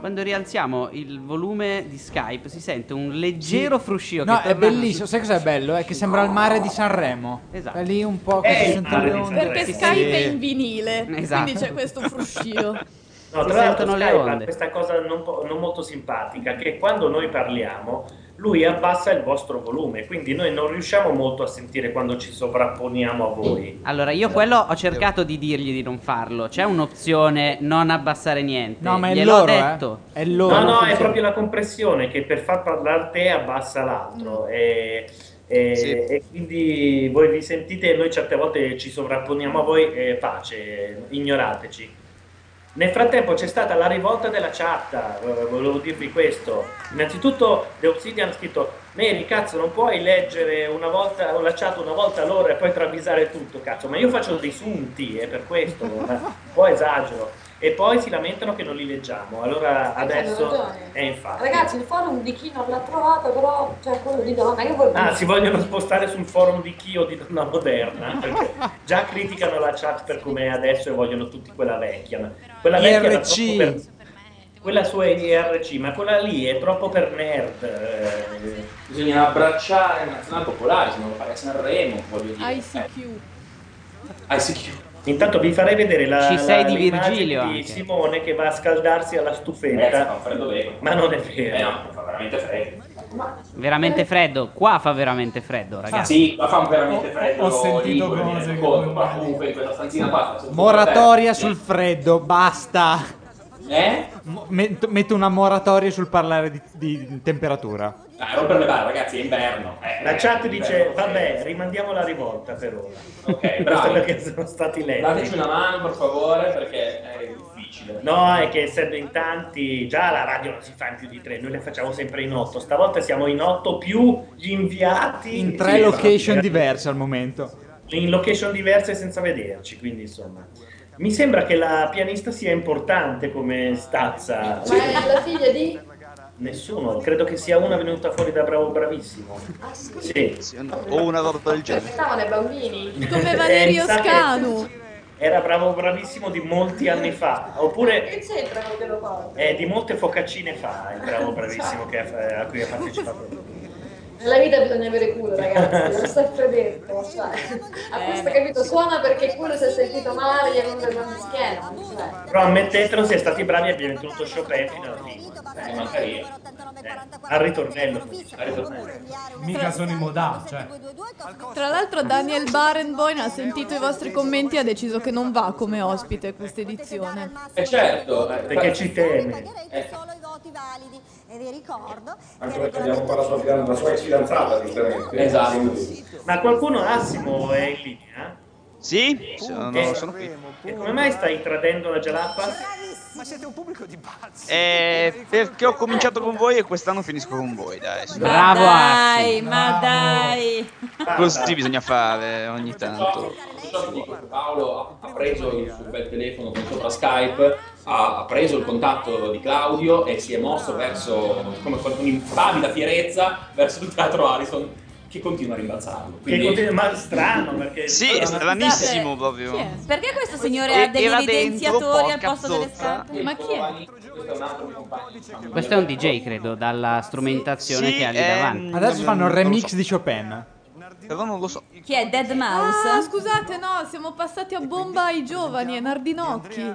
Speaker 1: Quando rialziamo il volume di Skype si sente un leggero fruscio.
Speaker 24: No,
Speaker 1: che
Speaker 24: è
Speaker 1: torna-
Speaker 24: bellissimo. Sai cos'è bello? È che sembra il mare di Sanremo.
Speaker 1: Esatto.
Speaker 24: È lì un po' che
Speaker 1: Eh,
Speaker 24: si
Speaker 1: il
Speaker 24: sente
Speaker 1: mare di
Speaker 24: le onde.
Speaker 1: Sanremo.
Speaker 5: Perché
Speaker 1: Sì, sì.
Speaker 5: Skype è in vinile,
Speaker 1: Esatto.
Speaker 5: quindi c'è questo fruscio.
Speaker 4: No,
Speaker 1: Si
Speaker 4: tra l'altro
Speaker 1: sentono le
Speaker 4: Skype ha
Speaker 1: onde.
Speaker 4: questa cosa non, po- non molto simpatica, che quando noi parliamo lui abbassa il vostro volume, quindi noi non riusciamo molto a sentire quando ci sovrapponiamo a voi.
Speaker 1: Allora, io quello ho cercato di dirgli di non farlo. C'è un'opzione non abbassare niente.
Speaker 24: No, ma è
Speaker 1: Gliel'ho
Speaker 24: loro,
Speaker 1: detto.
Speaker 24: eh. È loro.
Speaker 4: no, no, è
Speaker 24: funziona.
Speaker 4: proprio la compressione che per far parlare te abbassa l'altro. E, e- e quindi voi vi sentite e noi certe volte ci sovrapponiamo a voi e pace, ignorateci. Nel frattempo c'è stata la rivolta della chat, eh, volevo dirvi questo. Innanzitutto The Obsidian ha scritto Mary, cazzo, non puoi leggere una volta la chat una volta all'ora e poi travisare tutto, cazzo. Ma io faccio dei sunti, è per questo, un po' esagero. E poi si lamentano che non li leggiamo. Allora
Speaker 31: Eh, hanno
Speaker 4: adesso
Speaker 31: ragione.
Speaker 4: è infatti.
Speaker 31: Cioè, Ragazzi, il forum di chi non l'ha trovato, però, cioè, quello di donna che vuol dire?
Speaker 4: Ah, si vogliono spostare sul forum di chi o di Donna Moderna, perché già criticano la chat per come è adesso e vogliono tutti quella vecchia. ma Quella vecchia era troppo
Speaker 24: IRC.
Speaker 4: per- quella sua è IRC, ma quella lì è troppo per nerd. eh.
Speaker 8: Bisogna abbracciare il nazionale popolare, se non lo fai a Sanremo, voglio dire.
Speaker 5: ICQ.
Speaker 8: Eh, ICQ.
Speaker 4: Intanto vi farei vedere la,
Speaker 8: Ci sei
Speaker 4: la-
Speaker 8: di
Speaker 4: l'immagine
Speaker 8: Virgilio
Speaker 4: di
Speaker 8: anche.
Speaker 4: Simone che va a scaldarsi alla
Speaker 8: Ragazzi,
Speaker 4: stufetta.
Speaker 8: Eh, fa un freddo vero.
Speaker 4: Ma non è vero.
Speaker 8: Eh no, fa veramente freddo.
Speaker 31: Ma-
Speaker 1: Veramente freddo. Qua fa veramente freddo,
Speaker 8: Ah,
Speaker 1: ragazzi.
Speaker 8: sì, ma fa un veramente freddo.
Speaker 1: ho sentito
Speaker 8: Ligure, mi
Speaker 1: cose
Speaker 8: rendo conto, ma comunque in questa stanzina qua. sta tutto
Speaker 24: Moratoria
Speaker 8: per
Speaker 24: sul freddo, basta.
Speaker 8: terra. Eh?
Speaker 24: Mo- met- Metto una moratoria sul parlare di, di temperatura.
Speaker 8: Dai, rompere le balle, ragazzi, è inverno. Eh,
Speaker 4: La chat
Speaker 8: è
Speaker 4: dice,
Speaker 8: inverno,
Speaker 4: vabbè, rimandiamo la rivolta per ora.
Speaker 8: Ok,
Speaker 4: Questo
Speaker 8: bravi.
Speaker 4: perché sono stati letti.
Speaker 8: Dateci una mano, per favore, perché è difficile.
Speaker 4: No, è che essendo in tanti, già la radio non si fa in più di tre, noi le facciamo sempre in otto. Stavolta siamo in otto più gli inviati
Speaker 24: In tre
Speaker 4: Sì,
Speaker 24: location
Speaker 4: ma-
Speaker 24: diverse al momento.
Speaker 4: in location diverse senza vederci. Quindi insomma, mi sembra che la pianista sia importante come stazza.
Speaker 31: Ma è la figlia di...
Speaker 4: Nessuno, credo che sia una venuta fuori da Bravo Bravissimo.
Speaker 31: Ah, scusa.
Speaker 4: Sì.
Speaker 31: o una
Speaker 4: roba del
Speaker 3: Cioè,
Speaker 31: Aspettavano Cioè, i bambini.
Speaker 5: Come Valerio
Speaker 4: Eh, sa che-
Speaker 5: Scanu.
Speaker 4: Era Bravo Bravissimo di molti anni fa, oppure
Speaker 31: Che c'entra quello che lo porta?
Speaker 4: Eh, di molte focaccine fa il bravo bravissimo che ha- a cui ha partecipato.
Speaker 31: Nella vita bisogna avere culo, ragazzi, non sempre detto. Cioè, a questo capito, suona perché il culo si è sentito male, gli hanno dato grandi scherzi. Cioè.
Speaker 4: Però ammettetelo, si è stati bravi e abbiamo tenuto Chopin fino alla fine.
Speaker 8: Eh, manca io.
Speaker 4: Eh, Al ritornello.
Speaker 8: Al ritornello.
Speaker 6: Mica sono in moda, cioè.
Speaker 5: Tra l'altro Daniel Barenboim ha sentito i vostri commenti e ha deciso che non va come ospite questa edizione.
Speaker 8: E certo, eh,
Speaker 4: Perché ci teme.
Speaker 8: eh,
Speaker 3: Anche perché abbiamo parlato la fidanzata, la sua ex fidanzata, giustamente.
Speaker 8: Esatto.
Speaker 4: Ma qualcuno, Assimo, è in linea?
Speaker 13: Sì, sono,
Speaker 4: Eh,
Speaker 13: sono qui.
Speaker 4: E come mai stai tradendo la gelappa?
Speaker 17: Ma siete un pubblico di pazzi.
Speaker 13: Eh, perché ho cominciato con voi e quest'anno finisco con voi, dai. su.
Speaker 1: Bravo,
Speaker 7: dai,
Speaker 1: Assi.
Speaker 7: ma dai.
Speaker 13: Così bisogna fare ogni tanto.
Speaker 8: Ciò che dico, Paolo ha- ha preso il suo bel telefono con sopra Skype, ha, ha preso il contatto di Claudio e si è mosso verso, come con un'infavida fierezza, verso il teatro Harrison, che continua a rimbalzarlo.
Speaker 4: Che continua- ma strano perché...
Speaker 13: Sì, è stranissimo proprio.
Speaker 7: Perché questo signore
Speaker 13: E-
Speaker 7: ha degli
Speaker 13: era dentro,
Speaker 7: evidenziatori al
Speaker 13: porca
Speaker 7: posto delle
Speaker 13: zozza.
Speaker 7: scarpe? Ma chi è?
Speaker 8: Questo è un altro mio compagno.
Speaker 1: Questo è un DJ, credo, dalla strumentazione
Speaker 13: Sì,
Speaker 1: che ha lì
Speaker 13: è-
Speaker 1: davanti.
Speaker 24: Adesso fanno il
Speaker 1: ehm, Non lo so.
Speaker 24: remix di Chopin.
Speaker 13: Però non lo so.
Speaker 7: Chi è Dead Mouse?
Speaker 5: Ah, scusate, no, siamo passati a bomba ai giovani, è Nardinocchi.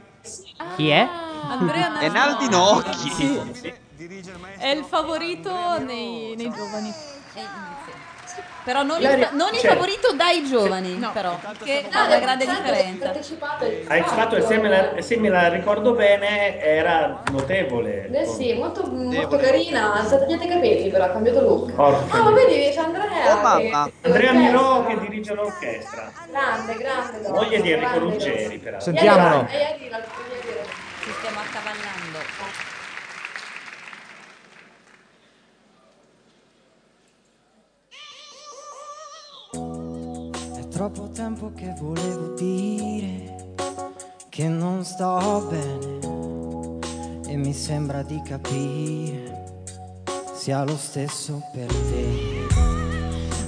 Speaker 1: Chi è?
Speaker 5: Andrea
Speaker 13: È Nardi Nocchi. Sì.
Speaker 5: È il favorito nei, nei giovani.
Speaker 7: Però non,
Speaker 4: Ilaria,
Speaker 7: il, fa- non il
Speaker 4: c'è.
Speaker 7: favorito dai giovani, però. Che fa una grande differenza.
Speaker 4: A X Factor, se me la, se me la ricordo bene, era notevole.
Speaker 31: Beh Eh sì, molto, molto
Speaker 4: Devo-
Speaker 31: carina, ha tagliato i capelli però, ha cambiato look.
Speaker 4: Porca Oh,
Speaker 31: Ah, ma vedi, c'è Andrea. che-
Speaker 4: Andrea
Speaker 31: che-
Speaker 4: Mirò che dirige l'orchestra.
Speaker 31: Grande, grande. donna,
Speaker 4: Moglie di Enrico
Speaker 31: grande
Speaker 4: Ruggeri,
Speaker 31: donna.
Speaker 4: peraltro.
Speaker 24: Sentiamolo.
Speaker 31: E ieri la- ieri la-
Speaker 7: Ci stiamo accavallando.
Speaker 23: È troppo tempo che volevo dire che non sto bene e mi sembra di capire sia lo stesso per te.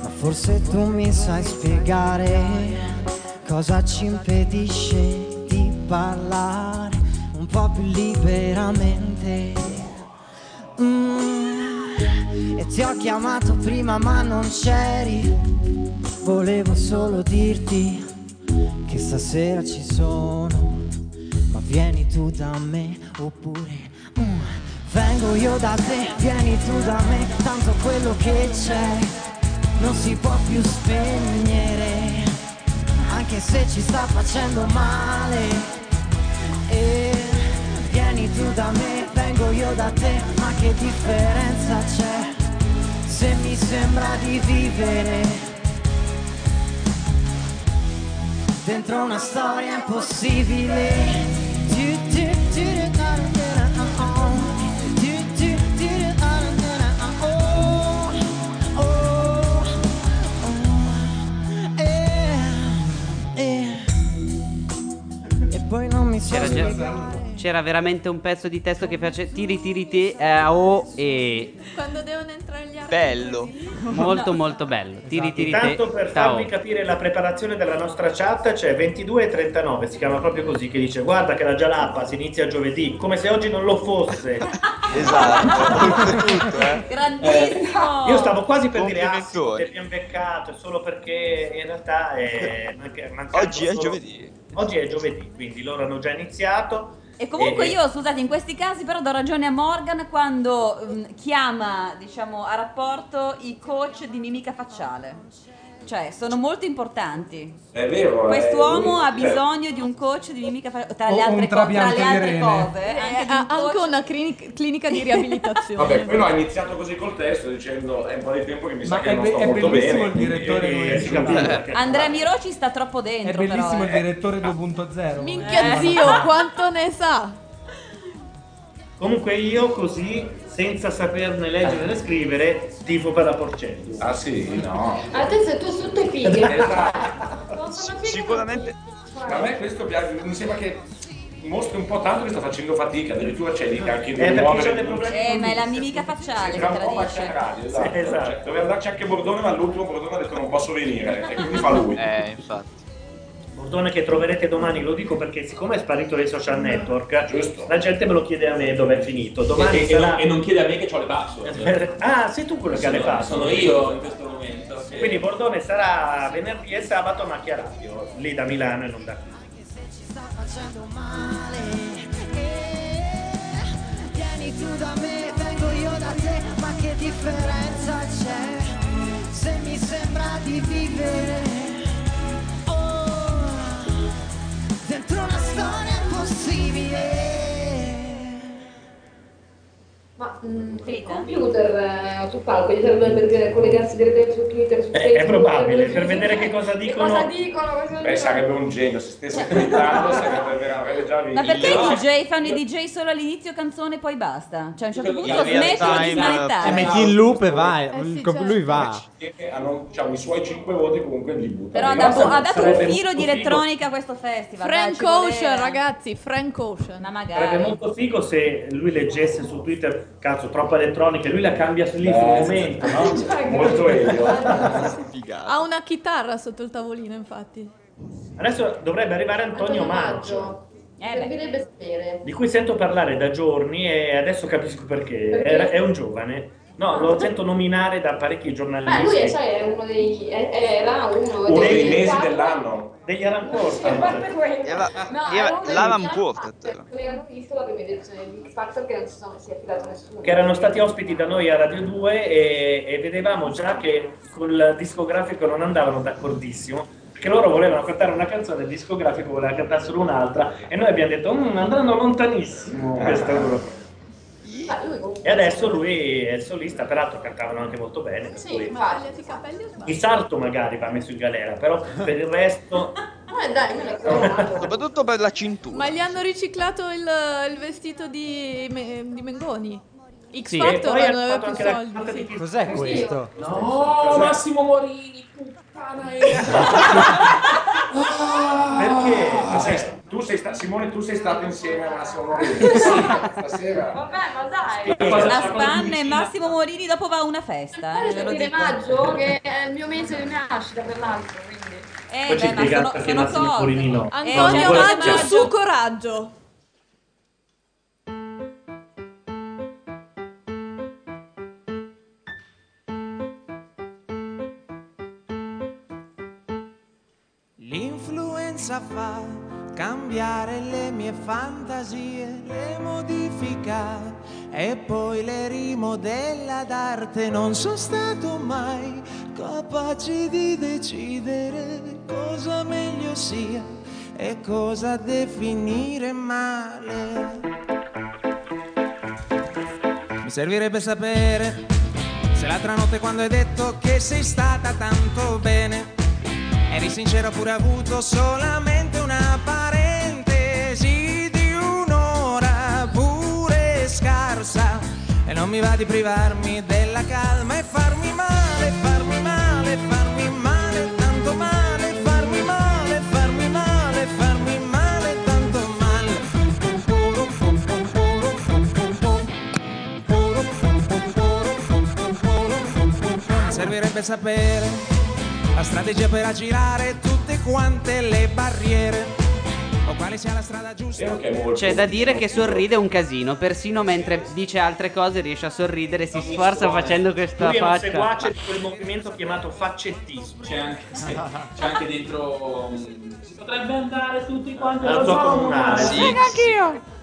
Speaker 23: Ma forse tu mi sai spiegare cosa ci impedisce di parlare un po' più liberamente. Mm,
Speaker 43: E ti ho chiamato prima ma non c'eri Volevo solo dirti che stasera ci sono Ma vieni tu da me oppure mm, Vengo io da te, vieni tu da me Tanto quello che c'è non si può più spegnere Anche se ci sta facendo male e vieni tu da me, vengo io da te, ma che differenza c'è se mi sembra di vivere dentro una storia impossibile. Tu, tu, tu, tu, da, da, da, ah, ah. Tu, tu, tu, tu, da, da, da, ah, oh. Oh, oh. Eh, eh. E poi non mi so
Speaker 1: C'era, già-
Speaker 43: spiegare.
Speaker 1: c'era veramente un pezzo di testo che face tiri tiri te eh, oh, e
Speaker 5: Quando devono entrare gli altri.
Speaker 1: bello molto molto bello tiri tiri te
Speaker 4: Esatto. Intanto per
Speaker 1: tao.
Speaker 4: farvi capire la preparazione della nostra chat c'è 22.39, si chiama proprio così, che dice guarda che la Jalapa si inizia giovedì, come se oggi non lo fosse. esatto,
Speaker 7: Grandissimo!
Speaker 4: Eh, Io stavo quasi per dire ah, sì, ti abbiamo beccato solo perché in realtà è manca- mancato
Speaker 13: Oggi è
Speaker 4: solo-
Speaker 13: giovedì.
Speaker 4: Oggi è giovedì, quindi loro hanno già iniziato.
Speaker 7: E comunque
Speaker 4: Eh,
Speaker 7: io, scusate, in questi casi però do ragione a Morgan quando mm, chiama, diciamo, a rapporto i coach di mimica facciale. Cioè, sono molto importanti.
Speaker 3: È vero, eh,
Speaker 7: Quest'uomo
Speaker 3: lui-
Speaker 7: ha bisogno di un coach di mimica facciale, tra le
Speaker 3: O un
Speaker 7: altre, co- tra le
Speaker 3: trapianto di
Speaker 7: altre
Speaker 3: rene.
Speaker 7: cose.
Speaker 5: Eh,
Speaker 7: Anche, di
Speaker 5: ha
Speaker 7: un
Speaker 5: anche
Speaker 7: coach-
Speaker 5: una clini- clinica di riabilitazione.
Speaker 3: Vabbè, quello ha iniziato così col testo dicendo è un po' di tempo che mi sa
Speaker 6: Ma
Speaker 3: che
Speaker 6: è
Speaker 3: non
Speaker 6: be-
Speaker 3: sto
Speaker 6: è
Speaker 3: molto
Speaker 6: bellissimo
Speaker 3: bene.
Speaker 6: il
Speaker 3: quindi,
Speaker 6: direttore
Speaker 3: eh,
Speaker 6: Noemi.
Speaker 3: si capisce perché-
Speaker 7: Andrea Miro ci sta troppo dentro.
Speaker 6: È bellissimo il
Speaker 7: però, eh.
Speaker 6: direttore 2.0.
Speaker 5: Minchia
Speaker 6: Eh.
Speaker 5: zio, quanto ne sa?
Speaker 4: Comunque io così, senza saperne leggere né scrivere, tifo per la Porcelli.
Speaker 3: Ah sì, no.
Speaker 31: Attenzione, tu sotto i figli. Non sono figli.
Speaker 13: Sicuramente
Speaker 3: A me questo piace, mi sembra che mostri un po' tanto che sta facendo fatica, addirittura c'è lì che anche
Speaker 4: Eh, perché
Speaker 3: due muovere.
Speaker 4: c'è dei problemi
Speaker 7: Eh, ma è la mimica facciale che
Speaker 3: Tra un po' faccia
Speaker 7: tradisce.
Speaker 3: radio, esatto.
Speaker 4: Sì, esatto.
Speaker 3: Cioè, doveva andarci anche Bordone, ma l'ultimo Bordone ha detto non posso venire, e quindi fa lui.
Speaker 13: Eh, infatti.
Speaker 4: Bordone che troverete domani, lo dico perché siccome è sparito dai social network, la gente me lo chiede a me dove è finito. Domani
Speaker 8: E- e-
Speaker 4: sarà-
Speaker 8: e non chiede a me che ho le password.
Speaker 4: ah, sei tu quello che ha le
Speaker 8: Sono-
Speaker 4: password.
Speaker 8: Sono io in questo momento. sì.
Speaker 4: Quindi Bordone sarà venerdì e sabato ma a Chia Radio, lì da Milano e non da qui.
Speaker 43: facendo male. Eh, Vieni tu da me, vengo io da te, ma che differenza c'è? Se mi sembra di vivere oh, dentro una storia impossibile.
Speaker 31: Ma mm, il computer eh, o sul palco gli serve per dire- collegarsi direttamente su Twitter, su
Speaker 4: È,
Speaker 31: Facebook.
Speaker 4: è probabile, per vedere che cosa
Speaker 31: Che
Speaker 4: dicono.
Speaker 31: cosa dicono? cosa
Speaker 3: Beh, Eh, sarebbe un genio, se stesse twittando sarebbe vera- avrebbe già vinto.
Speaker 7: Ma perché i DJ fanno i DJ solo all'inizio canzone e poi basta? Cioè a un certo
Speaker 3: Quello-
Speaker 7: punto
Speaker 3: in realtà
Speaker 7: smettono di
Speaker 3: in-
Speaker 7: smanettare.
Speaker 2: E metti in loop e
Speaker 1: Eh
Speaker 2: vai. il co-
Speaker 1: certo.
Speaker 2: lui va.
Speaker 3: Eh, hanno diciamo, i suoi 5 voti comunque li butta.
Speaker 7: Però ha
Speaker 3: Lì,
Speaker 7: dato,
Speaker 3: basta-
Speaker 7: ha dato un
Speaker 3: sarebbe
Speaker 7: filo
Speaker 3: molto
Speaker 7: di
Speaker 3: figo.
Speaker 7: elettronica a questo festival.
Speaker 5: Frank Ocean, ragazzi, Frank Ocean.
Speaker 7: Ma
Speaker 4: Sarebbe
Speaker 7: magari.
Speaker 4: molto figo se lui leggesse su Twitter, cazzo, troppa elettronica, e lui la cambia lì sul
Speaker 3: Eh,
Speaker 4: momento, no?
Speaker 3: cioè, molto elio.
Speaker 5: Ha una chitarra sotto il tavolino, infatti.
Speaker 4: Adesso dovrebbe arrivare Antonio Maggio,
Speaker 7: Eh,
Speaker 31: Servirebbe sapere.
Speaker 4: di cui sento parlare da giorni e adesso capisco perché. È, è un giovane. No, lo sento nominare da parecchi giornalisti.
Speaker 31: Beh, lui è, sai, è uno dei. è- era uno,
Speaker 4: Uno dei mesi
Speaker 31: quattro-
Speaker 3: dell'anno.
Speaker 4: Degli Arancorta.
Speaker 31: Guarda quello.
Speaker 13: Era-
Speaker 31: No,
Speaker 13: era
Speaker 31: uno dei-
Speaker 13: l'Aran
Speaker 31: era
Speaker 13: Portet.
Speaker 31: Factor, come hanno visto la prima edizione di X Factor che non si sono- si è fidato nessuno.
Speaker 4: che erano stati ospiti da noi a Radio 2 e, e vedevamo già che col discografico non andavano d'accordissimo perché loro volevano cantare una canzone il discografico voleva cantare solo un'altra e noi abbiamo detto "Mm, andranno
Speaker 13: Eh.
Speaker 4: lontanissimo questo gruppo
Speaker 31: Ma lui comunque-
Speaker 4: e adesso lui è solista peraltro cantavano anche molto bene per
Speaker 31: Sì,
Speaker 4: cui-
Speaker 31: ma tagliati i capelli o
Speaker 4: il salto magari va messo in galera però per il resto
Speaker 31: Eh, dai, non è
Speaker 13: Soprattutto per la cintura.
Speaker 5: Ma gli hanno riciclato il, il vestito di, Me- di Mengoni. X
Speaker 13: Sì,
Speaker 4: e poi
Speaker 5: Factor
Speaker 4: ha
Speaker 5: non
Speaker 4: fatto
Speaker 5: aveva
Speaker 4: anche
Speaker 5: più
Speaker 4: la
Speaker 5: soldi. sì.
Speaker 2: Cos'è questo?
Speaker 8: No, Massimo Morini, puttana e...
Speaker 3: Perché? Tu sei, tu sei sta- Simone, tu sei stato insieme a Massimo Morini. Stasera.
Speaker 31: Vabbè, ma dai.
Speaker 7: La spanna e Massimo Morini dopo va a una festa. Eh, ve lo
Speaker 31: Questo è
Speaker 7: dico.
Speaker 31: maggio, che è il mio mese di nascita, per l'altro, quindi...
Speaker 7: Eh,
Speaker 4: Poi ci
Speaker 7: beh, ma
Speaker 4: spiega
Speaker 7: sono,
Speaker 4: perché
Speaker 7: sono
Speaker 4: Massimo
Speaker 7: cose.
Speaker 4: Morini no.
Speaker 7: Eh,
Speaker 5: Antonio
Speaker 7: cioè,
Speaker 5: Maggio, su coraggio.
Speaker 16: Influenza fa cambiare le mie fantasie, le modifica e poi le rimodella d'arte. Non sono stato mai capace di decidere cosa meglio sia e cosa definire male. Mi servirebbe sapere se l'altra notte quando hai detto che sei stata tanto bene Eri sincero pure avuto solamente una parentesi di un'ora pure scarsa E non mi va di privarmi della calma e farmi male, farmi male, farmi male, tanto male Farmi male, farmi male, farmi male, tanto male Servirebbe sapere la strategia per aggirare tutte quante le barriere. O quale sia la strada giusta.
Speaker 1: C'è da dire che sorride un casino, persino mentre dice altre cose riesce a sorridere, si sforza facendo questa
Speaker 4: Lui è un
Speaker 1: faccia.
Speaker 4: seguace di quel movimento chiamato faccettismo. C'è anche,
Speaker 8: C'è anche dentro. um,
Speaker 4: Si potrebbe andare tutti quanti
Speaker 8: Alla
Speaker 4: allo
Speaker 8: zona
Speaker 4: zoo
Speaker 8: comunale.
Speaker 4: comunale.
Speaker 8: Sì. Venga
Speaker 1: anch'io!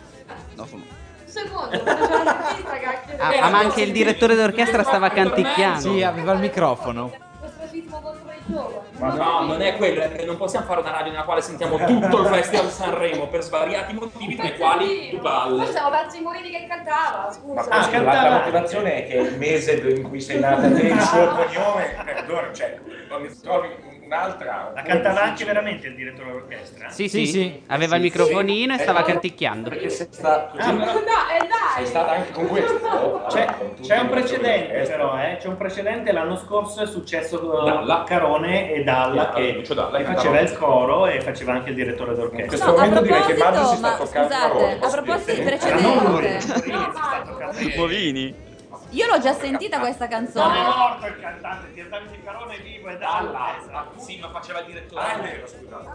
Speaker 31: Secondo, facciamo una sinistra, cacchio.
Speaker 1: Ah, ah, ma anche il direttore d'orchestra stava
Speaker 10: Ecco,
Speaker 1: canticchiando.
Speaker 2: Sì, aveva il microfono.
Speaker 31: Questo ritmo contro i giovani.
Speaker 8: Ma no, non è quello, è che non possiamo fare una radio nella quale sentiamo tutto il Festival Sanremo per svariati motivi tra i quali tu
Speaker 31: Noi
Speaker 8: balli.
Speaker 31: siamo verso i Morini che cantava, scusa.
Speaker 8: Ah,
Speaker 3: la,
Speaker 8: scantava.
Speaker 3: la motivazione è che il mese in cui sei nata te il suo cognome, eh, allora, cioè, non ne trovi un'altra.
Speaker 4: La cantava anche veramente il direttore dell'orchestra?
Speaker 1: Sì, sì, Eh, aveva il microfonino e
Speaker 4: Eh,
Speaker 1: stava canticchiando.
Speaker 3: Perché sei stata,
Speaker 4: Ah, ma-
Speaker 31: dai, dai!
Speaker 3: sei stata anche con questo. no?
Speaker 10: Cioè,
Speaker 4: C'è, c'è un precedente però, eh? c'è un precedente, l'anno scorso è successo eh,
Speaker 8: Dalla.
Speaker 4: Carone e Dalla
Speaker 8: Dalla,
Speaker 4: che,
Speaker 8: Lucio Dalla,
Speaker 4: che
Speaker 8: cantava-
Speaker 4: faceva il coro e faceva anche il direttore d'orchestra. In
Speaker 7: questo No, a momento direi che proposito, Maggio si sta ma toccando la scusate, roba, a posso proposito di dire? precedente-
Speaker 4: Ma non Morini,
Speaker 13: Morini.
Speaker 7: Io l'ho già sentita questa
Speaker 4: Non è
Speaker 7: canzone.
Speaker 4: morto il cantante, ti di Carone è vivo e Dalla.
Speaker 8: Sì, ma faceva il direttore.
Speaker 31: Ma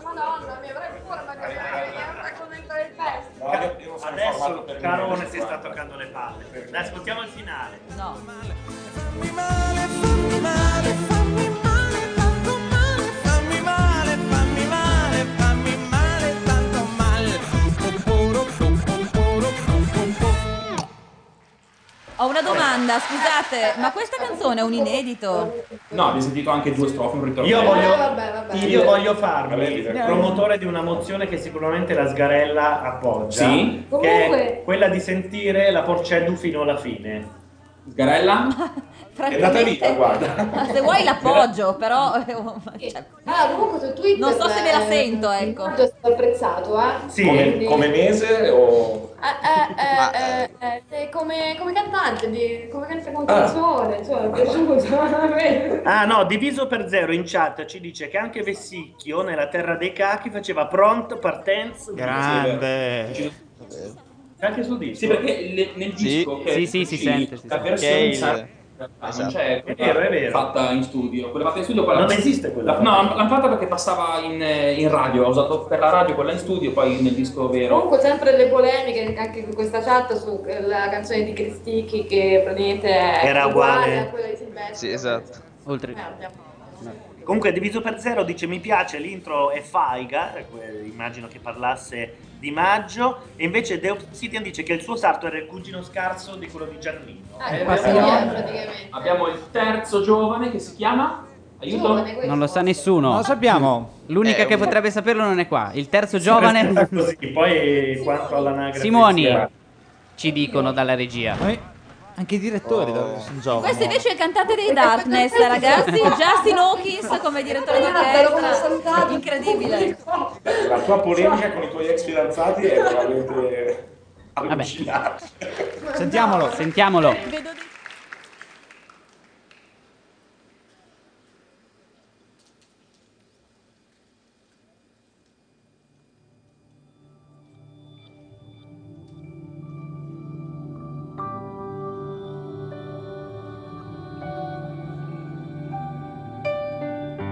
Speaker 31: Madonna, mi avrei forma che mi avrei convinto del festival.
Speaker 4: Adesso Carone si sta toccando le palle. Dai, ascoltiamo il finale.
Speaker 7: No.
Speaker 16: Fammi male, fammi male, fammi male, tanto male.
Speaker 7: Ho una domanda, scusate, ma questa canzone è un inedito?
Speaker 8: No, abbiamo sentito anche due strofe, un ritorno.
Speaker 4: Io voglio,
Speaker 7: vabbè, vabbè.
Speaker 4: io voglio farmi
Speaker 8: Vabbè,
Speaker 4: promotore di una mozione che sicuramente la sgarella appoggia.
Speaker 8: Sì.
Speaker 4: Che
Speaker 31: Comunque-
Speaker 4: è quella di sentire la Porcedu fino alla fine.
Speaker 8: Sgarella?
Speaker 7: Francamente,
Speaker 4: guarda.
Speaker 7: se vuoi l'appoggio, però... cioè,
Speaker 31: Allora, Eh, ah, comunque su Twitter...
Speaker 7: Non so se me la
Speaker 31: eh,
Speaker 7: sento, ecco.
Speaker 31: Maggio è stato apprezzato, eh?
Speaker 3: come, come mese o...
Speaker 31: Eh, eh, eh, eh, eh, come, come cantante, di, come cantante con canzone, cioè, mi è piaciuto. a me.
Speaker 4: Ah no, diviso per zero in chat ci dice che anche Vessicchio nella terra dei cachi faceva prompt partenza. C'è anche sul disco.
Speaker 8: Sì, perché le- nel disco che-
Speaker 1: Sì, sì, si
Speaker 8: sì,
Speaker 1: sente, si
Speaker 8: La
Speaker 1: sente.
Speaker 8: versione
Speaker 1: Che è il- Esatto.
Speaker 8: sa- ah, non c'è
Speaker 4: È
Speaker 8: quella
Speaker 4: vero, è vero.
Speaker 8: fatta in studio. Quella fatta in studio quella-
Speaker 4: Non esiste quella.
Speaker 8: La- no, l'hanno fatta perché passava in, eh, in radio, ho usato per la radio quella in studio, poi nel disco vero.
Speaker 31: Comunque sempre le polemiche anche con questa chat sulla canzone di Cristichi che praticamente è
Speaker 4: Era uguale.
Speaker 31: a quella di Eh, Silvestri.
Speaker 13: Sì, esatto.
Speaker 1: Oltre.
Speaker 31: Merda.
Speaker 4: Comunque diviso per zero dice mi piace l'intro è faiga, eh, que- immagino che parlasse di maggio, e invece The Obsidian dice che il suo sarto era il cugino scarso di quello di Giannino.
Speaker 31: Ah,
Speaker 8: Eh,
Speaker 31: quello
Speaker 8: però-
Speaker 31: lì è praticamente.
Speaker 8: Abbiamo il terzo giovane che si chiama. Aiuto.
Speaker 31: Giovane, questo.
Speaker 1: Non lo sa nessuno.
Speaker 2: Non lo sappiamo.
Speaker 1: L'unica
Speaker 4: Eh,
Speaker 1: che
Speaker 4: un-
Speaker 1: potrebbe saperlo non è qua. Il terzo giovane.
Speaker 4: Così, poi quanto all'anagrafe.
Speaker 1: Simoni,
Speaker 4: sia-
Speaker 1: ci dicono dalla regia. Oh.
Speaker 2: Anche i direttori sono giovani.
Speaker 7: Questo invece è il cantante dei Darkness, ragazzi, Justin Hawkins come direttore d'orchestra. Incredibile.
Speaker 3: La tua polemica con i tuoi ex fidanzati è veramente allucinante.
Speaker 1: Sentiamolo. Sentiamolo.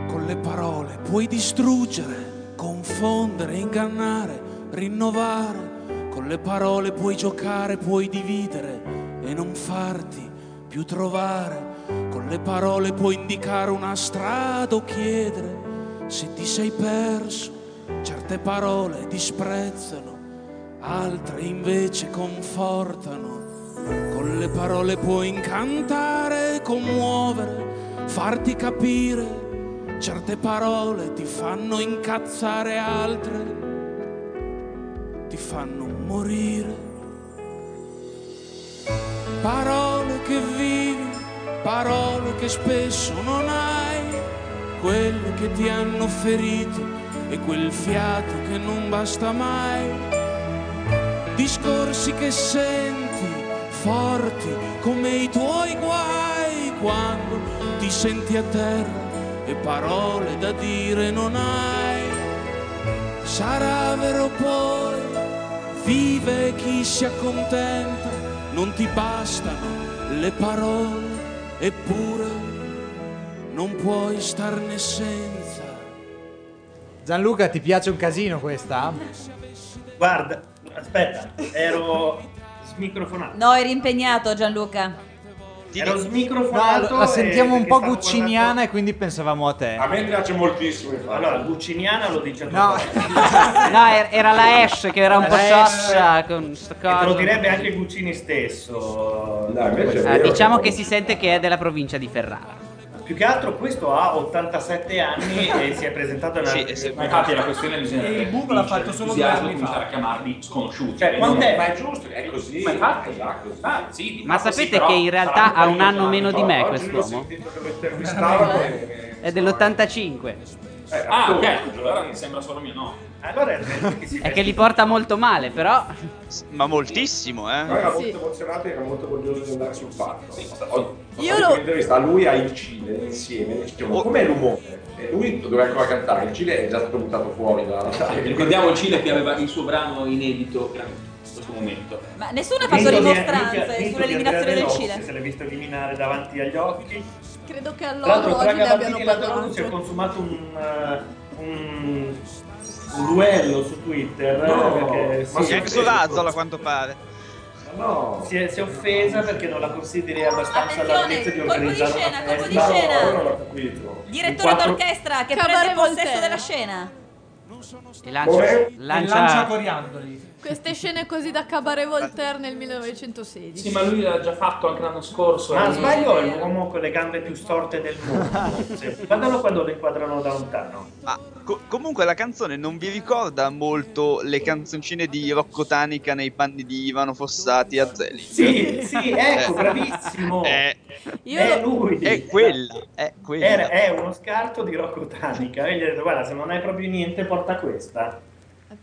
Speaker 44: Con le parole puoi distruggere, confondere, ingannare, rinnovare. Con le parole puoi giocare, puoi dividere e non farti più trovare. Con le parole puoi indicare una strada o chiedere se ti sei perso, certe parole disprezzano, altre invece confortano. Con le parole puoi incantare, commuovere, farti capire. Certe parole ti fanno incazzare, altre ti fanno morire. Parole che vivi, parole che spesso non hai, quelle che ti hanno ferito e quel fiato che non basta mai. Discorsi che senti forti come i tuoi guai quando ti senti a terra e parole da dire non hai. Sarà vero poi, vive chi si accontenta, non ti bastano le parole, eppure non puoi starne senza.
Speaker 2: Gianluca, ti piace un casino questa?
Speaker 4: Guarda, aspetta, ero smicrofonato.
Speaker 7: No, eri impegnato Gianluca.
Speaker 4: Ero
Speaker 2: No,
Speaker 4: smicrofonato.
Speaker 2: la sentiamo
Speaker 4: e-
Speaker 2: un po'
Speaker 4: perché stavo
Speaker 2: gucciniana e quindi pensavamo a te.
Speaker 4: guardando- Allora, Gucciniana lo dice a
Speaker 2: No.
Speaker 4: tutti.
Speaker 1: No, er- era la Ash che era un po'
Speaker 4: La Ash.
Speaker 1: sciocca con sta
Speaker 4: E
Speaker 1: cosa.
Speaker 4: te lo direbbe anche Guccini stesso.
Speaker 3: invece
Speaker 1: Ah, diciamo che si sente che è della provincia di Ferrara.
Speaker 4: Più che altro questo ha 87 anni e si è presentato nella...
Speaker 8: Ma infatti la questione bisogna
Speaker 4: E il
Speaker 8: Google
Speaker 4: Google l'ha fatto solo due anni fa.
Speaker 8: cominciare a chiamarli sconosciuti.
Speaker 4: Cioè,
Speaker 8: E
Speaker 4: quant'è?
Speaker 8: non-
Speaker 4: Ma è giusto, è così.
Speaker 8: Ma infatti,
Speaker 3: Esatto,
Speaker 8: ah, sì,
Speaker 1: Ma
Speaker 8: fatto sì,
Speaker 1: sapete
Speaker 8: però
Speaker 1: che in realtà
Speaker 8: sarà
Speaker 1: ha un anno
Speaker 8: paio di Eh,
Speaker 1: meno di
Speaker 8: anni
Speaker 1: me
Speaker 8: fa.
Speaker 1: quest'uomo.
Speaker 3: intervistavo e-
Speaker 1: È dell'85.
Speaker 8: Ah, ok, allora mi sembra solo mio no.
Speaker 4: Allora
Speaker 1: È che li porta molto male, però.
Speaker 13: Ma moltissimo, eh.
Speaker 3: Però era molto emozionato e era molto curioso di andare sul palco. Ho
Speaker 5: Io
Speaker 3: Io
Speaker 5: lo-
Speaker 3: un'intervista a lui ai Cile insieme,
Speaker 8: Oh.
Speaker 3: diciamo, com'è l'umore? E lui doveva ancora cantare, il Cile è già stato buttato fuori da...
Speaker 8: Esatto, Ricordiamo il Cile che aveva il suo brano inedito che era in questo momento.
Speaker 7: Ma nessuno ha
Speaker 4: Vinto
Speaker 7: fatto
Speaker 4: di-
Speaker 7: rimostranze
Speaker 4: vinto- vinto di
Speaker 7: sull'eliminazione
Speaker 4: Andrea
Speaker 7: del
Speaker 4: Rossi,
Speaker 7: Cile.
Speaker 4: Se l'è visto eliminare davanti agli occhi.
Speaker 5: Credo che
Speaker 4: Tra l'altro
Speaker 5: all'oro
Speaker 4: tra
Speaker 5: oggi ne
Speaker 4: Gabbardini
Speaker 5: abbiano
Speaker 4: e la Dolorucci ha
Speaker 5: parlato.
Speaker 4: consumato un, eh, un, un duello su Twitter. eh,
Speaker 13: No,
Speaker 4: perché,
Speaker 13: ma anche su Lazzolo a quanto pare.
Speaker 4: No, si è, si è offesa perché non la consideri abbastanza
Speaker 7: Attenzione,
Speaker 4: all'altezza di
Speaker 7: colpo di
Speaker 4: organizzare
Speaker 7: scena,
Speaker 4: una
Speaker 7: colpo di
Speaker 4: festa.
Speaker 7: scena.
Speaker 4: No, io non l'ho capito.
Speaker 7: Direttore
Speaker 4: Quattro-
Speaker 7: d'orchestra che
Speaker 5: Cabaret
Speaker 7: prende possesso
Speaker 5: Voltaire.
Speaker 7: della scena.
Speaker 1: E
Speaker 3: Come?
Speaker 4: Boh,
Speaker 1: lancia.
Speaker 6: E lancia
Speaker 1: Lancia.
Speaker 6: coriandoli.
Speaker 5: Queste scene così da Cabaret Voltaire nel 1916.
Speaker 8: Sì, ma lui l'ha già fatto anche l'anno scorso.
Speaker 4: Ma
Speaker 8: Eh,
Speaker 4: sbaglio è l'uomo con le gambe più storte del mondo. Sì. Guardalo quando lo inquadrano da lontano.
Speaker 13: Ma co- comunque la canzone non vi ricorda molto le canzoncine di Rocco Tanica nei panni di Ivano Fossati a Zelig?
Speaker 4: Sì, sì, ecco,
Speaker 13: Eh.
Speaker 4: bravissimo.
Speaker 13: Eh,
Speaker 5: Io
Speaker 4: è
Speaker 5: lo-
Speaker 4: lui.
Speaker 13: È quella, è quella.
Speaker 4: Era- è uno scarto di Rocco Tanica. E gli ha detto, guarda, se non hai proprio niente, porta questa.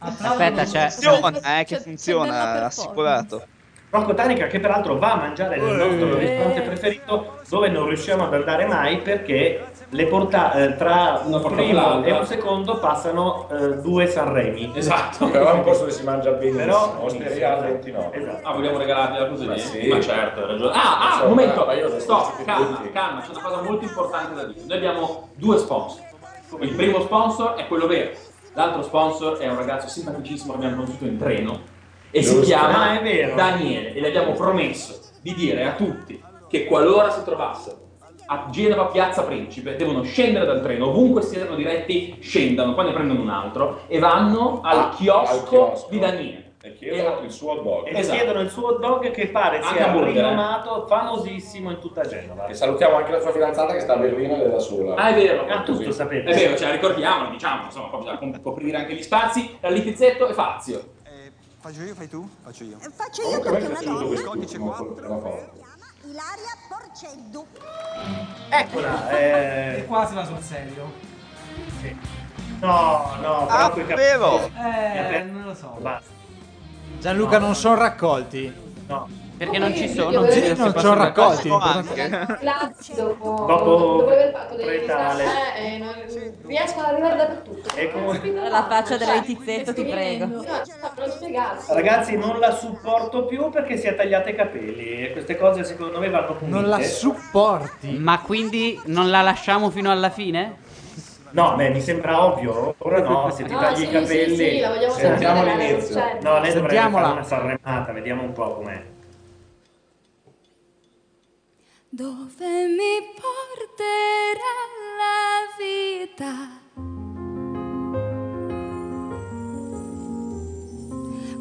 Speaker 1: Aspetta, c'è.
Speaker 13: Funziona, eh, che funziona, assicurato.
Speaker 4: Rocco Tanica che peraltro va a mangiare nel
Speaker 8: Eh.
Speaker 4: nostro ristorante preferito dove non riusciamo ad andare mai perché le porta- eh, tra un
Speaker 8: porta
Speaker 4: primo
Speaker 8: all'altra.
Speaker 4: e un secondo passano eh, due Sanremi.
Speaker 8: Esatto.
Speaker 3: Però è un posto dove si mangia benissimo,
Speaker 4: Però-
Speaker 3: osteria al 29. Esatto.
Speaker 8: Ah, vogliamo regalargliela così?
Speaker 3: Ma
Speaker 8: Ma,
Speaker 3: sì.
Speaker 8: certo, hai ragione. Ah, ah,
Speaker 3: Insomma,
Speaker 8: un momento,
Speaker 3: ma io lo so,
Speaker 8: stop,
Speaker 3: tutti
Speaker 8: calma,
Speaker 3: tutti.
Speaker 8: calma, c'è una cosa molto importante da dire. Noi abbiamo due sponsor. Il primo sponsor è quello vero, l'altro sponsor è un ragazzo simpaticissimo che abbiamo conosciuto in treno e
Speaker 4: Giusto.
Speaker 8: si chiama
Speaker 4: Ah, è vero.
Speaker 8: Daniele e gli abbiamo promesso di dire a tutti che qualora si trovassero a Genova Piazza Principe devono scendere dal treno, ovunque siano diretti scendono, poi ne prendono un altro e vanno al, chiosco, di Daniele.
Speaker 3: Ah,
Speaker 8: Esatto.
Speaker 3: E chiedono il suo hot dog.
Speaker 4: E chiedono il suo hot dog che pare
Speaker 8: Eh, Anche
Speaker 4: sia
Speaker 8: hamburger, eh.
Speaker 4: rinomato, famosissimo in tutta Genova.
Speaker 3: E salutiamo anche la sua fidanzata che sta a Berlino ed è da sola.
Speaker 8: Ah, è vero.
Speaker 4: Ah, tu lo sapevi.
Speaker 8: È vero, ce la ricordiamo, diciamo, insomma, poi bisogna com- coprire anche gli spazi. Tra Lichizzetto e Fazio.
Speaker 17: Faccio io, fai tu? Faccio io.
Speaker 45: Faccio
Speaker 3: io perché una
Speaker 17: Il codice 4.
Speaker 45: Ilaria Porcello.
Speaker 4: Eccola, eh.
Speaker 6: E qua si va sul serio.
Speaker 4: No, no, però
Speaker 6: Ah,
Speaker 4: quei
Speaker 6: vero?
Speaker 4: capelli-
Speaker 6: Eh, non lo so.
Speaker 4: Basta.
Speaker 2: Gianluca, non sono raccolti.
Speaker 4: No.
Speaker 1: Perché non ci sono.
Speaker 2: Non,
Speaker 1: si
Speaker 2: sono
Speaker 1: possono
Speaker 2: raccolti.
Speaker 1: raccogliere.
Speaker 31: Lazzi dopo,
Speaker 2: Dopo
Speaker 31: dopo aver fatto delle
Speaker 4: Pretale.
Speaker 31: risate, eh, non riesco ad arrivare dappertutto. Cioè,
Speaker 4: E comunque-
Speaker 7: La faccia della Letizzetto, ti prego.
Speaker 31: No, stavano spiegando.
Speaker 4: Ragazzi, non la supporto più perché si è tagliata i capelli. E queste cose secondo me vanno punite.
Speaker 1: Non la
Speaker 2: supporti.
Speaker 1: Ma quindi non la lasciamo fino alla fine?
Speaker 4: No, beh, mi sembra ovvio. Ora no, se ti
Speaker 31: No,
Speaker 4: tagli
Speaker 31: Ah, sì,
Speaker 4: i capelli.
Speaker 31: sì, sì, la vogliamo
Speaker 4: Sentiamo
Speaker 31: sentire,
Speaker 4: l'inizio.
Speaker 31: ragazzi, certo.
Speaker 4: No, lei dovrebbe
Speaker 31: Sentiamola.
Speaker 4: fare una sarremata, vediamo un po' com'è.
Speaker 46: Dove mi porterà la vita?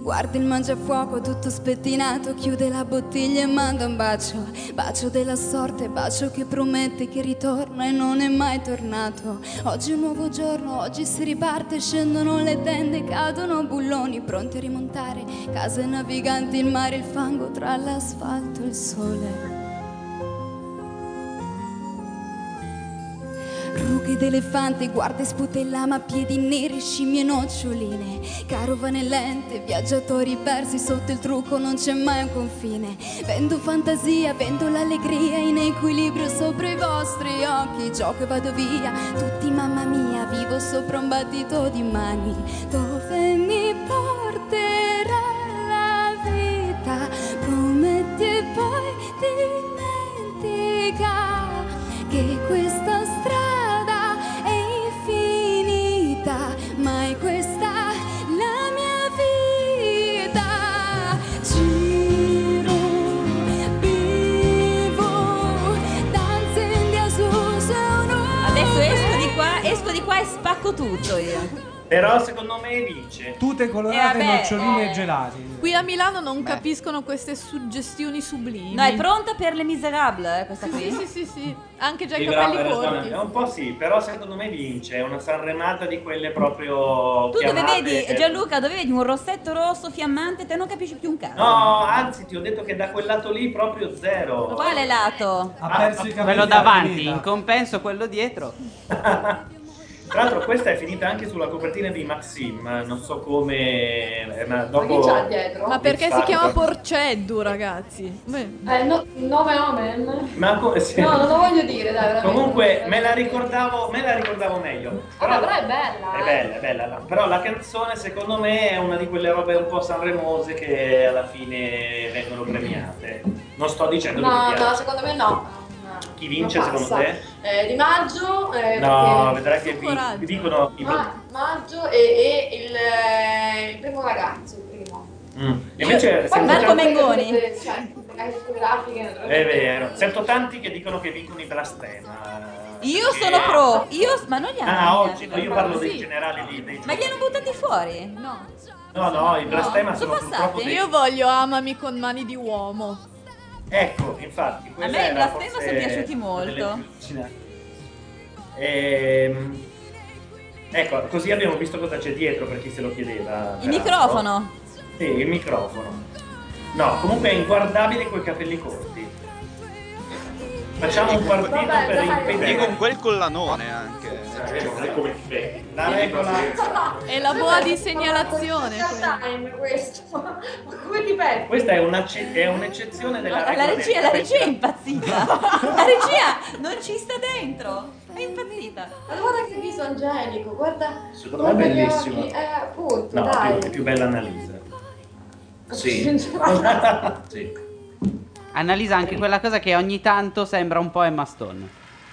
Speaker 46: Guarda il mangiafuoco tutto spettinato, chiude la bottiglia e manda un bacio. Bacio della sorte, bacio che promette che ritorna e non è mai tornato. Oggi è un nuovo giorno, oggi si riparte, scendono le tende, cadono bulloni pronti a rimontare. Case naviganti, il mare, il fango, tra l'asfalto e il sole. Rughe d'elefante, guarde sputella ma piedi neri, scimmie noccioline Carovane lente, viaggiatori persi sotto il trucco non c'è mai un confine Vendo fantasia, vendo l'allegria in equilibrio sopra i vostri occhi Gioco e vado via, tutti mamma mia, vivo sopra un battito di mani Dove mi porterà la vita, prometti e poi dimentica che questa strada è infinita, ma è questa la mia vita. Giro, vivo, danze in sono.
Speaker 7: Adesso esco di qua, esco di qua e spacco tutto io.
Speaker 4: Però secondo me vince.
Speaker 47: Tute colorate,
Speaker 5: Eh, vabbè,
Speaker 47: noccioline
Speaker 5: eh.
Speaker 47: e gelati.
Speaker 5: Qui a Milano non
Speaker 47: Beh.
Speaker 5: capiscono queste suggestioni sublimi.
Speaker 7: No, è pronta per le miserable, eh, questa
Speaker 5: Sì,
Speaker 7: qui.
Speaker 5: sì, sì, sì. Anche già
Speaker 31: Cioè,
Speaker 5: i
Speaker 4: Libera
Speaker 5: capelli
Speaker 4: per
Speaker 5: corti.
Speaker 4: esame. Un po' sì, però secondo me vince. È una sanremata di quelle proprio.
Speaker 7: Tu dove
Speaker 4: chiamate-
Speaker 7: vedi, Gianluca, dove vedi un rossetto rosso fiammante, te non capisci più un cazzo.
Speaker 4: No, anzi, ti ho detto che da quel lato lì proprio zero.
Speaker 7: Quale lato?
Speaker 4: Ha perso i capelli
Speaker 1: Quello
Speaker 4: alla
Speaker 1: davanti,
Speaker 4: finita.
Speaker 1: in compenso quello dietro.
Speaker 4: Tra l'altro, questa è finita anche sulla copertina di Maxim. eh, Non so come. eh, Ma dopo.
Speaker 5: Ma perché si
Speaker 4: Infatti.
Speaker 5: chiama Porceddu, ragazzi?
Speaker 31: Eh, no, nome omen.
Speaker 4: Ma come se-
Speaker 31: No, non lo voglio dire, dai, veramente.
Speaker 4: Comunque, me la ricordavo, me la ricordavo meglio.
Speaker 31: Ah, Vabbè, però è bella.
Speaker 4: È
Speaker 31: eh.
Speaker 4: bella, è bella. la- Però la canzone, secondo me, è una di quelle robe un po' sanremose che alla fine vengono premiate. Non sto dicendo che
Speaker 31: No,
Speaker 4: mi piace.
Speaker 31: no, secondo me no.
Speaker 4: Chi vince,
Speaker 31: non
Speaker 4: secondo
Speaker 31: passa.
Speaker 4: te?
Speaker 31: Eh, di maggio. eh,
Speaker 4: No,
Speaker 31: perché-
Speaker 4: vedrai che vi,
Speaker 31: Coraggio. Ah.
Speaker 4: vi dicono. i-
Speaker 31: Ma- maggio e, e il, eh, il primo ragazzo, il primo.
Speaker 4: Mm. Invece,
Speaker 31: Poi
Speaker 4: sento
Speaker 31: Marco
Speaker 4: tanti-
Speaker 31: Mengoni? Cioè, magari fotografiche.
Speaker 4: È vero, sento tanti che dicono che vincono i blastema.
Speaker 7: Io
Speaker 4: Perché-
Speaker 7: sono pro, io, ma non li hanno.
Speaker 4: Ah, oggi, no,
Speaker 7: nominati.
Speaker 4: io parlo dei
Speaker 7: Sì.
Speaker 4: generali lì. dei-
Speaker 7: Ma li hanno buttati fuori? No.
Speaker 4: No, no, i blastema sono purtroppo dei...
Speaker 5: Io voglio amami con mani di uomo.
Speaker 4: Ecco, infatti, quella
Speaker 5: me i
Speaker 4: era
Speaker 5: Blastema
Speaker 4: forse
Speaker 5: sono piaciuti
Speaker 4: una
Speaker 5: molto.
Speaker 4: delle più avvicinate. Ehm, Ecco, così abbiamo visto cosa c'è dietro per chi se lo chiedeva. peraltro.
Speaker 7: Il microfono.
Speaker 4: Sì, il microfono. No, comunque è inguardabile coi capelli corti. Facciamo un partito
Speaker 29: Vabbè,
Speaker 4: per
Speaker 29: dai.
Speaker 4: impedire.
Speaker 29: E con quel collanone anche.
Speaker 4: La regola.
Speaker 5: È la boa di segnalazione.
Speaker 31: Ma time questo. Come ti perdi?
Speaker 4: Questa è, un'acce- è un'eccezione della
Speaker 7: La,
Speaker 4: regola. del
Speaker 7: regia, la
Speaker 4: capelli-
Speaker 7: regia è impazzita. la regia non ci sta dentro. È impazzita.
Speaker 31: Ma guarda che viso angelico, guarda.
Speaker 4: Secondo me è
Speaker 31: guarda gli
Speaker 4: bellissimo.
Speaker 31: occhi, Eh, appunto,
Speaker 4: No, è
Speaker 31: dai.
Speaker 4: più, è più bella Annalisa.
Speaker 1: Sì.
Speaker 4: Sì.
Speaker 1: Analisa anche quella cosa che ogni tanto sembra un po' Emma Stone,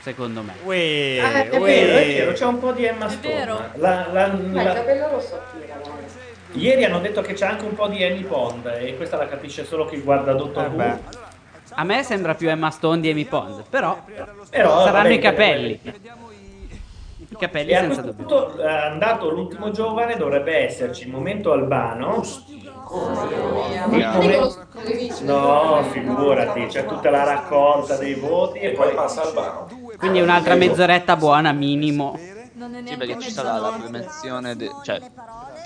Speaker 1: secondo me.
Speaker 13: Uè,
Speaker 4: Ah, è vero, è vero, c'è un po' di Emma Stone. La- la-
Speaker 31: Ma il
Speaker 4: la-
Speaker 31: capello rosso attira, guarda.
Speaker 4: Ieri hanno detto che c'è anche un po' di Annie Pond e questa la capisce solo chi guarda Dottor Who.
Speaker 1: A me sembra più Emma Stone di Amy Pond, però,
Speaker 4: Però,
Speaker 1: saranno
Speaker 4: vabbè,
Speaker 1: i capelli. I capelli
Speaker 4: E a
Speaker 1: senza
Speaker 4: questo
Speaker 1: dubbio.
Speaker 4: punto eh, è andato l'ultimo giovane, dovrebbe esserci il momento albano. Il momento- No, figurati, c'è tutta la raccolta dei voti e poi passa albano.
Speaker 1: Quindi un'altra mezz'oretta buona minimo.
Speaker 29: Sì, perché ci sarà la premiazione, de- cioè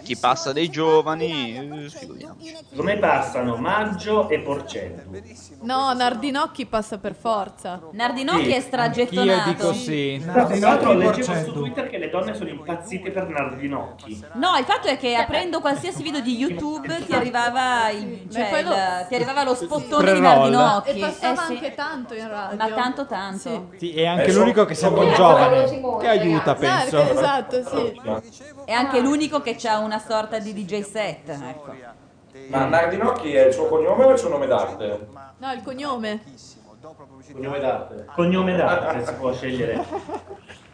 Speaker 29: chi passa dei giovani. eh, figuriamoci.
Speaker 4: Come passano Maggio e Porcello?
Speaker 5: No, Nardinocchi passa per forza.
Speaker 7: Nardinocchi
Speaker 4: Sì,
Speaker 7: è stragettonato.
Speaker 4: Tra l'altro leggevo su Twitter che le donne sono impazzite per Nardinocchi.
Speaker 7: No, il fatto è che aprendo qualsiasi video di YouTube ti arrivava il, cioè,
Speaker 5: Ma poi lo-
Speaker 7: il- ti arrivava lo spottone di
Speaker 13: Pre-roll.
Speaker 7: Nardinocchi.
Speaker 5: E passava
Speaker 7: Eh sì.
Speaker 5: anche tanto in radio.
Speaker 7: Ma tanto tanto.
Speaker 13: Sì, è anche
Speaker 7: Adesso-
Speaker 13: l'unico che sembra un
Speaker 7: Eh,
Speaker 13: giovane.
Speaker 7: quello ci
Speaker 13: Che aiuta,
Speaker 7: ragazzi.
Speaker 13: penso.
Speaker 7: Eh, esatto, sì. È anche l'unico che ha una sorta di DJ set. Ecco.
Speaker 3: Ma Nardinocchi è il suo cognome o è il suo nome d'arte?
Speaker 5: No, il cognome.
Speaker 3: Ah,
Speaker 4: Cognome d'arte. Cognome d'arte si può scegliere.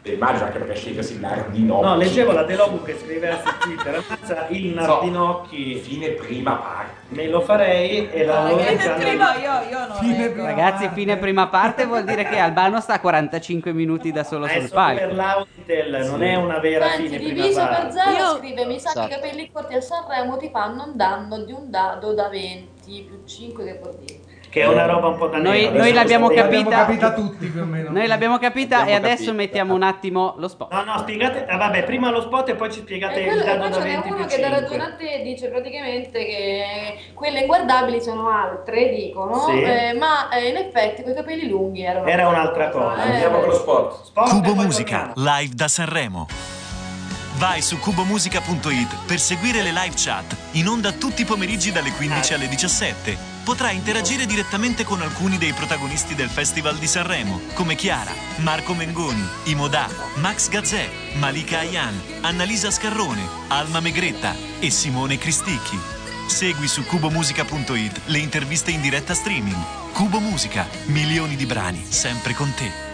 Speaker 3: E immagino anche perché scegliasi il Nardinocchi.
Speaker 4: No, leggevo la Delogu che scriveva su Twitter, ammazza il Nardinocchi.
Speaker 3: Fine prima parte.
Speaker 4: Me lo farei e la
Speaker 1: prima-
Speaker 22: io, io no.
Speaker 1: Ragazzi, fine prima parte vuol dire che Albano sta 45 minuti da solo sul
Speaker 4: Adesso
Speaker 1: palco.
Speaker 4: per l'Auditel non è una vera
Speaker 31: Anzi,
Speaker 4: fine
Speaker 31: diviso
Speaker 4: prima
Speaker 31: per
Speaker 4: parte.
Speaker 31: zero
Speaker 1: Io-
Speaker 31: scrive: Mi sa
Speaker 1: Esatto.
Speaker 31: che i capelli corti a Sanremo ti fanno un danno di un dado da 20 più 5 che vuol dire.
Speaker 4: Che è una roba un po' da nero.
Speaker 1: Noi,
Speaker 4: Adesso
Speaker 1: noi l'abbiamo
Speaker 4: questo-
Speaker 1: capita,
Speaker 6: tutti più o meno.
Speaker 1: Noi l'abbiamo capita
Speaker 4: Abbiamo
Speaker 1: e adesso
Speaker 4: capito.
Speaker 1: mettiamo un attimo lo spot.
Speaker 4: No, no, spiegate, ah, vabbè, prima lo spot e poi ci spiegate
Speaker 31: E
Speaker 4: il
Speaker 31: quello, e
Speaker 4: dado
Speaker 31: poi
Speaker 4: da
Speaker 31: ce n'è
Speaker 4: 20
Speaker 31: uno
Speaker 4: più
Speaker 31: che da
Speaker 4: 5.
Speaker 31: ragionante dice praticamente che quelle inguardabili sono altre, dicono,
Speaker 4: Sì.
Speaker 31: eh, ma eh, in effetti quei capelli lunghi erano.
Speaker 4: Era un'altra cosa. Eh. Andiamo con lo
Speaker 3: spot.
Speaker 29: Cubo Musica, live da Sanremo. Vai su cubomusica.it per seguire le live chat in onda tutti i pomeriggi dalle
Speaker 4: Eh.
Speaker 29: 15 alle 17. Potrai interagire direttamente con alcuni dei protagonisti del Festival di Sanremo, come Chiara, Marco Mengoni, Imodà, Max Gazzè, Malika Ayan, Annalisa Scarrone, Alma Megretta e Simone Cristicchi. Segui su cubomusica.it le interviste in diretta streaming. Cubo Musica, milioni di brani, sempre con te.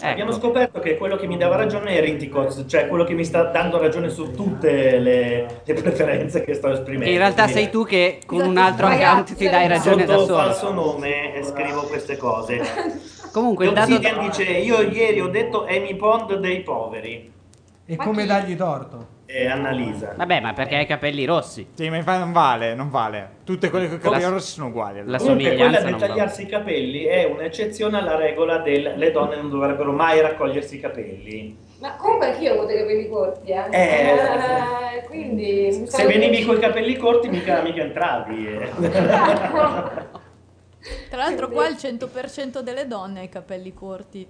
Speaker 4: Abbiamo
Speaker 1: Ecco.
Speaker 4: scoperto che quello che mi dava ragione è Riticoz, cioè quello che mi sta dando ragione su tutte le, le preferenze che sto esprimendo.
Speaker 1: Che in realtà
Speaker 4: Quindi-
Speaker 1: sei tu che con un altro account
Speaker 4: Esatto. Ragazzi,
Speaker 1: ti dai ragione da
Speaker 4: sotto
Speaker 1: solo.
Speaker 4: falso nome e scrivo queste cose.
Speaker 1: Comunque
Speaker 4: il
Speaker 1: il dato-
Speaker 4: dice io ieri ho detto Amy Pond dei poveri.
Speaker 6: E come dargli torto?
Speaker 4: E Annalisa.
Speaker 1: Vabbè, ma perché hai i capelli rossi?
Speaker 24: Sì, ma infatti non vale, non vale. Tutte quelle che
Speaker 1: La-
Speaker 24: capelli rossi sono uguali. allora.
Speaker 1: la
Speaker 4: Comunque quella di
Speaker 1: non
Speaker 4: tagliarsi i capelli è un'eccezione alla regola del le donne non dovrebbero mai raccogliersi i capelli.
Speaker 31: Ma comunque anch'io ho avuto i capelli corti, eh.
Speaker 4: Eh,
Speaker 31: Eh, quindi mi
Speaker 4: Se
Speaker 31: stavo-
Speaker 4: venivi con i capelli corti mica, mica entravi. eh.
Speaker 5: Tra l'altro qua il 100% delle donne ha i capelli corti.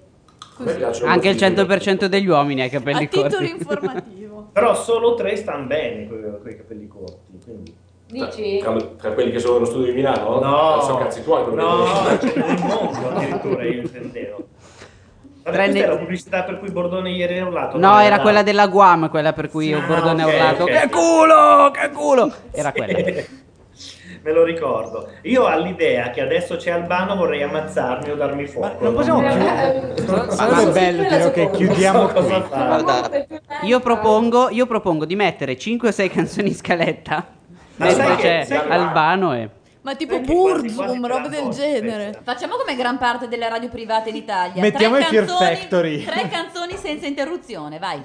Speaker 5: Così.
Speaker 1: Anche il 100% degli uomini ha i
Speaker 5: A
Speaker 1: capelli
Speaker 5: titolo
Speaker 1: corti.
Speaker 5: informativo.
Speaker 4: Però solo tre stanno bene con i capelli corti. Quindi.
Speaker 5: Dici?
Speaker 3: Tra, tra quelli che sono nello studio di Milano?
Speaker 4: No.
Speaker 3: Non sono cazzi tuoi. quello
Speaker 4: No,
Speaker 3: che-
Speaker 4: c'è nel mondo addirittura, io intendevo. Vabbè,
Speaker 1: Tranne-
Speaker 4: questa è la pubblicità per cui Bordone ieri era urlato.
Speaker 1: No,
Speaker 4: non
Speaker 1: era quella
Speaker 4: della
Speaker 1: della Guam, quella per cui
Speaker 4: Ah,
Speaker 1: Bordone ha
Speaker 4: ok,
Speaker 1: urlato. Eh,
Speaker 4: ok.
Speaker 1: Che culo, che culo! Era quella.
Speaker 4: Me lo ricordo. Io all'idea che adesso c'è Albano vorrei ammazzarmi o darmi fuoco.
Speaker 24: non possiamo
Speaker 4: più. eh,
Speaker 1: Ah,
Speaker 24: Sarebbe bello però che chiudiamo qui.
Speaker 1: Io propongo, io propongo di mettere 5 o 6 canzoni in scaletta.
Speaker 4: Ma
Speaker 1: Mentre
Speaker 4: sai che-
Speaker 1: c'è
Speaker 4: sai che-
Speaker 1: Albano e...
Speaker 5: Ma tipo Burzum, roba del genere.
Speaker 7: Facciamo come gran parte delle radio private in Italia.
Speaker 1: Mettiamo
Speaker 7: tre
Speaker 1: i Fear
Speaker 7: canzoni-
Speaker 1: Factory.
Speaker 7: Tre canzoni senza interruzione, vai.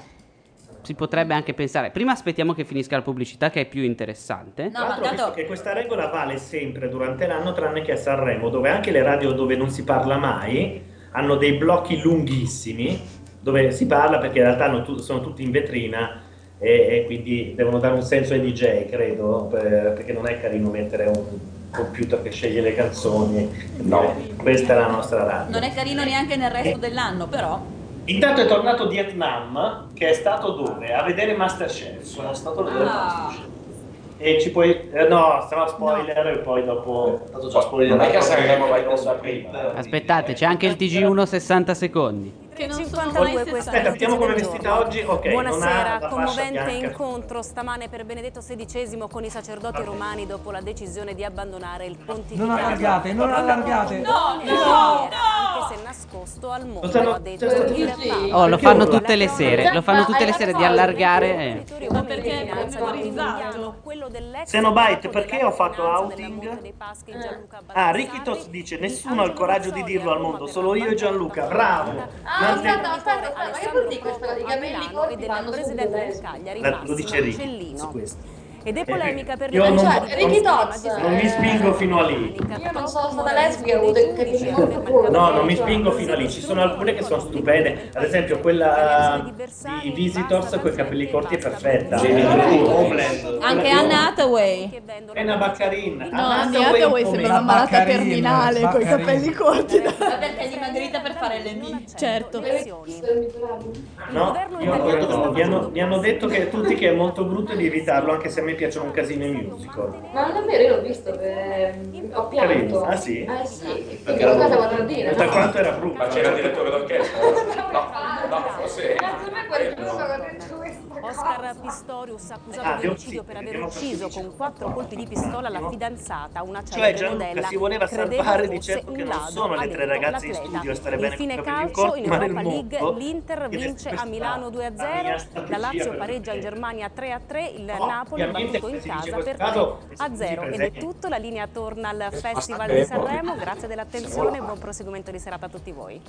Speaker 1: Si potrebbe anche pensare. Prima aspettiamo che finisca la pubblicità, che è più interessante.
Speaker 7: No, ma
Speaker 4: Visto che questa regola vale sempre durante l'anno, tranne che a Sanremo, dove anche le radio dove non si parla mai hanno dei blocchi lunghissimi dove si parla perché in realtà hanno tu- sono tutti in vetrina e, e quindi devono dare un senso ai DJ, credo, per- perché non è carino mettere un computer che sceglie le canzoni. No, questa è la nostra radio.
Speaker 7: Non è carino neanche nel resto dell'anno, però.
Speaker 4: Intanto è tornato Vietnam, che è stato dove? A vedere Masterchef. Sono stato a vedere
Speaker 7: Ah,
Speaker 4: E ci puoi. eh, no, sarà spoiler e poi dopo. Eh, Tanto già spoiler.
Speaker 3: Non è che a Sanremo vai in
Speaker 4: onda prima.
Speaker 1: Aspettate, c'è anche il TG1 60 secondi.
Speaker 5: Che non sono mai
Speaker 10: 52 questa
Speaker 4: Aspetta, vediamo come è
Speaker 10: notizia del
Speaker 4: vestita oggi. Ok,
Speaker 10: giorno.
Speaker 4: non ha
Speaker 10: Buonasera,
Speaker 4: la fascia
Speaker 10: commovente
Speaker 4: bianca.
Speaker 10: incontro stamane per Benedetto XVI con i sacerdoti romani dopo la decisione di abbandonare il pontificato.
Speaker 6: Non allargate, non allargate.
Speaker 10: No,
Speaker 6: No,
Speaker 10: no, anche se nascosto al mondo,
Speaker 4: Cioè,
Speaker 6: stanno-
Speaker 10: ha detto
Speaker 6: stanno-
Speaker 10: il Papa.
Speaker 1: Oh, lo fanno tutte le sere, lo fanno tutte le sere di allargare. eh.
Speaker 10: Ma perché è terrorizzato?
Speaker 4: Xenobite, perché ho fatto outing? Ah, Rikitos dice: Nessuno ha il coraggio di dirlo al mondo, solo io e Gianluca. Bravo. Eh,
Speaker 31: Ah, aspetta, aspetta, aspetta, ma che vuol dire questa cosa? I capelli corti vanno
Speaker 10: presidente
Speaker 31: subito, eh?
Speaker 10: del Cagliari,
Speaker 4: La- lo dice
Speaker 10: Massimo
Speaker 4: Ricky
Speaker 10: Cellino.
Speaker 4: su questo.
Speaker 10: Ed è polemica per
Speaker 4: Io
Speaker 10: la
Speaker 4: non,
Speaker 10: cioè,
Speaker 31: Ricky
Speaker 4: non-
Speaker 31: Toz,
Speaker 4: non mi
Speaker 31: eh,
Speaker 4: spingo fino a lì.
Speaker 31: Io non sono stata lesbica, ho avuto i capelli corti.
Speaker 4: No, non mi spingo fino a lì. Ci sono alcune che sono stupende. Ad esempio, quella di Visitors con i capelli corti è perfetta. Oh,
Speaker 3: Sì, sì.
Speaker 4: Homeland.
Speaker 7: Anche Anna Hathaway.
Speaker 4: Anna Baccarin.
Speaker 5: No, Anna Hathaway sembra una malata terminale con i capelli corti.
Speaker 7: Ma perché è dimagrita per fare le mie?
Speaker 5: Certo.
Speaker 4: No, io no, mi, hanno, mi hanno detto che tutti che è molto brutto di evitarlo, anche se a me piacciono un casino i musical.
Speaker 31: Ma davvero io l'ho visto, eh, ho pianto.
Speaker 4: Carino. Ah, sì?
Speaker 31: Eh sì,
Speaker 4: Perché
Speaker 31: quindi
Speaker 4: era
Speaker 31: cosa
Speaker 4: brutto.
Speaker 31: vorrei dire?
Speaker 4: Da
Speaker 31: no?
Speaker 4: quanto era brutto?
Speaker 3: Ma c'era il direttore d'orchestra?
Speaker 31: No, forse... Grazie a me quel giorno che ho detto questa
Speaker 9: Oscar Pistorius
Speaker 4: Ah,
Speaker 9: accusato di omicidio per aver ucciso con quattro colpi di pistola la fidanzata, una
Speaker 4: Cioè
Speaker 9: celebre
Speaker 4: Gianluca
Speaker 9: modella,
Speaker 4: si voleva
Speaker 9: credeva
Speaker 4: salvare
Speaker 9: fosse
Speaker 4: dicendo che
Speaker 9: un
Speaker 4: non
Speaker 9: ladro,
Speaker 4: sono le tre
Speaker 9: avendo
Speaker 4: ragazze in
Speaker 9: l'atleta.
Speaker 4: studio a stare bene con i
Speaker 9: Infine
Speaker 4: capelli in
Speaker 9: calcio,
Speaker 4: corto,
Speaker 9: in
Speaker 4: ma nel
Speaker 9: Europa League
Speaker 4: mondo
Speaker 9: l'Inter
Speaker 4: che
Speaker 9: vince a
Speaker 4: questa la
Speaker 9: Milano
Speaker 4: mia
Speaker 9: 2-0,
Speaker 4: strategia
Speaker 9: la Lazio
Speaker 4: per
Speaker 9: pareggia in Germania 3-3, il Napoli
Speaker 4: ovviamente,
Speaker 9: battuto in
Speaker 4: se si dice
Speaker 9: casa
Speaker 4: questo
Speaker 9: per
Speaker 4: caso,
Speaker 9: 3-0. Ed è
Speaker 4: presenti.
Speaker 9: tutto, la linea torna al Festival
Speaker 48: bene,
Speaker 9: di Sanremo,
Speaker 48: poi.
Speaker 9: grazie dell'attenzione e buon proseguimento di serata a tutti voi.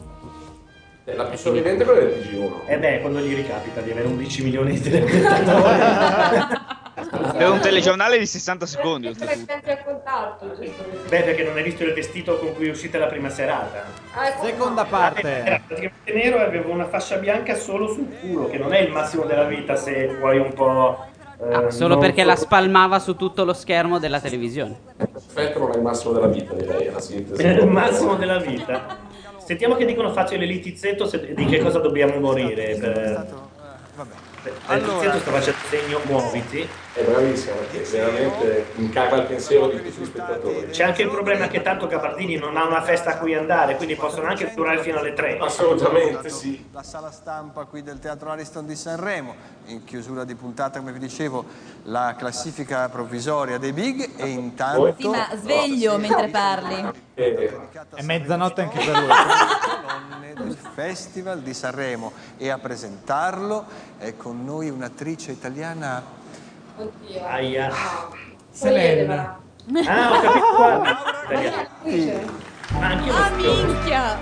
Speaker 48: La più sorridente è quella del TG1.
Speaker 4: Eh beh, quando gli ricapita di avere 11 milioni di telespettatori.
Speaker 13: Per un telegiornale di 60 secondi, oltretutto.
Speaker 31: Sempre a contatto, giusto?
Speaker 4: Beh, perché non hai visto il vestito con cui è uscita la prima serata.
Speaker 31: Ah, ecco.
Speaker 4: Era praticamente nero e avevo una fascia bianca solo sul culo, che non è il massimo della vita se vuoi un po'... eh,
Speaker 1: Ah, Solo
Speaker 4: non
Speaker 1: perché
Speaker 4: so-
Speaker 1: la spalmava su tutto lo schermo della televisione.
Speaker 3: Perfetto, non è il massimo della vita, direi, è la sintesi.
Speaker 4: È il massimo della vita. Sentiamo che dicono Fazio e Litizzetto se- di che cosa dobbiamo morire. Per... per- per Litizzetto sta facendo il segno muoviti.
Speaker 3: È bravissimo, perché veramente incava il pensiero di tutti gli spettatori.
Speaker 4: C'è anche il problema che tanto Gabardini non ha una festa a cui andare, quindi possono anche durare fino alle 3.
Speaker 3: Assolutamente sì.
Speaker 17: La sala stampa qui del Teatro Ariston di Sanremo, in chiusura di puntata, come vi dicevo, la classifica provvisoria dei big e intanto...
Speaker 7: Sì, ma sveglio mentre parli. Ah,
Speaker 4: eh,
Speaker 49: È mezzanotte anche per lui.
Speaker 17: del Festival di Sanremo e a presentarlo è con noi un'attrice italiana Ah.
Speaker 31: Oddio.
Speaker 4: Aia.
Speaker 31: Selena.
Speaker 4: Ah, ho capito qua. Italiana. Ma anche
Speaker 7: Ah,
Speaker 4: io
Speaker 7: minchia!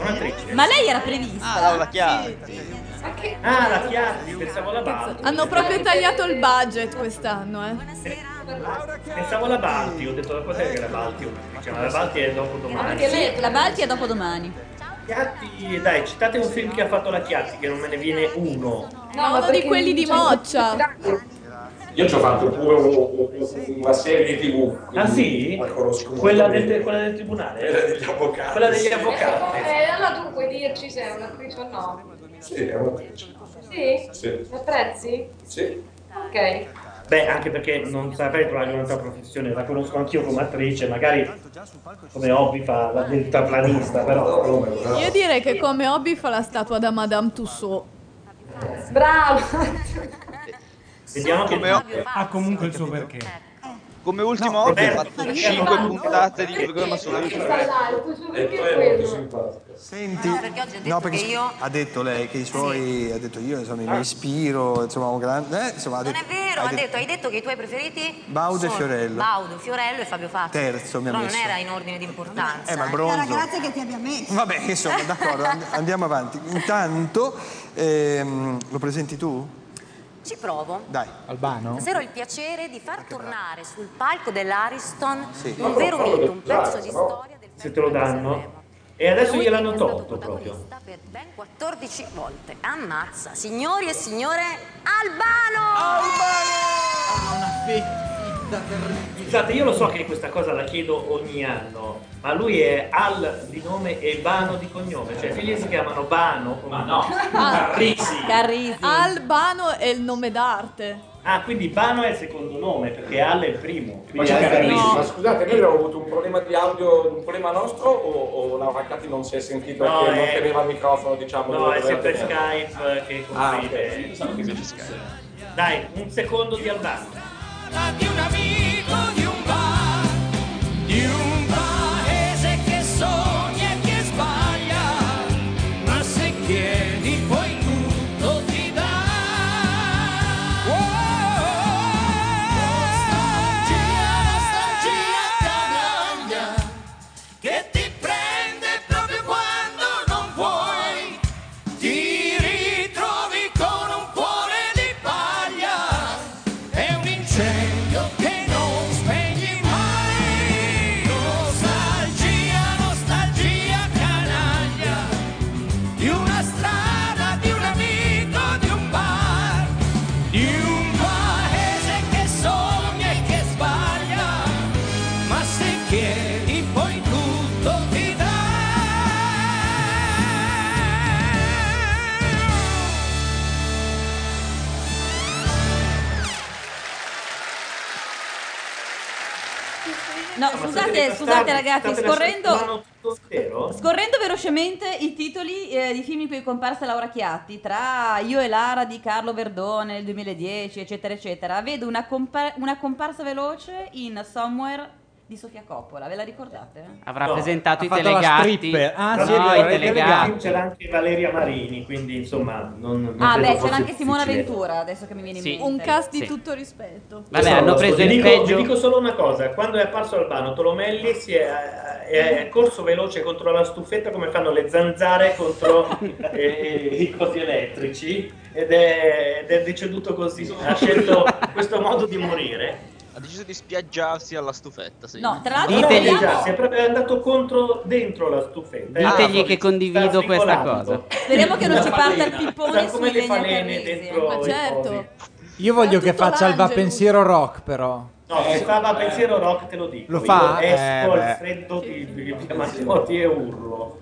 Speaker 4: un'attrice.
Speaker 7: Ma lei era prevista.
Speaker 13: Ah, Laura Chiari.
Speaker 4: Ah, la Chiari, pensavo la Balti.
Speaker 5: Hanno proprio tagliato il budget quest'anno, eh.
Speaker 4: Pensavo la Balti, ho detto da quant'è che la Balti? è un'attrice? Ma la Balti è dopo domani.
Speaker 7: Sì, la Balti è dopodomani.
Speaker 4: Chiatti, dai, citate un film che ha fatto la Chiatti, che non me ne viene uno.
Speaker 5: No, uno di quelli di Moccia.
Speaker 3: Io ci ho fatto pure un- un- una serie di tv.
Speaker 4: Ah, sì?
Speaker 3: La conosco molto
Speaker 4: Quella
Speaker 3: bene.
Speaker 4: del, quella del tribunale?
Speaker 3: Quella degli avvocati.
Speaker 4: Quella degli
Speaker 31: Eh,
Speaker 4: avvocati.
Speaker 31: allora tu puoi dirci se è un'attrice o no.
Speaker 3: Sì, è un'attrice.
Speaker 31: Sì?
Speaker 4: Sì.
Speaker 31: La apprezzi?
Speaker 3: Sì.
Speaker 31: Ok.
Speaker 4: Beh, anche perché non saprei trovare un'altra professione, la conosco anch'io come attrice, magari come hobby fa la deltaplanista, però...
Speaker 5: Io direi che come hobby fa la statua da Madame Tussaud.
Speaker 31: Bravo!
Speaker 4: Vediamo
Speaker 13: come, Eh.
Speaker 2: Ha comunque il suo perché.
Speaker 13: come ultimo hobby ha fatto 5 puntate di programma sulla vita.
Speaker 17: Senti,
Speaker 20: perché oggi ho detto
Speaker 17: no, perché
Speaker 20: che io- Ah,
Speaker 17: ha detto lei che i suoi, ha detto io insomma, mi ispiro, insomma, un grande, eh, insomma, ha
Speaker 20: Non
Speaker 17: detto,
Speaker 20: è vero,
Speaker 17: hai
Speaker 20: ha
Speaker 17: detto-
Speaker 20: detto, hai detto che i tuoi preferiti
Speaker 17: Baudo e
Speaker 20: sono
Speaker 17: Fiorello.
Speaker 20: Baudo, Fiorello e Fabio Fazio.
Speaker 17: Terzo mi ha
Speaker 20: Però non
Speaker 17: messo.
Speaker 20: era in ordine di importanza.
Speaker 17: Eh, ma bronzo. Era grazie
Speaker 20: che ti abbia messo.
Speaker 17: Vabbè, insomma, d'accordo, and- andiamo avanti. Intanto, ehm, lo presenti tu?
Speaker 20: Ci provo.
Speaker 17: Dai. Albano?
Speaker 20: Stasera ho il piacere di far tornare sul palco dell'Ariston
Speaker 4: Sì.
Speaker 20: un vero mito, un pezzo di storia
Speaker 4: Se te lo danno. E adesso gliel'hanno tolto proprio.
Speaker 20: per ben 14 volte. Ammazza, signori e signore, Albano!
Speaker 4: Scusate, io lo so che questa cosa la chiedo ogni anno, ma lui è Al di nome e Bano di cognome, cioè i figli si chiamano Bano o no,
Speaker 5: Ah.
Speaker 4: Carrisi.
Speaker 5: Albano è il nome d'arte.
Speaker 4: Ah, quindi Bano è il secondo nome, perché Al è il primo.
Speaker 3: Ma,
Speaker 4: Quindi
Speaker 3: c'è
Speaker 4: Al
Speaker 3: Carrisi,
Speaker 4: Carrisi.
Speaker 3: ma scusate, noi abbiamo avuto un problema di audio, un problema nostro o, o Laura Catti non si è sentita
Speaker 4: No,
Speaker 3: perché non
Speaker 4: è-
Speaker 3: teneva il microfono, diciamo?
Speaker 4: No,
Speaker 3: dove
Speaker 4: è
Speaker 3: doveva
Speaker 4: sempre
Speaker 3: tenere?
Speaker 4: Skype che
Speaker 3: Ah,
Speaker 4: confide.
Speaker 3: ok, sì, che invece
Speaker 4: Dai, un secondo di Albano.
Speaker 16: di un amico di un bar, di un paese che sogna e che sbaglia, ma se chiedi poi tutto ti dà. Nostalgia, nostalgia canaglia, che ti prende proprio quando non vuoi, ti ritrovi con un cuore di paglia. È un incendio
Speaker 7: Scusate, scusate ragazzi, scorrendo,
Speaker 4: Vero?
Speaker 7: scorrendo velocemente i titoli eh, di film in cui è comparsa Laura Chiatti, tra Io e Lara di Carlo Verdone nel 2010, eccetera, eccetera, vedo una, compa- una comparsa veloce in Somewhere di Sofia Coppola, ve la ricordate?
Speaker 1: Avrà
Speaker 4: No.
Speaker 1: presentato
Speaker 4: Ha
Speaker 1: i
Speaker 4: fatto la
Speaker 1: telegatti.
Speaker 4: stripper. Ah, sì, è
Speaker 1: no, i
Speaker 4: vero, i telegatti. C'era
Speaker 1: telegatti.
Speaker 4: anche Valeria Marini, quindi insomma non, non
Speaker 7: Ah,
Speaker 4: credo
Speaker 7: beh,
Speaker 4: fosse
Speaker 7: c'era anche Simona
Speaker 4: difficile.
Speaker 7: Ventura, adesso che mi viene in
Speaker 4: Sì.
Speaker 7: mente.
Speaker 5: Un cast di
Speaker 4: Sì.
Speaker 5: tutto rispetto.
Speaker 1: Vabbè,
Speaker 4: Solo,
Speaker 1: hanno preso
Speaker 4: vi
Speaker 1: il
Speaker 4: dico,
Speaker 1: peggio-
Speaker 4: Vi dico solo una cosa, quando è apparso Albano, Tolomelli si è, è corso veloce contro la stufetta come fanno le zanzare contro eh, i cosi elettrici ed è, ed è deceduto così, ha scelto questo modo di morire.
Speaker 13: Ha deciso di spiaggiarsi alla stufetta, sì.
Speaker 7: No, tra
Speaker 4: Non
Speaker 7: l'altro
Speaker 4: è
Speaker 7: parliamo-
Speaker 4: deceduto, è proprio andato contro dentro la stufetta. eh.
Speaker 1: Ditegli che
Speaker 4: Sta
Speaker 1: condivido questa
Speaker 4: articolando.
Speaker 1: cosa.
Speaker 7: Speriamo che non ci parta il
Speaker 4: Falena.
Speaker 7: pippone
Speaker 4: Sa Esatto, come
Speaker 7: sulle
Speaker 4: le
Speaker 7: legne
Speaker 4: falene
Speaker 7: terresi.
Speaker 4: dentro
Speaker 7: Ma
Speaker 4: i
Speaker 7: certo.
Speaker 24: Io voglio che faccia il va pensiero rock, però.
Speaker 4: No, si stava a pensiero rock, te lo dico.
Speaker 24: Eh, Lo fa?
Speaker 4: Io esco
Speaker 24: Eh,
Speaker 4: al
Speaker 24: beh.
Speaker 4: freddo di di via Matteotti e urlo.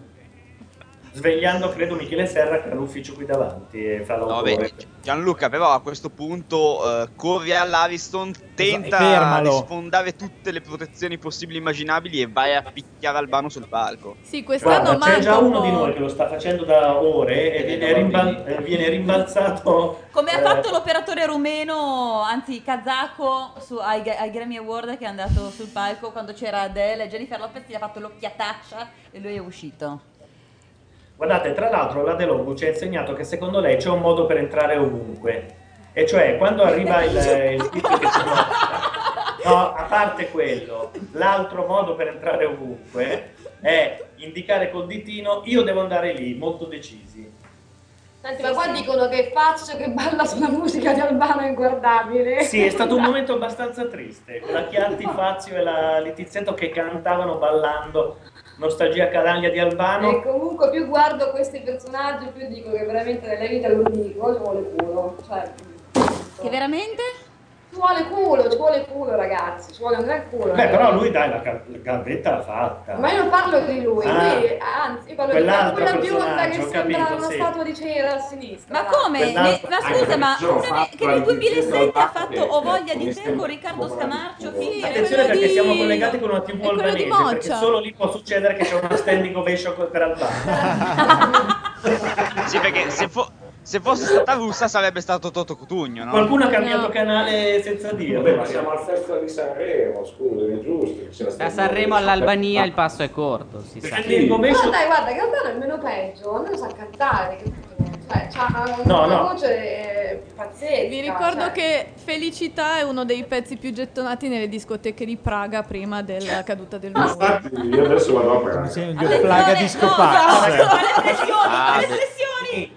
Speaker 4: Svegliando, credo, Michele Serra che ha l'ufficio qui davanti e fa
Speaker 13: No,
Speaker 4: l'autore.
Speaker 13: vabbè, Gianluca, però a questo punto eh, corri all'Ariston, tenta
Speaker 4: Esatto, fermalo.
Speaker 13: di sfondare tutte le protezioni possibili e immaginabili e vai a picchiare Albano sul palco.
Speaker 5: Sì, quest'anno
Speaker 4: Guarda, c'è
Speaker 5: manca
Speaker 4: già
Speaker 5: un
Speaker 4: uno di
Speaker 5: po'.
Speaker 4: noi che lo sta facendo da ore e viene, rimbal- eh, viene rimbalzato.
Speaker 7: Come ha
Speaker 4: eh,
Speaker 7: fatto l'operatore rumeno, anzi kazako, su- ai, ai Grammy Award che è andato sul palco quando c'era Adele e Jennifer Lopez, gli ha fatto l'occhiataccia e lui è uscito.
Speaker 4: Guardate, tra l'altro la De Logu ci ha insegnato che secondo lei c'è un modo per entrare ovunque. E cioè, quando arriva il, il tizio che si blocca, no, a parte quello, l'altro modo per entrare ovunque è indicare col ditino io devo andare lì, molto decisi.
Speaker 31: Senti, ma qua dicono che faccio che balla sulla musica di Albano è inguardabile.
Speaker 4: Sì, è stato un momento abbastanza triste. con La Chianti Fazio e la Litizzetto che cantavano ballando Nostalgia Calagna di
Speaker 31: E
Speaker 4: Albano.
Speaker 31: comunque più guardo questi personaggi, più dico che veramente nella vita lo dico, "Oh, ci vuole culo. Cioè,
Speaker 7: Che veramente?
Speaker 31: Ci vuole culo, ci vuole culo, ragazzi, ci vuole un gran culo.
Speaker 4: Beh, però lui dai, la gal- la gavetta l'ha fatta.
Speaker 31: Ma io non parlo di lui,
Speaker 4: Ah.
Speaker 31: lui- anzi, io parlo di quella
Speaker 4: Quell'altro
Speaker 31: quella bionda che
Speaker 4: personaggio, ho
Speaker 31: sembra
Speaker 4: capito,
Speaker 31: una
Speaker 4: sì.
Speaker 31: statua di cera a sinistra.
Speaker 7: Ma come? Eh, Ne-
Speaker 4: Quell'altro-
Speaker 7: ma
Speaker 4: anche
Speaker 7: scusa, ma
Speaker 4: perché sono
Speaker 7: una-
Speaker 4: fatto
Speaker 7: che nel
Speaker 4: alla Litizzetto
Speaker 7: 2007 ha
Speaker 4: al
Speaker 7: fatto
Speaker 4: fatto
Speaker 7: Ho
Speaker 4: che-
Speaker 7: voglia di
Speaker 4: come
Speaker 7: te
Speaker 4: sembra-
Speaker 7: con Riccardo Scamarcio? Sì, è
Speaker 4: Attenzione
Speaker 7: quello
Speaker 4: perché
Speaker 7: di-
Speaker 4: siamo collegati con una TV
Speaker 7: quello di
Speaker 4: albanese,
Speaker 7: Moccia.
Speaker 4: perché solo lì può succedere che c'è una standing ovation co- per Albano.
Speaker 13: Sì, perché Eh, se, fo- se fosse stata russa sarebbe stato Toto Cutugno, no?
Speaker 4: Qualcuno ha cambiato canale senza dirlo.
Speaker 3: Vabbè, ma siamo al festival di Sanremo, scusami, è giusto. che sia
Speaker 1: Da
Speaker 3: stato-
Speaker 1: Sanremo all'Albania il passo è corto, si sa.
Speaker 31: No, dai, guarda, che Albano è il meno peggio, almeno sa cantare. che- Cioè, c'ha una,
Speaker 1: No,
Speaker 31: una
Speaker 1: no.
Speaker 31: voce eh, pazzesca.
Speaker 5: Vi ricordo
Speaker 31: cioè.
Speaker 5: che Felicità è uno dei pezzi più gettonati nelle discoteche di Praga prima della caduta del muro.
Speaker 3: Ah, Io adesso vado a Praga.
Speaker 24: plaga di
Speaker 4: Ah,
Speaker 24: scopaccio.
Speaker 7: le
Speaker 4: beh.
Speaker 7: pressioni!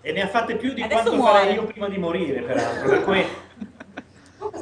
Speaker 4: E ne ha fatte più di
Speaker 7: Adesso
Speaker 4: quanto
Speaker 7: muore.
Speaker 4: farei io prima di morire, peraltro. Per cui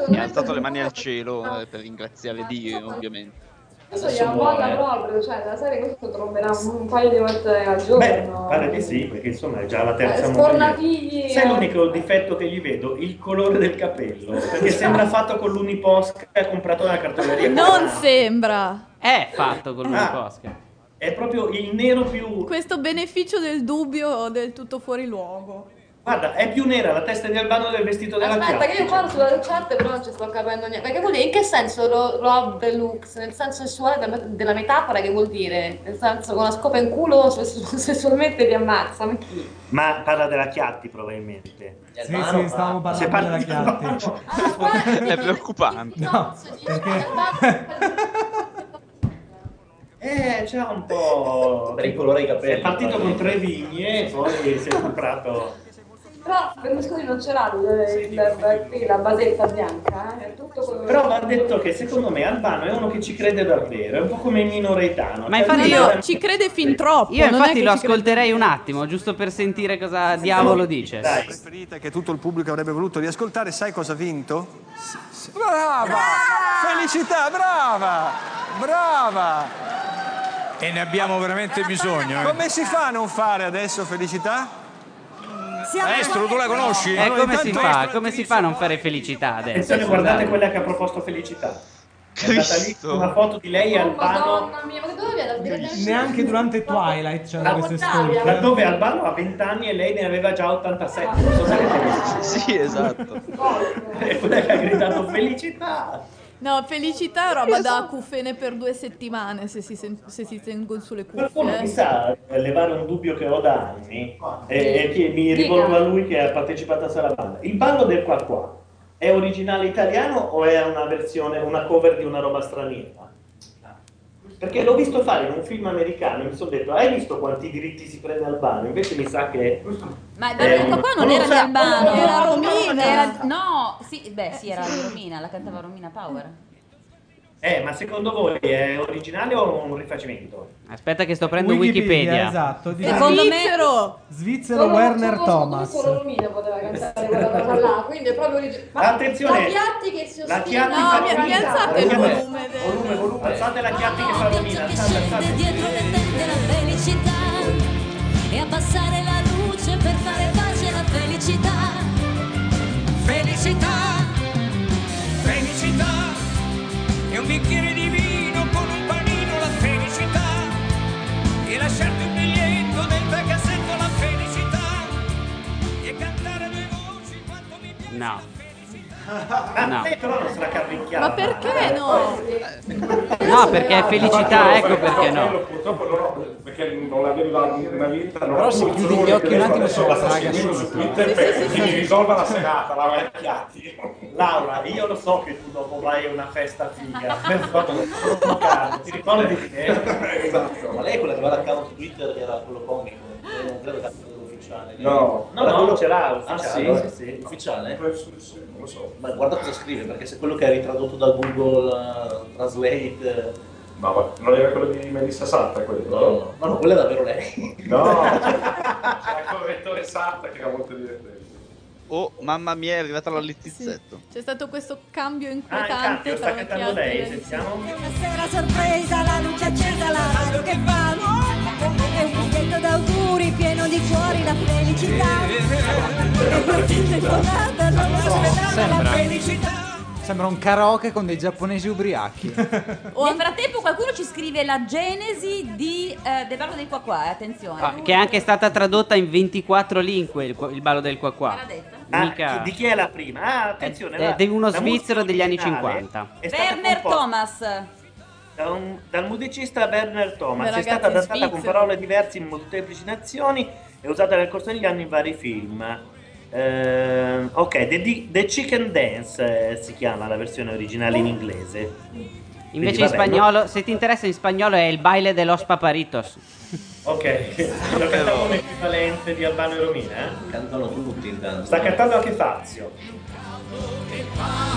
Speaker 13: Mi ha alzato le mani al cielo eh, per ringraziare Dio, ovviamente.
Speaker 31: Questo gli molla proprio, cioè la serie questo tromberà un, un paio di volte al giorno.
Speaker 4: pare di sì, perché insomma è già la
Speaker 31: Eh,
Speaker 4: terza moglie.
Speaker 31: Sfornatini.
Speaker 4: Sai l'unico difetto che gli vedo? Il colore del capello, perché sembra fatto con l'uniposca che ha comprato dalla cartoleria.
Speaker 5: Non sembra.
Speaker 1: È fatto con
Speaker 4: Ah.
Speaker 1: l'uniposca.
Speaker 4: È proprio il nero più...
Speaker 5: Questo beneficio del dubbio del tutto fuori luogo.
Speaker 4: Guarda, è più nera la testa di Albano del vestito della
Speaker 31: Aspetta, che
Speaker 4: Chiatti.
Speaker 31: io parlo Diciamo sulla chat però non ci sto capendo niente. Perché vuol dire in che senso lo- Rob Deluxe? Nel senso sessuale della, della metafora che vuol dire? Nel senso con la scopa in culo se- se- sessualmente ti ammazza, ma chi?
Speaker 4: Ma parla della Chiatti probabilmente.
Speaker 6: Sì, sì, stavamo
Speaker 4: Se
Speaker 6: parlando della
Speaker 4: parli-
Speaker 6: Chiatti.
Speaker 31: Ah,
Speaker 13: È preoccupante.
Speaker 6: No,
Speaker 4: Eh, c'è un po'... Ricolore i capelli. Oh, È partito con tre vigne e poi si è comprato...
Speaker 31: Però Berlusconi non ce l'ha eh, il- il- qui la basetta bianca, eh? è tutto quello
Speaker 4: Però va detto che secondo me Albano è uno che ci crede davvero, è un po' come Mino Reitano.
Speaker 1: Ma
Speaker 4: Cioè,
Speaker 1: infatti
Speaker 4: lui
Speaker 1: io-
Speaker 4: veramente-
Speaker 5: Ci crede fin troppo.
Speaker 1: Io
Speaker 5: non è
Speaker 1: infatti
Speaker 5: che
Speaker 1: lo
Speaker 5: ci crede.
Speaker 1: ascolterei un attimo, giusto per sentire cosa diavolo dice.
Speaker 4: Dai.
Speaker 17: preferita che tutto il pubblico avrebbe voluto riascoltare, sai cosa ha vinto? Brava! Felicità, brava! Brava!
Speaker 22: E ne abbiamo veramente bisogno. eh.
Speaker 17: Come si fa a non fare adesso felicità?
Speaker 22: Maestro, tu la conosci?
Speaker 1: Eh, come si fa? Come si fa a non fare felicità adesso?
Speaker 4: Attenzione, guardate quella che ha proposto Felicità. È stata lì una foto di lei e
Speaker 31: Oh,
Speaker 4: Albano.
Speaker 31: Madonna mia, ma che dove viene la
Speaker 6: Neanche durante Twilight c'erano queste scorte.
Speaker 4: Da dove Albano ha 20 anni e lei ne aveva già 87. Non so se l'avete visto.
Speaker 13: Sì, esatto.
Speaker 4: È quella che ha gridato felicità.
Speaker 5: No, felicità è roba da cuffene per due settimane se si, sen- se si tengono sulle
Speaker 4: Qualcuno mi
Speaker 5: cuffie. eh.
Speaker 4: sa levare un dubbio che ho da anni e, e che mi
Speaker 5: Dica.
Speaker 4: rivolgo a lui che ha partecipato a Sarabanda. Il ballo del qua qua è originale italiano o è una versione, una cover di una roba straniera? Perché l'ho visto fare in un film americano e mi sono detto, hai visto quanti diritti si prende Albano? Invece mi sa che...
Speaker 7: Ma il balletto qua non
Speaker 4: Eh,
Speaker 7: era di
Speaker 4: non lo
Speaker 7: Albano,
Speaker 4: so, era
Speaker 5: Romina.
Speaker 7: Era- no, sì, beh, sì, era di Romina, la cantava Romina Power.
Speaker 4: Eh, ma secondo voi è originale o un rifacimento?
Speaker 1: Aspetta che sto prendendo Wikipedia.
Speaker 6: esatto, di-
Speaker 5: Secondo me-
Speaker 6: Svizzero Werner Thomas.
Speaker 31: Solo Romina poteva cantare quella roba là, quindi è proprio origine. Ma
Speaker 4: Attenzione,
Speaker 31: la Chiatti che si
Speaker 4: La
Speaker 31: ostina.
Speaker 4: Chiatti
Speaker 31: No,
Speaker 4: fa
Speaker 31: mi- mi
Speaker 4: Romina.
Speaker 31: alzate il
Speaker 4: Ragazzi,
Speaker 31: volume del-
Speaker 4: Volume, volume. Alzate la Chiatti che fa Romina. Alzate, alzate.
Speaker 15: dietro le tende la felicità e abbassare la luce per fare pace alla felicità.
Speaker 16: Felicità, felicità, e un bicchiere di vino con un panino la felicità, e lasciarti un biglietto nel cassetto la felicità, e cantare due voci quando mi
Speaker 1: No.
Speaker 4: Ah, eh, però non se la cavicchiava.
Speaker 5: Ma perché no?
Speaker 1: No, perché è felicità, ecco perché no.
Speaker 3: Purtroppo non ho, perché non l'avevo da una vita. Non
Speaker 6: Però se chiudi gli occhi un attimo
Speaker 3: adesso
Speaker 6: sulla
Speaker 3: la sta
Speaker 6: saga,
Speaker 3: seguendo
Speaker 6: sulla
Speaker 3: su
Speaker 6: saga.
Speaker 3: Twitter
Speaker 6: Sì,
Speaker 3: per
Speaker 6: sì, sì,
Speaker 3: che mi
Speaker 6: sì.
Speaker 3: risolva la serata, la vai a chiatti.
Speaker 4: Laura, io lo so che tu dopo vai a una festa figa, però sono caro, ti ricordi di te?
Speaker 29: Esatto. Ma lei quella che va all'account Twitter era quello comico, eh, non credo che sia quello ufficiale.
Speaker 4: No.
Speaker 29: Era
Speaker 4: No, no, ce l'ha,
Speaker 29: Ah,
Speaker 4: ufficiale,
Speaker 29: sì?
Speaker 4: sì.
Speaker 29: Ufficiale? non lo so. Ma guarda cosa scrive, perché se quello che hai ritradotto da Google eh, Translate... eh,
Speaker 3: No, ma non era quello di Melissa Satta quello?
Speaker 29: No, no, ma no, quella è davvero lei.
Speaker 3: No, c'era il correttore Satta che era molto divertente.
Speaker 13: Oh, mamma mia, è arrivata la littizzetto.
Speaker 5: C'è stato questo cambio
Speaker 13: Ah, il
Speaker 5: inquietante
Speaker 13: cambio, sta
Speaker 5: tra la
Speaker 13: cantando
Speaker 5: Chiatti
Speaker 13: lei,
Speaker 5: e la
Speaker 13: sentiamo.
Speaker 15: Sera sorpresa, la luce accesa, la radio che fa E un biglietto d'auguri pieno di cuori, la felicità
Speaker 22: Eh.
Speaker 15: E così telefonata, la la
Speaker 2: Sembra.
Speaker 15: felicità
Speaker 2: Sembra un karaoke con dei giapponesi ubriachi.
Speaker 7: Nel frattempo qualcuno ci scrive la genesi di, eh, del ballo dei qua qua, eh, attenzione.
Speaker 1: Ah, che è anche stata tradotta in 24 lingue il, il ballo del qua qua. Mica-
Speaker 4: Di chi è la prima? Ah, attenzione.
Speaker 1: È
Speaker 4: la-
Speaker 1: di Eh, uno
Speaker 4: la musica
Speaker 1: svizzero degli anni
Speaker 4: originale
Speaker 1: 50.
Speaker 4: è stata
Speaker 7: Werner
Speaker 4: composta
Speaker 7: Thomas.
Speaker 4: da un- dal musicista Werner Thomas
Speaker 7: Beh,
Speaker 4: è stata
Speaker 7: ragazzi, è
Speaker 4: adattata con
Speaker 7: svizzero.
Speaker 4: parole diverse in molteplici nazioni e usata nel corso degli anni in vari film. Ehm, ok, The, Di- The Chicken Dance eh, si chiama la versione originale in inglese. Quindi,
Speaker 1: Invece in
Speaker 4: vabbè, no?
Speaker 1: spagnolo, se ti interessa in spagnolo è il baile de los paparitos.
Speaker 4: Ok, lo cantavo l'equivalente di Albano e Romina. Eh?
Speaker 29: Cantano tutti intanto.
Speaker 4: Sta cantando anche Fazio.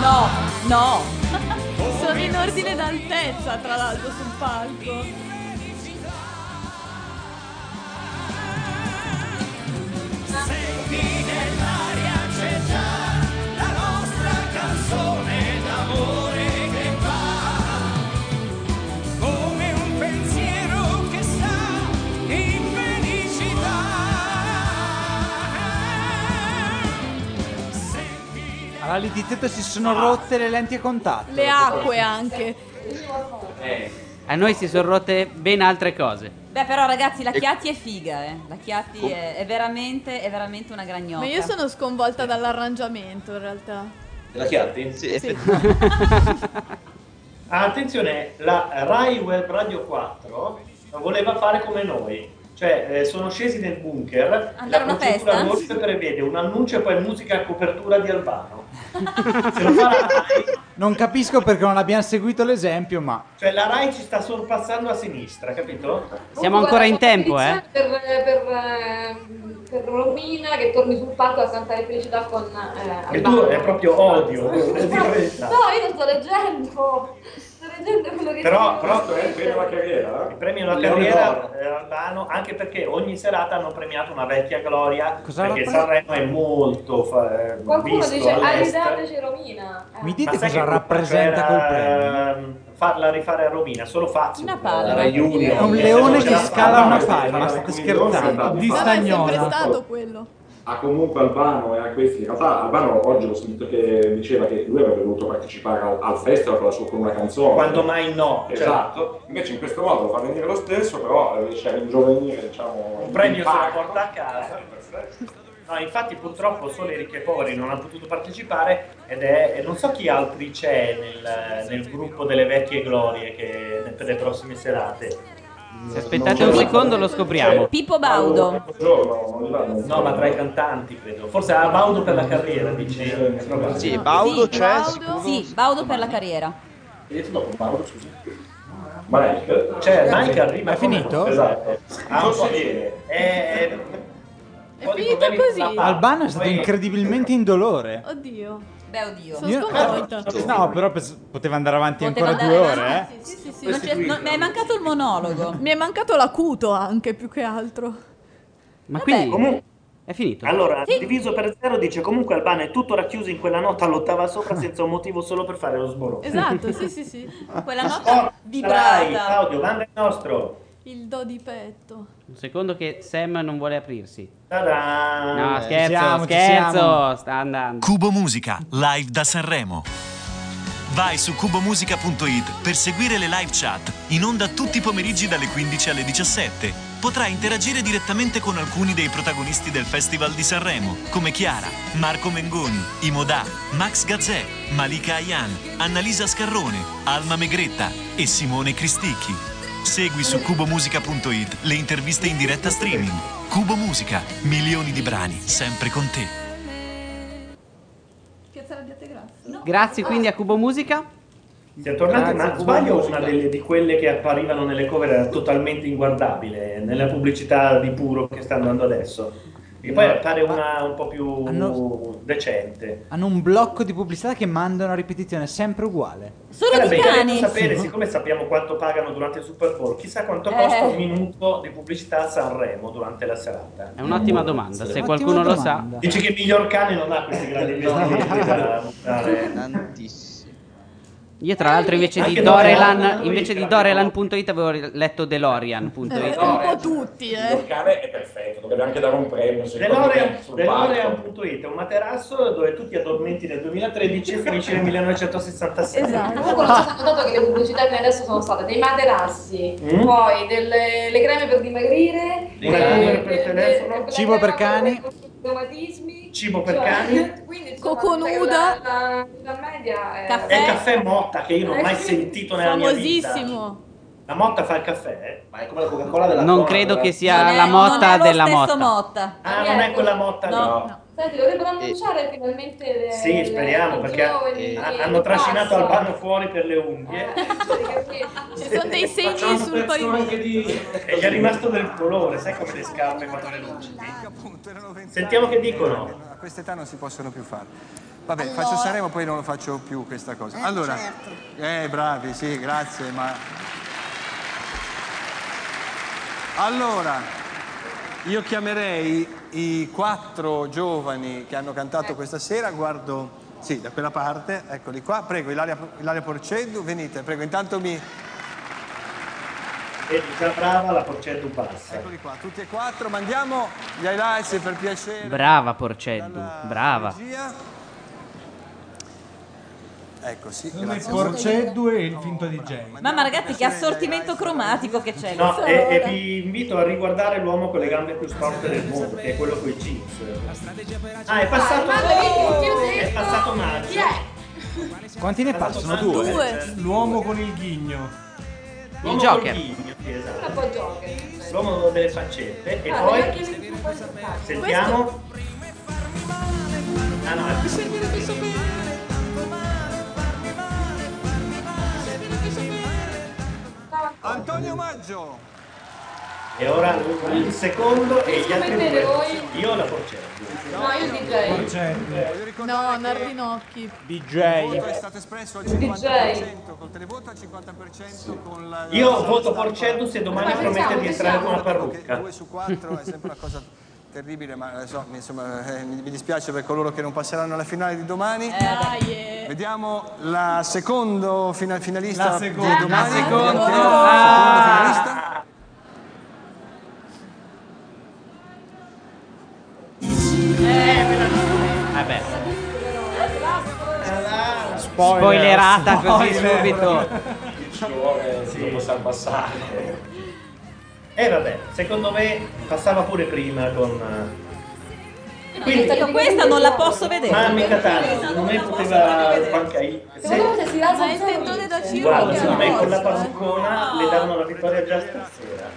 Speaker 7: No, no.
Speaker 5: Sono in ordine d'altezza, tra l'altro, sul palco.
Speaker 16: Senti nell'aria c'è già la nostra canzone d'amore che va come
Speaker 1: ecco.
Speaker 16: un pensiero che sa in felicità.
Speaker 2: Alla litizzetta si sono rotte le lenti a contatto.
Speaker 5: Le acque anche.
Speaker 4: Eh.
Speaker 1: A noi si sono rotte ben altre cose.
Speaker 7: Beh però ragazzi la Chiatti è figa, eh. La Chiatti è, è veramente, è veramente una
Speaker 5: Ma
Speaker 7: gragnotta.
Speaker 5: io sono sconvolta dall'arrangiamento, in realtà.
Speaker 29: La Chiatti?
Speaker 13: Sì,
Speaker 4: Ah, attenzione, la Rai Web Radio 4 voleva fare come noi. Cioè, eh, sono scesi nel bunker,
Speaker 7: Andare a
Speaker 4: la
Speaker 7: una
Speaker 4: procedura
Speaker 7: festa?
Speaker 4: Wolf prevede un annuncio e poi musica a copertura di Albano. Se lo fa la Rai,
Speaker 2: Non capisco perché non abbiamo seguito l'esempio, ma.
Speaker 4: cioè la Rai ci sta sorpassando a sinistra, capito?
Speaker 2: Siamo ancora in tempo, eh.
Speaker 31: Per, per, eh, per Romina che torni sul palco a cantare felicità con eh,
Speaker 4: Che
Speaker 31: Albano.
Speaker 4: tu è proprio odio. dico la verità.
Speaker 31: No, io lo sto leggendo. Sto leggendo quello che
Speaker 4: Però,
Speaker 31: scrivo.
Speaker 3: il
Speaker 4: però
Speaker 3: premio alla carriera, eh?
Speaker 4: Il premio alla
Speaker 3: Leone
Speaker 4: carriera eh, Albano, anche perché ogni serata hanno premiato una vecchia gloria,
Speaker 2: Cos'era
Speaker 4: perché
Speaker 2: premio?
Speaker 4: Sanremo è molto fa- eh,
Speaker 31: Qualcuno
Speaker 4: visto
Speaker 31: dice "Ah,
Speaker 4: all'estero.
Speaker 31: arridateci Romina. Eh.
Speaker 2: Mi
Speaker 4: Ma
Speaker 2: dite
Speaker 4: sai che
Speaker 2: cosa
Speaker 4: colpa
Speaker 2: rappresenta
Speaker 4: c'era,
Speaker 2: quel premio?
Speaker 4: ehm, Farla rifare a Romina, solo Fazio.
Speaker 7: Una
Speaker 2: palla. Era Junior. È un leone che scala una palma, state scherzando?
Speaker 3: Di
Speaker 5: È sempre
Speaker 3: Stagnola.
Speaker 5: stato quello.
Speaker 3: ha comunque Albano e a questi. In realtà Albano oggi ho sentito che diceva che lui avrebbe voluto partecipare al, al festival con la sua con una canzone.
Speaker 4: Quando mai no. cioè,
Speaker 3: Esatto, invece in questo modo lo fa venire lo stesso, però riesce a ringiovanire, diciamo,
Speaker 4: un premio se
Speaker 3: l'impatto.
Speaker 4: lo porta a casa. No, infatti purtroppo solo Enrico e Pori non ha potuto partecipare ed è, e non so chi altri c'è nel, nel gruppo delle vecchie glorie che, per le prossime serate.
Speaker 1: Se aspettate un secondo lo scopriamo.
Speaker 7: Pippo Baudo.
Speaker 4: No, ma tra i cantanti credo. Forse a Baudo per la carriera, dici?
Speaker 13: Sì, Baudo
Speaker 7: Sì,
Speaker 13: c'è.
Speaker 7: Baudo- Sì, Baudo per la carriera.
Speaker 4: Mike? Cioè, Mike arriva.
Speaker 24: È finito?
Speaker 4: Esatto. Ah, un po'
Speaker 24: Sì.
Speaker 4: viene. È,
Speaker 5: È finito così.
Speaker 24: Albano è stato incredibilmente indolore. Eh,
Speaker 5: Oddio.
Speaker 7: Beh, oddio.
Speaker 5: Sono sconvolta.
Speaker 24: No, però pes- poteva andare avanti
Speaker 7: Poteva
Speaker 24: ancora due
Speaker 7: andare
Speaker 24: ore, eh.
Speaker 7: avanti, Sì, sì, sì. Non c'è- non- mi è mancato il monologo.
Speaker 5: Mi è mancato l'acuto anche più che altro.
Speaker 1: Ma
Speaker 4: quindi
Speaker 1: è finito.
Speaker 4: Allora,
Speaker 5: Sì.
Speaker 4: diviso per zero dice comunque Albano è tutto racchiuso in quella nota all'ottava sopra
Speaker 1: Ah.
Speaker 4: senza un motivo solo per fare lo sborone.
Speaker 5: Esatto, sì, sì, sì.
Speaker 7: Quella
Speaker 5: nota
Speaker 4: Dai,
Speaker 5: vibrata.
Speaker 4: Claudio, manda il nostro.
Speaker 5: Il do di petto.
Speaker 1: Un secondo che Sam non vuole aprirsi.
Speaker 4: Ta-da!
Speaker 1: No,
Speaker 4: Ci
Speaker 1: scherzo,
Speaker 29: siamo, ci
Speaker 1: scherzo.
Speaker 29: siamo.
Speaker 1: Sta andando.
Speaker 29: Cubo Musica, live da Sanremo. Vai su cubomusica.it per seguire le live chat in onda tutti i pomeriggi dalle 15 alle 17. Potrai interagire direttamente con alcuni dei protagonisti del Festival di Sanremo, come Chiara, Marco Mengoni, Imodà, Max Gazzè, Malika Ayan, Annalisa Scarrone, Alma Megretta e Simone Cristicchi. Segui su cubomusica.it le interviste in diretta streaming. Cubo Musica, milioni di brani, sempre con te.
Speaker 5: Piazza Radiate Grasso.
Speaker 1: Grazie quindi a Cubo Musica.
Speaker 4: è tornata
Speaker 1: Grazie,
Speaker 4: una
Speaker 1: Cubo
Speaker 4: sbaglio
Speaker 1: Musica.
Speaker 4: una delle- di quelle che apparivano nelle cover era totalmente inguardabile nella pubblicità di puro che sta andando adesso. E poi
Speaker 24: No.
Speaker 4: appare una un po' più
Speaker 24: hanno-
Speaker 4: decente.
Speaker 24: eh. Hanno un blocco di pubblicità che mandano a ripetizione sempre uguale.
Speaker 4: Era bene
Speaker 24: cani.
Speaker 4: sapere,
Speaker 24: Sì.
Speaker 4: siccome sappiamo quanto pagano durante il Super Bowl, chissà quanto costa
Speaker 1: Eh.
Speaker 4: un minuto di pubblicità a Sanremo durante la serata.
Speaker 1: È un'ottima domanda, se qualcuno lo sa.
Speaker 4: Dice che miglior cane non ha questi grandi investimenti da buttare.
Speaker 1: Io tra l'altro invece di
Speaker 4: Anche Dorelan-
Speaker 1: Dorelan, invece di Dorelan.it avevo letto
Speaker 5: Eh,
Speaker 1: DeLorean.it.
Speaker 5: un po' tutti, eh.
Speaker 3: cane è perfetto, dovrebbe anche dare un premio. se
Speaker 4: DeLorean-
Speaker 3: ricordo, sul palco.
Speaker 4: DeLorean.it è un materasso dove tu ti addormenti nel 2013 e finisci nel 1966.
Speaker 31: Comunque non so se ho notato che le pubblicità fino adesso sono state dei materassi,
Speaker 4: Mm.
Speaker 31: poi delle le creme per dimagrire,
Speaker 4: Le creme
Speaker 31: eh,
Speaker 4: per
Speaker 31: de-
Speaker 4: telefono.
Speaker 31: de- de-
Speaker 24: Cibo per cani.
Speaker 31: reumatismi,
Speaker 4: Cibo per
Speaker 31: cioè,
Speaker 4: cani.
Speaker 31: Quindi insomma,
Speaker 5: Coconuda.
Speaker 31: La, la, la media è...
Speaker 4: È il caffè Motta che io non ho mai sentito nella mia vita.
Speaker 5: Famosissimo.
Speaker 4: La Motta fa il caffè? Ma è come la Coca-Cola
Speaker 1: della Non Cola, credo però. che sia Non è- la non Motta è lo della stesso Motta.
Speaker 7: Motta.
Speaker 4: Ah, non è quella Motta lì.
Speaker 31: Senti, dovrebbero
Speaker 4: Eh.
Speaker 31: annunciare finalmente le,
Speaker 4: Sì, speriamo
Speaker 31: le-
Speaker 4: perché
Speaker 31: i
Speaker 1: eh,
Speaker 31: giovani
Speaker 4: ha-
Speaker 31: che
Speaker 4: hanno trascinato
Speaker 31: passano.
Speaker 4: Albano fuori per le unghie.
Speaker 5: Ah, Ci sono dei
Speaker 4: Facciamo
Speaker 5: segni
Speaker 4: un
Speaker 5: sul
Speaker 4: pezzo
Speaker 5: pavimento.
Speaker 4: anche di- E gli è rimasto del colore, sai come le scarpe quando le lucidi. Sentiamo che dicono.
Speaker 17: Eh, A questa età non si possono più fare. Vabbè, faccio Sanremo, poi non lo faccio più questa cosa. allora,
Speaker 20: certo.
Speaker 17: eh, bravi, sì, grazie, ma... Allora, io chiamerei i quattro giovani che hanno cantato questa sera, guardo, sì, da quella parte, eccoli qua, prego, Ilaria, Ilaria Porceddu, venite, prego, intanto mi...
Speaker 4: Vedi, già brava la Porceddu passa.
Speaker 17: Eccoli qua, tutti e quattro, mandiamo gli highlights per piacere.
Speaker 1: Brava Porceddu, brava.
Speaker 17: Regia. Ecco, sì, grazie.
Speaker 6: Porceddu e il finto DJ.
Speaker 7: Mamma ragazzi, che assortimento cromatico che
Speaker 1: Eh,
Speaker 7: c'è.
Speaker 4: No,
Speaker 7: che
Speaker 4: e, e
Speaker 7: sono-
Speaker 4: vi invito a riguardare l'uomo con le gambe più storte del mondo, che è quello con i jeans. Ah, è passato. È passato Maggio.
Speaker 31: Chi è?
Speaker 24: Quanti ne passano? Due?
Speaker 4: Due.
Speaker 6: L'uomo con il ghigno.
Speaker 4: L'uomo col ghigno, sì, esatto.
Speaker 31: Poi gioca.
Speaker 4: L'uomo delle faccette. E
Speaker 31: Ah,
Speaker 4: poi
Speaker 31: perché il gruppo è soltanto.
Speaker 4: sentiamo. Ah no, è
Speaker 17: Antonio Maggio.
Speaker 4: E ora il secondo e gli altri
Speaker 5: Mettete
Speaker 4: due.
Speaker 5: voi.
Speaker 4: Io la Porceddu.
Speaker 5: No, io DJ.
Speaker 17: DJ.
Speaker 5: No, Narrinocchi.
Speaker 17: Il voto è stato espresso al 50% col televoto, al 50% con la...
Speaker 4: Io voto Porceddu se domani
Speaker 17: Ma
Speaker 4: promette
Speaker 17: pensiamo,
Speaker 4: di entrare con la
Speaker 17: pensiamo. Che
Speaker 4: parrucca.
Speaker 17: due su quattro è sempre una cosa terribile, ma eh, so, mi- insomma, eh, mi mi dispiace per coloro che non passeranno alla finale di domani.
Speaker 15: Eh,
Speaker 17: eh. Vediamo la secondo fina- finalista
Speaker 6: La seconda.
Speaker 17: di domani.
Speaker 6: La seconda.
Speaker 17: Secondo
Speaker 6: Ah.
Speaker 17: finalista.
Speaker 31: Ecco,
Speaker 1: Vabbè.
Speaker 6: Spoiler,
Speaker 1: Spoilerata così
Speaker 6: spoiler.
Speaker 4: subito.
Speaker 3: Sì, non possiamo passare.
Speaker 4: E vabbè, secondo me passava pure prima con... eh,
Speaker 7: Ho detto, questa non la posso vedere.
Speaker 4: Ma mica tanto, secondo me poteva banca I.
Speaker 31: Secondo me si
Speaker 5: Ma il tendone da Ciro
Speaker 4: Guarda,
Speaker 5: che
Speaker 4: secondo me
Speaker 5: ha
Speaker 4: con la
Speaker 5: rosso, eh.
Speaker 4: panzona le danno la vittoria già stasera.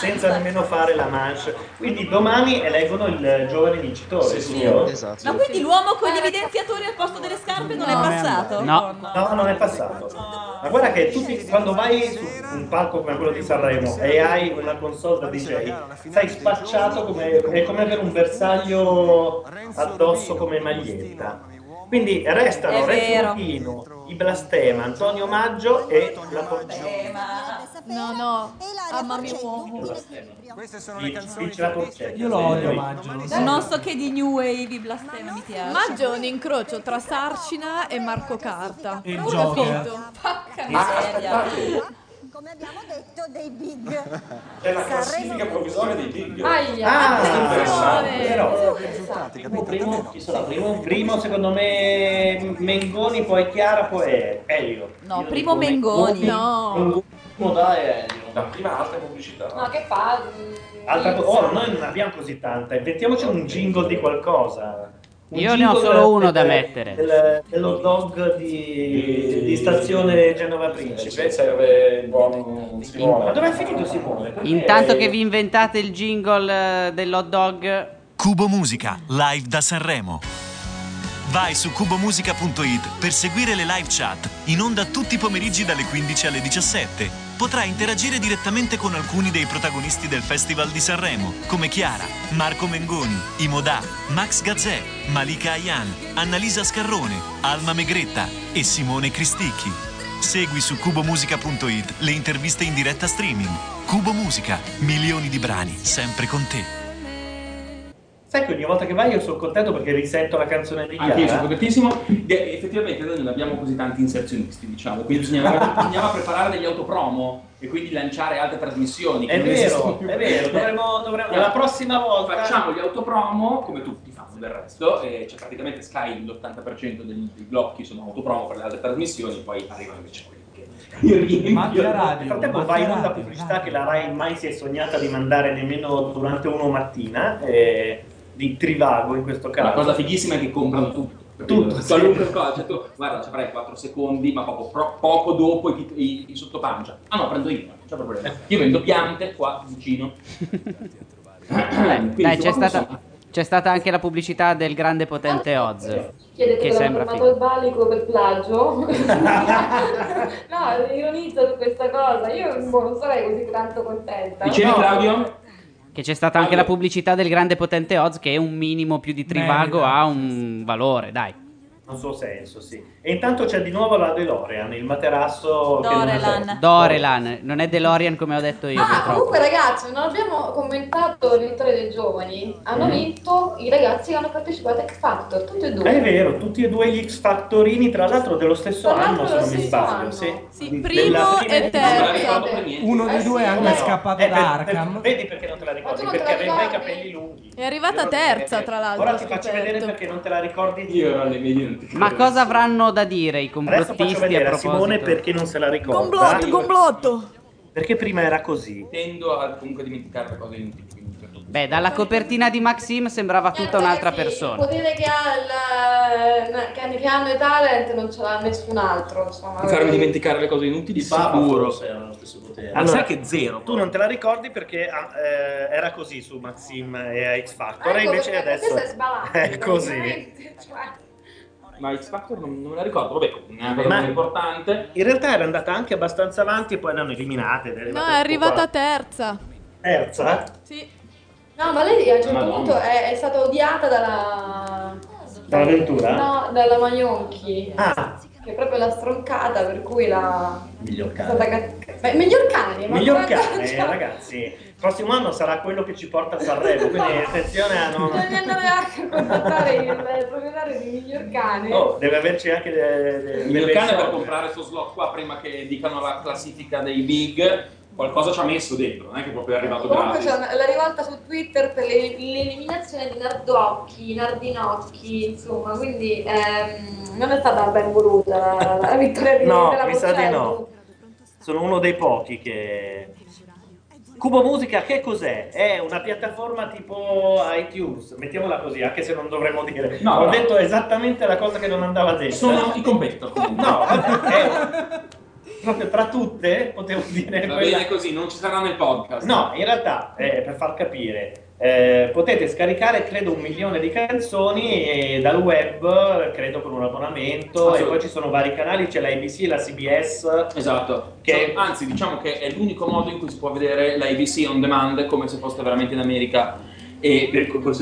Speaker 4: Senza nemmeno fare la manche. Quindi domani eleggono il giovane vincitore. signor. Esatto.
Speaker 7: Ma quindi l'uomo con gli evidenziatori al posto delle scarpe non Ah. è passato?
Speaker 4: No. non è passato. Ma guarda che tutti, quando vai su un palco come quello di Sanremo e hai una console da DJ, sei spacciato come, è come avere un bersaglio addosso come maglietta. Quindi restano
Speaker 7: È
Speaker 4: Renzo
Speaker 7: vero.
Speaker 4: Luchino, i Blastema, Antonio Maggio e la Porcella.
Speaker 5: Ah, No, no, Ah, amami uomo.
Speaker 4: Queste sono le canzoni. Vince la Porcella.
Speaker 6: Io lo odio
Speaker 4: Sì.
Speaker 6: Maggio.
Speaker 7: Non so che di New Wave blastema mi piace.
Speaker 5: Maggio è un incrocio tra Sarcina e Marco Carta.
Speaker 6: E
Speaker 5: Ho
Speaker 6: Joker.
Speaker 5: capito. Porca
Speaker 6: Ma
Speaker 5: miseria.
Speaker 6: aspettate.
Speaker 10: Come abbiamo detto, dei big.
Speaker 3: È la classifica provvisoria dei big.
Speaker 10: Aia.
Speaker 4: Ah,
Speaker 3: Interessante.
Speaker 4: però primo, primo, chi sarà primo? Primo, secondo me Mengoni, poi Chiara, poi Elio.
Speaker 7: No, primo Mengoni.
Speaker 4: No. Primo da Elio.
Speaker 3: La prima alta pubblicità.
Speaker 31: No, che fa?
Speaker 4: Altra co- oh, noi non abbiamo così tanta, inventiamoci un jingle di qualcosa. Un
Speaker 1: Io ne ho
Speaker 4: jingle
Speaker 1: solo uno da
Speaker 4: del-
Speaker 1: mettere.
Speaker 4: del- dello dog di, di stazione Genova Principe.
Speaker 3: serve eh, il buon Simone.
Speaker 4: Ma dov'è finito Simone? Perché-
Speaker 1: Intanto che vi inventate il jingle eh, dell'hot dog,
Speaker 29: Cubo Musica, live da Sanremo. Vai su cubomusica.it per seguire le live chat in onda tutti i pomeriggi dalle 15 alle 17. Potrai interagire direttamente con alcuni dei protagonisti del Festival di Sanremo, come Chiara, Marco Mengoni, Imodà, Max Gazzè, Malika Ayan, Annalisa Scarrone, Alma Megretta e Simone Cristicchi. Segui su cubomusica.it le interviste in diretta streaming. Cubo Musica, milioni di brani sempre con te.
Speaker 4: Sai che ogni volta che vai io sono contento perché risento la canzone di Chiara.
Speaker 8: Anche io sono contentissimo. E effettivamente noi non abbiamo così tanti inserzionisti, diciamo, quindi bisognava, bisognava preparare degli autopromo e quindi lanciare altre trasmissioni. che
Speaker 4: È
Speaker 8: non
Speaker 4: vero,
Speaker 8: esistono più.
Speaker 4: è vero, dovremmo, dovremmo- la prossima volta
Speaker 8: Facciamo gli autopromo come tutti fanno del resto, e cioè praticamente Sky l'80% dei, dei blocchi sono autopromo per le altre trasmissioni, poi arrivano invece quelli che...
Speaker 4: Io- Nel
Speaker 8: radio,
Speaker 4: frattempo vai in onda pubblicità che la Rai mai si è sognata di mandare nemmeno durante uno mattina, eh, di Trivago in questo caso.
Speaker 8: La cosa fighissima è che comprano tutto. capito?
Speaker 4: Tutto, sì.
Speaker 8: qualunque cosa, cioè tu, guarda, ci avrai 4 secondi, ma poco, pro- poco dopo i, i, i sottopancia. Ah no, prendo io, non c'è
Speaker 4: Eh.
Speaker 8: problema. Io vendo piante qua vicino.
Speaker 1: dai, c'è stata, c'è stata anche la pubblicità del grande potente Oz.
Speaker 31: Chiedete
Speaker 1: Che
Speaker 31: cosa hanno
Speaker 1: sembra
Speaker 31: fermato
Speaker 1: figo.
Speaker 31: il valico per plagio? no, ironizzo su questa cosa. Io boh, non sarei così tanto contenta. No.
Speaker 1: Che c'è stata anche la pubblicità del grande potente Oz, che un minimo più di Trivago
Speaker 4: Merita.
Speaker 1: ha un valore, dai.
Speaker 4: Non suo senso, sì. E intanto c'è di nuovo la DeLorean, il materasso che non ha senso.
Speaker 1: Dorelan, non è DeLorean come ho detto io.
Speaker 31: Ah,
Speaker 1: purtroppo.
Speaker 31: comunque ragazzi, non abbiamo commentato le vittorie dei giovani. Hanno
Speaker 1: Mm.
Speaker 31: vinto i ragazzi che hanno partecipato a X Factor, tutti e due.
Speaker 4: È vero, tutti e due gli X Factorini, tra l'altro dello stesso
Speaker 31: Tra l'altro
Speaker 4: anno, se non mi
Speaker 31: dello
Speaker 4: sbaglio. Sì,
Speaker 5: primo
Speaker 4: Della prima
Speaker 5: e
Speaker 4: edizione.
Speaker 5: terzo.
Speaker 4: Non me la ricordo per niente.
Speaker 6: Uno dei due è anche
Speaker 4: no,
Speaker 6: scappato
Speaker 4: eh,
Speaker 6: da
Speaker 4: per-
Speaker 6: Arkham.
Speaker 4: per- vedi perché non te la ricordi?
Speaker 5: Ma tu non te
Speaker 4: Perché
Speaker 5: la
Speaker 4: aveva i
Speaker 5: ricordi?
Speaker 4: capelli lunghi.
Speaker 5: È arrivata terza, tra l'altro.
Speaker 4: Ora ti faccio vedere perché non te la ricordi di io.
Speaker 1: Ma cosa avranno da dire i
Speaker 4: Adesso faccio
Speaker 1: complottisti a
Speaker 4: vedere a
Speaker 1: proposito?
Speaker 4: Simone perché non se la ricorda.
Speaker 5: Complotto, complotto.
Speaker 4: Perché prima era così.
Speaker 8: Tendo a comunque dimenticare le cose inutili. quindi per tutto.
Speaker 1: Beh, dalla copertina di Maxim sembrava tutta un'altra persona.
Speaker 31: Potete che, ha il- che- che hanno i talent non ce l'ha nessun altro, insomma.
Speaker 8: Per farmi dimenticare le cose inutili, sicuro.
Speaker 4: Allora,
Speaker 8: sai che zero.
Speaker 4: Tu non te la ricordi perché ah, eh, era così su Maxim e a X Factor, e
Speaker 31: Ecco,
Speaker 4: invece
Speaker 31: perché
Speaker 4: adesso
Speaker 31: questo è sbalato,
Speaker 4: è così.
Speaker 31: veramente, cioè.
Speaker 8: Ma X Factor non, non me la ricordo, vabbè, una cosa
Speaker 4: Ma-
Speaker 8: non importante.
Speaker 4: In realtà era andata anche abbastanza avanti e poi l'hanno eliminata. ed
Speaker 5: No, è arrivata terza.
Speaker 4: terza.
Speaker 31: No, ma lei a un certo
Speaker 4: Madonna.
Speaker 31: punto è, è stata odiata dalla...
Speaker 4: Dall'avventura?
Speaker 31: No, dalla Maionchi.
Speaker 4: Ah.
Speaker 31: Che è proprio l'ha stroncata, per cui la...
Speaker 4: Miglior
Speaker 31: È stata ca- Beh, miglior cane, ma
Speaker 4: Miglior
Speaker 31: guarda-
Speaker 4: cane,
Speaker 31: cioè,
Speaker 4: ragazzi. Il prossimo anno sarà quello che ci porta a Sanremo, quindi attenzione a non...
Speaker 31: Bisogna andare anche a contattare il proprietario di miglior cane.
Speaker 4: Oh, deve averci anche le, le,
Speaker 8: Il
Speaker 4: le
Speaker 8: mio cane per
Speaker 4: persone.
Speaker 8: comprare questo slot qua prima che dicano la classifica dei big, qualcosa ci ha messo dentro, non è che proprio è arrivato
Speaker 31: Comunque
Speaker 8: gratis.
Speaker 31: c'è una- la rivolta su Twitter per le- l'eliminazione di Nardocchi, Nardinocchi, insomma, quindi ehm, non è stata ben voluta la, la vittoria di
Speaker 4: No,
Speaker 31: della
Speaker 4: mi sa di
Speaker 31: Bocelli.
Speaker 4: no. Sono uno dei pochi che... Cubo Musica che cos'è? È una piattaforma tipo iTunes, mettiamola così, anche se non dovremmo dire.
Speaker 8: No,
Speaker 4: ho
Speaker 8: no.
Speaker 4: detto esattamente la cosa che non andava detta.
Speaker 8: Sono i competitor.
Speaker 4: No, è- proprio tra tutte potevo dire
Speaker 8: Va
Speaker 4: quella-
Speaker 8: bene così, non ci sarà nel podcast.
Speaker 4: No, in realtà, eh, per far capire, eh, potete scaricare credo un milione di canzoni eh, dal web, credo con un abbonamento, e
Speaker 8: Assolutamente.
Speaker 4: poi ci sono vari canali, c'è la ABC, la CBS.
Speaker 8: Esatto.
Speaker 4: Che...
Speaker 8: Anzi, diciamo che è l'unico modo in cui si può vedere la IBC on demand come se fosse veramente in America e per quel quel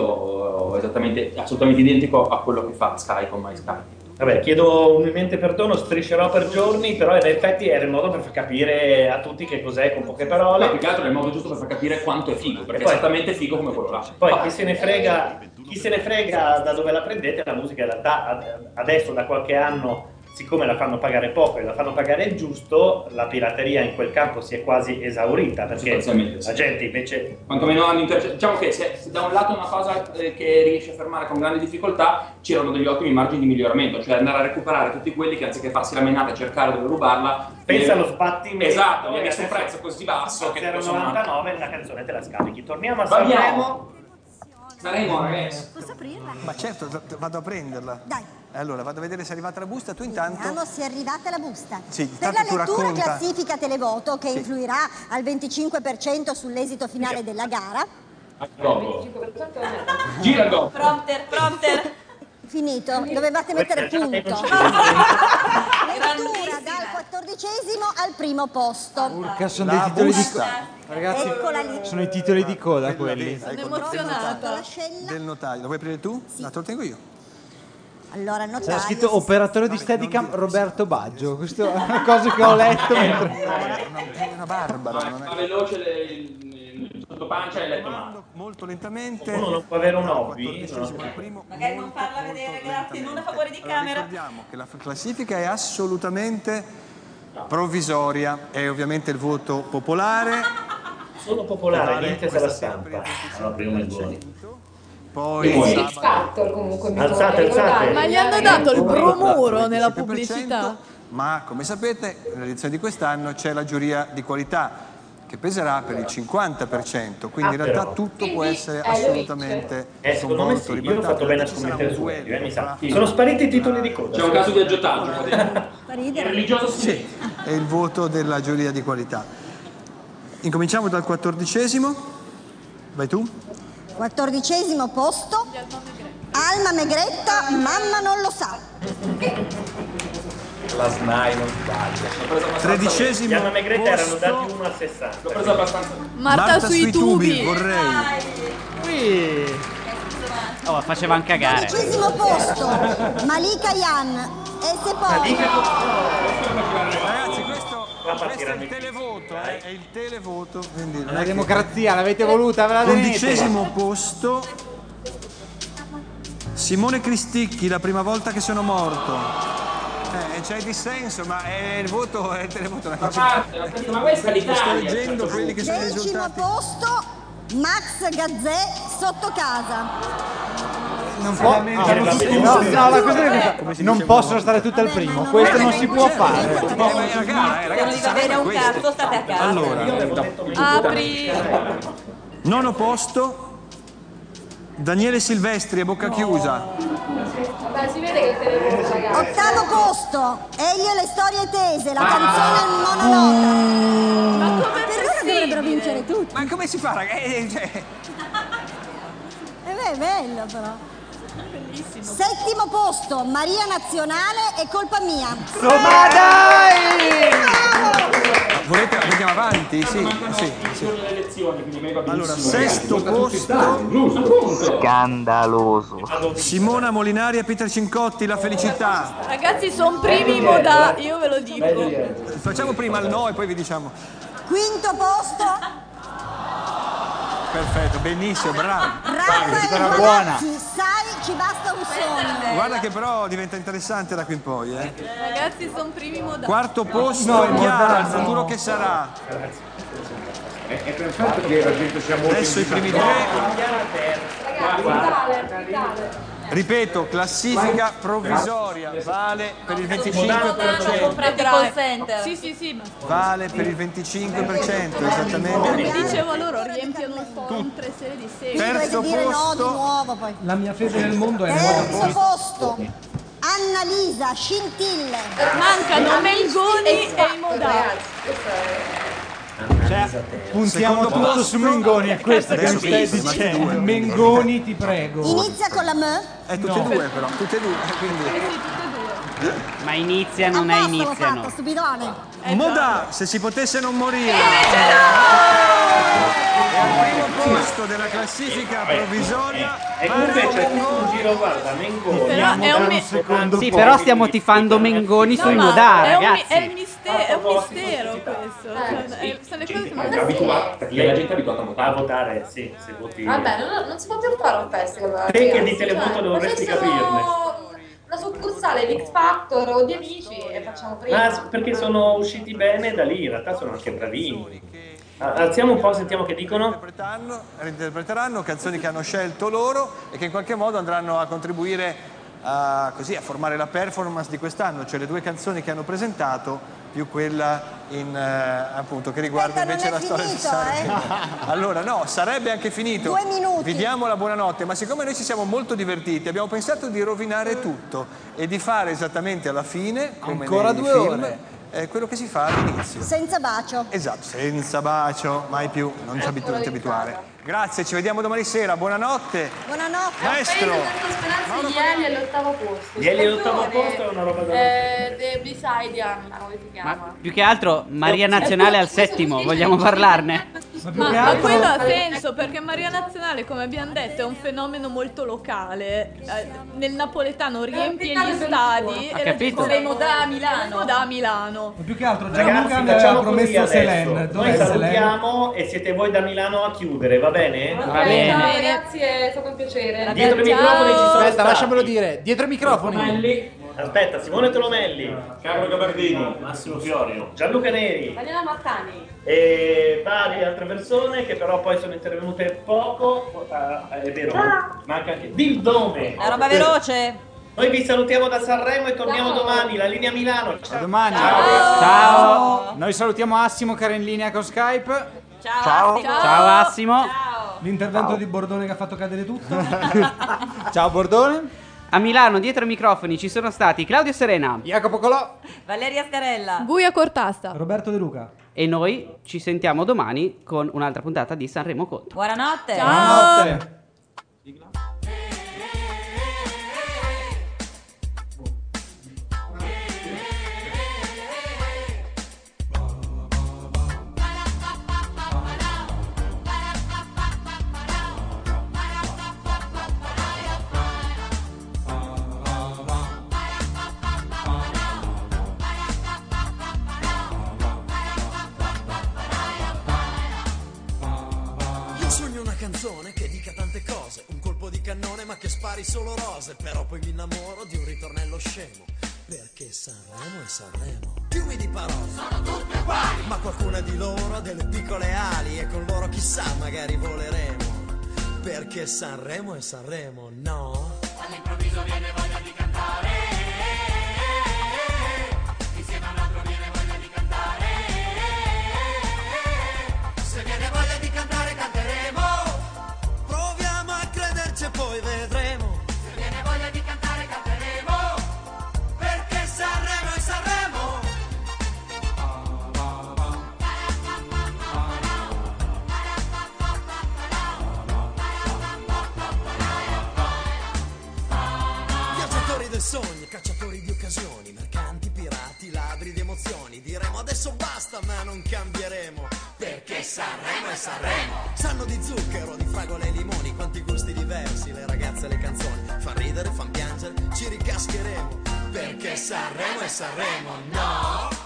Speaker 8: servizio eh, esattamente, assolutamente identico a quello che fa Sky con MySky.
Speaker 4: Vabbè, chiedo umilmente perdono, striscerò per giorni, però in effetti era il modo per far capire a tutti che cos'è con poche parole.
Speaker 8: Ma più che altro è il modo giusto per far capire quanto è figo, perché
Speaker 4: poi-
Speaker 8: è esattamente figo come quello là.
Speaker 4: Poi chi se ne frega, chi se ne frega da dove la prendete, la musica in realtà ad- adesso da qualche anno, siccome la fanno pagare poco e la fanno pagare il giusto, la pirateria in quel campo si è quasi esaurita perché
Speaker 8: Sostanzialmente, sì.
Speaker 4: la gente invece...
Speaker 8: Quantomeno hanno interce- Diciamo che se, se da un lato è una cosa eh, che riesce a fermare con grande difficoltà, c'erano degli ottimi margini di miglioramento, cioè andare a recuperare tutti quelli che anziché farsi la menata e cercare dove rubarla.
Speaker 4: Pensa
Speaker 8: eh,
Speaker 4: allo sbattimento. Eh,
Speaker 8: Esatto,
Speaker 4: e
Speaker 8: viene su un
Speaker 4: adesso
Speaker 8: prezzo così basso che
Speaker 4: 0,99 una canzone te la scarichi. Torniamo a
Speaker 8: Vabbè.
Speaker 4: Sanremo.
Speaker 8: Saremo, ragazzi.
Speaker 17: Posso aprirla? Ma certo, t- vado a prenderla. Dai. Allora, vado a vedere se è arrivata la busta, tu intanto...
Speaker 15: Vediamo se è arrivata la busta.
Speaker 17: Sì,
Speaker 15: per
Speaker 17: tanto
Speaker 15: la
Speaker 17: tu
Speaker 15: lettura
Speaker 17: racconta.
Speaker 15: classifica televoto che
Speaker 17: Sì.
Speaker 15: influirà al 25% sull'esito finale della gara.
Speaker 8: Gira il gobbo.
Speaker 15: Prompter, prompter. Finito, dovevate mettere
Speaker 8: Perché già
Speaker 15: punto.
Speaker 8: non
Speaker 15: Lettura dal quattordicesimo al primo posto.
Speaker 2: Urca, sono dei titoli di
Speaker 15: busta.
Speaker 2: coda. Ragazzi,
Speaker 15: Eccola lì.
Speaker 2: sono i titoli di coda quelli.
Speaker 15: Eh, Sono emozionata.
Speaker 17: ecco, Del notaio, lo vuoi aprire tu? No, te lo tengo io.
Speaker 15: Allora, il
Speaker 2: C'era
Speaker 15: notaio.
Speaker 2: scritto operatore di Steadicam Roberto Baggio. Questa è una cosa che ho letto mentre...
Speaker 17: È una barbara, non
Speaker 8: Fa veloce le- il, il sottopancia e letto male.
Speaker 17: Molto lentamente.
Speaker 4: Uno non può avere un hobby. no?
Speaker 7: Magari non farla vedere, grazie, non a favore di
Speaker 17: Allora,
Speaker 7: camera.
Speaker 17: ricordiamo che la f- classifica è assolutamente provvisoria, è ovviamente il voto popolare.
Speaker 4: Solo popolare, niente se la
Speaker 17: Questa
Speaker 4: stampa. Allora, prima il buono.
Speaker 17: Poi
Speaker 4: Poi-
Speaker 17: il
Speaker 4: X
Speaker 17: sabato.
Speaker 15: Factor comunque
Speaker 4: mi Alzate, ricordo. alzate.
Speaker 31: Ma gli hanno dato il
Speaker 17: Ancora
Speaker 31: bromuro
Speaker 17: il
Speaker 31: nella
Speaker 17: 25%,
Speaker 31: pubblicità.
Speaker 17: Ma come sapete, nell'edizione di quest'anno c'è la giuria di qualità che peserà per il 50%, quindi in
Speaker 4: Ah,
Speaker 17: realtà
Speaker 4: però.
Speaker 17: tutto
Speaker 4: Quindi,
Speaker 17: può essere
Speaker 4: eh, lo
Speaker 17: assolutamente
Speaker 4: Eh, secondo me sì, io ho fatto bene a scommettere su quelli, eh, mi sa. Sono spariti i titoli di coda.
Speaker 8: C'è un caso di aggiotaggio.
Speaker 17: religioso sì. È il voto della giuria di qualità. Incominciamo dal quattordicesimo. Vai tu.
Speaker 15: Quattordicesimo posto. Alma Megretta, mamma non lo sa.
Speaker 4: La SNAI non sbaglia.
Speaker 17: Tredicesimo
Speaker 4: Chiama Megretta erano
Speaker 17: posto.
Speaker 4: dati 1 a 60. L'ho
Speaker 8: preso abbastanza.
Speaker 31: Marta, sui, tubi.
Speaker 17: vorrei.
Speaker 1: Oh, facevano cagare.
Speaker 15: Dodicesimo posto. Malika Yan. E se
Speaker 17: Ragazzi, questo, questo è il televoto, eh, è il televoto. Quindi non
Speaker 2: La
Speaker 17: è che-
Speaker 2: democrazia l'avete voluta, ve la tenete.
Speaker 17: Undicesimo posto. Simone Cristicchi, la prima volta che sono morto. Eh, c'è dissenso, ma è il
Speaker 2: Oh,
Speaker 17: voto, Oh, è il televoto. Ma,
Speaker 8: ma questa è l'Italia,
Speaker 17: Sto
Speaker 8: a un
Speaker 17: leggendo
Speaker 8: certo
Speaker 17: quelli che sono i
Speaker 15: Decimo
Speaker 17: risultati.
Speaker 15: posto. Max Gazzè sotto casa.
Speaker 2: Non può- ah,
Speaker 17: Solamente-
Speaker 2: non
Speaker 17: Vabbè,
Speaker 2: si-
Speaker 17: non
Speaker 2: no,
Speaker 17: si-
Speaker 2: no, la cosa è questa.
Speaker 17: Come si
Speaker 2: Non
Speaker 17: diceva
Speaker 2: possono stare tutte al primo, questo non si può fare.
Speaker 17: Eh,
Speaker 7: non gli va bene un cazzo, state a casa.
Speaker 17: Allora,
Speaker 7: Apri.
Speaker 17: nono posto. Daniele Silvestri a bocca chiusa.
Speaker 15: Vabbè, si vede che televoto, ragazzi. Ottavo posto. Elio e le storie tese, la canzone al mononota. Ma come per loro dovrebbero vincere tutti.
Speaker 17: Ma come si fa, ragazzi?
Speaker 15: Eh beh, è bello però. Settimo posto, Maria Nazionale e colpa mia.
Speaker 17: Ma
Speaker 15: dai!
Speaker 17: Volete andiamo avanti? Sì, sì.
Speaker 8: delle elezioni, quindi a me va
Speaker 17: Allora,
Speaker 8: benissimo, ragazzi.
Speaker 17: sesto
Speaker 8: Vota tutti
Speaker 17: posto.
Speaker 8: stati, giusto, appunto.
Speaker 17: Scandaloso. Simona Molinari e Peter Cincotti, la felicità.
Speaker 31: Ragazzi, sono primi in moda, io ve lo dico.
Speaker 17: Facciamo prima il no e poi vi diciamo.
Speaker 15: Quinto posto,
Speaker 17: Perfetto, benissimo, bravo.
Speaker 15: Raffaele Bonazzi, sai ci basta un sogno.
Speaker 17: Guarda che però diventa interessante da qui in poi, eh.
Speaker 31: Ragazzi, sono primi in moda.
Speaker 17: Quarto
Speaker 5: No,
Speaker 17: posto,
Speaker 5: è
Speaker 17: Chiara, il
Speaker 5: Mordaza.
Speaker 17: futuro che sarà.
Speaker 10: È, è perfetto che la gente sia molto
Speaker 17: Adesso i primi
Speaker 10: indisaccordo.
Speaker 17: tre.
Speaker 10: Guarda, guarda.
Speaker 15: Vitale, vitale.
Speaker 17: Ripeto, classifica provvisoria vale per il 25%.
Speaker 5: Sì, sì, sì, ma
Speaker 17: Vale per il 25%,
Speaker 5: Come
Speaker 17: esattamente.
Speaker 5: dicevo loro, riempiano il forum tre serie di seguito.
Speaker 17: Terzo
Speaker 15: dire no di nuovo poi.
Speaker 6: La mia fede nel mondo
Speaker 15: Eh,
Speaker 6: è
Speaker 15: Terzo
Speaker 6: nuova.
Speaker 15: posto. Annalisa, scintille.
Speaker 5: Mancano Melgoni e i Modali.
Speaker 2: Puntiamo
Speaker 17: Secondo
Speaker 2: tutto
Speaker 17: posto.
Speaker 2: su Mengoni, è questo che
Speaker 17: Adesso
Speaker 2: mi stai
Speaker 17: finisco, ma tutti e
Speaker 2: dicendo.
Speaker 17: due.
Speaker 2: Mengoni, ti prego. Eh,
Speaker 15: Inizia con la M.
Speaker 17: È tutte
Speaker 15: No.
Speaker 17: e due però, tutte e due, quindi...
Speaker 1: Ma inizia, non è
Speaker 15: L'ho fatta,
Speaker 1: iniziano.
Speaker 15: stupidone.
Speaker 5: Eh,
Speaker 17: Moda, se si potesse non morire. E al primo posto della classifica provvisoria
Speaker 4: E invece c'è tutto un giro, guarda, Mengoni.
Speaker 5: Però è un mi-
Speaker 1: Sì, però stiamo tifando Mengoni sui Modà,
Speaker 5: è, un mi-
Speaker 1: ragazzi.
Speaker 5: è il miste- è un mistero questo. Cioè, sono le cose che
Speaker 31: Ma
Speaker 5: mi
Speaker 31: Eh, sì.
Speaker 4: abituata, perché la gente è abituata a votare. sì, se voti.
Speaker 31: Vabbè, non, non si può più fare un festival.
Speaker 4: Te che
Speaker 31: ragazzi,
Speaker 4: di Televoto
Speaker 31: cioè,
Speaker 4: dovresti
Speaker 31: facessero
Speaker 4: capirne.
Speaker 31: Una succursale di X Factor o di amici e facciamo prima.
Speaker 4: Ma s- perché sono usciti bene da lì, in realtà sono anche bravini. Ah, Alziamo un po', sentiamo che dicono.
Speaker 17: reinterpreteranno canzoni che hanno scelto loro e che in qualche modo andranno a contribuire a, così, a formare la performance di quest'anno, cioè le due canzoni che hanno presentato più quella in, eh, appunto, che riguarda invece la storia
Speaker 39: eh?
Speaker 17: di Sanremo. Allora no, sarebbe anche finito.
Speaker 15: Due minuti.
Speaker 17: Vi diamo la buonanotte, ma siccome noi ci siamo molto divertiti, abbiamo pensato di rovinare tutto e di fare esattamente alla fine, come
Speaker 15: Ancora
Speaker 17: nei
Speaker 15: due
Speaker 17: film,
Speaker 15: ore.
Speaker 17: eh, quello che si fa all'inizio.
Speaker 15: Senza bacio.
Speaker 17: Esatto, senza bacio, mai più, non ci abitu- non ti abituare. Grazie, ci vediamo domani sera, buonanotte.
Speaker 15: Buonanotte.
Speaker 17: Maestro.
Speaker 31: Ho preso tanto speranza di Ieli all'ottavo posto.
Speaker 17: Ieli
Speaker 4: all'ottavo
Speaker 31: Canzone,
Speaker 4: posto è una roba da-
Speaker 31: Eh, The B-side di Anna, come si chiama?
Speaker 1: Più che altro Maria Nazionale al settimo, vogliamo parlarne?
Speaker 5: Ma,
Speaker 1: che
Speaker 5: ma
Speaker 1: altro-
Speaker 5: quello ha senso perché Maria Nazionale, come abbiamo detto, è un fenomeno molto locale. Eh, nel napoletano riempie gli stadi
Speaker 1: Ha
Speaker 5: e la gente
Speaker 1: capito.
Speaker 5: le moda a Milano. Moda a Milano.
Speaker 6: Ma più che altro
Speaker 4: Ragazzi,
Speaker 6: Gianluca mi aveva
Speaker 4: facciamo così
Speaker 6: promesso
Speaker 4: adesso.
Speaker 6: Selen.
Speaker 4: Noi
Speaker 6: Dov'è Selen?
Speaker 4: salutiamo e siete voi da Milano a chiudere, va bene?
Speaker 31: Va bene. Ciao, ragazzi, è stato un piacere.
Speaker 4: Dietro i microfoni ci sono
Speaker 2: Aspetta,
Speaker 4: stati.
Speaker 2: lasciamelo dire. Dietro i microfoni.
Speaker 4: Aspetta, Simone Tolomelli, Carlo Gabardini, Massimo Fiorio, Gianluca Neri
Speaker 31: Daniela Martani.
Speaker 4: e varie altre persone che però poi sono intervenute poco. Ah, è vero, manca anche Bill Dome.
Speaker 7: La roba veloce.
Speaker 4: Noi vi salutiamo da Sanremo e torniamo domani, la linea Milano. Ciao.
Speaker 2: Domani.
Speaker 4: Ciao.
Speaker 2: Noi salutiamo Assimo che era in linea con Skype.
Speaker 1: Ciao. Ciao, Assimo.
Speaker 6: L'intervento di Bordone che ha fatto cadere tutto.
Speaker 2: Ciao Bordone.
Speaker 1: A Milano, dietro i microfoni, ci sono stati Claudio Serena.
Speaker 2: Jacopo Colò.
Speaker 7: Valeria Scarella.
Speaker 5: Guia Cortasta.
Speaker 6: Roberto De Luca.
Speaker 1: E noi ci sentiamo domani con un'altra puntata di Sanremo Contro.
Speaker 7: Buonanotte.
Speaker 50: Io sogno una canzone che dica tante cose, un colpo di cannone ma che spari solo rose, però poi mi innamoro di un ritornello scemo, perché Sanremo è Sanremo. Fiumi di parole, sono tutte uguali, ma qualcuna di loro ha delle piccole ali e con loro chissà magari voleremo, perché Sanremo è Sanremo, no?
Speaker 10: All'improvviso viene voglia di cantare. Insieme a un altro viene voglia di cantare.
Speaker 50: Se viene voglia di cantare canteremo, proviamo a crederci e poi vedremo,
Speaker 10: Se viene voglia di cantare, canteremo.
Speaker 50: perché Sanremo è Sanremo. Viaggiatori del sogno, cacciatori di occasioni, mercanti, pirati, ladri di emozioni. Diremo adesso basta, ma non cambieremo. Perché Sanremo è Sanremo. Sanno di zucchero, di fragole e limoni, quanti gusti diversi, le ragazze e le canzoni. Fan ridere, fan piangere, ci ricascheremo. Perché Sanremo è Sanremo, no?